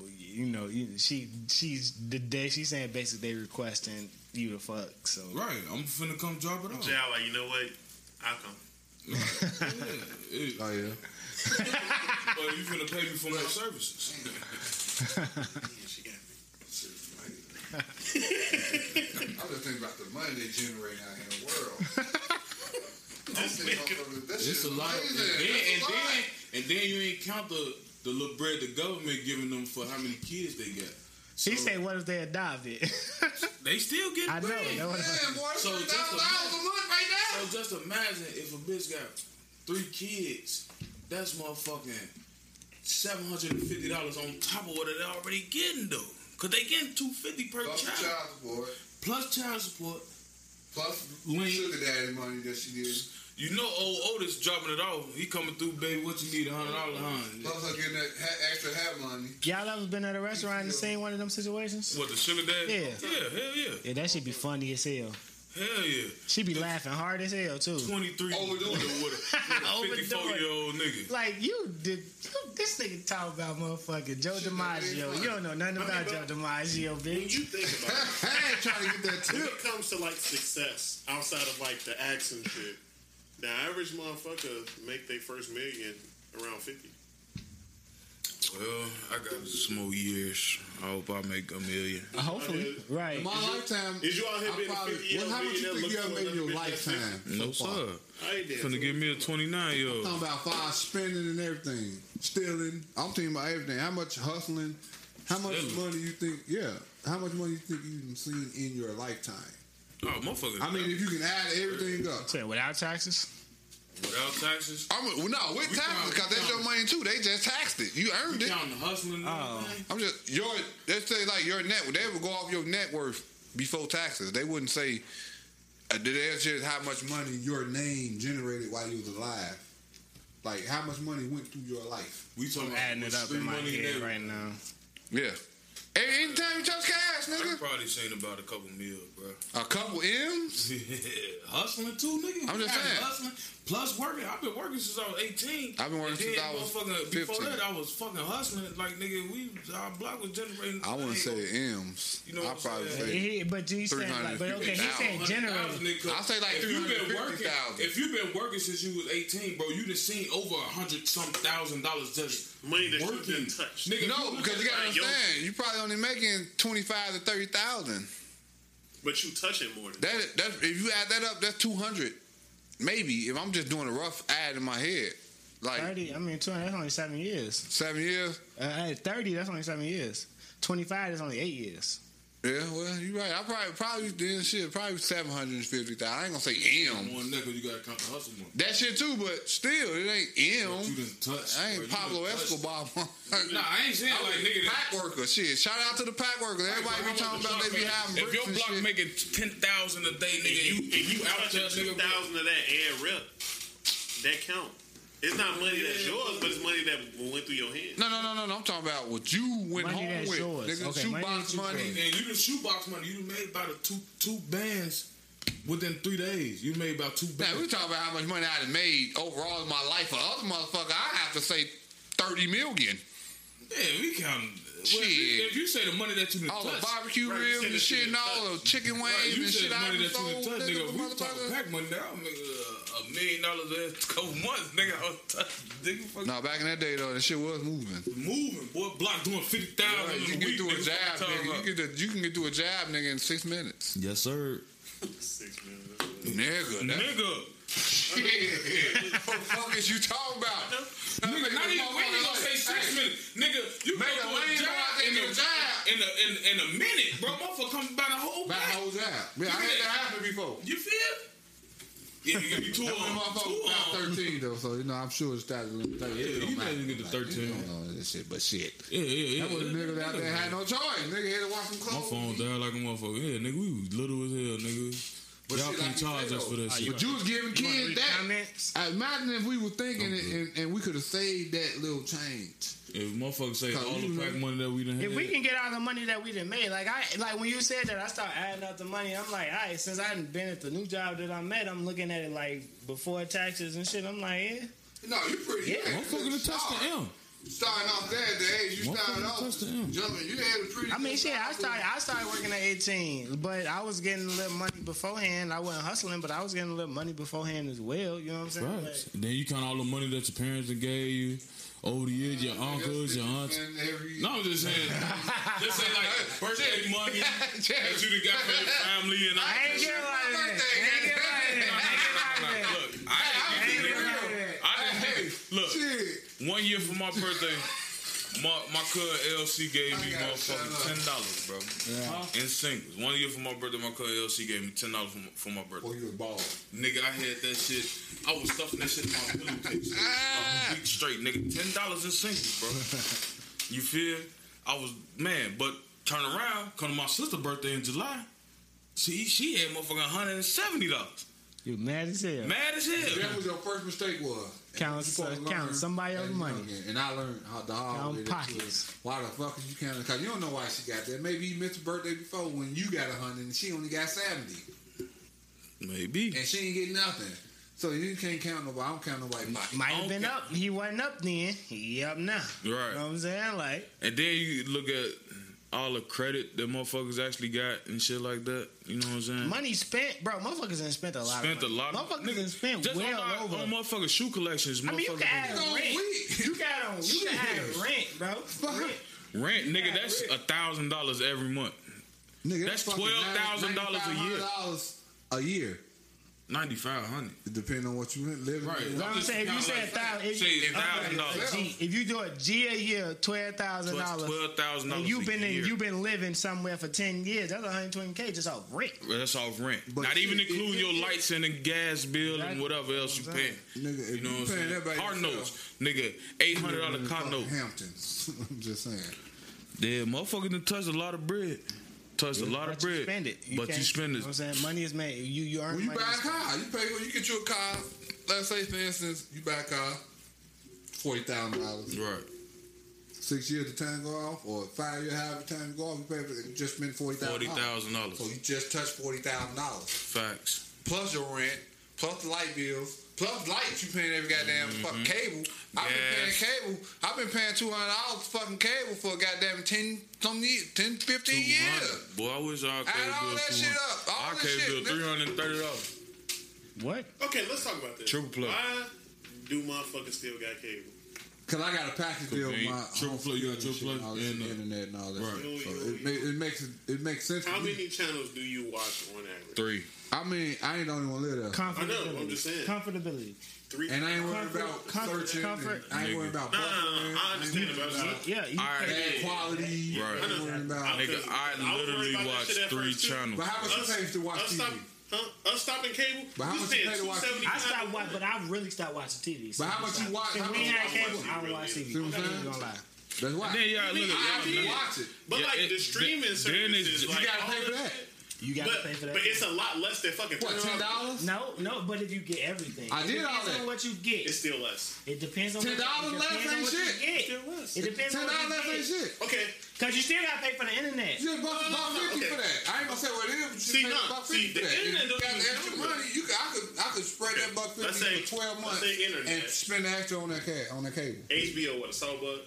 Speaker 2: Well, you know, you, she she's the day she's saying basically they requesting you to fuck. So
Speaker 6: Right, I'm finna come drop it off.
Speaker 4: Yeah, like you know what? I'll come.
Speaker 6: It-
Speaker 20: Oh yeah.
Speaker 6: but you finna pay me for my services.
Speaker 9: I'm just thinking about the money they generate out here in the world.
Speaker 4: This nigga,
Speaker 6: It's a lot. Of, and, then, and then and then you ain't count the the little bread the government giving them for how many kids they got. So
Speaker 2: she say, "What if they adopt it?"
Speaker 6: they still get
Speaker 2: I know.
Speaker 6: bread.
Speaker 2: That was,
Speaker 9: Man, boy,
Speaker 6: So
Speaker 9: $6,000
Speaker 6: just a
Speaker 9: a month right now.
Speaker 6: So just imagine if a bitch got three kids, that's motherfucking seven hundred and fifty dollars on top of what they already getting though. Cause they getting two fifty per
Speaker 9: Plus
Speaker 6: child.
Speaker 9: child support,
Speaker 6: plus child support.
Speaker 9: plus
Speaker 6: Link.
Speaker 9: sugar daddy money that she gives,
Speaker 6: You know, old Otis dropping it off. He coming through, baby. What you need? A hundred dollars, huh?
Speaker 9: plus her getting that ha- extra hat money.
Speaker 2: y'all ever been at a restaurant and seen one of them situations?
Speaker 6: What the sugar daddy?
Speaker 2: Yeah.
Speaker 6: yeah, hell yeah,
Speaker 2: Yeah, that should be funny as hell.
Speaker 6: hell yeah.
Speaker 2: She be laughing hard as hell too.
Speaker 6: Twenty three
Speaker 9: Overdoing it.
Speaker 6: with a
Speaker 2: Overdoing
Speaker 6: fifty
Speaker 2: it.
Speaker 6: four year old nigga.
Speaker 2: Like you did, this nigga talk about motherfucking Joe DiMaggio. You don't know nothing about Joe DiMaggio,
Speaker 4: when
Speaker 2: bitch.
Speaker 4: you think about it,
Speaker 9: I ain't trying to get that
Speaker 4: when
Speaker 9: tip.
Speaker 4: it comes to like success outside of like the acts and shit, the average motherfucker make their first million around fifty.
Speaker 6: Well, I got some more years. I hope I make a million.
Speaker 2: Hopefully, right?
Speaker 20: My lifetime.
Speaker 4: Is you out here being a
Speaker 20: probably-
Speaker 4: 50 year
Speaker 20: well,
Speaker 4: old
Speaker 20: how much you think
Speaker 4: millionaire
Speaker 20: you
Speaker 4: looking
Speaker 20: have
Speaker 4: for
Speaker 20: made in your
Speaker 4: another bitch that's
Speaker 20: lifetime?
Speaker 6: No
Speaker 20: so far?
Speaker 6: sir.
Speaker 4: I ain't
Speaker 6: Finna give me a twenty nine year old.
Speaker 9: Oh,
Speaker 20: Talking about five spending and everything, stealing. I'm thinking about everything. How much hustling? How much
Speaker 6: Stealing.
Speaker 20: money you think? Yeah. How much money you think you've seen in your lifetime?
Speaker 6: Oh, motherfucker.
Speaker 20: I mean, if you can add everything up.
Speaker 2: Say, without taxes,
Speaker 6: without taxes,
Speaker 9: I'm well, no with
Speaker 6: We
Speaker 9: taxes
Speaker 6: found-
Speaker 9: because that's your money too. They just taxed it. You earned it.
Speaker 6: down the hustling. and
Speaker 2: Oh.
Speaker 6: everything.
Speaker 9: I'm just your. They say like your net. They would go off your net worth before taxes. They wouldn't say. Uh, that's just how much money.
Speaker 20: money your name generated while you was alive. Like how much money went through your life?
Speaker 6: We talking about
Speaker 2: adding it up in my
Speaker 6: money
Speaker 2: head
Speaker 6: now.
Speaker 2: right now.
Speaker 9: Yeah. Any, anytime you touch cash,
Speaker 6: I
Speaker 9: nigga.
Speaker 6: probably seen about a couple mil, bro.
Speaker 9: A couple M's.
Speaker 6: hustling too, nigga.
Speaker 9: I'm
Speaker 6: We
Speaker 9: just
Speaker 6: got
Speaker 9: saying.
Speaker 6: Hustling plus working. I've been working since I was 18.
Speaker 9: I've been
Speaker 6: And then
Speaker 9: working since I was
Speaker 6: motherfucking- Before
Speaker 9: 15.
Speaker 6: that, I was fucking hustling. Like nigga, we our block was generating.
Speaker 9: I wouldn't say M's.
Speaker 6: You know
Speaker 9: I
Speaker 6: what I'm
Speaker 9: probably
Speaker 6: saying?
Speaker 9: say.
Speaker 2: He- but you saying like, but okay, he's saying
Speaker 9: 350,000.
Speaker 2: generated.
Speaker 9: I say like
Speaker 6: if you've been working,
Speaker 9: 350,000.
Speaker 6: if you've been working since you was eighteen, bro, you done seen over a hundred some thousand dollars just
Speaker 4: Money that you
Speaker 6: working.
Speaker 4: done touched.
Speaker 6: Nigga,
Speaker 9: No, because you gotta understand, you probably only making twenty five to thirty thousand.
Speaker 4: But you touch it more than
Speaker 9: That that's if you add that up, that's two hundred. Maybe if I'm just doing a rough ad in my head, like
Speaker 2: Thirty, I mean, twenty. That's only seven years.
Speaker 9: seven years.
Speaker 2: Uh, at thirty, that's only seven years. Twenty-five is only eight years.
Speaker 3: Yeah, well, you right. I probably probably then shit probably seven hundred and fifty thousand. I ain't gonna say M.
Speaker 6: One nickel, you gotta count the hustle one.
Speaker 3: That shit too, but still, it ain't M.
Speaker 6: But you didn't touch.
Speaker 3: I ain't Pablo Escobar.
Speaker 6: Nah, I ain't saying like nigga. that-
Speaker 3: pack worker, shit. Shout out to the pack workers. Everybody be talking about they be having
Speaker 6: If
Speaker 3: bricks
Speaker 6: your
Speaker 3: and
Speaker 6: block
Speaker 3: shit.
Speaker 6: making ten thousand a day,
Speaker 4: And
Speaker 6: nigga,
Speaker 4: you
Speaker 6: you
Speaker 4: and you out
Speaker 6: out there,
Speaker 4: two
Speaker 6: nigga.
Speaker 4: thousand of that air rep. That count. It's not money that's yours, but it's money that went through your hand.
Speaker 3: No, no, no, no, no. I'm talking about what you went
Speaker 2: Money
Speaker 3: home
Speaker 2: that's
Speaker 3: with.
Speaker 2: yours.
Speaker 3: Nigga,
Speaker 2: Okay, money that
Speaker 3: shoebox
Speaker 2: you
Speaker 3: money.
Speaker 2: paid.
Speaker 6: And you the shoebox money, you done made about a two two bands within three days. You made about two
Speaker 3: Now, we
Speaker 6: bands.
Speaker 3: talking about how much money I'd have made overall in my life. For other motherfucker, I have to say 30 million.
Speaker 6: yeah, we count. Well, if, you,
Speaker 3: Shit.
Speaker 6: if you say the money that you done
Speaker 3: All
Speaker 6: touched,
Speaker 3: the barbecue
Speaker 4: Right, you
Speaker 3: ribs
Speaker 4: said
Speaker 3: and
Speaker 4: that shit
Speaker 3: shit and all the chicken wings
Speaker 6: right, you
Speaker 3: and
Speaker 6: say
Speaker 3: shit
Speaker 6: the
Speaker 3: I
Speaker 6: money
Speaker 3: done
Speaker 6: that you done
Speaker 3: sold,
Speaker 6: touched, nigga.
Speaker 3: nigga,
Speaker 6: We talking
Speaker 3: motherfucker.
Speaker 6: pack money now, nigga. A million dollars a couple months, nigga. I was touching, nigga. Fuck
Speaker 3: No, back in that day, though, that shit was moving.
Speaker 6: moving, boy. Block doing fifty thousand
Speaker 3: Right,
Speaker 6: a
Speaker 3: you
Speaker 6: week.
Speaker 3: can get through a
Speaker 6: nigga.
Speaker 3: jab,
Speaker 6: Fuck you talking
Speaker 3: nigga.
Speaker 6: about?
Speaker 3: You, get the, you can get through a jab, nigga, in six minutes.
Speaker 21: Yes, sir.
Speaker 3: Nigga, that
Speaker 6: Nigga,
Speaker 3: what the fuck is you talking about?
Speaker 6: nigga, not even when you gonna say six minutes, nigga. You
Speaker 3: Make
Speaker 6: go
Speaker 3: a
Speaker 6: through
Speaker 3: lane
Speaker 6: a
Speaker 3: go out
Speaker 6: job
Speaker 3: there
Speaker 6: in
Speaker 3: and
Speaker 6: a
Speaker 3: do a jab.
Speaker 6: in a in, in a minute, bro. Motherfucker comes by the whole
Speaker 22: Back
Speaker 6: back.
Speaker 22: hoes out. Yeah, I had that happen before.
Speaker 6: You feel? Yeah, you give me two
Speaker 22: That when
Speaker 6: on, two
Speaker 22: motherfucker
Speaker 6: on.
Speaker 22: was about 13 though, so you know I'm sure it's started when 13.
Speaker 6: Yeah,
Speaker 22: It don't
Speaker 6: you
Speaker 22: matter.
Speaker 6: didn't get to
Speaker 22: Like,
Speaker 6: 13.
Speaker 22: you don't know this shit, but shit.
Speaker 6: Yeah, yeah, yeah.
Speaker 22: That was a nigga out there had no choice. Nigga had to wash some
Speaker 6: My
Speaker 3: Oh.
Speaker 22: clothes.
Speaker 6: phone died like a motherfucker. Yeah, nigga, we was little as hell, nigga.
Speaker 22: But
Speaker 6: Y'all
Speaker 22: shit,
Speaker 6: can
Speaker 22: like you
Speaker 6: charge
Speaker 22: say,
Speaker 6: us for
Speaker 22: though,
Speaker 6: that shit.
Speaker 22: But you was giving
Speaker 2: Ah, You wanna
Speaker 22: kids
Speaker 2: read
Speaker 22: that.
Speaker 2: comments?
Speaker 22: I imagine if we were thinking it and, and we could have saved that little change.
Speaker 6: If motherfuckers say
Speaker 22: Cause
Speaker 6: all
Speaker 22: you
Speaker 6: the
Speaker 22: know-
Speaker 6: pack money that we done had,
Speaker 2: If we can get all the money that we done made, like I like when you said that, I start adding up the money. I'm like, all right, since I haven't been at the new job that I'm at, I'm looking at it like before taxes and shit. I'm like, yeah,
Speaker 23: No, you pretty.
Speaker 2: Yeah.
Speaker 6: motherfucker done touched the M.
Speaker 23: Starting off there at the age you
Speaker 6: Motherfucker
Speaker 23: started off
Speaker 6: touched the M.
Speaker 23: jumping. You had a pretty.
Speaker 2: I mean, shit, I started I started working at 18, but I was getting a little money beforehand. I wasn't hustling, but I was getting a little money beforehand as well. You know what I'm saying? Like,
Speaker 6: Right. Then you count all the money that your parents done gave you over the years, your uncles, your aunts.
Speaker 23: And every
Speaker 6: No, I'm just saying. just say like birthday money that you done got for your family and
Speaker 2: I
Speaker 6: all that
Speaker 2: ain't
Speaker 6: shit.
Speaker 2: get like that. I ain't get like that. I ain't get like that.
Speaker 6: Look, I
Speaker 2: I ain't
Speaker 6: didn't
Speaker 2: get
Speaker 6: get
Speaker 2: like
Speaker 6: it.
Speaker 2: that.
Speaker 6: I didn't get it. Look, one year for my birthday, my my cousin LC gave me motherfucking ten dollars, bro, in singles. One year for my birthday, my cousin LC gave me ten dollars for, my- for my birthday.
Speaker 9: Boy, you a ball.
Speaker 6: Nigga, I had that shit. I was stuffing that shit in my pillowcase
Speaker 3: Ah.
Speaker 23: Ah,
Speaker 6: a week straight, nigga. Ten dollars in singles, bro. You feel? I was man, but turn around, come to my sister's birthday in July. She she had motherfucking hundred and seventy dollars.
Speaker 2: You mad as hell.
Speaker 6: Mad as hell.
Speaker 9: That was your first mistake, was
Speaker 2: Count,
Speaker 9: You supposed to
Speaker 2: count
Speaker 9: learn
Speaker 2: somebody
Speaker 9: and
Speaker 2: else's
Speaker 9: you
Speaker 2: money.
Speaker 9: know, And I learned how the hard
Speaker 2: Count
Speaker 9: way. that shit is.
Speaker 2: pockets.
Speaker 9: Why the fuck is you counting? Because you don't know why she got that. Maybe you missed her birthday before when you got a hundred and she only got seventy,
Speaker 6: Maybe.
Speaker 9: and she ain't get nothing. So you can't count nobody. I don't count nobody. pocket.
Speaker 2: Might have
Speaker 6: Okay.
Speaker 2: been up. He wasn't up then. He up now. You know what
Speaker 6: Right.
Speaker 2: I'm saying? Like,
Speaker 6: And then you look at all the credit that motherfuckers actually got and shit like that. You know what I'm saying?
Speaker 2: money spent, bro. Motherfuckers done spent a lot.
Speaker 6: Spent a
Speaker 2: of money.
Speaker 6: lot of
Speaker 2: Motherfuckers done spent
Speaker 6: Just
Speaker 2: well
Speaker 6: on, my,
Speaker 2: over.
Speaker 6: on motherfucking shoe collections,
Speaker 2: I mean, you
Speaker 6: motherfuckers.
Speaker 2: can add
Speaker 9: on
Speaker 2: rent.
Speaker 9: weed.
Speaker 2: You got on. You can add rent, bro. Rent.
Speaker 6: Rent, nigga,
Speaker 2: Yeah,
Speaker 6: that's a
Speaker 2: rent.
Speaker 6: thousand dollars every month.
Speaker 22: Nigga,
Speaker 6: That's $12,000 a year.
Speaker 22: $12,000 a year.
Speaker 6: Ninety five hundred.
Speaker 22: Depending on what you live
Speaker 6: Right.
Speaker 22: in.
Speaker 2: You know what I'm saying? If you say a thousand, if,
Speaker 6: Say
Speaker 2: okay,
Speaker 6: $1,000.
Speaker 2: a G, if you do a G a year, twelve thousand dollars.
Speaker 6: Twelve thousand
Speaker 2: And
Speaker 6: dollars.
Speaker 2: you've been
Speaker 6: a
Speaker 2: in,
Speaker 6: year.
Speaker 2: you've been living somewhere for ten years. That's 120k just off rent.
Speaker 6: Well, That's off rent.
Speaker 22: But
Speaker 6: Not
Speaker 22: shit,
Speaker 6: even
Speaker 22: it-
Speaker 6: including
Speaker 22: it-
Speaker 6: your
Speaker 22: it-
Speaker 6: lights and the gas bill and
Speaker 2: Exactly.
Speaker 6: whatever else you
Speaker 2: That's what
Speaker 6: pay.
Speaker 2: I'm
Speaker 22: Nigga, if
Speaker 6: You know
Speaker 22: you
Speaker 6: what
Speaker 22: paying
Speaker 6: I'm
Speaker 22: that by
Speaker 6: saying? Car
Speaker 22: yourself,
Speaker 6: notes, nigga, eight hundred
Speaker 22: you
Speaker 6: dollar
Speaker 22: living
Speaker 2: Mm-hmm.
Speaker 22: in
Speaker 6: car
Speaker 22: fucking
Speaker 6: note.
Speaker 22: Hamptons. I'm just saying.
Speaker 6: Yeah, motherfucker done touched a lot of bread. Touched a lot of
Speaker 2: But you
Speaker 6: bread.
Speaker 2: spend it.
Speaker 6: but you
Speaker 2: can't-
Speaker 6: spend
Speaker 2: You know
Speaker 6: it.
Speaker 2: what I'm saying money is made. You you earn
Speaker 23: When you
Speaker 2: money.
Speaker 23: buy
Speaker 2: is
Speaker 23: a car, you pay. You get you a car. Let's say, for instance, you buy a car.
Speaker 22: Forty thousand dollars.
Speaker 6: Right.
Speaker 22: Six years the time go off, or five years however the time go off, you pay for you just spent forty thousand
Speaker 6: Forty
Speaker 22: dollars.
Speaker 6: thousand dollars.
Speaker 23: So you just touched forty thousand dollars
Speaker 6: Facts.
Speaker 23: plus your rent, plus the light bills, plus lights you paying every goddamn
Speaker 6: Mm-hmm.
Speaker 23: fucking cable. I've
Speaker 6: I've
Speaker 23: been paying cable. I've been paying two hundred dollars fucking cable for a goddamn ten some year, 10, 15 years.
Speaker 6: Boy, I wish our cable
Speaker 23: Add all
Speaker 6: bill
Speaker 23: that
Speaker 6: two
Speaker 23: shit
Speaker 6: hundred.
Speaker 23: up. All
Speaker 6: Our
Speaker 23: that shit.
Speaker 6: cable bill three hundred and thirty dollars.
Speaker 2: What?
Speaker 4: Okay, let's talk about this.
Speaker 6: Triple play.
Speaker 4: Why do motherfuckers still got cable?
Speaker 9: Cause I got a package deal with my
Speaker 6: Triple
Speaker 9: home
Speaker 6: flow, you got
Speaker 9: security
Speaker 6: triple
Speaker 9: shit and
Speaker 6: flow
Speaker 9: all this
Speaker 6: and, uh,
Speaker 9: internet and all that.
Speaker 6: right.
Speaker 9: shit. So it, ma- it makes it, it makes sense.
Speaker 4: How
Speaker 20: Mm-hmm.
Speaker 9: to me.
Speaker 4: many channels do you watch on average?
Speaker 5: Three.
Speaker 9: I mean, I ain't the only one live there.
Speaker 4: I know. I'm
Speaker 2: Comfortability.
Speaker 4: just saying.
Speaker 2: Comfortability.
Speaker 4: Three.
Speaker 9: And I ain't worried
Speaker 2: Comfort-
Speaker 9: about
Speaker 2: comfort-
Speaker 9: searching. and
Speaker 2: comfort.
Speaker 9: I ain't worried about
Speaker 4: Nah, nah, nah, I
Speaker 9: buffering. I
Speaker 4: understand
Speaker 9: ain't
Speaker 4: about
Speaker 9: worried about
Speaker 4: that.
Speaker 2: Yeah. You,
Speaker 5: All right.
Speaker 9: bad quality.
Speaker 5: Right.
Speaker 9: I ain't worried about.
Speaker 4: I-
Speaker 5: Nigga, I
Speaker 4: I was worried
Speaker 5: literally
Speaker 4: about that
Speaker 5: watch
Speaker 4: shit at
Speaker 5: three
Speaker 4: first, too.
Speaker 5: channels.
Speaker 9: But how much you pay to watch
Speaker 4: us
Speaker 9: TV?
Speaker 4: Stop, huh? Us stopping cable?
Speaker 9: But how
Speaker 4: You
Speaker 9: much
Speaker 4: paying
Speaker 9: you pay to watch TV?
Speaker 2: I stopped
Speaker 4: $2.75
Speaker 2: watching, but I really stopped watching TV.
Speaker 9: But how much you watch-
Speaker 2: If
Speaker 9: how
Speaker 2: we
Speaker 9: much
Speaker 2: had
Speaker 4: you watch
Speaker 2: cable,
Speaker 4: TV,
Speaker 2: I would
Speaker 4: really?
Speaker 2: watch TV.
Speaker 9: See what I'm
Speaker 2: I'm not
Speaker 9: saying?
Speaker 2: even gonna lie.
Speaker 9: That's why.
Speaker 5: Then y'all look
Speaker 4: I
Speaker 5: at
Speaker 4: mean,
Speaker 5: y'all.
Speaker 9: watch it.
Speaker 4: But
Speaker 5: Yeah,
Speaker 4: like
Speaker 5: it-
Speaker 4: the streaming
Speaker 5: then-
Speaker 4: services,
Speaker 5: then it's ju-
Speaker 4: like,
Speaker 9: You gotta
Speaker 4: all
Speaker 9: pay for
Speaker 4: this
Speaker 9: that.
Speaker 4: shit.
Speaker 2: You gotta
Speaker 4: But,
Speaker 2: pay for that.
Speaker 4: but it's a lot less than fucking
Speaker 9: What ten dollars?
Speaker 2: no, no. But if you get everything,
Speaker 9: I
Speaker 2: it
Speaker 9: did
Speaker 2: depends
Speaker 9: all that.
Speaker 2: on what you get.
Speaker 4: It's still less.
Speaker 2: It depends on
Speaker 9: Ten dollars
Speaker 2: what, it
Speaker 9: less
Speaker 2: depends on
Speaker 9: ain't
Speaker 2: what
Speaker 9: shit.
Speaker 2: you get. It depends
Speaker 9: Ten
Speaker 2: on
Speaker 9: dollars
Speaker 2: what
Speaker 9: less
Speaker 2: you get.
Speaker 9: ain't shit.
Speaker 4: Okay.
Speaker 2: Cause you still gotta pay for the internet.
Speaker 9: You just bought
Speaker 4: No, no,
Speaker 9: about
Speaker 4: no,
Speaker 9: fifty
Speaker 4: okay.
Speaker 9: for that. I ain't gonna say what it is. But you
Speaker 4: See,
Speaker 9: paid
Speaker 4: nah,
Speaker 9: about
Speaker 4: see,
Speaker 9: fifty
Speaker 4: the
Speaker 9: for that.
Speaker 4: internet
Speaker 9: if
Speaker 4: don't
Speaker 9: you got
Speaker 4: even
Speaker 9: the extra
Speaker 4: count.
Speaker 9: money, you could, I could I could spread that buck
Speaker 4: Let's
Speaker 9: fifty
Speaker 4: say-
Speaker 9: for twelve
Speaker 4: let's
Speaker 9: months
Speaker 4: say internet.
Speaker 9: and spend the extra on that ca- on that cable.
Speaker 4: HBO, what, Soulbug?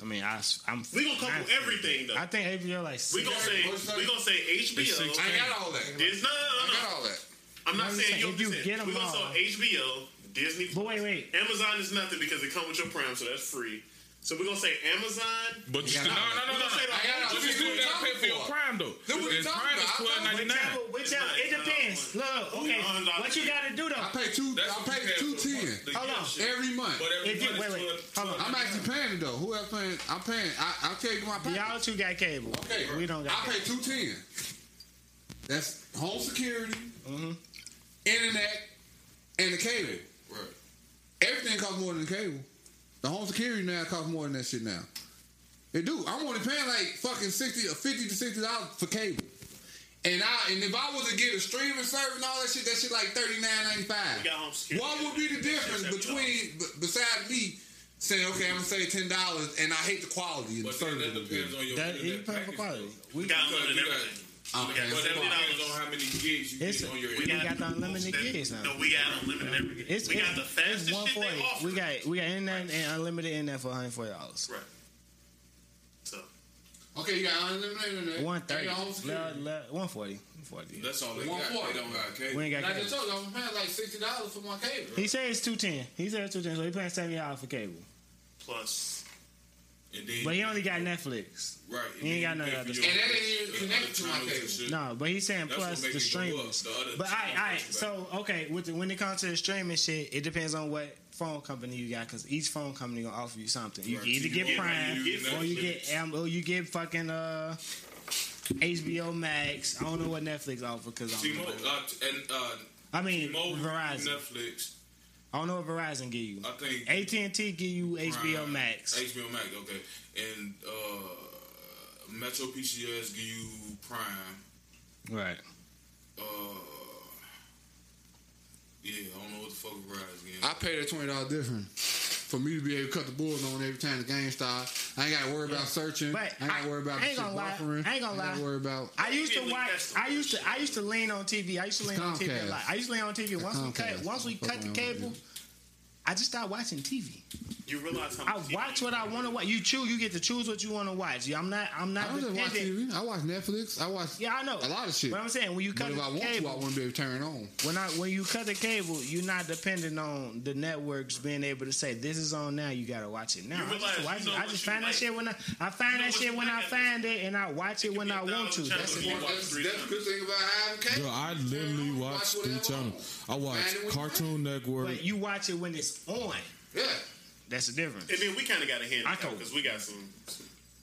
Speaker 2: I mean, I, am
Speaker 4: We gonna couple everything, though.
Speaker 2: I think HBO like
Speaker 4: We gonna say
Speaker 9: What's that?
Speaker 4: we gonna say HBO.
Speaker 9: I ain't got all that.
Speaker 4: Dis- no,
Speaker 7: I
Speaker 4: no, no, no.
Speaker 7: got all that.
Speaker 4: I'm not
Speaker 2: I'm
Speaker 4: saying
Speaker 2: saying
Speaker 4: you.
Speaker 2: if you get 'em
Speaker 4: we gonna
Speaker 2: all.
Speaker 4: say HBO, Disney.
Speaker 2: But wait, wait.
Speaker 4: Amazon is nothing because it comes with your Prime, so that's free. So we're gonna say Amazon.
Speaker 5: But you, no, no, no,
Speaker 4: We're
Speaker 5: no,
Speaker 4: gonna say
Speaker 5: no.
Speaker 4: the
Speaker 9: I got
Speaker 4: whole-
Speaker 5: You
Speaker 9: all that.
Speaker 5: still gotta pay for your prime though.
Speaker 9: Then what you
Speaker 5: And
Speaker 9: talking
Speaker 5: prime is
Speaker 9: about?
Speaker 5: twelve
Speaker 9: I
Speaker 5: ninety nine.
Speaker 2: Whichever, whichever, it depends. Look, look, okay. What you gotta do
Speaker 9: I
Speaker 2: though?
Speaker 9: pay two.
Speaker 5: That's
Speaker 9: I
Speaker 5: what
Speaker 9: pay
Speaker 5: you pay
Speaker 9: two
Speaker 5: for the
Speaker 9: ten
Speaker 5: month, the
Speaker 2: Hold
Speaker 5: year
Speaker 2: on.
Speaker 5: shit.
Speaker 9: every month.
Speaker 5: But every
Speaker 2: If you-
Speaker 5: month
Speaker 2: wait,
Speaker 5: is twelve-
Speaker 2: wait. Hold on.
Speaker 5: twelve
Speaker 9: I'm actually paying it though. Who else paying? I'm paying. I, I take my package.
Speaker 2: Y'all two got cable.
Speaker 9: Okay,
Speaker 2: we don't got.
Speaker 9: I pay two ten. That's home security,
Speaker 2: Mm-hmm.
Speaker 9: internet, and the cable.
Speaker 5: Right.
Speaker 9: Everything costs more than the cable. The home security now costs more than that shit now. It do. I'm only paying like fucking sixty or fifty to sixty dollars for cable. And I and if I was to get a streaming service and all that shit, that shit like thirty nine ninety five.
Speaker 4: got home security.
Speaker 9: What would be the difference
Speaker 4: That shit
Speaker 9: between b- besides me saying okay, I'm gonna save ten dollars and I hate the quality and the
Speaker 5: But then
Speaker 9: service?
Speaker 5: that
Speaker 9: of the
Speaker 5: depends
Speaker 9: bill.
Speaker 5: on your
Speaker 2: That
Speaker 5: internet
Speaker 2: is perfect
Speaker 5: package,
Speaker 2: quality.
Speaker 5: though.
Speaker 2: We
Speaker 4: got
Speaker 5: Because
Speaker 4: download and
Speaker 5: you got-
Speaker 4: everything.
Speaker 9: I'm
Speaker 4: We
Speaker 9: paying
Speaker 4: got
Speaker 5: But that
Speaker 9: $70.
Speaker 5: depends on how many gigs you
Speaker 2: It's-
Speaker 5: get on your
Speaker 2: we
Speaker 5: internet.
Speaker 2: got the unlimited
Speaker 4: That-
Speaker 2: gigs now.
Speaker 4: No, we got unlimited everything.
Speaker 2: It's,
Speaker 4: we got
Speaker 2: it's-
Speaker 4: the fastest
Speaker 2: it's
Speaker 4: shit they
Speaker 2: 140.
Speaker 4: offer.
Speaker 2: We got we got internet and unlimited internet for 140 dollars.
Speaker 4: right. So
Speaker 9: Okay, you got unlimited internet.
Speaker 2: 130.
Speaker 9: You got home
Speaker 2: Le-
Speaker 9: security.
Speaker 2: le- 140. 140.
Speaker 5: That's all they
Speaker 9: One
Speaker 5: got.
Speaker 9: quarter.
Speaker 5: They don't got
Speaker 2: We
Speaker 5: cable.
Speaker 2: ain't
Speaker 9: And
Speaker 2: got
Speaker 9: I just
Speaker 2: cable.
Speaker 9: told you, I'm paying like sixty dollars for my cable.
Speaker 2: He said it's 210. He said it's 210, so he paying 70 dollars for cable.
Speaker 4: plus
Speaker 5: And then
Speaker 2: But he only got Netflix.
Speaker 5: right.
Speaker 2: he ain't got none of that.
Speaker 9: And that ain't even connected to my cable.
Speaker 2: No, but he's saying
Speaker 5: That's what
Speaker 2: plus
Speaker 5: make
Speaker 2: the
Speaker 5: it go up.
Speaker 2: streamers.
Speaker 5: The other
Speaker 2: But all right, all right.
Speaker 5: channels
Speaker 2: So okay, with the, when it comes to the streaming shit, it depends on what phone company you got because each phone company gonna offer you something. You
Speaker 5: Right,
Speaker 2: either
Speaker 5: you
Speaker 2: get
Speaker 5: get-
Speaker 2: Prime
Speaker 5: you get
Speaker 2: or you
Speaker 5: Netflix.
Speaker 2: get um, or you get fucking uh HBO Max. I don't know what Netflix offer because I, don't
Speaker 5: T-Mobile
Speaker 2: know.
Speaker 5: uh, and uh,
Speaker 2: I mean
Speaker 5: T-Mobile,
Speaker 2: Verizon.
Speaker 5: Netflix.
Speaker 2: I don't know what Verizon give you.
Speaker 5: I think
Speaker 2: AT and T give you HBO
Speaker 5: Prime,
Speaker 2: Max.
Speaker 5: HBO Max, okay. And uh, Metro PCS give you Prime.
Speaker 2: Right.
Speaker 5: Uh, yeah, I don't know what the fuck Verizon getting.
Speaker 9: I pay that twenty dollars difference for me to be able to cut the bulls on every time the game starts. I ain't got to worry about searching.
Speaker 2: But
Speaker 9: I ain't got to worry about
Speaker 2: I ain't
Speaker 9: shit
Speaker 2: gonna lie.
Speaker 9: buffering.
Speaker 2: I ain't gonna
Speaker 9: gotta
Speaker 2: lie.
Speaker 9: worry about.
Speaker 2: I used to
Speaker 4: People
Speaker 2: watch.
Speaker 4: invest in
Speaker 2: I used to. I used to lean on TV. I used to lean on TV a
Speaker 9: Comcast.
Speaker 2: lot. I used to lean on TV. Once we cut.
Speaker 9: Comcast.
Speaker 2: Once we
Speaker 9: Fuck
Speaker 2: cut the
Speaker 9: around with
Speaker 2: cable, I just started watching TV.
Speaker 4: you realize how
Speaker 2: I
Speaker 4: much
Speaker 2: watch what I want to watch. You choose. You get to choose what you want to watch. Yeah, I'm not. I'm
Speaker 9: I
Speaker 2: not
Speaker 9: don't just watch
Speaker 2: dependent.
Speaker 9: TV. I watch Netflix. I watch
Speaker 2: Yeah, I know
Speaker 9: a lot of shit.
Speaker 2: But I'm saying when you
Speaker 9: But
Speaker 2: cut
Speaker 9: if I
Speaker 2: the
Speaker 9: want to, I
Speaker 2: cable,
Speaker 9: want to be able to turn it on.
Speaker 2: when I when you cut the cable, you're not dependent on the networks being able to say this is on now. You gotta watch it now.
Speaker 4: You
Speaker 2: I just,
Speaker 4: realize
Speaker 2: watch
Speaker 4: you know
Speaker 2: it. I
Speaker 4: what
Speaker 2: just
Speaker 4: you
Speaker 2: find
Speaker 4: like.
Speaker 2: that shit when I I find
Speaker 4: You know
Speaker 2: that
Speaker 4: what
Speaker 2: shit
Speaker 4: you
Speaker 2: when I
Speaker 4: like.
Speaker 2: find it and I watch it when I want to. That's
Speaker 4: That's,
Speaker 9: That's, that's the good thing about having cable.
Speaker 6: Yo, I literally watch three channels. I watch
Speaker 9: Man, it was
Speaker 6: Cartoon Network.
Speaker 2: but you watch it when it's on.
Speaker 9: Yeah,
Speaker 2: That's the difference.
Speaker 4: And then we kind of got a hand
Speaker 2: I told-
Speaker 4: because we got some.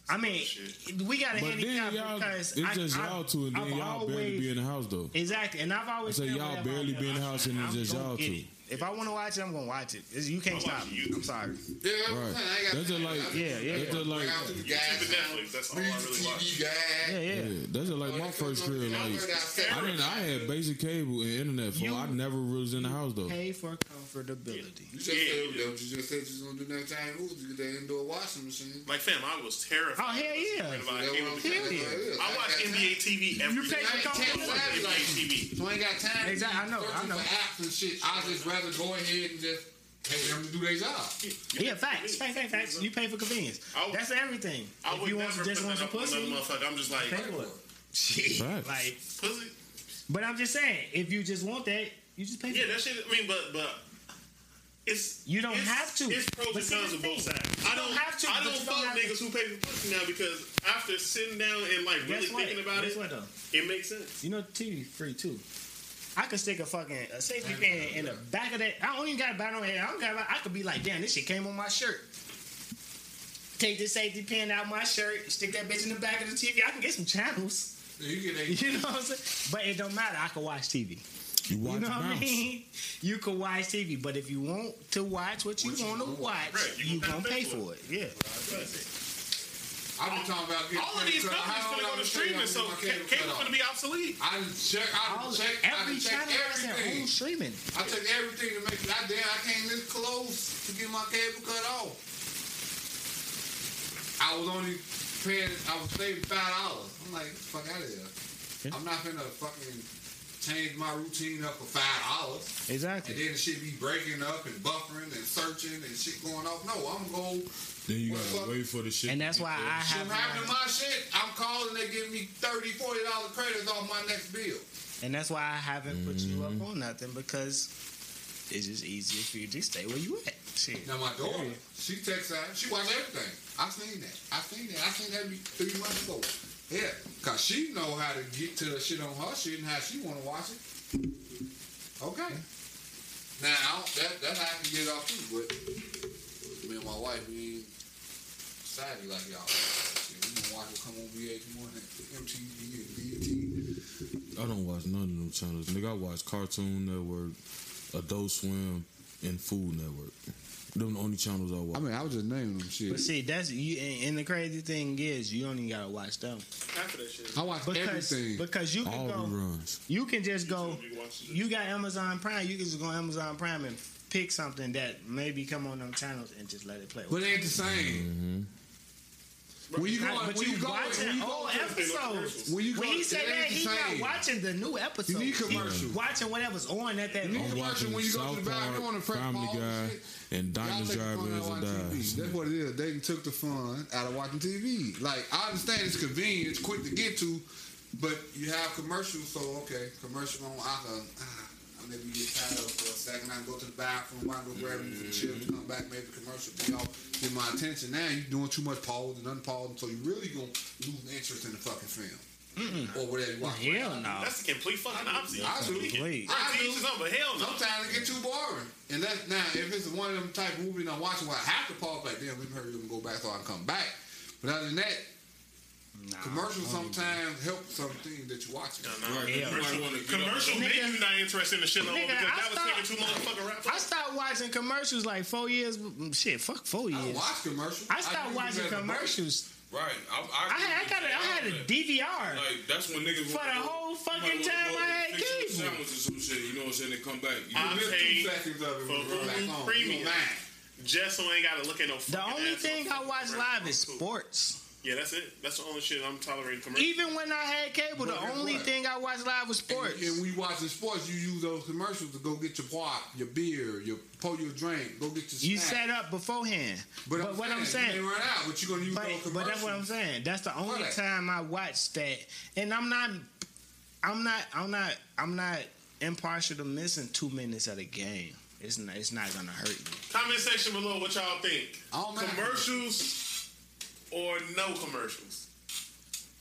Speaker 2: I mean,
Speaker 4: Shit.
Speaker 2: we got a
Speaker 6: But
Speaker 2: handicap
Speaker 6: then y'all,
Speaker 2: because
Speaker 6: it's
Speaker 2: I,
Speaker 6: just
Speaker 2: I,
Speaker 6: y'all two, and then
Speaker 2: I've
Speaker 6: y'all barely be in the house though.
Speaker 2: exactly, and I've always
Speaker 6: I said
Speaker 2: said
Speaker 6: y'all
Speaker 2: whatever I
Speaker 6: barely
Speaker 2: want,
Speaker 6: be in the
Speaker 2: I-
Speaker 6: house and it's
Speaker 2: I'm
Speaker 6: just
Speaker 2: gonna
Speaker 6: y'all
Speaker 2: get
Speaker 6: two.
Speaker 2: it. If I want to watch it, I'm gonna watch it. It's- you can't
Speaker 4: I'm
Speaker 2: stop
Speaker 4: watching
Speaker 2: me.
Speaker 4: you.
Speaker 2: I'm sorry.
Speaker 9: yeah. that's what I'm
Speaker 6: Right.
Speaker 9: saying. I ain't got
Speaker 6: That's just like
Speaker 2: Yeah, yeah.
Speaker 6: That's just like
Speaker 4: YouTube and Netflix. That's all I really watch.
Speaker 9: TV guys.
Speaker 2: Yeah, yeah.
Speaker 6: yeah, that's just like
Speaker 9: Oh,
Speaker 6: my first career. Like I didn't. I had basic cable and internet. For
Speaker 2: You-
Speaker 6: I never really was in the house though.
Speaker 2: Pay for comfortability.
Speaker 9: You just said that what you just said you was gonna do next time you was get that indoor washing machine.
Speaker 4: Like fam, I was terrified.
Speaker 2: Oh hell yeah!
Speaker 4: About
Speaker 9: That's
Speaker 4: cable
Speaker 9: what I'm
Speaker 4: because
Speaker 9: saying.
Speaker 2: yeah.
Speaker 4: I watch NBA TV every
Speaker 2: You pay
Speaker 4: day.
Speaker 2: for
Speaker 9: I can't
Speaker 4: I watch
Speaker 9: laugh
Speaker 2: comfortability.
Speaker 4: NBA TV.
Speaker 9: So I ain't got time.
Speaker 2: Exactly, I know, I
Speaker 9: searching
Speaker 2: know.
Speaker 9: For apps and shit. I just rather go ahead and just pay them to do their job.
Speaker 2: Yeah, facts, facts, facts, facts. You pay for convenience.
Speaker 4: I would-
Speaker 2: That's everything.
Speaker 4: I
Speaker 2: If
Speaker 4: would
Speaker 2: you want
Speaker 4: never
Speaker 2: just
Speaker 4: put
Speaker 2: want
Speaker 4: that
Speaker 2: some
Speaker 4: up on another
Speaker 2: pussy,
Speaker 4: motherfucker. I'm just like
Speaker 2: pay for it. Shit,
Speaker 6: Facts.
Speaker 2: like.
Speaker 4: pussy.
Speaker 2: But I'm just saying, if you just want that, you just pay for
Speaker 4: Yeah,
Speaker 2: it.
Speaker 4: that shit. I mean, but but It's
Speaker 2: You don't
Speaker 4: it's-
Speaker 2: have to.
Speaker 4: It's pros
Speaker 2: But
Speaker 4: and
Speaker 2: see,
Speaker 4: cons
Speaker 2: the
Speaker 4: of both
Speaker 2: thing,
Speaker 4: sides.
Speaker 2: you
Speaker 4: I
Speaker 2: don't
Speaker 4: don't
Speaker 2: have to,
Speaker 4: I
Speaker 2: but
Speaker 4: don't
Speaker 2: you
Speaker 4: fuck
Speaker 2: don't have
Speaker 4: niggas who pay for pussy now because after sitting down and like really
Speaker 2: Guess what?
Speaker 4: thinking about
Speaker 2: Guess
Speaker 4: it,
Speaker 2: what, though?
Speaker 4: it makes sense.
Speaker 2: You know, TV free too. I could stick a fucking a safety pin in the back of that. I don't even got to buy no hair. I don't got. I could be like, damn, this shit came on my shirt. Take this safety pin out my shirt, stick that bitch in the back of the TV. I can get some channels.
Speaker 8: You get
Speaker 2: You know what I'm saying? But it don't matter. I can watch TV.
Speaker 24: You watch
Speaker 2: you know what I
Speaker 24: bounce.
Speaker 2: mean? You can watch TV, but if you want to watch what you want to watch,
Speaker 4: Right,
Speaker 2: you
Speaker 4: you gonna
Speaker 2: gonna
Speaker 4: pay
Speaker 2: pay for
Speaker 4: for
Speaker 2: it. Yeah.
Speaker 9: I've been talking about getting
Speaker 4: All of these companies
Speaker 9: cut.
Speaker 4: finna
Speaker 9: How long
Speaker 4: go
Speaker 9: I
Speaker 4: to
Speaker 9: been
Speaker 4: streaming,
Speaker 9: saying
Speaker 4: so
Speaker 9: I want my
Speaker 4: cable
Speaker 9: cable cut
Speaker 4: finna
Speaker 9: off.
Speaker 4: be obsolete.
Speaker 9: I done check. I
Speaker 2: All-
Speaker 9: done check. I
Speaker 2: every
Speaker 9: done check
Speaker 2: channel has their
Speaker 9: everything.
Speaker 2: own streaming.
Speaker 9: I took everything to make it. I damn, I came this close to get my cable cut off. I was only paying. I was saving five dollars. I'm like, get the fuck out of here. I'm not gonna fucking change my routine up for five dollars.
Speaker 2: Exactly.
Speaker 9: And then the shit be breaking up and buffering and searching and shit going off. No, I'm going.
Speaker 24: Then you
Speaker 9: What the fuck?
Speaker 24: gotta wait for the shit.
Speaker 2: And that's why I
Speaker 9: Shit
Speaker 2: have.
Speaker 9: happened to my shit. I'm calling. They give me 30 40 dollar credits off my next bill.
Speaker 2: And that's why I haven't put you
Speaker 9: Mm-hmm.
Speaker 2: up on nothing because it's just easier for you to stay where you at. Shit.
Speaker 9: Now my daughter, she texts out. She watch everything. I seen that. I seen that. I seen that be- three months ago. Yeah, cause she know how to get to the shit on her shit and how she want to watch it. Okay. Now I don't- that that's how I can get off too. But me and my wife, we ain't savvy like y'all. Shit, we gonna watch what come on VH1 and MTV and BT.
Speaker 5: I don't watch none of them channels. Nigga, I watch Cartoon Network, Adult Swim, and Food Network. Them the only channels I watch.
Speaker 9: mean, I was just naming them shit.
Speaker 2: But see, that's you. And, and the crazy thing is, you don't even gotta watch them
Speaker 4: After that shit.
Speaker 9: I watch
Speaker 2: because because you can
Speaker 5: All
Speaker 2: go,
Speaker 5: reruns.
Speaker 2: you can just go.
Speaker 4: You watch it.
Speaker 2: You got Amazon Prime. You can just go Amazon Prime and pick something that maybe come on them channels and just let it play.
Speaker 9: But it ain't the same. When you go,
Speaker 2: Right, but
Speaker 9: when
Speaker 2: you,
Speaker 9: Mm-hmm. you, Oh, go,
Speaker 2: watching
Speaker 9: when you
Speaker 2: old
Speaker 9: go,
Speaker 2: episodes.
Speaker 9: when you go,
Speaker 2: When he
Speaker 9: it
Speaker 2: said that,
Speaker 9: ain't
Speaker 2: he
Speaker 9: the
Speaker 2: not
Speaker 9: same.
Speaker 2: watching the new episode.
Speaker 9: need commercial.
Speaker 2: He watching whatever's on at that
Speaker 9: You need
Speaker 5: I'm
Speaker 2: moment.
Speaker 9: commercial
Speaker 5: watching
Speaker 9: when you go to
Speaker 5: South
Speaker 9: the bathroom,
Speaker 5: Park,
Speaker 9: on the prep
Speaker 5: Family
Speaker 9: ball
Speaker 5: Guy,
Speaker 9: and shit.
Speaker 5: and
Speaker 9: Y'all
Speaker 5: Diamond
Speaker 9: take the fun
Speaker 5: Driver is a
Speaker 9: out of watching
Speaker 5: die.
Speaker 9: TV. That's what it is. They took the fun out of watching TV. Like I understand it's convenient, it's quick to get to, but you have commercials, so okay, commercial on I can ah, I maybe get tired of for a second. I can go to the bathroom, I can go grab mm-hmm. chips, come back, maybe commercial be off, get my attention. Now you're doing too much pause and unpause, so you really gonna lose interest in the fucking film or whatever you watch.
Speaker 2: Hell no.
Speaker 4: That's the complete fucking opposite.
Speaker 9: I do.
Speaker 2: Complete.
Speaker 9: I
Speaker 4: Right,
Speaker 9: do.
Speaker 4: teach is over. Hell no.
Speaker 9: Sometimes it get too boring. And that's now if it's one of them type of movies I'm watching where I have to pause, like damn, let me hurry up and go back so I can come back. But other than that,
Speaker 2: Ah,
Speaker 9: commercials sometimes help some things that you're watching.
Speaker 2: Yeah.
Speaker 4: Commercial, commercial make
Speaker 2: Nigga-
Speaker 4: you not interested in the shit no more
Speaker 2: Nigga,
Speaker 4: because
Speaker 2: I
Speaker 4: that was
Speaker 2: stop-
Speaker 4: taking too long to fucking wrap
Speaker 2: I
Speaker 4: up.
Speaker 2: stopped watching commercials like four years. Shit, fuck four
Speaker 9: I don't
Speaker 2: years.
Speaker 9: watch commercials.
Speaker 2: I stopped
Speaker 9: do
Speaker 2: watching
Speaker 9: as a break.
Speaker 2: commercials.
Speaker 5: Right. I,
Speaker 2: I had, I got a, I had a DVR.
Speaker 5: Like, that's when niggas.
Speaker 2: For the whole fucking time I had cable.
Speaker 5: Sandwiches or some shit. You know what I'm saying? They come back. You know,
Speaker 4: I
Speaker 9: Miss
Speaker 4: paid
Speaker 9: two seconds of it
Speaker 4: for
Speaker 9: when you go back
Speaker 4: Hulu
Speaker 9: home.
Speaker 4: Premium.
Speaker 9: You go back.
Speaker 4: Just so I ain't gotta look at no fucking
Speaker 2: The only
Speaker 4: ads on
Speaker 2: thing I
Speaker 4: fucking
Speaker 2: watch
Speaker 4: commercial.
Speaker 2: live is
Speaker 4: Cool.
Speaker 2: sports.
Speaker 4: Yeah, that's it. That's the only shit I'm tolerating commercial.
Speaker 2: Even when I had cable, the
Speaker 9: But guess
Speaker 2: only
Speaker 9: what?
Speaker 2: thing I watched live was
Speaker 9: And,
Speaker 2: sports.
Speaker 9: and when you watching sports, you use those commercials to go get your pop, your beer, your pour your drink, go get your.
Speaker 2: You set
Speaker 9: snack.
Speaker 2: up beforehand. But, what I'm
Speaker 9: you
Speaker 2: saying,
Speaker 9: may run out, but you're gonna use
Speaker 2: but,
Speaker 9: those commercials.
Speaker 2: but that's what I'm saying. That's the only
Speaker 9: Right.
Speaker 2: time I watch that, and I'm not, I'm not, I'm not, I'm not impartial to missing two minutes of the game. It's not, it's not gonna hurt me.
Speaker 4: Comment section below what y'all think.
Speaker 9: I don't mind.
Speaker 4: Commercials or no commercials?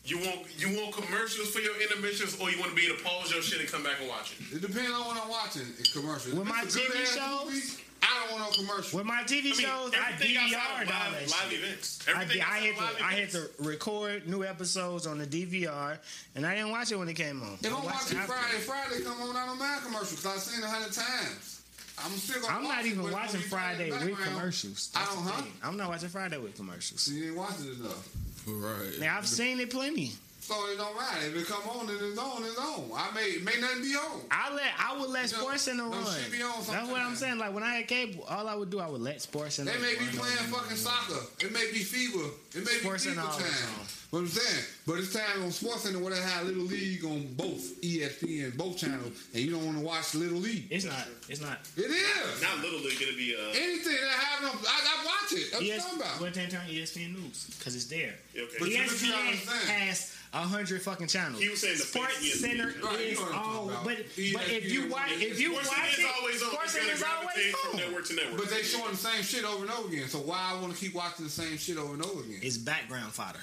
Speaker 4: You want you want commercials for your intermissions, or you want to be able to pause your shit and come back and watch it?
Speaker 9: It depends on what I'm watching. It's commercials.
Speaker 2: With
Speaker 9: If
Speaker 2: my
Speaker 9: it's a good
Speaker 2: TV
Speaker 9: ass
Speaker 2: shows?
Speaker 9: movie, I don't want no commercial.
Speaker 2: With my TV shows, I
Speaker 4: everything outside
Speaker 2: DVR'd
Speaker 4: of
Speaker 2: all
Speaker 4: live,
Speaker 2: that
Speaker 4: live
Speaker 2: shit.
Speaker 4: events.
Speaker 2: I,
Speaker 4: Everything
Speaker 2: did, I,
Speaker 4: outside
Speaker 2: had
Speaker 4: of live
Speaker 2: to, I had
Speaker 4: events.
Speaker 2: to record new episodes on the DVR, and I didn't watch it when it came on.
Speaker 9: If
Speaker 2: I
Speaker 9: I'm
Speaker 2: watched
Speaker 9: watching
Speaker 2: after.
Speaker 9: Friday, Friday come on, I don't mind commercials because I've seen it a hundred times. I'm still gonna
Speaker 2: I'm
Speaker 9: watch
Speaker 2: not
Speaker 9: it, but
Speaker 2: even
Speaker 9: it's
Speaker 2: watching
Speaker 9: gonna be playing in
Speaker 2: Friday
Speaker 9: the
Speaker 2: with
Speaker 9: background. Uh-huh.
Speaker 2: commercials.
Speaker 9: I
Speaker 2: That's the
Speaker 9: don't, huh?
Speaker 2: thing. I'm not watching Friday with commercials.
Speaker 9: You didn't watch it enough.
Speaker 5: Right.
Speaker 2: Now I've seen it plenty.
Speaker 9: So it don't matter. If it come on, then it's on, it's on. I may, it may nothing be on.
Speaker 2: I let I would let
Speaker 9: No,
Speaker 2: Sports Center
Speaker 9: no,
Speaker 2: run.
Speaker 9: she be on
Speaker 2: That's what I'm
Speaker 9: sometime.
Speaker 2: saying. Like when I had cable, all I would do I would let Sports Center.
Speaker 9: They may be
Speaker 2: run.
Speaker 9: playing fucking soccer. It may be fever. It may
Speaker 2: Sports
Speaker 9: be
Speaker 2: and
Speaker 9: fever
Speaker 2: all
Speaker 9: time.
Speaker 2: is on.
Speaker 9: What I'm saying, but it's time on Sports Center where they have Little League on both E ESPN, both channels, and you don't want to watch Little League.
Speaker 2: It's not. It's not.
Speaker 9: It is
Speaker 4: Not literally gonna be uh,
Speaker 9: anything that happens. on- I, I watch it. I'm
Speaker 2: ES,
Speaker 9: talking about.
Speaker 2: what they turn ESPN News because it's there.
Speaker 4: Okay. But
Speaker 9: you- but you
Speaker 2: ESPN
Speaker 9: understand.
Speaker 2: has a hundred fucking channels.
Speaker 4: He was saying the
Speaker 2: Sports
Speaker 4: big ESPN.
Speaker 2: Center
Speaker 9: Right, you
Speaker 2: is
Speaker 9: know what I'm talking
Speaker 2: all,
Speaker 9: about.
Speaker 2: but but if
Speaker 9: ESPN
Speaker 2: you watch if you
Speaker 4: Sports
Speaker 2: watch
Speaker 4: Center is
Speaker 2: it,
Speaker 4: always on.
Speaker 2: Sports
Speaker 4: You
Speaker 2: Center is
Speaker 4: gotta
Speaker 2: always
Speaker 4: change from network to network.
Speaker 9: But they showing the same shit over and over again. So why I want to keep watching the same shit over and over again?
Speaker 2: It's background fodder.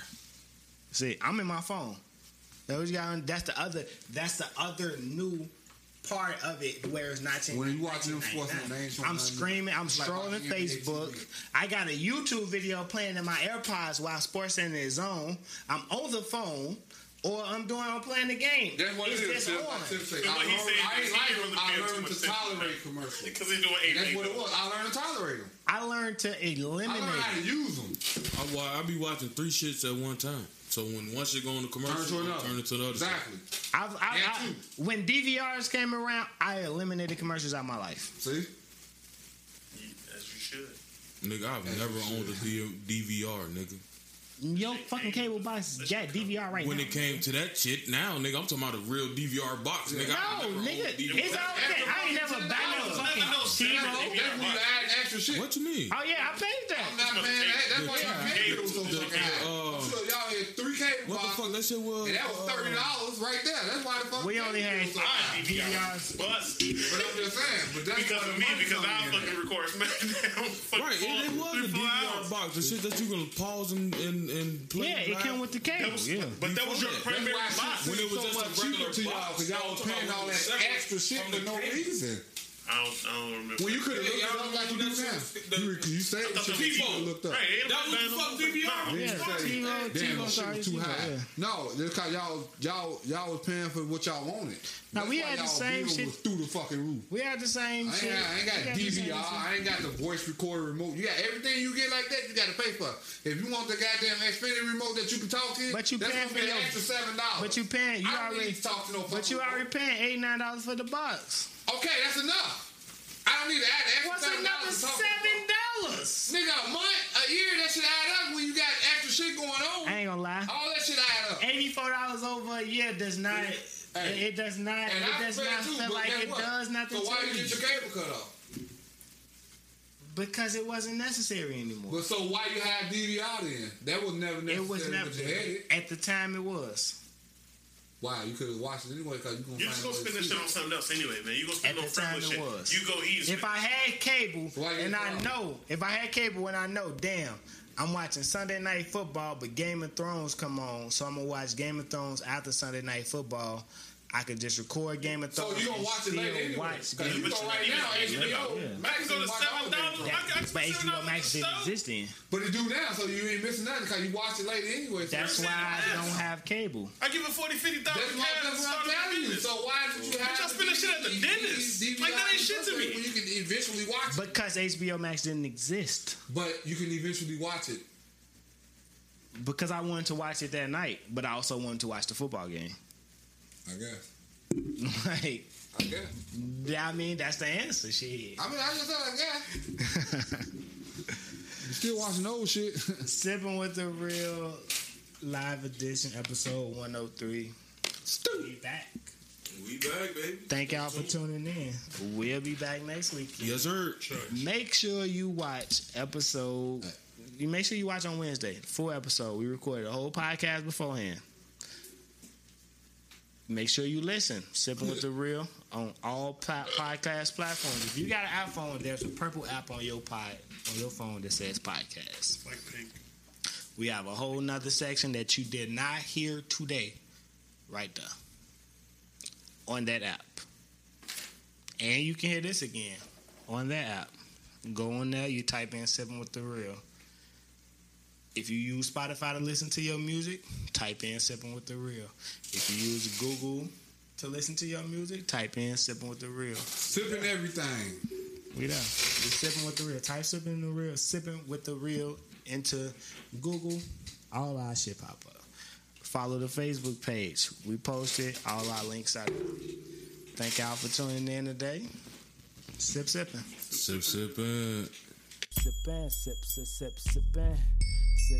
Speaker 2: See, I'm in my phone. Those guys, that's the other. That's the other new part of it where it's not changing.
Speaker 9: When you watching them sports on the names from
Speaker 2: I'm
Speaker 9: nothing.
Speaker 2: screaming. I'm
Speaker 9: It's like oh,
Speaker 2: scrolling
Speaker 9: watching NBA
Speaker 2: Facebook. I got a YouTube video playing in my AirPods while Sports Center is on. I'm on the phone. Or I'm doing, I'm playing the game.
Speaker 9: That's what
Speaker 2: It's
Speaker 9: it is.
Speaker 2: just
Speaker 9: That's
Speaker 2: on.
Speaker 9: what Tim say.
Speaker 4: That's
Speaker 9: I
Speaker 4: what he
Speaker 9: learned-
Speaker 4: said.
Speaker 9: I ain't
Speaker 4: He
Speaker 9: like
Speaker 4: said
Speaker 9: them.
Speaker 4: from the
Speaker 9: I
Speaker 4: fans
Speaker 9: learned
Speaker 4: too
Speaker 9: to
Speaker 4: much.
Speaker 9: tolerate commercials.
Speaker 4: Because they're doing eight
Speaker 9: That's
Speaker 4: days.
Speaker 9: what it was. I learned to tolerate them.
Speaker 2: I learned to
Speaker 9: I
Speaker 2: eliminate.
Speaker 9: learned how to use them.
Speaker 5: I, wa- I be watching three shits at one time. So when one shit go on the commercial,
Speaker 9: Turn to
Speaker 5: turn,
Speaker 9: another.
Speaker 5: turn it to the other.
Speaker 9: Exactly.
Speaker 2: I've, I,
Speaker 9: Yeah,
Speaker 2: I,
Speaker 9: too.
Speaker 2: when DVRs came around, I eliminated commercials out of my life.
Speaker 9: See?
Speaker 4: As you should.
Speaker 5: Side. Nigga, I've never owned a D- DVR, nigga.
Speaker 2: Yo, fucking cable box got DVR right
Speaker 5: When
Speaker 2: now.
Speaker 5: it came to that shit, now, nigga, I'm talking about a real DVR box, nigga. I've never
Speaker 2: no,
Speaker 5: owned
Speaker 9: oh,
Speaker 2: nigga,
Speaker 5: a DVR.
Speaker 2: it's all okay. I ain't never buy no fucking TiVo.
Speaker 9: That's when you add extra shit.
Speaker 5: What you mean?
Speaker 2: Oh yeah, I paid
Speaker 9: I'm
Speaker 2: that.
Speaker 9: not paying that. That's why you paying people so fucking high.
Speaker 5: uh,
Speaker 9: So y'all had three cable
Speaker 5: What the
Speaker 9: boxes.
Speaker 5: fuck? That shit was.
Speaker 9: And that was thirty dollars right there. That's why the fuck
Speaker 2: uh, We only had
Speaker 9: So
Speaker 4: I
Speaker 9: high.
Speaker 2: DVRs.
Speaker 4: DVRs. Bust.
Speaker 9: But I'm just saying. But that's
Speaker 4: Because
Speaker 9: why
Speaker 4: of
Speaker 9: the
Speaker 4: me,
Speaker 9: money
Speaker 4: because
Speaker 9: coming
Speaker 4: I
Speaker 9: in
Speaker 4: fucking record SmackDown.
Speaker 5: Right, it, it was a DVR box. The shit that you gonna pause and, and, and play.
Speaker 2: Yeah, it
Speaker 5: live.
Speaker 2: came with the cable. Yeah.
Speaker 4: But that was your
Speaker 5: Before
Speaker 4: primary
Speaker 9: That's why
Speaker 4: box.
Speaker 9: shit
Speaker 5: When it was
Speaker 9: so
Speaker 5: just a
Speaker 9: much cheaper
Speaker 5: regular
Speaker 9: to y'all
Speaker 5: box,
Speaker 9: because y'all was
Speaker 5: I'm talking
Speaker 9: paying
Speaker 5: about
Speaker 9: all
Speaker 5: when it was
Speaker 9: that
Speaker 5: separate
Speaker 9: extra shit
Speaker 5: from
Speaker 9: for
Speaker 5: the
Speaker 9: no
Speaker 5: cable.
Speaker 9: reason.
Speaker 4: I don't, I don't remember.
Speaker 9: When you could have
Speaker 5: Yeah,
Speaker 9: looked it
Speaker 5: y'all
Speaker 9: up like you do
Speaker 5: remember
Speaker 9: now.
Speaker 5: that
Speaker 9: You,
Speaker 5: shit?
Speaker 9: you say
Speaker 4: I
Speaker 9: it,
Speaker 4: thought
Speaker 9: shit
Speaker 4: that was
Speaker 9: you could
Speaker 4: Tebow.
Speaker 9: have looked up.
Speaker 4: Right, ain't
Speaker 5: That was
Speaker 4: nobody
Speaker 5: the
Speaker 4: know.
Speaker 5: fuck DVR.
Speaker 9: Then you
Speaker 2: Yeah,
Speaker 9: say,
Speaker 2: TiVo,
Speaker 9: damn,
Speaker 2: TiVo,
Speaker 9: that shit
Speaker 2: sorry,
Speaker 9: was too
Speaker 2: TiVo,
Speaker 9: high.
Speaker 2: yeah.
Speaker 9: No, that's cause y'all, y'all, y'all was paying for what y'all wanted.
Speaker 2: Now,
Speaker 9: That's
Speaker 2: we
Speaker 9: why
Speaker 2: had the
Speaker 9: y'all
Speaker 2: same
Speaker 9: bill
Speaker 2: shit-
Speaker 9: was through the fucking roof.
Speaker 2: We had the same
Speaker 9: I ain't,
Speaker 2: shit.
Speaker 9: got, I ain't got
Speaker 2: We had the same
Speaker 9: DVR.
Speaker 2: shit.
Speaker 9: I ain't got the voice recorder remote. You got everything you get like that. You got to pay for. If you want the goddamn Xfinity remote that you can talk in,
Speaker 2: But you
Speaker 9: that's
Speaker 2: paying
Speaker 9: gonna
Speaker 2: for
Speaker 9: be an
Speaker 2: your-
Speaker 9: extra seven dollars.
Speaker 2: But you paying. You
Speaker 9: I don't
Speaker 2: already.
Speaker 9: need to talk to no
Speaker 2: But you
Speaker 9: fucking-
Speaker 2: already paying eighty nine dollars for the box.
Speaker 9: Okay, that's enough. I don't need to add the extra
Speaker 2: What's
Speaker 9: seven
Speaker 2: another
Speaker 9: dollars. to talk to
Speaker 2: seven dollars?
Speaker 9: no- Nigga, a month, a year, that should add up when you got extra shit going on.
Speaker 2: I ain't gonna lie.
Speaker 9: All that shit add up.
Speaker 2: Eighty four dollars over a year does not.
Speaker 9: Hey.
Speaker 2: It, it does not.
Speaker 9: And
Speaker 2: it
Speaker 9: I
Speaker 2: does
Speaker 9: feel
Speaker 2: not
Speaker 9: too,
Speaker 2: feel
Speaker 9: but
Speaker 2: like
Speaker 9: guess
Speaker 2: it
Speaker 9: what?
Speaker 2: does nothing
Speaker 9: So why
Speaker 2: to
Speaker 9: you
Speaker 2: me
Speaker 9: get your cable cut off?
Speaker 2: because it wasn't necessary anymore.
Speaker 9: But so why you have DVR then? That was never necessary.
Speaker 2: It was never
Speaker 9: But you had it.
Speaker 2: at the time. It was
Speaker 9: Wow, you could have watched it anyway because you gonna
Speaker 4: You
Speaker 9: find
Speaker 4: just gonna
Speaker 9: a way to
Speaker 4: spend this
Speaker 9: see
Speaker 4: shit
Speaker 9: it.
Speaker 4: on something else anyway, man. You gonna spend
Speaker 2: At
Speaker 4: on
Speaker 2: the time
Speaker 4: frivolous
Speaker 2: it
Speaker 4: shit.
Speaker 2: was.
Speaker 4: You go easy.
Speaker 2: if I had cable
Speaker 9: Why you
Speaker 2: and I
Speaker 9: call?
Speaker 2: know if I had cable and I know, damn, I'm watching Sunday night football, but Game of Thrones come on, so I'm gonna watch Game of Thrones after Sunday night football. I could just record Game of
Speaker 9: So
Speaker 2: Thrones.
Speaker 9: you gonna
Speaker 2: and
Speaker 9: watch it
Speaker 2: still
Speaker 9: later anyway.
Speaker 2: watch
Speaker 9: Because
Speaker 2: Game
Speaker 9: you
Speaker 2: of
Speaker 4: But
Speaker 9: know
Speaker 4: you
Speaker 9: right
Speaker 4: know
Speaker 9: now,
Speaker 4: you know,
Speaker 9: HBO,
Speaker 2: yeah.
Speaker 9: Max
Speaker 4: I
Speaker 9: is
Speaker 4: go to
Speaker 9: gonna watch all
Speaker 4: seven
Speaker 9: of that.
Speaker 4: dollars. I got
Speaker 2: But HBO
Speaker 4: $7
Speaker 2: Max
Speaker 4: a
Speaker 2: didn't
Speaker 4: show.
Speaker 2: exist then.
Speaker 9: But it do now, so you ain't missing nothing because you watch it later anyway. So
Speaker 2: That's
Speaker 4: You're
Speaker 2: why I
Speaker 4: saying
Speaker 2: don't
Speaker 4: that.
Speaker 2: have cable.
Speaker 4: I give it 40, 50,000
Speaker 9: that's why
Speaker 4: cash and
Speaker 9: that's what
Speaker 4: start
Speaker 9: I'm
Speaker 4: a
Speaker 9: telling you.
Speaker 4: business.
Speaker 9: So why did you have
Speaker 4: y'all spend that shit at the
Speaker 9: these-
Speaker 4: dentist?
Speaker 9: these
Speaker 4: Like, that ain't
Speaker 9: DVRs
Speaker 4: shit to me.
Speaker 9: when You can eventually watch it,
Speaker 2: Because HBO Max didn't exist.
Speaker 9: but you can eventually watch it.
Speaker 2: Because I wanted to watch it that night, but I also wanted to watch the football game.
Speaker 9: I guess.
Speaker 2: like,
Speaker 9: I guess.
Speaker 2: I mean, that's the answer. Shit.
Speaker 9: I mean, I just said I guess. You still watching old shit?
Speaker 2: Sipping with the real live edition, episode 103. Be back.
Speaker 5: We back, baby.
Speaker 2: Thank y'all for tuning in. We'll be back next week.
Speaker 5: Yes, sir.
Speaker 2: Make sure you watch episode. You make sure you watch on Wednesday. Full episode. We recorded a whole podcast beforehand. Make sure you listen. Sipping with the real on all pla- podcast platforms. If you got an iPhone, there's a purple app on your pod on your phone that says podcast.
Speaker 4: Like pink.
Speaker 2: We have a whole nother section that you did not hear today, right there on that app. And you can hear this again on that app. Go on there, you type in Sipping with the Real. If you use Spotify to listen to your music, type in Sipping with the Real. If you use Google to listen to your music, type in Sipping with the Real.
Speaker 9: Sipping everything.
Speaker 2: We there. We're sipping with the real. Type sipping the real. Sipping with the real into Google. All our shit pop up. Follow the Facebook page. We post it. All our links are. there. Thank y'all for tuning in today. Sip sipping.
Speaker 5: Sip, sip, uh.
Speaker 1: sippin', sip, sip, sip, sippin', sip,